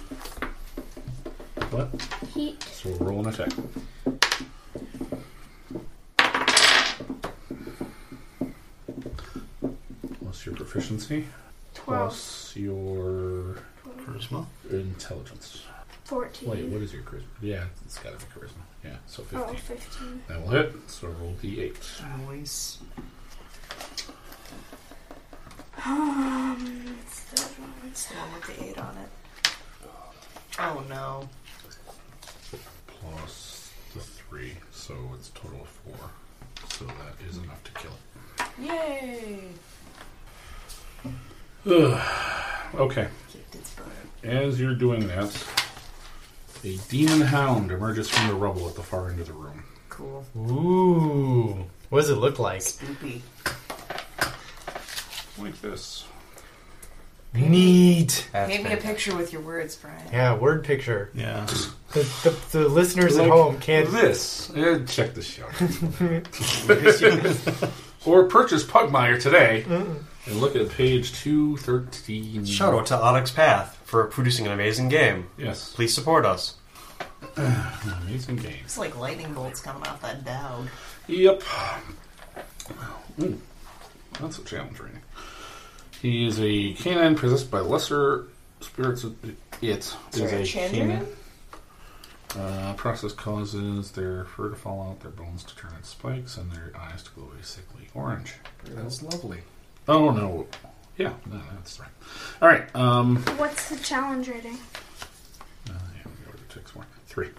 S3: What?
S10: heat.
S3: So we'll roll an attack. Plus your proficiency.
S10: Twelve.
S3: Plus your
S8: charisma.
S3: Intelligence.
S10: 14.
S3: Wait, what is your charisma? Yeah, it's gotta be charisma. Yeah, so 15.
S10: Oh, 15.
S3: That will hit. So roll d8.
S5: Nice.
S10: Um, it's the other one.
S5: It's the one with the eight on it. Oh no.
S3: Plus the 3. So it's total of 4. So that is enough to kill it.
S24: Yay!
S3: Ugh. okay. As you're doing that, a demon hound emerges from the rubble at the far end of the room.
S5: Cool.
S7: Ooh. What does it look like?
S5: Spoopy.
S3: Like this.
S7: Neat.
S24: Paint me a picture with your words, Brian.
S7: Yeah, word picture.
S8: Yeah.
S7: The, the, the listeners at
S3: Like
S7: home can't.
S3: this. Eh, check this out. or purchase Pugmire today and look at page 213.
S4: shout out to Onyx Path for producing an amazing game.
S3: Yes.
S4: Please support us.
S3: Amazing games.
S24: It's like lightning bolts coming off that dog.
S3: Yep. Ooh, that's a challenge rating. He is a canine possessed by lesser spirits. Of it
S24: Is there a
S3: is a
S24: Chandrian?
S3: canine. Uh, process causes their fur to fall out, their bones to turn into spikes, and their eyes to glow a sickly orange.
S23: That's lovely.
S3: Oh no! Yeah, no, that's right. All right. Um,
S10: What's the challenge rating?
S3: uh, yeah, we go to six more. Three.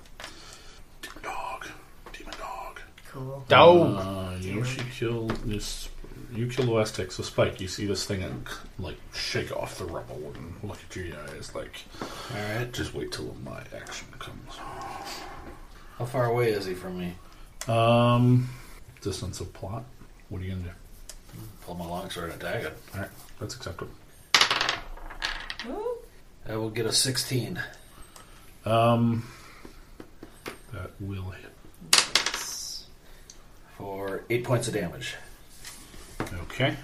S3: Demon dog. Demon dog.
S5: Cool.
S7: Dog.
S3: Uh, Yoshi killed this. You kill the last tick, so Spike, you see this thing and like shake off the rubble and look at you guys like,
S2: Alright.
S3: just wait till my action comes.
S2: How far away is he from me?
S3: Um, distance of plot. What are you gonna do?
S2: Pull my longsword and attack it.
S3: All right, that's acceptable.
S2: I will get a 16.
S3: Um, that will hit.
S2: for eight points of damage.
S3: Okay.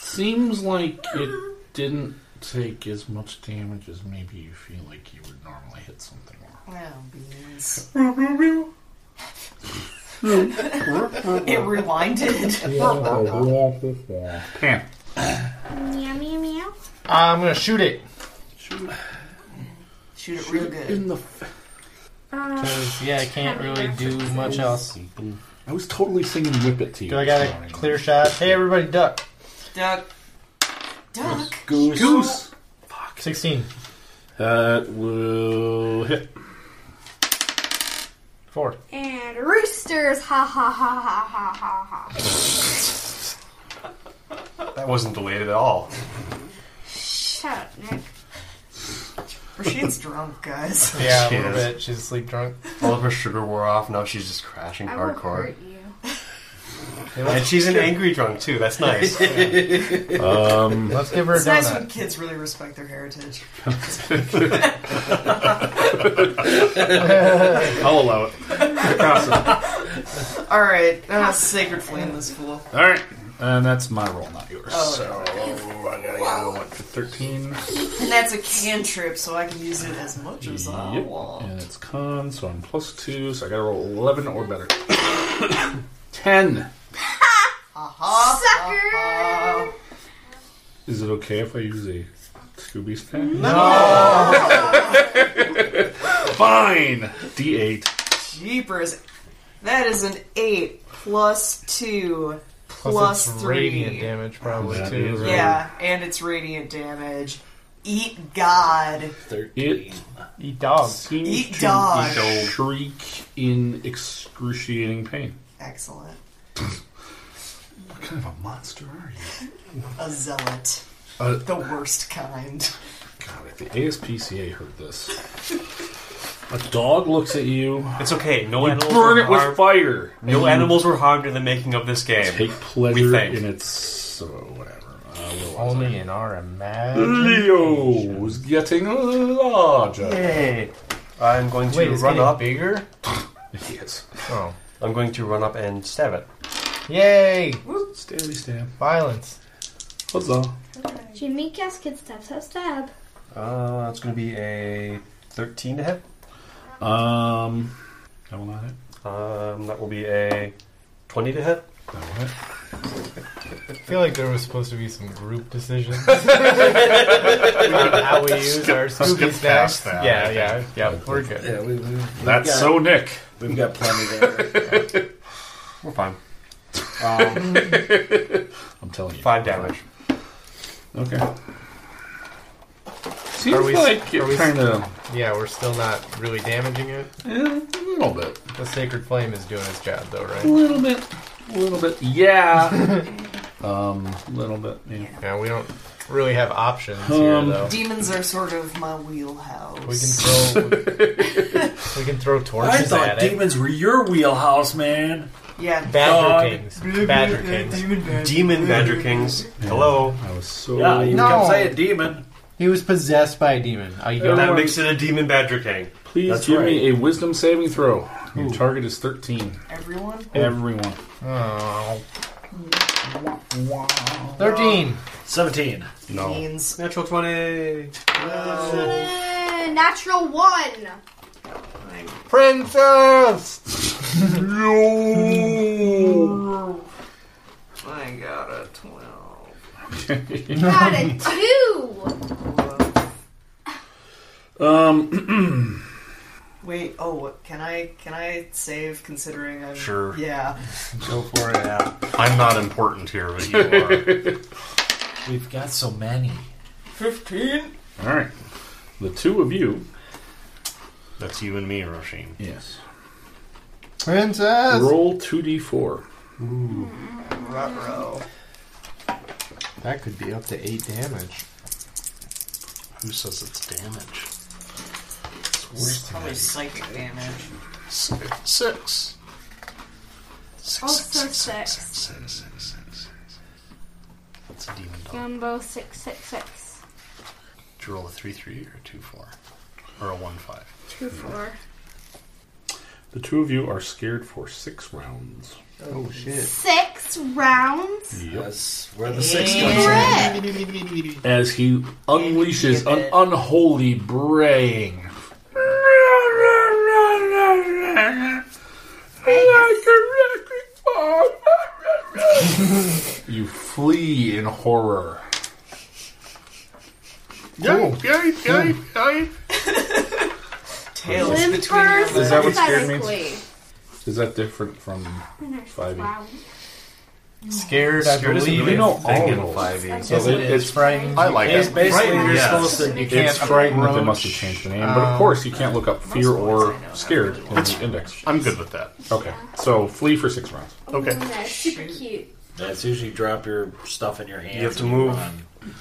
S3: Seems like it didn't take as much damage as maybe you feel like you would normally hit something.
S24: Oh, beans. it rewinded.
S3: Pam.
S10: Meow, meow, meow.
S7: I'm gonna shoot it.
S24: Shoot it real good.
S3: In the
S10: Uh,
S7: 'Cause, yeah, I can't really do much else.
S3: I was totally singing "Whip It" to you.
S7: Do I got a clear shot? Hey, everybody, duck.
S24: Duck. Duck.
S3: goose? Goose.
S7: 16.
S3: That will hit.
S7: 4.
S10: and roosters. Ha ha ha ha ha ha ha.
S4: That wasn't delayed at all.
S10: Shut up, Nick.
S5: Rashid's drunk, guys.
S7: Yeah, a
S4: She
S7: little
S4: is.
S7: bit. She's sleep drunk.
S4: All of her sugar wore off. Now she's just crashing
S10: I will
S4: hardcore.
S10: hurt you.
S4: And she's an angry drunk too. That's nice.
S3: Um,
S7: Let's give her a
S5: It's nice when
S7: donut.
S5: kids really respect their heritage.
S3: I'll allow it. Awesome.
S5: All right, uh, sacred flame this fool.
S3: All right, and that's my roll, not yours.
S5: Oh,
S3: so I gotta go what to thirteen.
S5: And that's a cantrip, so I can use it as much as I
S3: Yep.
S5: want.
S3: And it's con, so I'm plus two, so I gotta roll eleven or better. Ten.
S10: Sucker!
S3: Is it okay if I use a Scooby snack? No. Fine. D8.
S5: Jeepers. That is an 8 plus 2 plus,
S7: it's
S5: 3.
S7: radiant damage, probably,
S3: That
S7: too.
S3: is
S7: right?
S5: Yeah, and it's radiant damage. Eat God.
S3: It
S7: eat dogs.
S3: Seems
S5: Eat
S3: to
S5: dog.
S3: Shriek in excruciating pain.
S5: Excellent.
S3: What kind of a monster are you?
S5: A zealot.
S3: Uh,
S5: the worst kind.
S3: God, if the ASPCA heard this, a dog looks at you.
S4: It's okay. No
S3: You
S4: animals
S3: burn
S4: were
S3: it with
S4: harmed-
S3: fire.
S4: No
S3: And you
S4: animals were harmed in the making of this game.
S3: Take
S4: We
S3: pleasure
S4: think.
S3: in its so whatever. Uh, we'll-
S7: Only in our imagination.
S3: Leo's getting larger.
S4: Yay. I'm going to
S7: Wait, it's
S4: run
S7: getting
S4: up.
S7: bigger?
S3: yes.
S4: Oh. I'm going to run up and stab it.
S7: Yay!
S3: Stabby stab.
S7: Violence.
S3: What's up?
S6: Jimmy Gasket stab stab stab.
S4: Uh, it's going to be a 13 to hit.
S3: Um, that will not hit.
S4: Um, that will be a 20 to hit.
S7: I feel like there was supposed to be some group decisions. how we use our
S10: Skip-
S7: Scooby
S10: skip
S7: snacks.
S10: past that,
S7: yeah,
S10: I
S7: yeah,
S10: think.
S7: yeah. We're good.
S10: Yeah, we- we- we've That's got- so Nick.
S13: We've got plenty there.
S4: We're fine. Um,
S3: I'm telling you.
S4: Five damage.
S3: Okay. Seems
S7: Are we-
S3: like
S7: are we-
S3: it kind of.
S7: Yeah, we're still not really damaging it.
S3: a little bit.
S7: The sacred flame is doing its job, though,
S3: A
S7: right?
S3: little bit. A little bit. Yeah. um, a little bit. Yeah.
S7: Yeah, we don't really have options here,
S3: Um,
S7: though.
S5: Demons are sort of my wheelhouse.
S7: We can throw. we can throw torches
S13: I thought
S7: at
S13: demons were your wheelhouse, man.
S5: Yeah. Oh.
S7: it. Badger
S13: Dog.
S7: kings. Badger kings.
S4: Demon Badger Kings. Hello.
S3: I was so.
S13: Yeah, you
S7: No.
S13: can say a demon.
S7: He was possessed by a demon. A
S4: that
S7: young
S4: makes it a Demon Badger King.
S3: Please
S4: That's
S3: give
S4: right.
S3: me a wisdom saving throw. Your target is 13.
S5: Everyone?
S3: Everyone.
S7: Oh. 13.
S13: 17.
S8: Oh.
S3: No.
S4: Natural 20.
S6: Uh, natural one.
S7: Princess!
S5: I got a 12.
S6: Got a two.
S3: um.
S5: Wait, oh, what- can I can I save considering I'm
S8: Sure.
S5: Yeah.
S8: Go for
S4: it. Yeah.
S8: I'm not important here, but you are.
S13: We've got so many.
S5: 15?
S3: All right. The two of you.
S8: That's you and me, Roisin.
S3: Yes.
S7: Princess!
S3: Roll 2d4.
S5: Ruh-roh.
S7: That could be up to 8 damage.
S8: Who says it's damage? It's worse than
S5: Probably
S8: that.
S5: psychic damage.
S8: Six. Six. Six.
S6: Also
S8: six,
S6: six.
S8: six, six, six, six, six. That's a demon dog.
S6: Gumbo six six six
S8: Did you roll a 3 3 or a 2 4? Or a 1 5?
S6: two four.
S3: The two of you are scared for six rounds.
S7: Oh, shit.
S6: Six rounds.
S13: Yes, where the six comes in.
S6: Frick.
S3: As he unleashes an unholy braying. You flee in horror.
S8: Yipe, yipe, yipe, yipe.
S5: Tails
S6: Limp
S5: between your
S6: first,
S3: Is that what scared means?
S6: pathetically.
S3: Is that different from 5e?
S6: Round.
S7: Scared, I
S8: Scared isn't
S7: believe.
S8: really
S3: You
S8: a
S3: know
S8: thing in
S3: all of
S8: 5e.
S3: So it- it's
S7: frightened.
S8: I like
S13: It's
S8: it.
S13: basically
S7: Right,
S13: you're
S8: yes.
S13: supposed to. You
S6: It's
S13: can't
S3: It's frightened that they must have
S7: approach,
S3: changed the name, but of course you can't look up fear or scared in the index.
S8: I'm good with that.
S3: Okay, so flee for six rounds.
S8: Okay.
S6: Oh, that's super cute.
S13: That's usually drop your stuff in your hand.
S4: You have to move.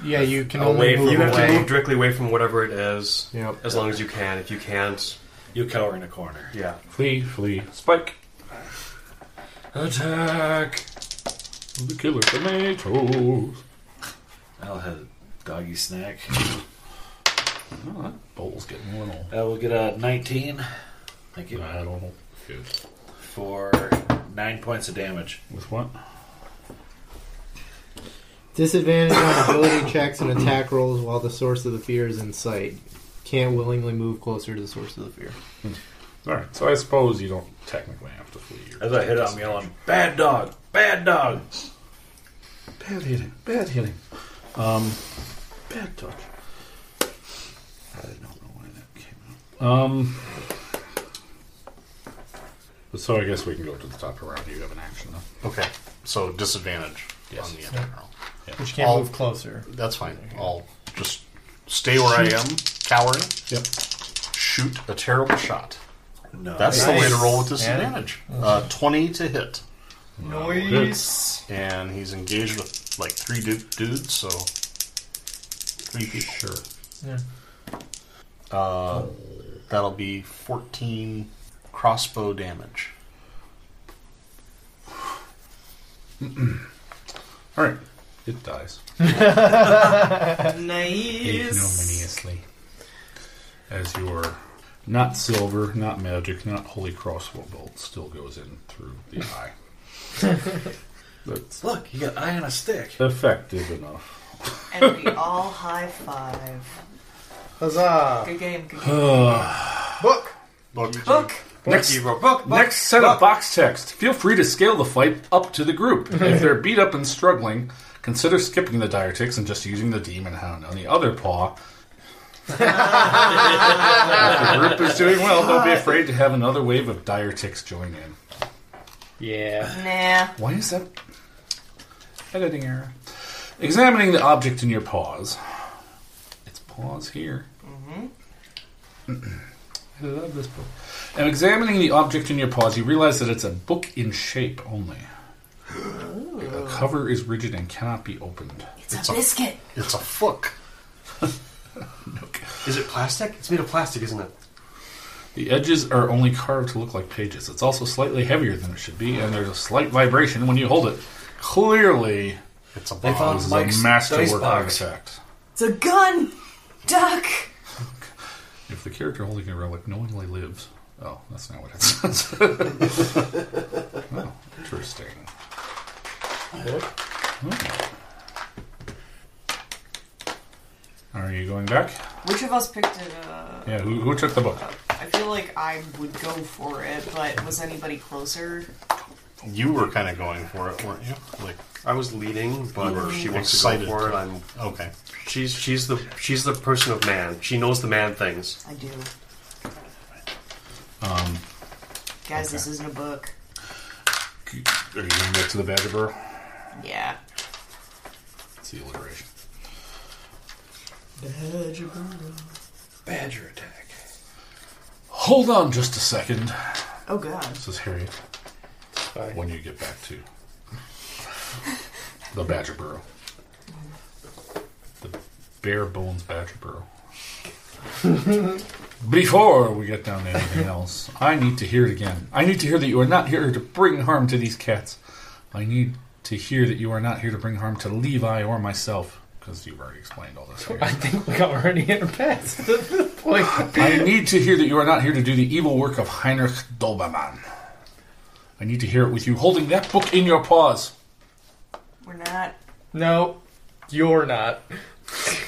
S7: Yeah, you can
S4: Away
S7: only
S4: from,
S7: move
S4: you have
S7: away.
S4: to move directly away from whatever it is.
S7: Yep.
S4: As long as you can. If you can't,
S13: You cower in a corner.
S4: yeah.
S3: Flee, flee, spike. Attack! The killer tomatoes.
S13: I'll have a doggy snack.
S3: Oh, that bowl's getting a little.
S2: Uh,
S13: I will get a 19. Thank you.
S3: I don't know. Good.
S13: For 9 points of damage.
S3: With what?
S7: Disadvantage on ability checks and attack rolls while the source of the fear is in sight. Can't willingly move closer to the source of the fear.
S3: Alright, so I suppose you don't technically have to flee. You're
S13: As I hit it, I'm yelling, Bad dog! Bad dog!
S3: Bad hitting, bad hitting. Um, bad touch. I don't know why that came out. Um, so I guess we can go to the top of the round. You have an action, though.
S8: Okay. So disadvantage
S3: Yes.
S8: on the attack roll.
S7: Which can't
S8: All-
S7: move closer.
S8: That's fine. I'll just stay where I am, cowering.
S3: Yep.
S8: Shoot a terrible shot. That's the
S3: Nice.
S8: way to roll with
S3: Yeah.
S8: disadvantage. Uh, Twenty to hit.
S3: Nice.
S8: And he's engaged with like three du- dudes, so three people. Sure.
S9: Yeah.
S8: Uh, that'll be fourteen crossbow damage.
S3: All right. It dies. Ignominiously. As your not silver, not magic, not holy crossbow bolt still goes in through the eye. That's
S2: Look, you got eye on a stick.
S3: effective enough.
S5: And we all high five.
S9: Huzzah!
S5: Good game. Good game.
S9: book.
S8: Book.
S5: Book.
S3: Next,
S9: you wrote book, book,
S3: next set of box text. Feel free to scale the fight up to the group. if they're beat up and struggling, consider skipping the dire ticks and just using the demon hound on the other paw. if the group is doing well, don't be afraid to have another wave of dire ticks join in.
S7: Yeah.
S5: Nah.
S3: Why is that? Editing error. Examining the object in your paws. It's paws here.
S5: Mm-hmm.
S3: I love this book. And examining the object in your paws, you realize that it's a book in shape only. The cover is rigid and cannot be opened.
S5: It's, a biscuit.
S8: It's a fuck.
S4: Is it plastic? It's made of plastic, isn't it?
S3: The edges are only carved to look like pages. It's also slightly heavier than it should be, and there's a slight vibration when you hold it. Clearly,
S8: it's a,
S3: this
S2: found
S3: is
S2: Mike's
S3: a masterwork
S2: dice box.
S3: artifact.
S5: It's a gun. Duck.
S3: If the character holding a relic knowingly lives. Oh, that's not what it says. oh, interesting. Are you going back?
S18: Which of us picked it
S5: uh,
S18: up?
S3: Yeah, who, who took the book?
S18: I feel like I would go for it, but was anybody closer?
S8: You were kind of going for it, weren't you? Like
S4: I was leading, but
S8: You were
S4: she wants to
S8: excited
S4: go for it.
S8: to-
S4: I'm
S8: okay.
S4: She's she's the she's the person of man. She knows the man things.
S5: I do.
S3: Um,
S18: Guys, this isn't a book.
S3: Are you going back to the Badger Burrow?
S18: Yeah.
S3: It's the alliteration.
S5: Badger.
S2: Badger attack.
S3: Hold on just a second,
S5: Oh god.
S3: says Harriet. When you get back to the Badger Burrow. The bare bones Badger Burrow. Before we get down to anything else, I need to hear it again. I need to hear that you are not here to bring harm to these cats. I need to hear that you are not here to bring harm to Levi or myself, because you've already explained all this. Harriet.
S7: I think we already in our past at this point.
S3: I need to hear that you are not here to do the evil work of Heinrich Dobermann. I need to hear it with you holding that book in your paws.
S18: We're not.
S7: No, you're not.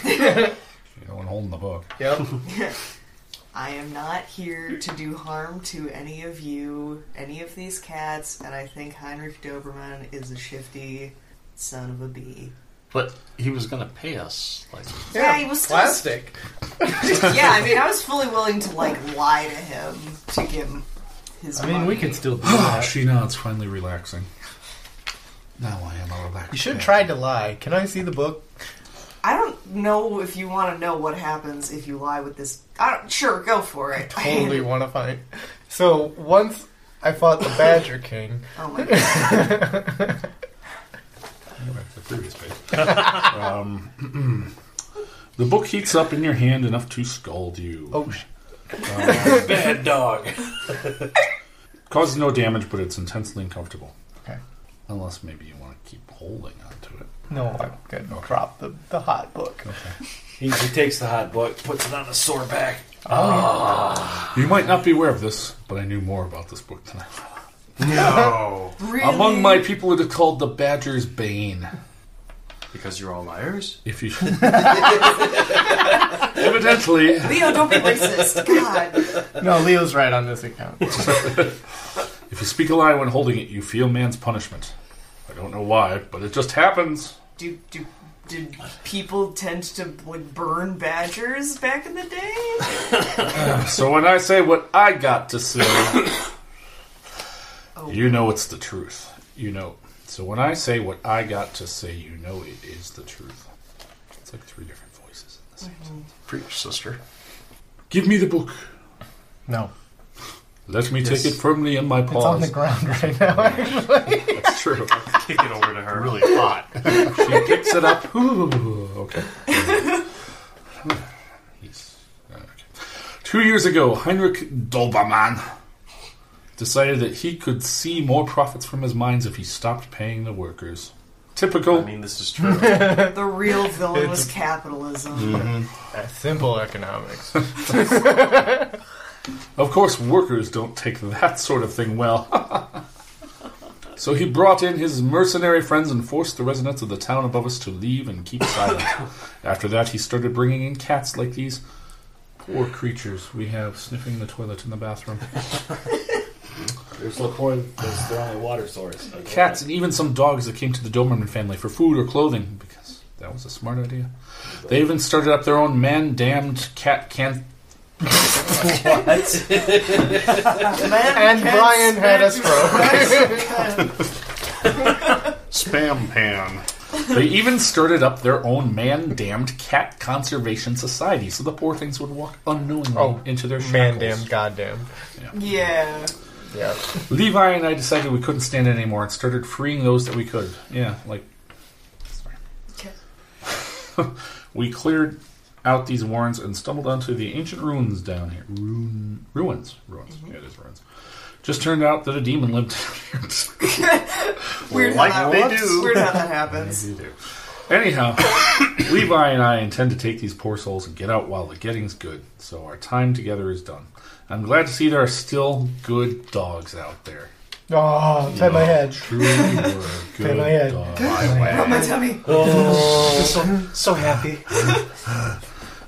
S3: You know, and holding the book.
S7: Yep.
S18: I am not here to do harm to any of you, any of these cats, and I think Heinrich Doberman is a shifty son of a bee.
S8: But he was going to pay us. Like,
S18: Yeah, he was still-
S7: plastic.
S18: yeah, I mean, I was fully willing to like lie to him to give him his.
S7: I mean, we
S18: money.
S7: can still do that.
S3: Ah, she nods, finally relaxing. Now I am a relaxed.
S7: You should
S3: man.
S7: have tried to lie. Can I see the book?
S5: I don't know if you want to know what happens if you lie with this. I don't, sure, go for it.
S7: Totally want to find. So once I fought the Badger King.
S5: oh my god.
S3: Go back to the previous page. um, the book heats up in your hand enough to scald you.
S7: Oh, sh-
S2: Bad dog.
S3: Causes no damage, but it's intensely uncomfortable.
S7: Okay.
S3: Unless maybe you want to keep holding onto it.
S7: no, I'm gonna drop the, the hot book.
S2: He, he takes the hot book, puts it on his sore back.
S3: You might not be aware of this, but I knew more about this book than I thought.
S4: No,
S18: Really?
S3: Among my people, it is called the Badger's Bane.
S4: because you're all liars.
S3: If you evidently,
S5: Leo, don't be racist. God.
S7: No, Leo's right on this account.
S3: if you speak a lie when holding it, you feel man's punishment. I don't know why, but it just happens.
S18: Do do did people tend to like burn badgers back in the day?
S3: So when I say what I got to say,
S9: Oh.
S3: you know it's the truth. You know. So when I say what I got to say, you know it is the truth. It's like three different voices in this.
S9: Mm-hmm.
S8: Preach, sister.
S3: Give me the book.
S9: No.
S3: Let me
S9: Yes.
S3: take it firmly in my
S9: It's
S3: paws.
S9: on the ground right now, actually.
S3: That's true.
S4: Kick it over to her.
S8: Really hot.
S3: she picks it up. Ooh, okay. He's- okay. Two years ago, Heinrich Dolbermann decided that he could see more profits from his mines if he stopped paying the workers. Typical. I
S4: mean, this is true.
S5: The real villain was capitalism.
S3: Hmm.
S9: Simple economics.
S3: Of course, workers don't take that sort of thing well. so he brought in his mercenary friends and forced the residents of the town above us to leave and keep silent. After that, he started bringing in cats like these poor creatures we have sniffing the toilet in the bathroom.
S2: There's the point. There's their only water source. Okay.
S3: Cats and even some dogs that came to the Doberman family for food or clothing because that was a smart idea. They even started up their own man damned cat can.
S9: and Brian had a stroke.
S8: Spam pan.
S3: they even started up their own man damned cat conservation society, so the poor things would walk unknowingly into their shackles. Man damned,
S9: goddamn.
S5: Yeah.
S9: Yeah.
S3: Levi and I decided we couldn't stand it anymore and started freeing those that we could. Yeah, like
S5: Okay.
S3: we cleared out these warrens and stumbled onto the ancient ruins down here. Ruin, ruins, ruins. Yeah, it is ruins. Just turned out that a demon lived down here.
S5: Weird how that works. Weird how that happens.
S3: They do. Anyhow, Levi and I intend to take these poor souls and get out while the getting's good. So our time together is done. I'm glad to see there are still good dogs out there.
S9: Oh,
S3: You
S9: tap my
S3: know,
S9: head.
S3: Truly were
S9: Tap
S3: good
S9: my head.
S3: dogs.
S9: Rub my tummy. Oh.
S4: so, so happy.
S3: Uh,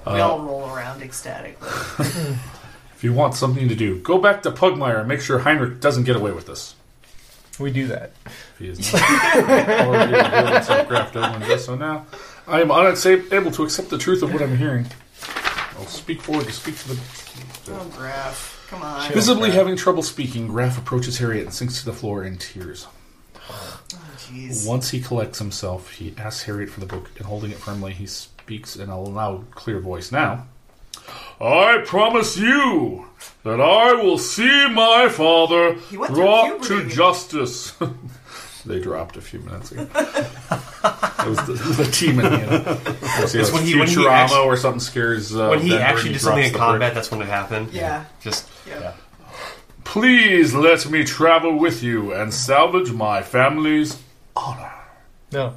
S5: We all roll around ecstatically.
S3: If you want something to do, go back to Pugmire and make sure Heinrich doesn't get away with this.
S9: We do that.
S3: He is not already revealed himself graft everyone does so now. I am unable to accept the truth of what I'm hearing. I'll speak forward to speak to the
S5: Oh, Graf. Come on.
S3: Visibly having trouble speaking, Graf approaches Harriet and sinks to the floor in tears.
S5: jeez.
S3: Once he collects himself, he asks Harriet for the book, and holding it firmly, he speaks in a loud, clear voice now.
S10: I promise you that I will see my father
S3: went through
S10: brought to justice.
S3: They dropped a few minutes ago. it was the, the team in the end.
S4: It's
S3: It's
S4: when
S3: when
S4: he- when he
S3: Futurama
S4: actu-
S3: or something scares. Uh,
S4: when he
S3: Denver and
S4: actually did something
S3: drops
S4: in
S3: the
S4: combat,
S3: brick.
S4: that's when it happened.
S5: Yeah.
S4: Just
S5: yeah.
S10: Please let me travel with you and salvage my family's honor.
S9: No.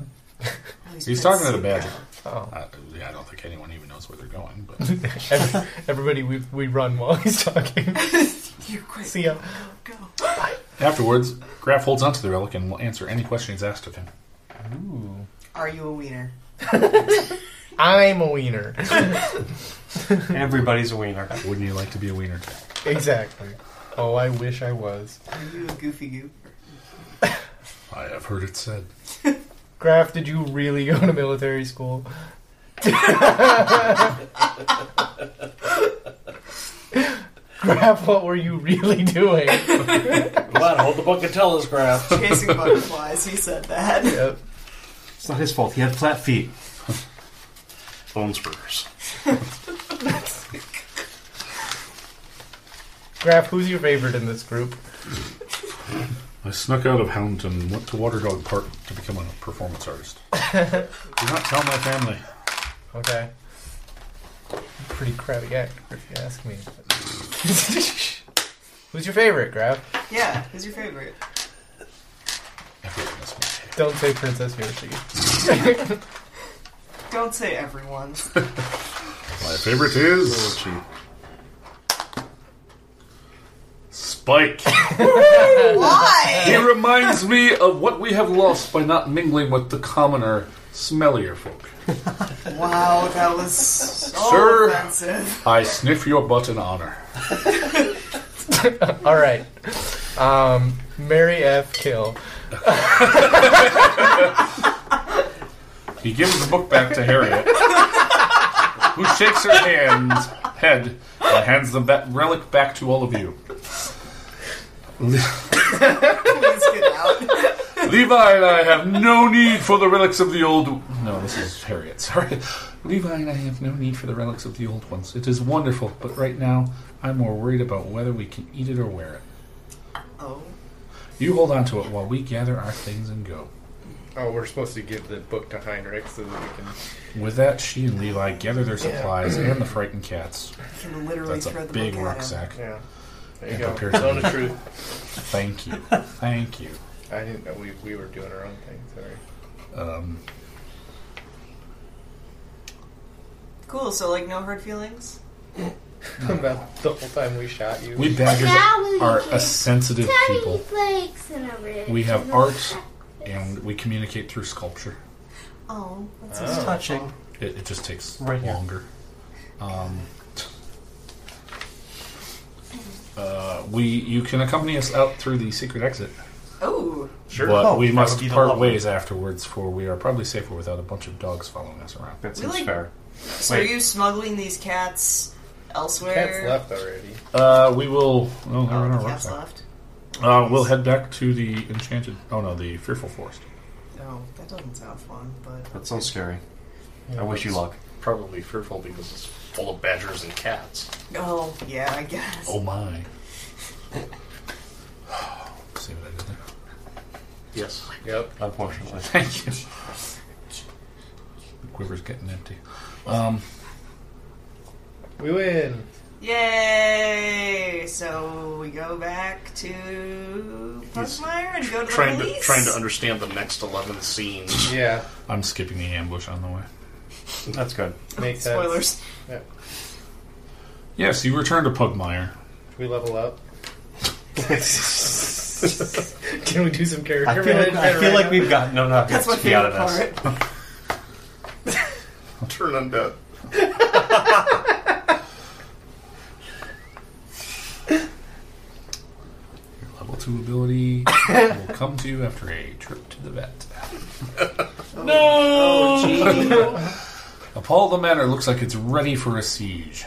S3: He's talking to the badger.
S9: Oh.
S3: Uh, yeah, I don't think anyone even knows where they're going. But
S9: Every- Everybody, we, we run while he's talking.
S5: you quit.
S9: See ya.
S3: afterwards, Graf holds onto the relic and will answer any questions asked of him.
S9: Ooh.
S5: Are you a wiener?
S9: I'm a wiener.
S4: Everybody's a wiener.
S3: Wouldn't you like to be a wiener?
S9: exactly. Oh, I wish I was.
S5: Are you a goofy goop?
S3: I have heard it said.
S9: Graf, did you really go to military school? Graf, what were you really doing?
S2: Come on, hold the book and tell us, Graf.
S5: Chasing butterflies, he said that.
S9: Yep.
S4: It's not his fault. He had flat feet.
S8: Bone spurs.
S9: Graf, who's your favorite in this group?
S3: I snuck out of Houndton and went to Waterdog Park to become a performance artist. Do not tell my family.
S9: Okay. Pretty crappy actor, if you ask me. Who's your favorite, Graf?
S5: Yeah, who's your favorite?
S9: Don't say Princess Yoshi.
S5: Don't say everyone.
S10: My favorite is Spike.
S3: He reminds me of what we have lost by not mingling with the commoner, smellier folk.
S5: Wow, that was so
S3: Sir.
S5: offensive.
S3: I sniff your butt in honor.
S9: All right. Um, Mary F. Kill.
S3: He gives the book back to Harriet, who shakes her hands, head and hands the ba- relic back to all of you.
S5: Please get out.
S3: Levi and I have no need for the relics of the old. No, this is Harriet. Sorry. Levi and I have no need for the relics of the old ones. It is wonderful, but right now I'm more worried about whether we can eat it or wear it.
S5: Oh.
S3: You hold on to it while we gather our things and go.
S9: Oh, we're supposed to give the book to Heinrich so that we can.
S3: With that, she and Levi gather their
S9: Yeah.
S3: supplies and the frightened cats.
S9: Can literally
S3: That's a
S9: throw the book
S3: big
S9: at him.
S3: rucksack.
S9: Yeah. There you
S3: And
S9: go.
S3: prepare
S9: Zone
S3: to
S9: of
S3: leave.
S9: truth.
S3: Thank you. Thank you.
S9: I didn't know we, we were doing our own thing. Sorry.
S3: Um,
S5: Cool. So like no hard feelings.
S9: About the whole time we shot you.
S3: We baggers are a sensitive people.
S25: flakes and a red.
S3: We have art, and we communicate through sculpture.
S5: Oh, that's
S9: Oh.
S5: so
S9: Touching.
S3: It, it just takes
S9: Right here.
S3: longer. Um, uh, we you can accompany us out through the secret exit.
S5: Oh.
S3: Sure. But we must part ways afterwards, for we are probably safer without a bunch of dogs following us around. That
S5: seems Really? fair. So are you smuggling these cats elsewhere? Oh,
S9: already.
S3: Uh, we will. Well, they're in our
S5: Cats
S3: rucksack.
S5: left.
S3: Uh, we'll head back to the enchanted. Oh no, the fearful forest.
S5: No, that doesn't sound fun. But
S4: That sounds scary.
S5: Yeah,
S4: I wish you
S8: that's-
S4: luck.
S8: Probably fearful because it's full of badgers and cats.
S5: oh yeah, I guess.
S3: Oh my. See what I did there?
S8: Yes.
S9: Yep.
S4: Unfortunately.
S3: Thank you. The quiver's getting empty. Um,
S9: We win.
S5: Yay! So we go back to Punkmeyer and go to
S8: Trying
S5: the
S8: to
S5: police.
S8: trying to understand the next eleven scenes.
S9: Yeah.
S3: I'm skipping the ambush on the way.
S4: That's good.
S9: Makes sense.
S5: Spoilers.
S9: Yeah.
S3: Yes, you return to Pugmire.
S9: we level up? Can we do some character
S4: I feel like, I
S9: management
S4: feel
S9: right
S4: like
S9: now?
S4: we've got no knockouts
S9: That's my
S4: to be out of
S9: favorite
S4: this.
S8: Turn undead.
S3: Your level two ability will come to you after a trip to the vet.
S5: Oh,
S1: No!
S3: Apollo Manor looks like it's ready for a siege.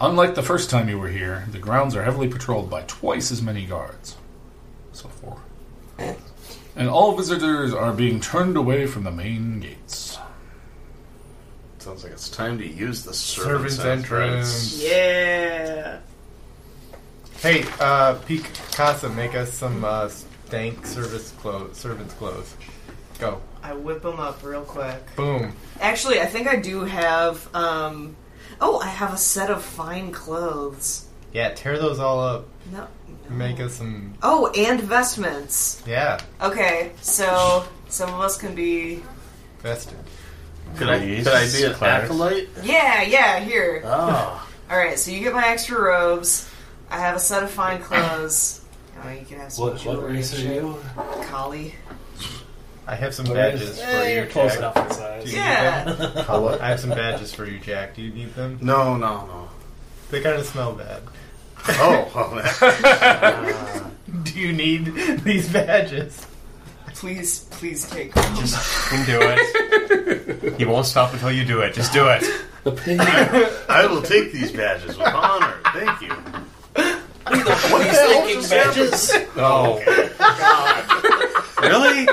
S3: Unlike the first time you were here, the grounds are heavily patrolled by twice as many guards. So four. And all visitors are being turned away from the main gates.
S8: Sounds like it's time to use the
S9: Servant's
S8: servant's, entrance.
S5: Yeah.
S9: Hey, uh, Pete Casa, make us some uh, stank service clothes, servants clothes. Go.
S5: I whip them up real quick.
S9: Boom.
S5: Actually, I think I do have. um... Oh, I have a set of fine clothes.
S9: Yeah, tear those all up.
S5: No.
S9: Make us some.
S5: Oh, and vestments.
S9: Yeah,
S5: Okay, so some of us can be.
S9: vested.
S8: Could I- could I be an
S9: Claire.
S8: acolyte?
S5: Yeah, yeah, here.
S8: Ah.
S5: All right, so you get my extra robes. I have a set of fine clothes. Oh, you can have some
S2: What- what race are you?
S5: Collie.
S9: I have
S3: Oh,
S9: some
S5: What
S9: badges
S5: is-
S9: for
S5: Eh,
S9: you,
S5: you're close
S9: Jack.
S5: enough in size.
S9: Do you need
S5: Yeah.
S9: them?
S8: A what?
S9: I have some badges for you, Jack. Do you need them?
S8: No, no, no.
S9: They kind of smell bad.
S8: Oh, oh, that-
S9: Do you need these badges?
S5: Please, please take them.
S4: Just you can do it. He won't stop until you do it. Just do it.
S3: The pain.
S8: I will take these badges with honor. Thank you.
S19: What
S8: the
S19: is
S8: hell
S19: thinking
S8: just
S19: badges?
S4: Oh.
S8: Really?
S5: God.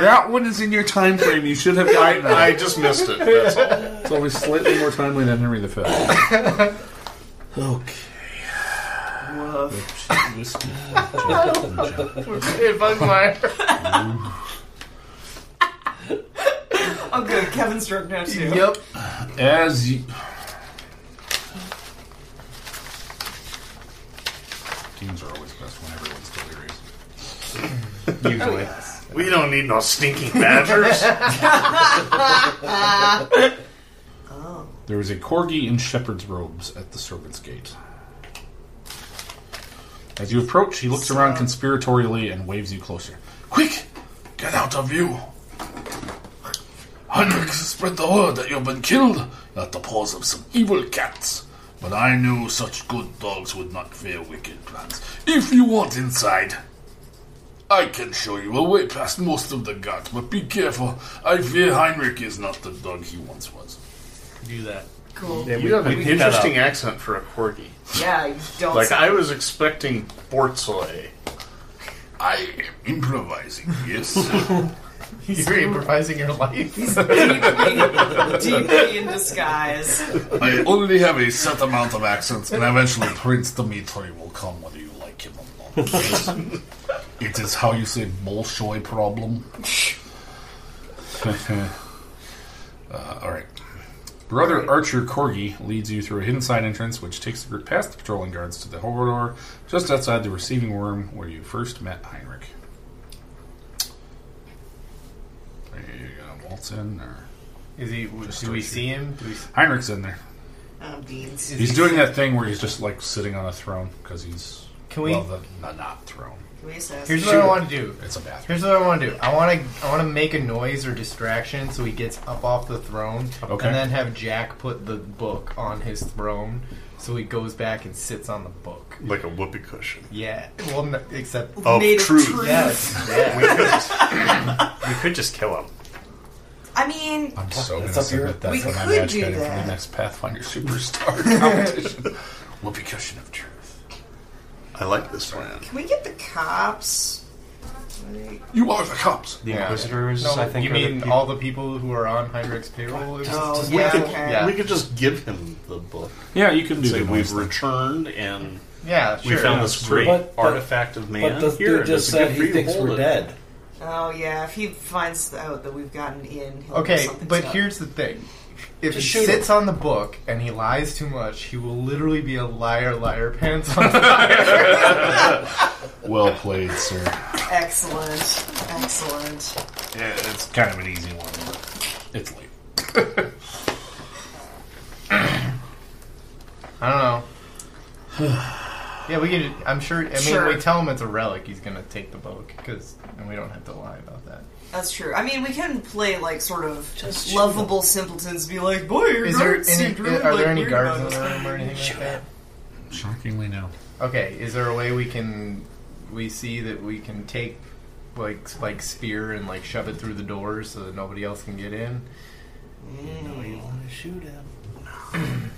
S3: That one is in your time frame. You should have gotten that.
S8: I just missed it. That's all.
S3: It's always slightly more timely than Henry V. okay. Whiskey,
S9: Hey, Bugmire.
S5: Oh, good. Kevin's drunk now too.
S9: Yep.
S3: As you. Teams are always best when everyone's delirious.
S8: Usually. We don't need no stinking badgers.
S3: There is a corgi in shepherd's robes at the servants' gate. As you approach, he looks around conspiratorially and waves you closer. Quick! Get out of view! Heinrich spread the word that you've been killed at the paws of some evil cats. But I knew such good dogs would not fear wicked plans. If you want inside, I can show you a way past most of the guards, but be careful. I fear Heinrich is not the dog he once was.
S8: Do that.
S5: Cool.
S8: you have an interesting accent for a corgi.
S5: Yeah, you don't.
S8: like
S5: sound-
S8: I was expecting Bortzoy.
S3: I am improvising, yes.
S7: You're improvising your life.
S5: Deeply in disguise.
S26: I only have a set amount of accents, and eventually Prince Dmitri will come whether you like him or not. it is how you say Bolshoi problem.
S3: Uh, all right. Brother Archer Corgi leads you through a hidden side entrance, which takes the group past the patrolling guards to the corridor just outside the receiving room where you first met Heinrich. Are you gonna waltz in, or
S7: is he? do we see him? Do we
S3: Heinrich's in there.
S5: Oh, beans.
S3: He's doing that thing where he's just like sitting on a throne because he's
S7: Can we-
S3: well, the, not, not throne.
S5: Can we assess?
S7: Here's what I want to do.
S3: It's a bathroom.
S7: Here's what I want to do. I want to I want to make a noise or distraction so he gets up off the throne,
S3: Okay.
S7: and then have Jack put the book on his throne, so he goes back and sits on the book.
S8: Like a whoopee cushion.
S7: Yeah. Well, no, except
S8: Of Made of truth. truth.
S7: Yes. Yeah.
S8: We could- we could just kill him.
S5: I mean,
S3: I'm so gonna
S8: That's up your-
S3: submit that
S5: we
S3: for my
S5: could
S3: match
S5: do
S3: guy for the
S5: that.
S3: next Pathfinder Superstar competition. Whoopee cushion of truth.
S8: I like this plan.
S5: can we get the cops? Like,
S26: You are the cops.
S4: The Inquisitors,
S7: No,
S4: I think.
S7: you
S4: are the
S7: mean
S4: people-
S7: all the people who are on Heinrich's payroll? Is-
S5: Oh,
S8: we,
S5: yeah,
S8: could,
S5: okay.
S8: we could just give him the book.
S3: Yeah, you can do
S8: Say
S3: the
S8: we've
S3: nice thing.
S8: returned and
S7: Yeah,
S8: we
S7: sure.
S8: found
S7: Yeah,
S8: this
S7: that's
S8: great
S7: true. But- but-
S8: artifact of
S7: but
S8: man.
S7: the dude
S8: Here, and
S7: just
S8: it's
S7: said
S8: good
S7: he
S8: for you to
S7: thinks
S8: hold
S7: we're
S8: it.
S7: dead.
S5: Oh yeah, if he finds out that we've gotten in, he'll do
S7: Okay,
S5: something
S7: but
S5: stuff.
S7: here's the thing. If
S5: Just
S7: he
S5: shoot
S7: sits on the book and he lies too much, he will literally be a liar, liar, pants on fire.
S3: Well played, sir.
S5: excellent, excellent.
S3: Yeah, it's kind of an easy one, but it's late.
S7: I don't know. yeah, we can. I'm sure. I mean,
S5: Sure.
S7: we tell him it's a relic. He's gonna take the book because, and we don't have to lie about that.
S5: That's true. I mean, we can play like sort of lovable simpletons, be like, "Boy, your
S7: Is there
S5: guards
S7: any?
S5: seemed really,
S7: Are there
S5: like,
S7: any
S5: weird
S7: guards in
S5: about
S7: the
S5: us."
S7: room or anything like that?
S3: Shockingly, no.
S7: Okay, is there a way we can we see that we can take like like spear and like shove it through the doors so that nobody else can get in?
S8: No, you want to shoot him.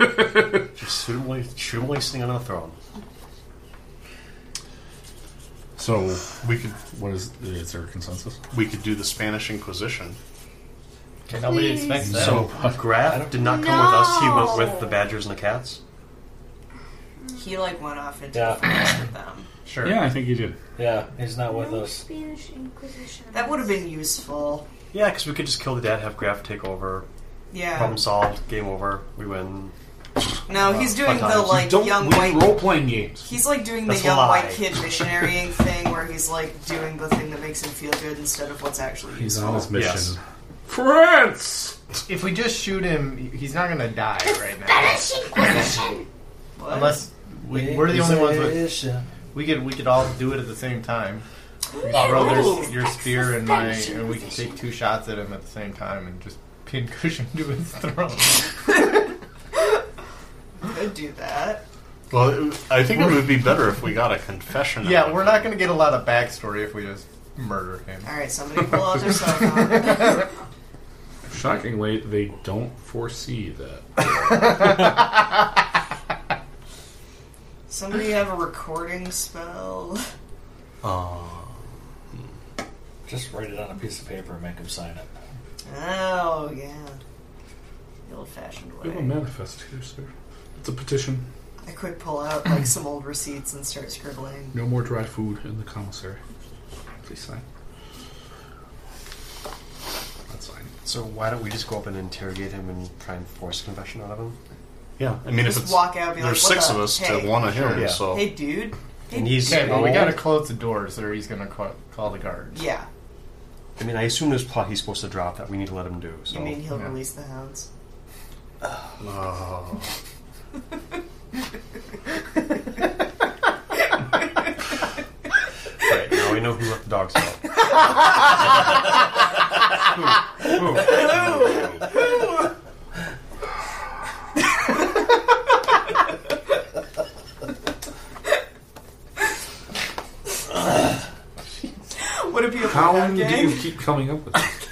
S8: Oh Just shoot him, while- shoot him while he's sitting on the throne.
S3: So we could. What is? Is there a consensus?
S8: We could do the Spanish Inquisition.
S7: Okay, nobody expects that.
S4: So Graf did not come with us. He went with the badgers and the cats.
S5: He like went off into
S2: Yeah.
S5: the forest with them.
S7: Sure.
S3: Yeah, I think you did.
S2: Yeah, he's not with us.
S10: Spanish Inquisition.
S5: That would have been useful.
S4: Yeah, because we could just kill the dad, have Graf take over.
S5: Yeah.
S4: Problem solved. Game over. We win.
S5: No,
S8: uh,
S4: Wow.
S5: he's doing
S4: Fun
S5: the
S4: times.
S5: like young white.
S3: role playing games.
S5: He's like doing
S4: That's
S5: the
S4: a
S5: young
S4: lie.
S5: white kid missionarying thing, where he's like doing the thing that makes him feel good instead of what's actually
S3: He's
S5: useful.
S3: on his mission.
S4: Yes.
S3: France.
S7: If we just shoot him, he- he's not gonna die right now. Unless we, we're the only ones with. We could we could all do it at the same time. You could throw their, your spear and my, and we can take two shots at him at the same time and just pin cushion to his throat.
S5: Could do that.
S8: Well, it- I think it would be better if we got a confession.
S7: Yeah, we're not gonna get a lot of backstory if we just murder him.
S5: All right, somebody pull out their cell phone.
S3: Shockingly, they don't foresee that.
S5: Somebody have a recording spell.
S8: Uh,
S2: Just write it on a piece of paper and make him sign it.
S5: Oh yeah, the old-fashioned
S3: We have a
S5: way.
S3: manifest here, sir. It's a petition.
S5: I quick pull out like some old receipts and start scribbling.
S3: No more dry food in the commissary. Please sign. That's fine.
S4: So why don't we just go up and interrogate him and try and force a confession out of him?
S8: Yeah, I mean,
S5: Just
S8: if it's
S5: walk out and be like,
S8: there's
S5: "What
S8: six
S5: the-
S8: of us
S5: hey."
S8: to one of him,
S4: Yeah.
S8: so
S5: Hey, dude. Hey,
S4: And he's
S7: Okay, but we
S4: old.
S7: gotta close the doors, or he's gonna call, call the guards.
S5: yeah.
S4: I mean, I assume there's plot he's supposed to drop that we need to let him do. So
S5: You mean he'll
S7: yeah.
S5: release the hounds?
S8: uh,
S4: right now we know who left the dogs out.
S5: Would it be a
S3: How
S5: bloodhound
S3: do
S5: gang?
S3: you keep coming up with that?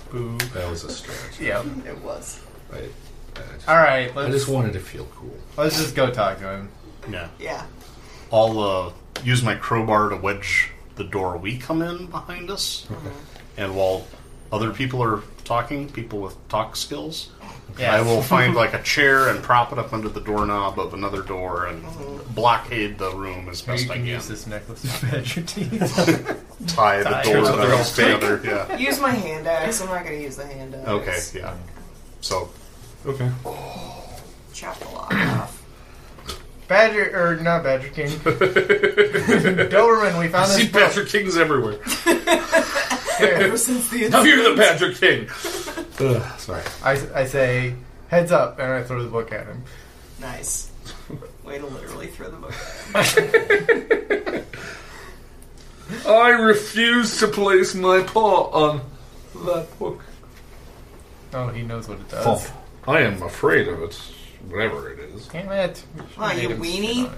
S3: Boo. That was a stretch.
S7: Yeah.
S5: It was.
S3: I, I just,
S7: All right,
S3: I
S7: let's
S3: just wanted to feel cool.
S7: let's just go talk to him.
S8: yeah,
S5: Yeah.
S8: all uh, use my crowbar to wedge the door we come in behind us. And while other people are talking, people with talk skills,
S7: Yes.
S8: I will find like a chair and prop it up under the doorknob of another door and blockade the room as
S7: Or
S8: best
S7: you
S8: I
S7: can
S8: can.
S7: use this necklace to badge your teeth.
S8: Tie the
S7: Tie it.
S8: doors
S7: That's what they're
S8: doors
S7: gonna
S8: together. Yeah.
S5: Use my hand axe. I'm not going to use the hand axe.
S8: Okay. Yeah. So.
S27: Okay.
S5: Chop a lot off.
S7: Badger, or not Badger King. Doberman, we found this.
S3: See Badger Kings everywhere.
S5: Ever since the
S3: now you're the Badger King.
S27: Ugh, sorry.
S7: I, I say, heads up, and I throw the book at him.
S5: Nice. Way to literally throw the book.
S27: I refuse to place my paw on that book.
S7: Oh, he knows what it does.
S3: Fuck. I am afraid of it, whatever it is.
S7: Damn it.
S5: Wow, you weenie.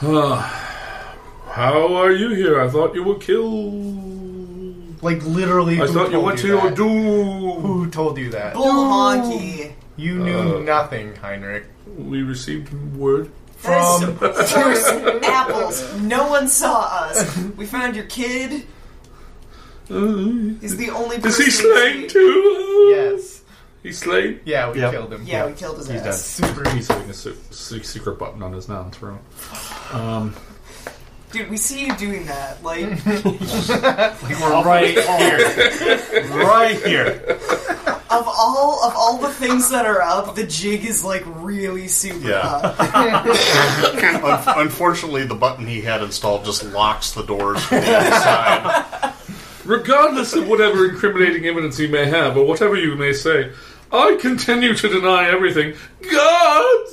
S3: How are you here? I thought you were killed.
S7: Like literally.
S3: I
S7: who
S3: thought you
S7: told
S3: went to your
S7: that?
S3: doom.
S7: Who told you that?
S5: Bull honky.
S7: You knew
S3: Uh,
S7: nothing, Heinrich.
S3: We received word.
S5: There's some there's some apples. No one saw us. We found your kid. He's the only
S3: Is
S5: person.
S3: he
S5: we
S3: slain
S5: see.
S3: too?
S7: Yes.
S3: He's slain?
S7: Yeah, we killed him.
S5: Yeah, we killed his
S3: He's dead.
S5: ass.
S3: Super He's hitting a se- se- secret button on his now throne. Um,
S5: Dude, we see you doing that. Like,
S7: Like we're right here. right here.
S5: of all of all the things that are up, the jig is like really super
S8: Yeah.
S5: up.
S8: Un- unfortunately, the button he had installed just locks the doors from the outside.
S3: regardless of whatever incriminating evidence he may have, or whatever you may say, I continue to deny everything. God!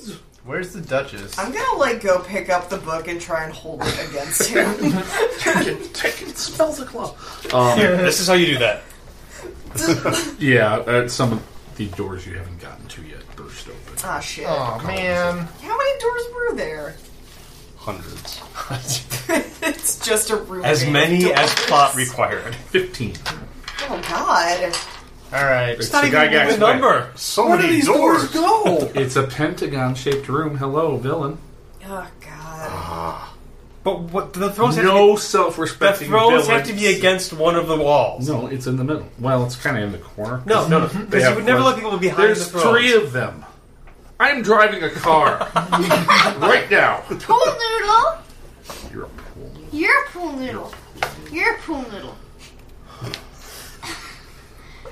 S7: Where's the Duchess?
S5: I'm gonna like go pick up the book and try and hold it against him.
S3: Take it, smells a claw.
S8: Um, this is how you do that.
S3: Yeah, uh, some of the doors you haven't gotten to yet burst open.
S5: Ah shit.
S7: Oh man.
S5: How many doors were there?
S8: Hundreds.
S5: it's just a room.
S4: As
S5: made of
S4: many as
S5: doors.
S4: thought required.
S3: 15.
S5: Oh god.
S7: All right.
S3: It's the Gygax way.
S8: So
S5: Where do
S8: many
S5: these
S8: doors.
S5: go?
S3: It's a pentagon shaped room. Hello, villain.
S5: Oh god.
S4: But what the throws have to
S3: No
S4: be, the
S3: self-respecting
S4: throws
S3: villains.
S4: have to be against one of the walls.
S3: No, it's in the middle. Well, it's kind of in the corner.
S4: No, no, no.
S3: They
S4: Because you
S3: have
S4: would never
S3: one-
S4: let people behind
S3: There's
S4: the thrones.
S3: three of them. I'm driving a car right now.
S6: Pool noodle.
S3: You're a pool.
S6: You're a pool noodle. You're a pool noodle.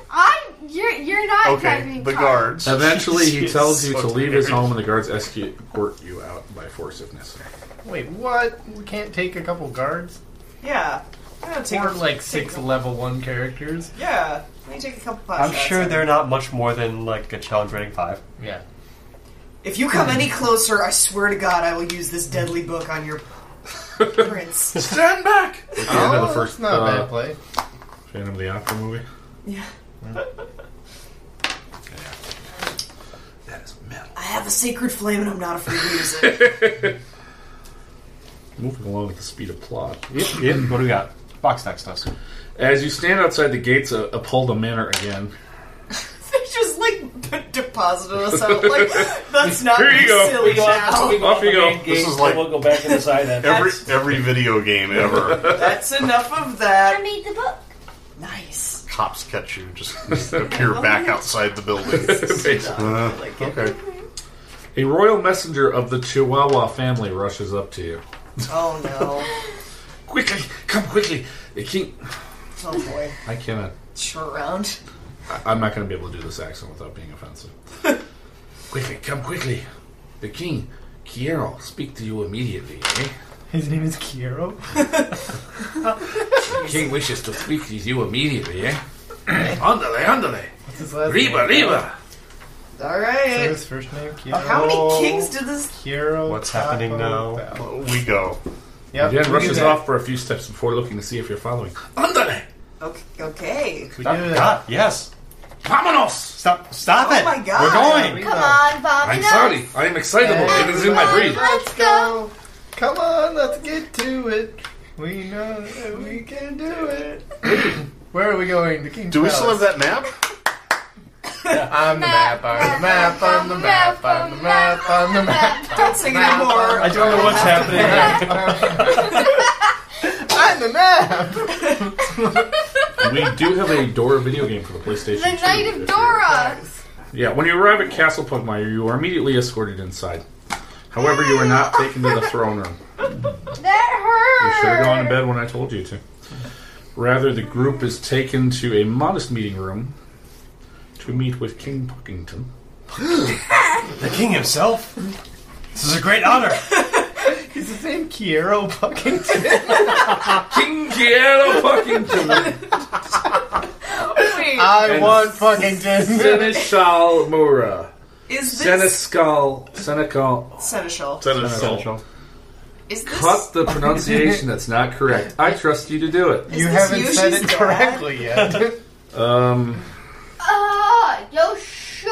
S6: I'm. You're. You're not
S8: Okay,
S6: driving
S8: the
S6: car.
S8: guards.
S3: Eventually, he
S4: It's
S3: tells you
S4: so
S3: to leave his
S4: weird.
S3: home, and the guards escort you out by force if necessary.
S7: Wait, what? We can't take a couple guards?
S5: Yeah. I'm gonna take
S7: Or
S5: a-
S7: like
S5: take
S7: six
S5: a-
S7: level one characters?
S5: Yeah. Let me take a couple pot
S4: I'm
S5: shots
S4: sure
S5: at
S4: they're
S5: it.
S4: not much more than like a challenge rating five.
S7: Yeah.
S5: If you come any closer, I swear to God, I will use this deadly book on your prince.
S3: Stand back. At the end of the
S7: Oh,
S3: first
S7: that's not a
S3: uh,
S7: bad play.
S3: Phantom of the Opera movie.
S5: Yeah.
S3: That is metal.
S5: I have a sacred flame and I'm not afraid to use it.
S3: Moving along at the speed of plot.
S4: What do we got? Box next us.
S3: As you stand outside the gates of Apolda Manor again,
S5: they just like p- deposited us out. Like that's not
S3: Here you go.
S5: silly now.
S3: off you go.
S8: This is like
S2: We'll go back in the side end.
S8: every every video game ever.
S5: That's enough of
S6: I
S5: that.
S6: made the book.
S5: Nice.
S8: Cops catch you, just appear back outside the building. Uh, okay.
S3: A royal messenger of the Chihuahua family rushes up to you.
S5: Oh no.
S3: Quickly, come quickly. The king.
S5: Oh boy.
S3: I cannot.
S5: Sure round.
S3: I- I'm not going to be able to do this accent without being offensive. quickly, come quickly. The king, Kiero, speak to you immediately. Eh?
S7: His name is Kiero?
S3: The king wishes to speak to you immediately. Eh? andale, andale.
S7: What's his last
S3: Riba,
S7: name?
S3: riba.
S5: All
S7: Is that
S5: right.
S7: his first name? Kiero.
S5: How many kings did this?
S7: Kiero.
S4: What's happening
S7: Taco
S4: now?
S7: Bell.
S8: We go.
S7: Yep.
S3: Jen
S7: we
S3: rushes
S7: did it.
S3: off for a few steps before looking to see if you're following. Andale,
S5: Okay. okay.
S7: We did it.
S4: God, yes.
S3: vamonos.
S4: Stop! Stop
S5: Oh
S4: it!
S5: my God.
S4: We're going.
S7: Riba.
S6: Come on, Bobby.
S3: I'm sorry. I am excitable. It is in my breed.
S6: Let's go.
S7: Come on, let's get to it. We know that we can do it. Where are we going? The King's
S8: Do we still have
S7: Palace.
S8: that map?
S7: On the map, on the map, on the map, on the map, on the map.
S5: Don't sing anymore.
S7: I don't know what's happening.
S5: I'm the map.
S3: we do have a Dora video game for the
S6: The
S3: PlayStation.
S6: Knight of Dora.
S3: Yeah, when you arrive at Castle Pugmire, you are immediately escorted inside. However, you are not taken to the throne room. You
S6: That
S3: should have
S6: hurt.
S3: gone to bed when I told you to. Rather, the group is taken to a modest meeting room to meet with King Puckington.
S4: the king himself? This is a great honor.
S7: Is his name Kiero Puckington?
S3: King Kiero Puckington.
S7: I
S3: And
S7: want Puckington.
S3: Seneschal Mura.
S5: Is this
S3: Seneschal. Seneschal.
S5: Seneschal?
S3: Seneschal.
S5: Is this
S3: Cut the pronunciation that's not correct. I trust you to do it.
S7: You haven't said it correctly yet.
S3: Um,
S6: Ah, Yosha.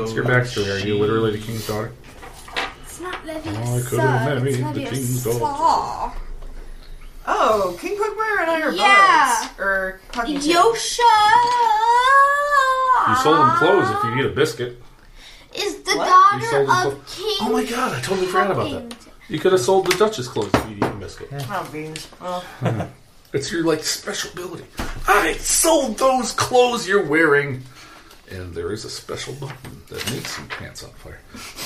S3: what's your backstory? Are you literally the king's daughter?
S6: It's not Levy.
S3: Oh, I
S6: it's
S3: could've
S6: Saw.
S3: married
S6: It's
S3: the
S6: Levy, it's
S3: king's daughter.
S6: Saw.
S5: Oh, King Pugmire and I are Er,
S6: Yeah.
S5: buds. Or Puckington.
S6: Yosha
S3: You sold him clothes if you need a biscuit.
S6: is the
S3: You
S6: daughter
S3: sold him
S6: of
S3: clothes.
S6: King.
S3: Oh my god, I totally forgot about that. You could have sold the Duchess clothes if you needed a biscuit.
S5: Oh, beans. Well,
S3: It's your like special ability. I sold those clothes you're wearing, and there is a special button that makes some pants on fire.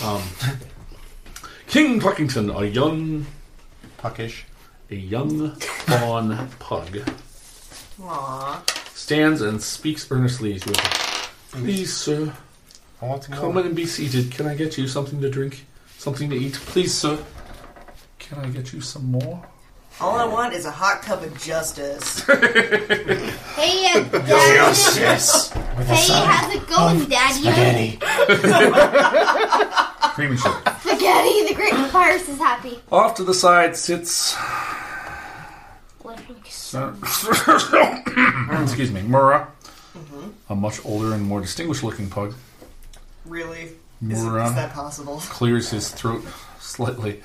S3: Um, King Puckington, a young puckish, a young fawn pug,
S5: aw.
S3: stands and speaks earnestly to him. Please, sir,
S7: I want to
S3: come
S7: go.
S3: in and be seated. Can I get you something to drink, something to eat, please, sir? Can I get you some more?
S5: All I want is a hot cup of justice.
S6: Hey, uh, Daddy. Hey, how's it going, Daddy?
S3: Cream and sugar.
S6: Spaghetti, the great virus is happy.
S3: Off to the side sits excuse me, Mura, a much older and more distinguished-looking pug,
S5: Really? Is, it,
S3: Mura.
S5: is that possible?
S3: clears his throat slightly.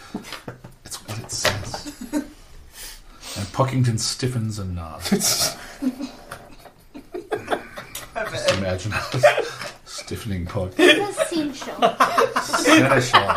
S3: It's what it says. and Puckington stiffens and nods. Just imagine a stiffening pug.
S6: It's a scene show.
S3: Seneschal.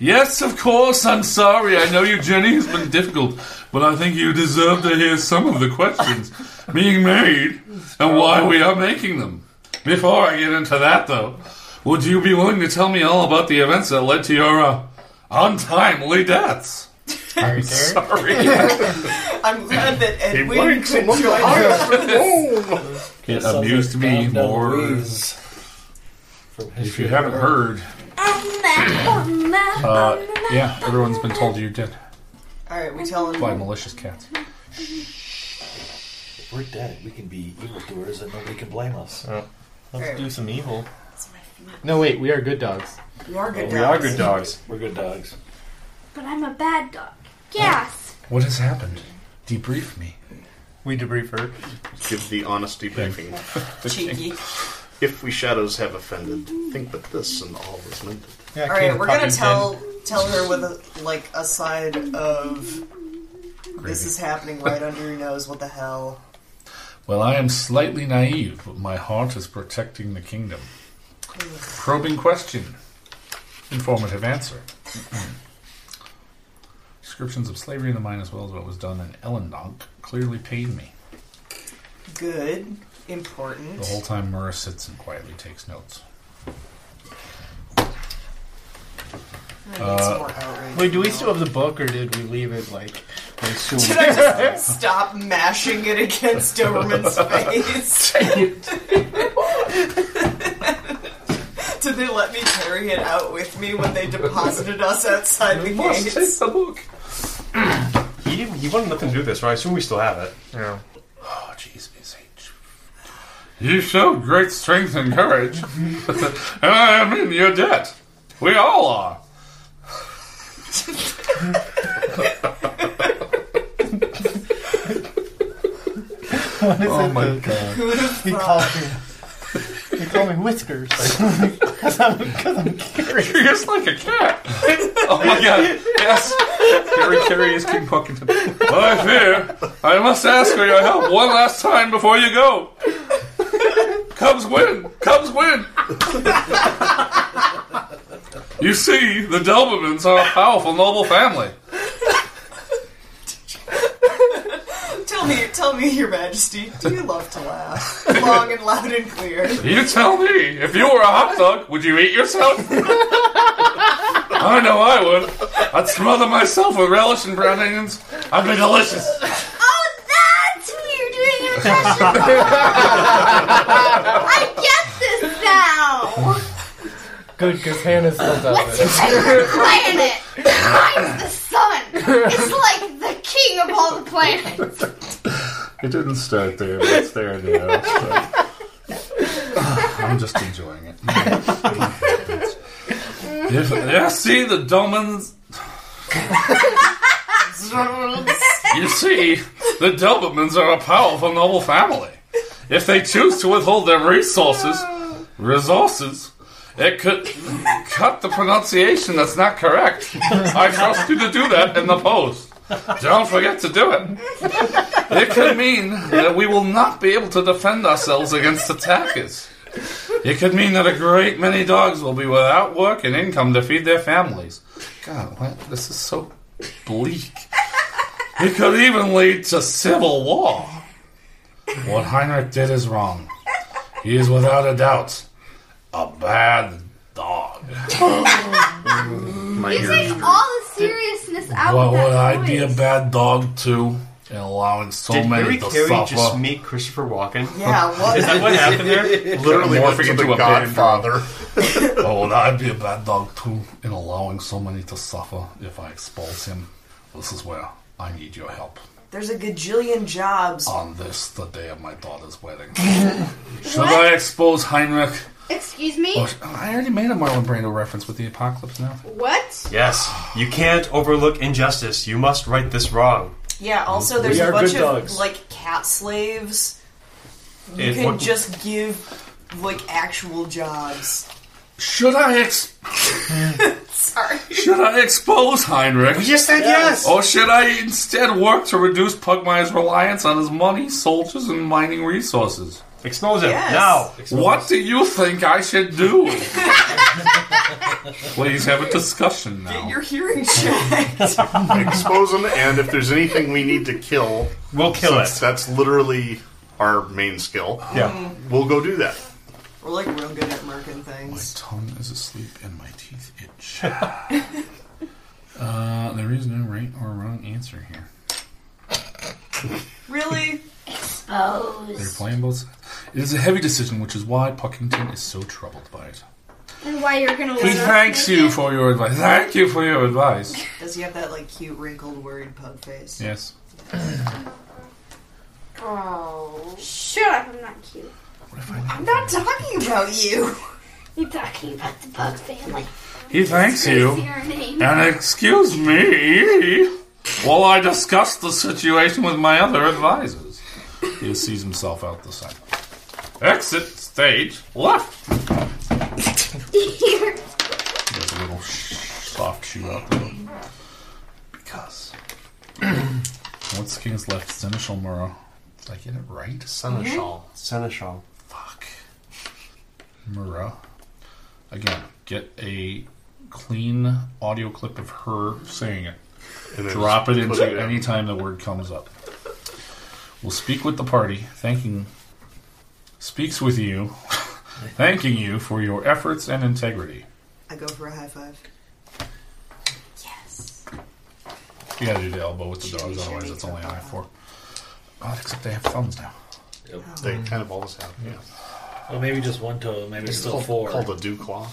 S3: Yes, of course. I'm sorry. I know your journey has been difficult, but I think you deserve to hear some of the questions being made and why we are making them. Before I get into that, though, would you be willing to tell me all about the events that led to your uh, untimely deaths? I'm sorry.
S5: I'm glad that
S3: It
S5: Edwin
S3: works.
S5: could join us.
S3: It amused me more. If you haven't heard, uh, yeah, everyone's been told you're dead
S5: Alright, we tell
S3: by
S5: him.
S3: malicious cats.
S2: If we're dead, we can be evildoers and nobody can blame us.
S7: Let's do some evil.
S28: No, wait, we are good dogs.
S5: We are good
S4: We are
S5: dogs.
S4: good dogs.
S2: We're good dogs.
S6: But I'm a bad dog. Yes.
S3: What has happened? Debrief me.
S7: We debrief her.
S8: Give the honesty briefing.
S5: Cheeky.
S8: If we shadows have offended, think but this and all is mended.
S7: Yeah,
S5: Alright,
S7: King
S5: we're gonna
S7: Puckington.
S5: tell tell her with a, like a side of this is happening right under your nose. What the hell?
S3: Well, I am slightly naive, but my heart is protecting the kingdom. Probing question. Informative answer. Descriptions of slavery in the mine as well as what was done in Ellendonk clearly pained me.
S5: Good,
S3: The
S5: important.
S3: whole time Murrah sits and quietly takes notes.
S5: I need some more outrage.
S7: Wait, do we still have the book, or did we leave it like? I assume-
S5: Should I just stop mashing it against Doberman's face? Did they let me carry it out with me when they deposited us outside the gates?
S3: the book.
S4: He didn't. He wanted nothing to do with this, right? I assume we still have it.
S7: Yeah.
S3: Oh, jeez, Miss H. You showed great strength and courage, and I am in your debt. We all are. oh my god!
S7: He called me. He called me Whiskers because I'm because I'm curious.
S3: You're just like a cat. oh my god! Yes, Gary Carey is King Puckington. I fear I must ask for your help one last time before you go. Cubs win! Cubs win! you see, the Delbermans are a powerful, noble family.
S5: tell me, tell me, Your Majesty, do you love to laugh long and loud and clear?
S3: You tell me, if you were a hot dog, would you eat yourself? I know I would. I'd smother myself with relish and brown onions. I'd be delicious.
S6: Oh, that's what you're doing your impression of. I get this now.
S29: Good, because Hannah still does
S6: What's your favorite
S29: it.
S6: planet? Mine's the sun. It's like the king of all the planets.
S30: It didn't start there, but it's there now. so. I'm just enjoying it.
S3: If, yeah, see, the Delmans. You see, the Delbermans are a powerful, noble family. If they choose to withhold their resources, resources, it could cut the pronunciation that's not correct. I trust you to do that in the post. Don't forget to do it. It could mean that we will not be able to defend ourselves against attackers. It could mean that a great many dogs will be without work and income to feed their families. God, what? This is so bleak. It could even lead to civil war. What Heinrich did is wrong. He is without a doubt a bad dog.
S6: You take all the Oh, seriousness out
S3: Well,
S6: of
S3: would
S6: that
S3: I be a bad dog too? And allowing so
S4: Did
S3: many
S4: Harry
S3: to
S4: Carey
S3: suffer.
S4: just meet Christopher Walken?
S5: Yeah, what-
S4: Is that what happened there?
S3: Literally
S4: Morph
S3: morphing
S4: into
S3: into
S4: a
S3: a
S4: bad dog.
S3: godfather. oh, would I be a bad dog too in allowing so many to suffer if I expose him? This is where I need your help.
S5: There's a gajillion jobs.
S4: Oh,
S3: On this, the day of my daughter's wedding. Should I expose Heinrich?
S6: Excuse me?
S3: Or- I already made a Marlon Brando reference with the apocalypse now.
S6: What?
S4: Yes, you can't overlook injustice. You must right this wrong.
S5: Yeah. Also,
S4: We
S5: there's
S4: are
S5: a bunch of
S4: good dogs.
S5: like cat slaves. You
S4: It
S5: can
S4: wouldn't-
S5: just give like actual jobs.
S3: Should I ex-
S5: Sorry.
S3: Should I expose Heinrich?
S5: We just said yes.
S3: Or should I instead work to reduce Pugmire's reliance on his money, soldiers, and mining resources?
S4: Expose him Yes. now.
S3: What do you think I should do? Please have a discussion
S4: Oh.
S3: now.
S5: Your hearing check.
S8: Expose them, and if there's anything we need to kill,
S4: we'll
S5: kill
S8: it. That's literally our main skill.
S5: Yeah. Mm.
S8: we'll go do that.
S5: We're like real good at murking things.
S3: tongue is asleep and my teeth itch. uh, there is no right or wrong answer here.
S5: Really?
S3: They're
S6: Exposed.
S3: playing both sides. It is a heavy decision, which is why Puckington is so troubled by it.
S6: And why you're gonna let
S3: He
S6: us
S3: thanks
S6: make
S3: you
S6: it?
S3: for your advice. Thank you for your advice.
S5: Does he have that like cute, wrinkled, worried pug face?
S3: Yes.
S6: Oh. Shut up, I'm not cute.
S5: I'm not talking about you.
S6: You're talking about the bug family.
S3: He thanks
S6: Your
S3: you.
S6: name.
S3: And excuse me while I discuss the situation with my other advisors. He sees himself out the side. Exit stage left. He has a little sh- soft shoe out the door. Because. Once the king is left, Seneschal Murrow. Did I get it right?
S4: Seneschal. Seneschal.
S3: Murrah. Again, get a clean audio clip of her saying it.
S8: And then
S3: Drop it
S8: just
S3: into
S8: put it in.
S3: any time the word comes up. We'll speak with the party, thanking speaks with you, thanking you for your efforts and integrity.
S5: I go for a high five.
S3: You gotta do the elbow with the dogs, otherwise it's only I four. God, except they have thumbs now.
S8: They kind of always have. Yeah.
S2: Well, maybe just one toe. Maybe
S8: It's
S2: still
S8: called-
S2: four.
S8: called a dew claw.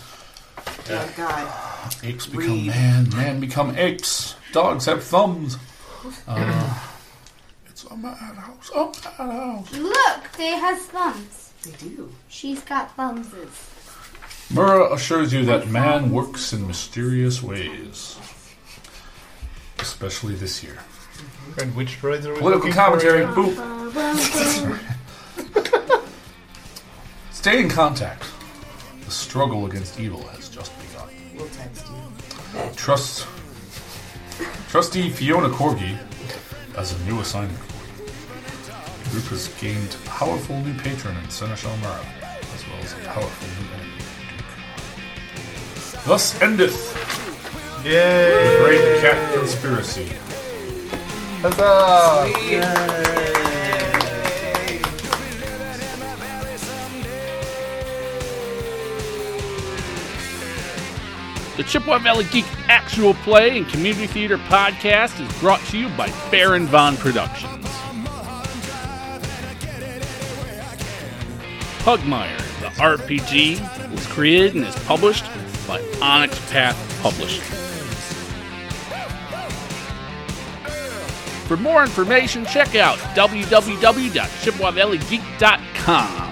S5: Oh God.
S3: Apes become man, man become apes. Dogs have thumbs. Uh, it's a madhouse. A madhouse.
S6: Look, they has thumbs.
S5: They do.
S6: She's got thumbses.
S3: Murrah assures you that man works in mysterious ways, especially this year.
S7: And which droids are we
S3: Political
S7: looking
S3: commentary.
S7: For?
S3: Boop.
S6: Oh,
S3: Stay in contact. The struggle against evil has just begun.
S5: We'll text you.
S3: Trust Trustee Fiona Corgi as a new assignment. The group has gained powerful new patron in Seneschal Mara. is a powerful new enemy. Thus endeth the Great Cat Conspiracy.
S7: Huzzah!
S31: The Chippewa Valley Geek Actual Play and Community Theater Podcast is brought to you by Baron Von Productions. Pugmire, the RPG, was created and is published by Onyx Path Publishing. For more information, check out www.chippewaValleyGeek.com.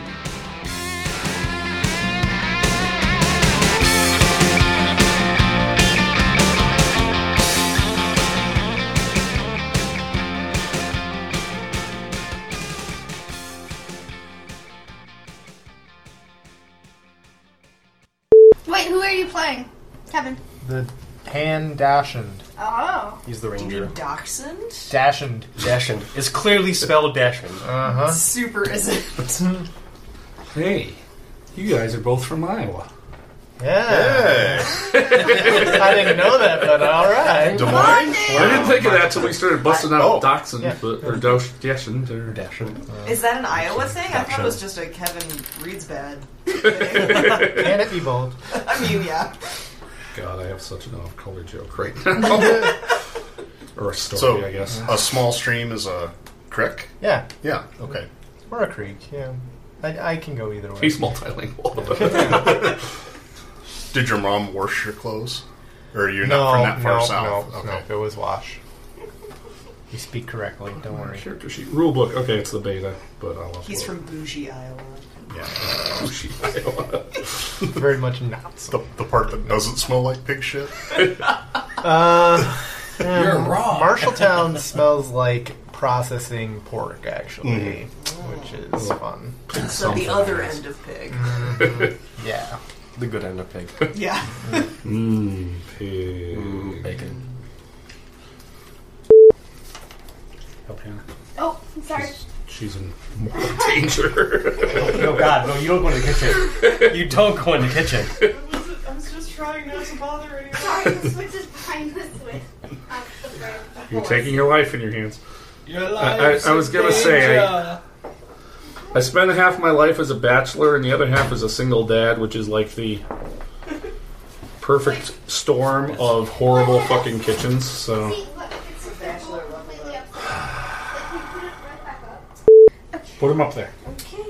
S10: Wait, who are you playing? Kevin.
S7: The pan dashend.
S10: Oh.
S4: He's the ranger.
S5: Dachshund?
S7: Dashend.
S4: Dashend. It's clearly spelled Dashend. Uh
S7: huh.
S5: Super isn't.
S3: Hey, you guys are both from Iowa.
S7: Yeah. I didn't know that, but all right.
S3: Des Moines? I didn't think of that till we started busting out Dachshund,
S5: Yeah.
S3: but, or Dosh, Dashund, or Dashund.
S5: Is that an Iowa thing? I thought it was just a Kevin reads bad. Can
S7: it be bold?
S5: I mean, Oh, yeah.
S3: God, I have such an off-color joke right now. or a story,
S8: so,
S3: I guess.
S8: a small stream is a crick?
S7: Yeah.
S8: Yeah, okay.
S7: Or a creek, yeah. I, I can go either way.
S8: He's multilingual. Did your mom wash your clothes? Or are you not from
S7: No,
S8: that far
S7: no,
S8: south?
S7: no,
S8: okay.
S7: no, it was wash. You speak correctly, don't worry.
S3: Character sheet. Rule book. Okay, it's the beta, but I'll
S5: He's from bougie Iowa.
S7: Very much not.
S8: The, the part that doesn't smell like pig shit?
S7: Uh,
S8: You're
S7: um,
S8: wrong.
S7: Marshalltown smells like processing pork, actually,
S5: Mm-hmm.
S7: which is fun.
S5: So the other end of pig.
S7: Mhm. yeah.
S4: The good end of pig.
S5: Yeah.
S3: Mmm, Mm, pig.
S4: bacon.
S3: Help Hannah.
S10: Oh, I'm sorry.
S3: She's in mortal danger.
S4: No, God, no, you don't go in the kitchen. You don't go in the kitchen.
S5: I was just trying not to bother anyone.
S10: Sorry, the switch is behind the switch. I'm sorry.
S3: You're taking your life in your hands.
S10: Your
S3: I, I, I was gonna say I, I spent half my life as a bachelor and the other half as a single dad, which is like the perfect storm of horrible fucking kitchens. So put them up there.
S10: Okay.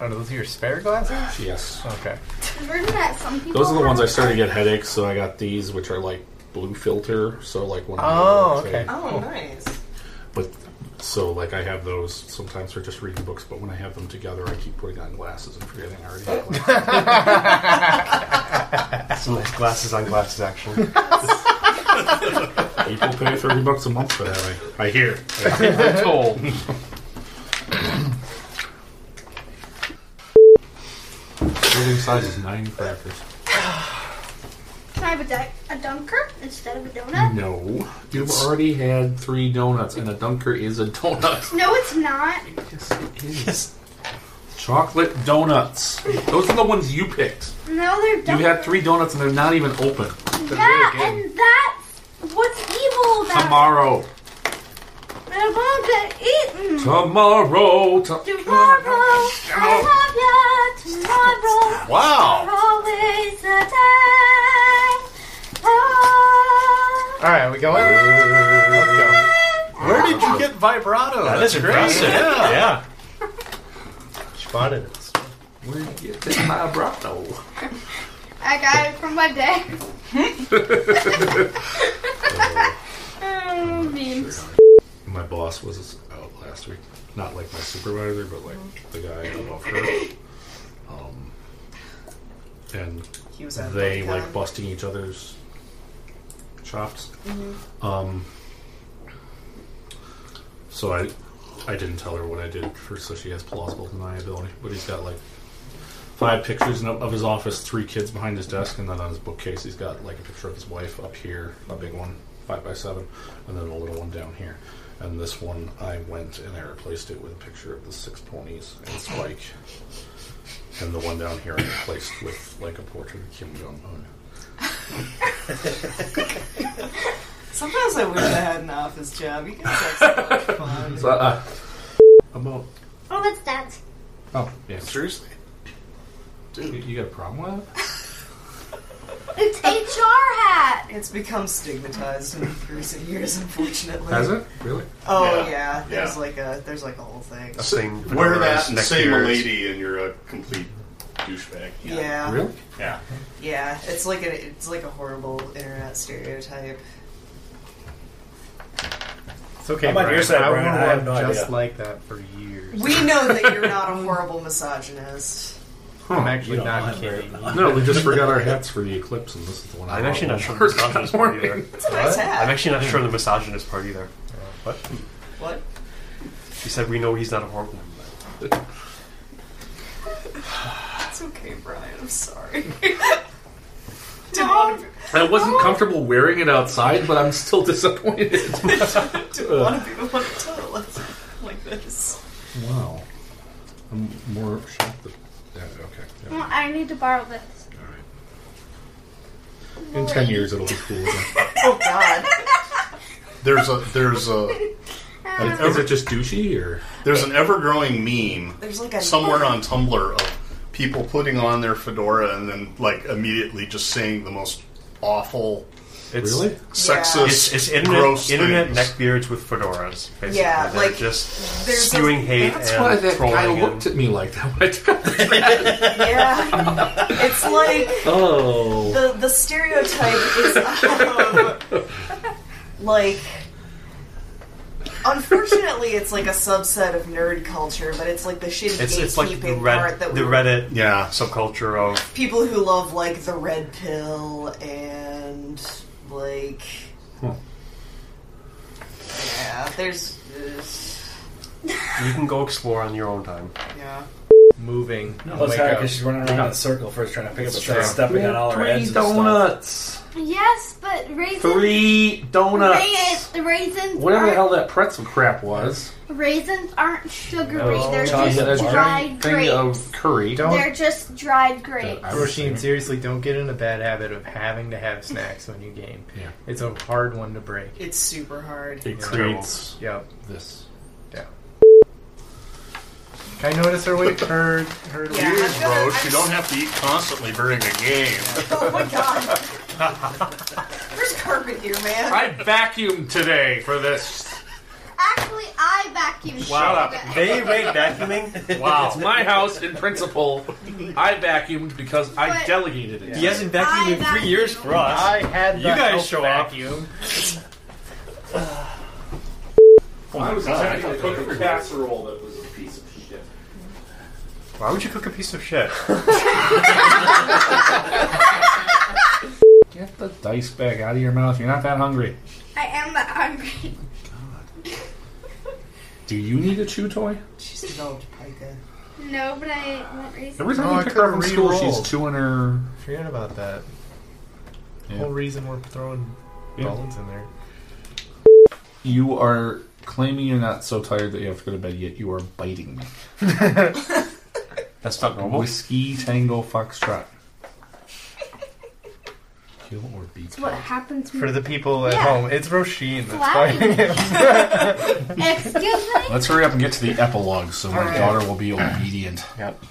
S7: Are Oh, those your spare glasses?
S3: Yes.
S7: Okay.
S10: Remember that some people
S3: Those are the ones I
S10: have-
S3: started to get headaches, so I got these, which are like blue filter. So like when
S7: Oh,
S3: I'm
S7: okay.
S5: Oh, nice.
S3: But so like I have those sometimes for just reading books, but when I have them together, I keep putting on glasses and forgetting I already have glasses.
S4: Some nice glasses on glasses action.
S3: People pay thirty bucks a month for that. I, I hear.
S4: I'm told.
S3: Serving size is nine crackers.
S10: Can I have a, di- a dunker instead of a donut?
S3: No, you've already had three donuts, and a dunker is a donut.
S10: No, it's not.
S3: Chocolate donuts. Those are the ones you picked.
S10: No, they're
S3: You
S10: dunkers.
S3: had three donuts, and they're not even open.
S10: Yeah, and that's what's evil about
S3: Tomorrow.
S10: I won't get eaten.
S3: Tomorrow. To-
S10: Tomorrow, I love you. Tomorrow,
S7: Wow.
S10: there's always a time. Oh,
S7: All right, we going? Let's go. Where did you get vibrato?
S4: That is impressive.
S7: Yeah.
S4: Yeah.
S7: Spotted it.
S3: Where did you get this vibrato?
S10: I got it from my dad. oh, memes.
S3: My boss was out last week. Not like my supervisor, but like the guy above her. Um, and
S5: He was out
S3: they
S5: of Comic-Con.
S3: like busting each other's chops.
S5: Mhm.
S3: Um, so I, I didn't tell her what I did for so she has plausible deniability. But he's got like five pictures in- of his office, three kids behind his desk, and then on his bookcase he's got like a picture of his wife up here, a big one, five by seven, and then a little one down here. And this one, I went and I replaced it with a picture of the six ponies and Spike.
S10: and the one down here I replaced with like a portrait of Kim Jong Un.
S5: Sometimes I wish I had an office job. You guys have so much fun.
S10: So, uh, about
S25: Oh, that's that.
S3: Oh, yeah.
S8: Seriously?
S3: Dude. You, you got a problem with that?
S6: It's
S3: Uh,
S6: HR hat.
S5: It's become stigmatized in recent years, unfortunately.
S3: Has it? Really?
S5: Oh yeah.
S8: Yeah.
S5: There's
S8: Yeah.
S5: like a there's like a whole thing.
S8: So wear that and say "Milady," and you're a complete douchebag.
S5: Yeah.
S8: Really? Yeah.
S5: Yeah, it's like a it's like a horrible internet stereotype.
S7: It's okay,
S5: I'm on
S7: Brian.
S5: your side,
S7: I
S5: Brian.
S7: wore
S5: I have
S7: one
S5: no
S7: just
S5: idea.
S7: like that for years.
S5: We know that you're not a horrible misogynist. Hmm.
S7: I'm actually not kidding.
S10: No, we just forgot our hats for the eclipse, and this is the one. I
S4: I'm actually not sure the
S10: wore
S4: misogynist
S10: that
S4: part
S10: morning.
S4: either.
S5: It's a nice
S4: What?
S5: hat.
S4: I'm actually not
S10: Hmm.
S4: sure the misogynist part either. What?
S5: What?
S4: She said we know he's not a horrible.
S5: It's okay, Brian. I'm sorry. Didn't
S6: No.
S10: I wasn't comfortable wearing it outside, but I'm still disappointed.
S5: Didn't want to be the one to tell us like this.
S10: wow, I'm more shocked. That, yeah, okay. yeah.
S6: Well, I need to borrow this.
S10: In ten years, it'll be cool again.
S5: Oh God.
S8: There's a there's a
S10: Is it just douchey or
S8: there's an ever growing meme
S5: There's like a-
S8: somewhere on Tumblr of people putting on their fedora and then like immediately just saying the most awful
S4: It's, really?
S8: sexist
S4: It's, it's internet,
S8: gross
S4: internet
S8: things.
S4: neckbeards with fedoras. Basically.
S5: Yeah,
S4: They're
S5: like,
S4: just
S5: there's a-
S4: spewing hate.
S10: That's
S4: and
S10: why that
S4: trolling
S10: guy
S4: and-
S10: looked at me like that. When I took
S5: Yeah. It's like
S10: oh,
S5: the the stereotype is of, like unfortunately it's like a subset of nerd culture but it's like the shitty
S4: It's, it's like the,
S5: gatekeeping
S4: red,
S5: part
S4: the
S5: that we
S4: Reddit yeah. subculture of
S5: people who love like the red pill and like
S4: Hmm.
S5: yeah there's, there's
S4: you can go explore on your own time.
S5: yeah
S7: Moving.
S4: No,
S7: Wake
S4: let's hire
S7: up.
S4: 'cause she's running
S7: Wake
S4: around
S7: up.
S4: in a circle first trying to pick up
S7: It's
S4: the
S7: true.
S4: stuff, stepping on all her Three heads and stuff.
S3: donuts.
S6: Yes, but raisin.
S3: Three donuts.
S6: Raisins, raisins
S3: Whatever the
S6: aren't-
S3: hell that pretzel crap was.
S6: Raisins aren't sugary.
S3: No,
S6: They're
S3: chocolate
S6: just
S3: bar.
S6: dried
S3: Thing
S6: grapes.
S3: of curry.
S6: They're just dried grapes.
S7: Roshin, seriously, don't get in a bad habit of having to have snacks when you game.
S10: Yeah.
S7: It's a hard one to break.
S5: it's super hard
S7: Yeah. Yep.
S10: this.
S7: Yeah. Can I notice her weight? Her her
S5: Yeah,
S8: Dude,
S5: I'm gonna-
S8: bro, you don't have to eat constantly during a game.
S5: oh my god there's carpet here man
S10: I vacuumed today for this.
S6: Actually, I vacuum.
S10: They
S4: rate vacuuming?
S10: Wow. It's my house in principle. I vacuumed because I delegated it.
S4: He hasn't vacuumed in three years for us.
S7: I had
S4: you
S7: the
S4: guys
S7: help
S4: show
S7: vacuum.
S10: I was
S4: God.
S10: attempting to cook a casserole that was a piece of shit.
S4: Why would you cook a piece of shit?
S3: Get the dice bag out of your mouth. You're not that hungry.
S6: I am that hungry.
S3: Do you need a chew toy?
S5: she's developed pica
S6: No, but I want raisins.
S3: Every time
S7: Oh,
S3: we
S7: I
S3: pick her up
S7: could've
S3: from school,
S7: re-rolled.
S3: she's chewing her.
S7: Forget about that. The
S3: Yeah.
S7: whole reason we're throwing
S3: Yeah.
S7: bones in there.
S3: You are claiming you're not so tired that you have to go to bed yet. You are biting me.
S4: That's not normal.
S3: Whiskey Tango Foxtrot. Kill or beat.
S6: It's what happens
S7: For the people at
S6: Yeah.
S7: home, it's Roshin that's
S6: Flapping.
S7: fighting him.
S6: Excuse me.
S3: Let's hurry up and get to the epilogue so my
S6: Alright.
S3: daughter will be obedient.
S7: Yep.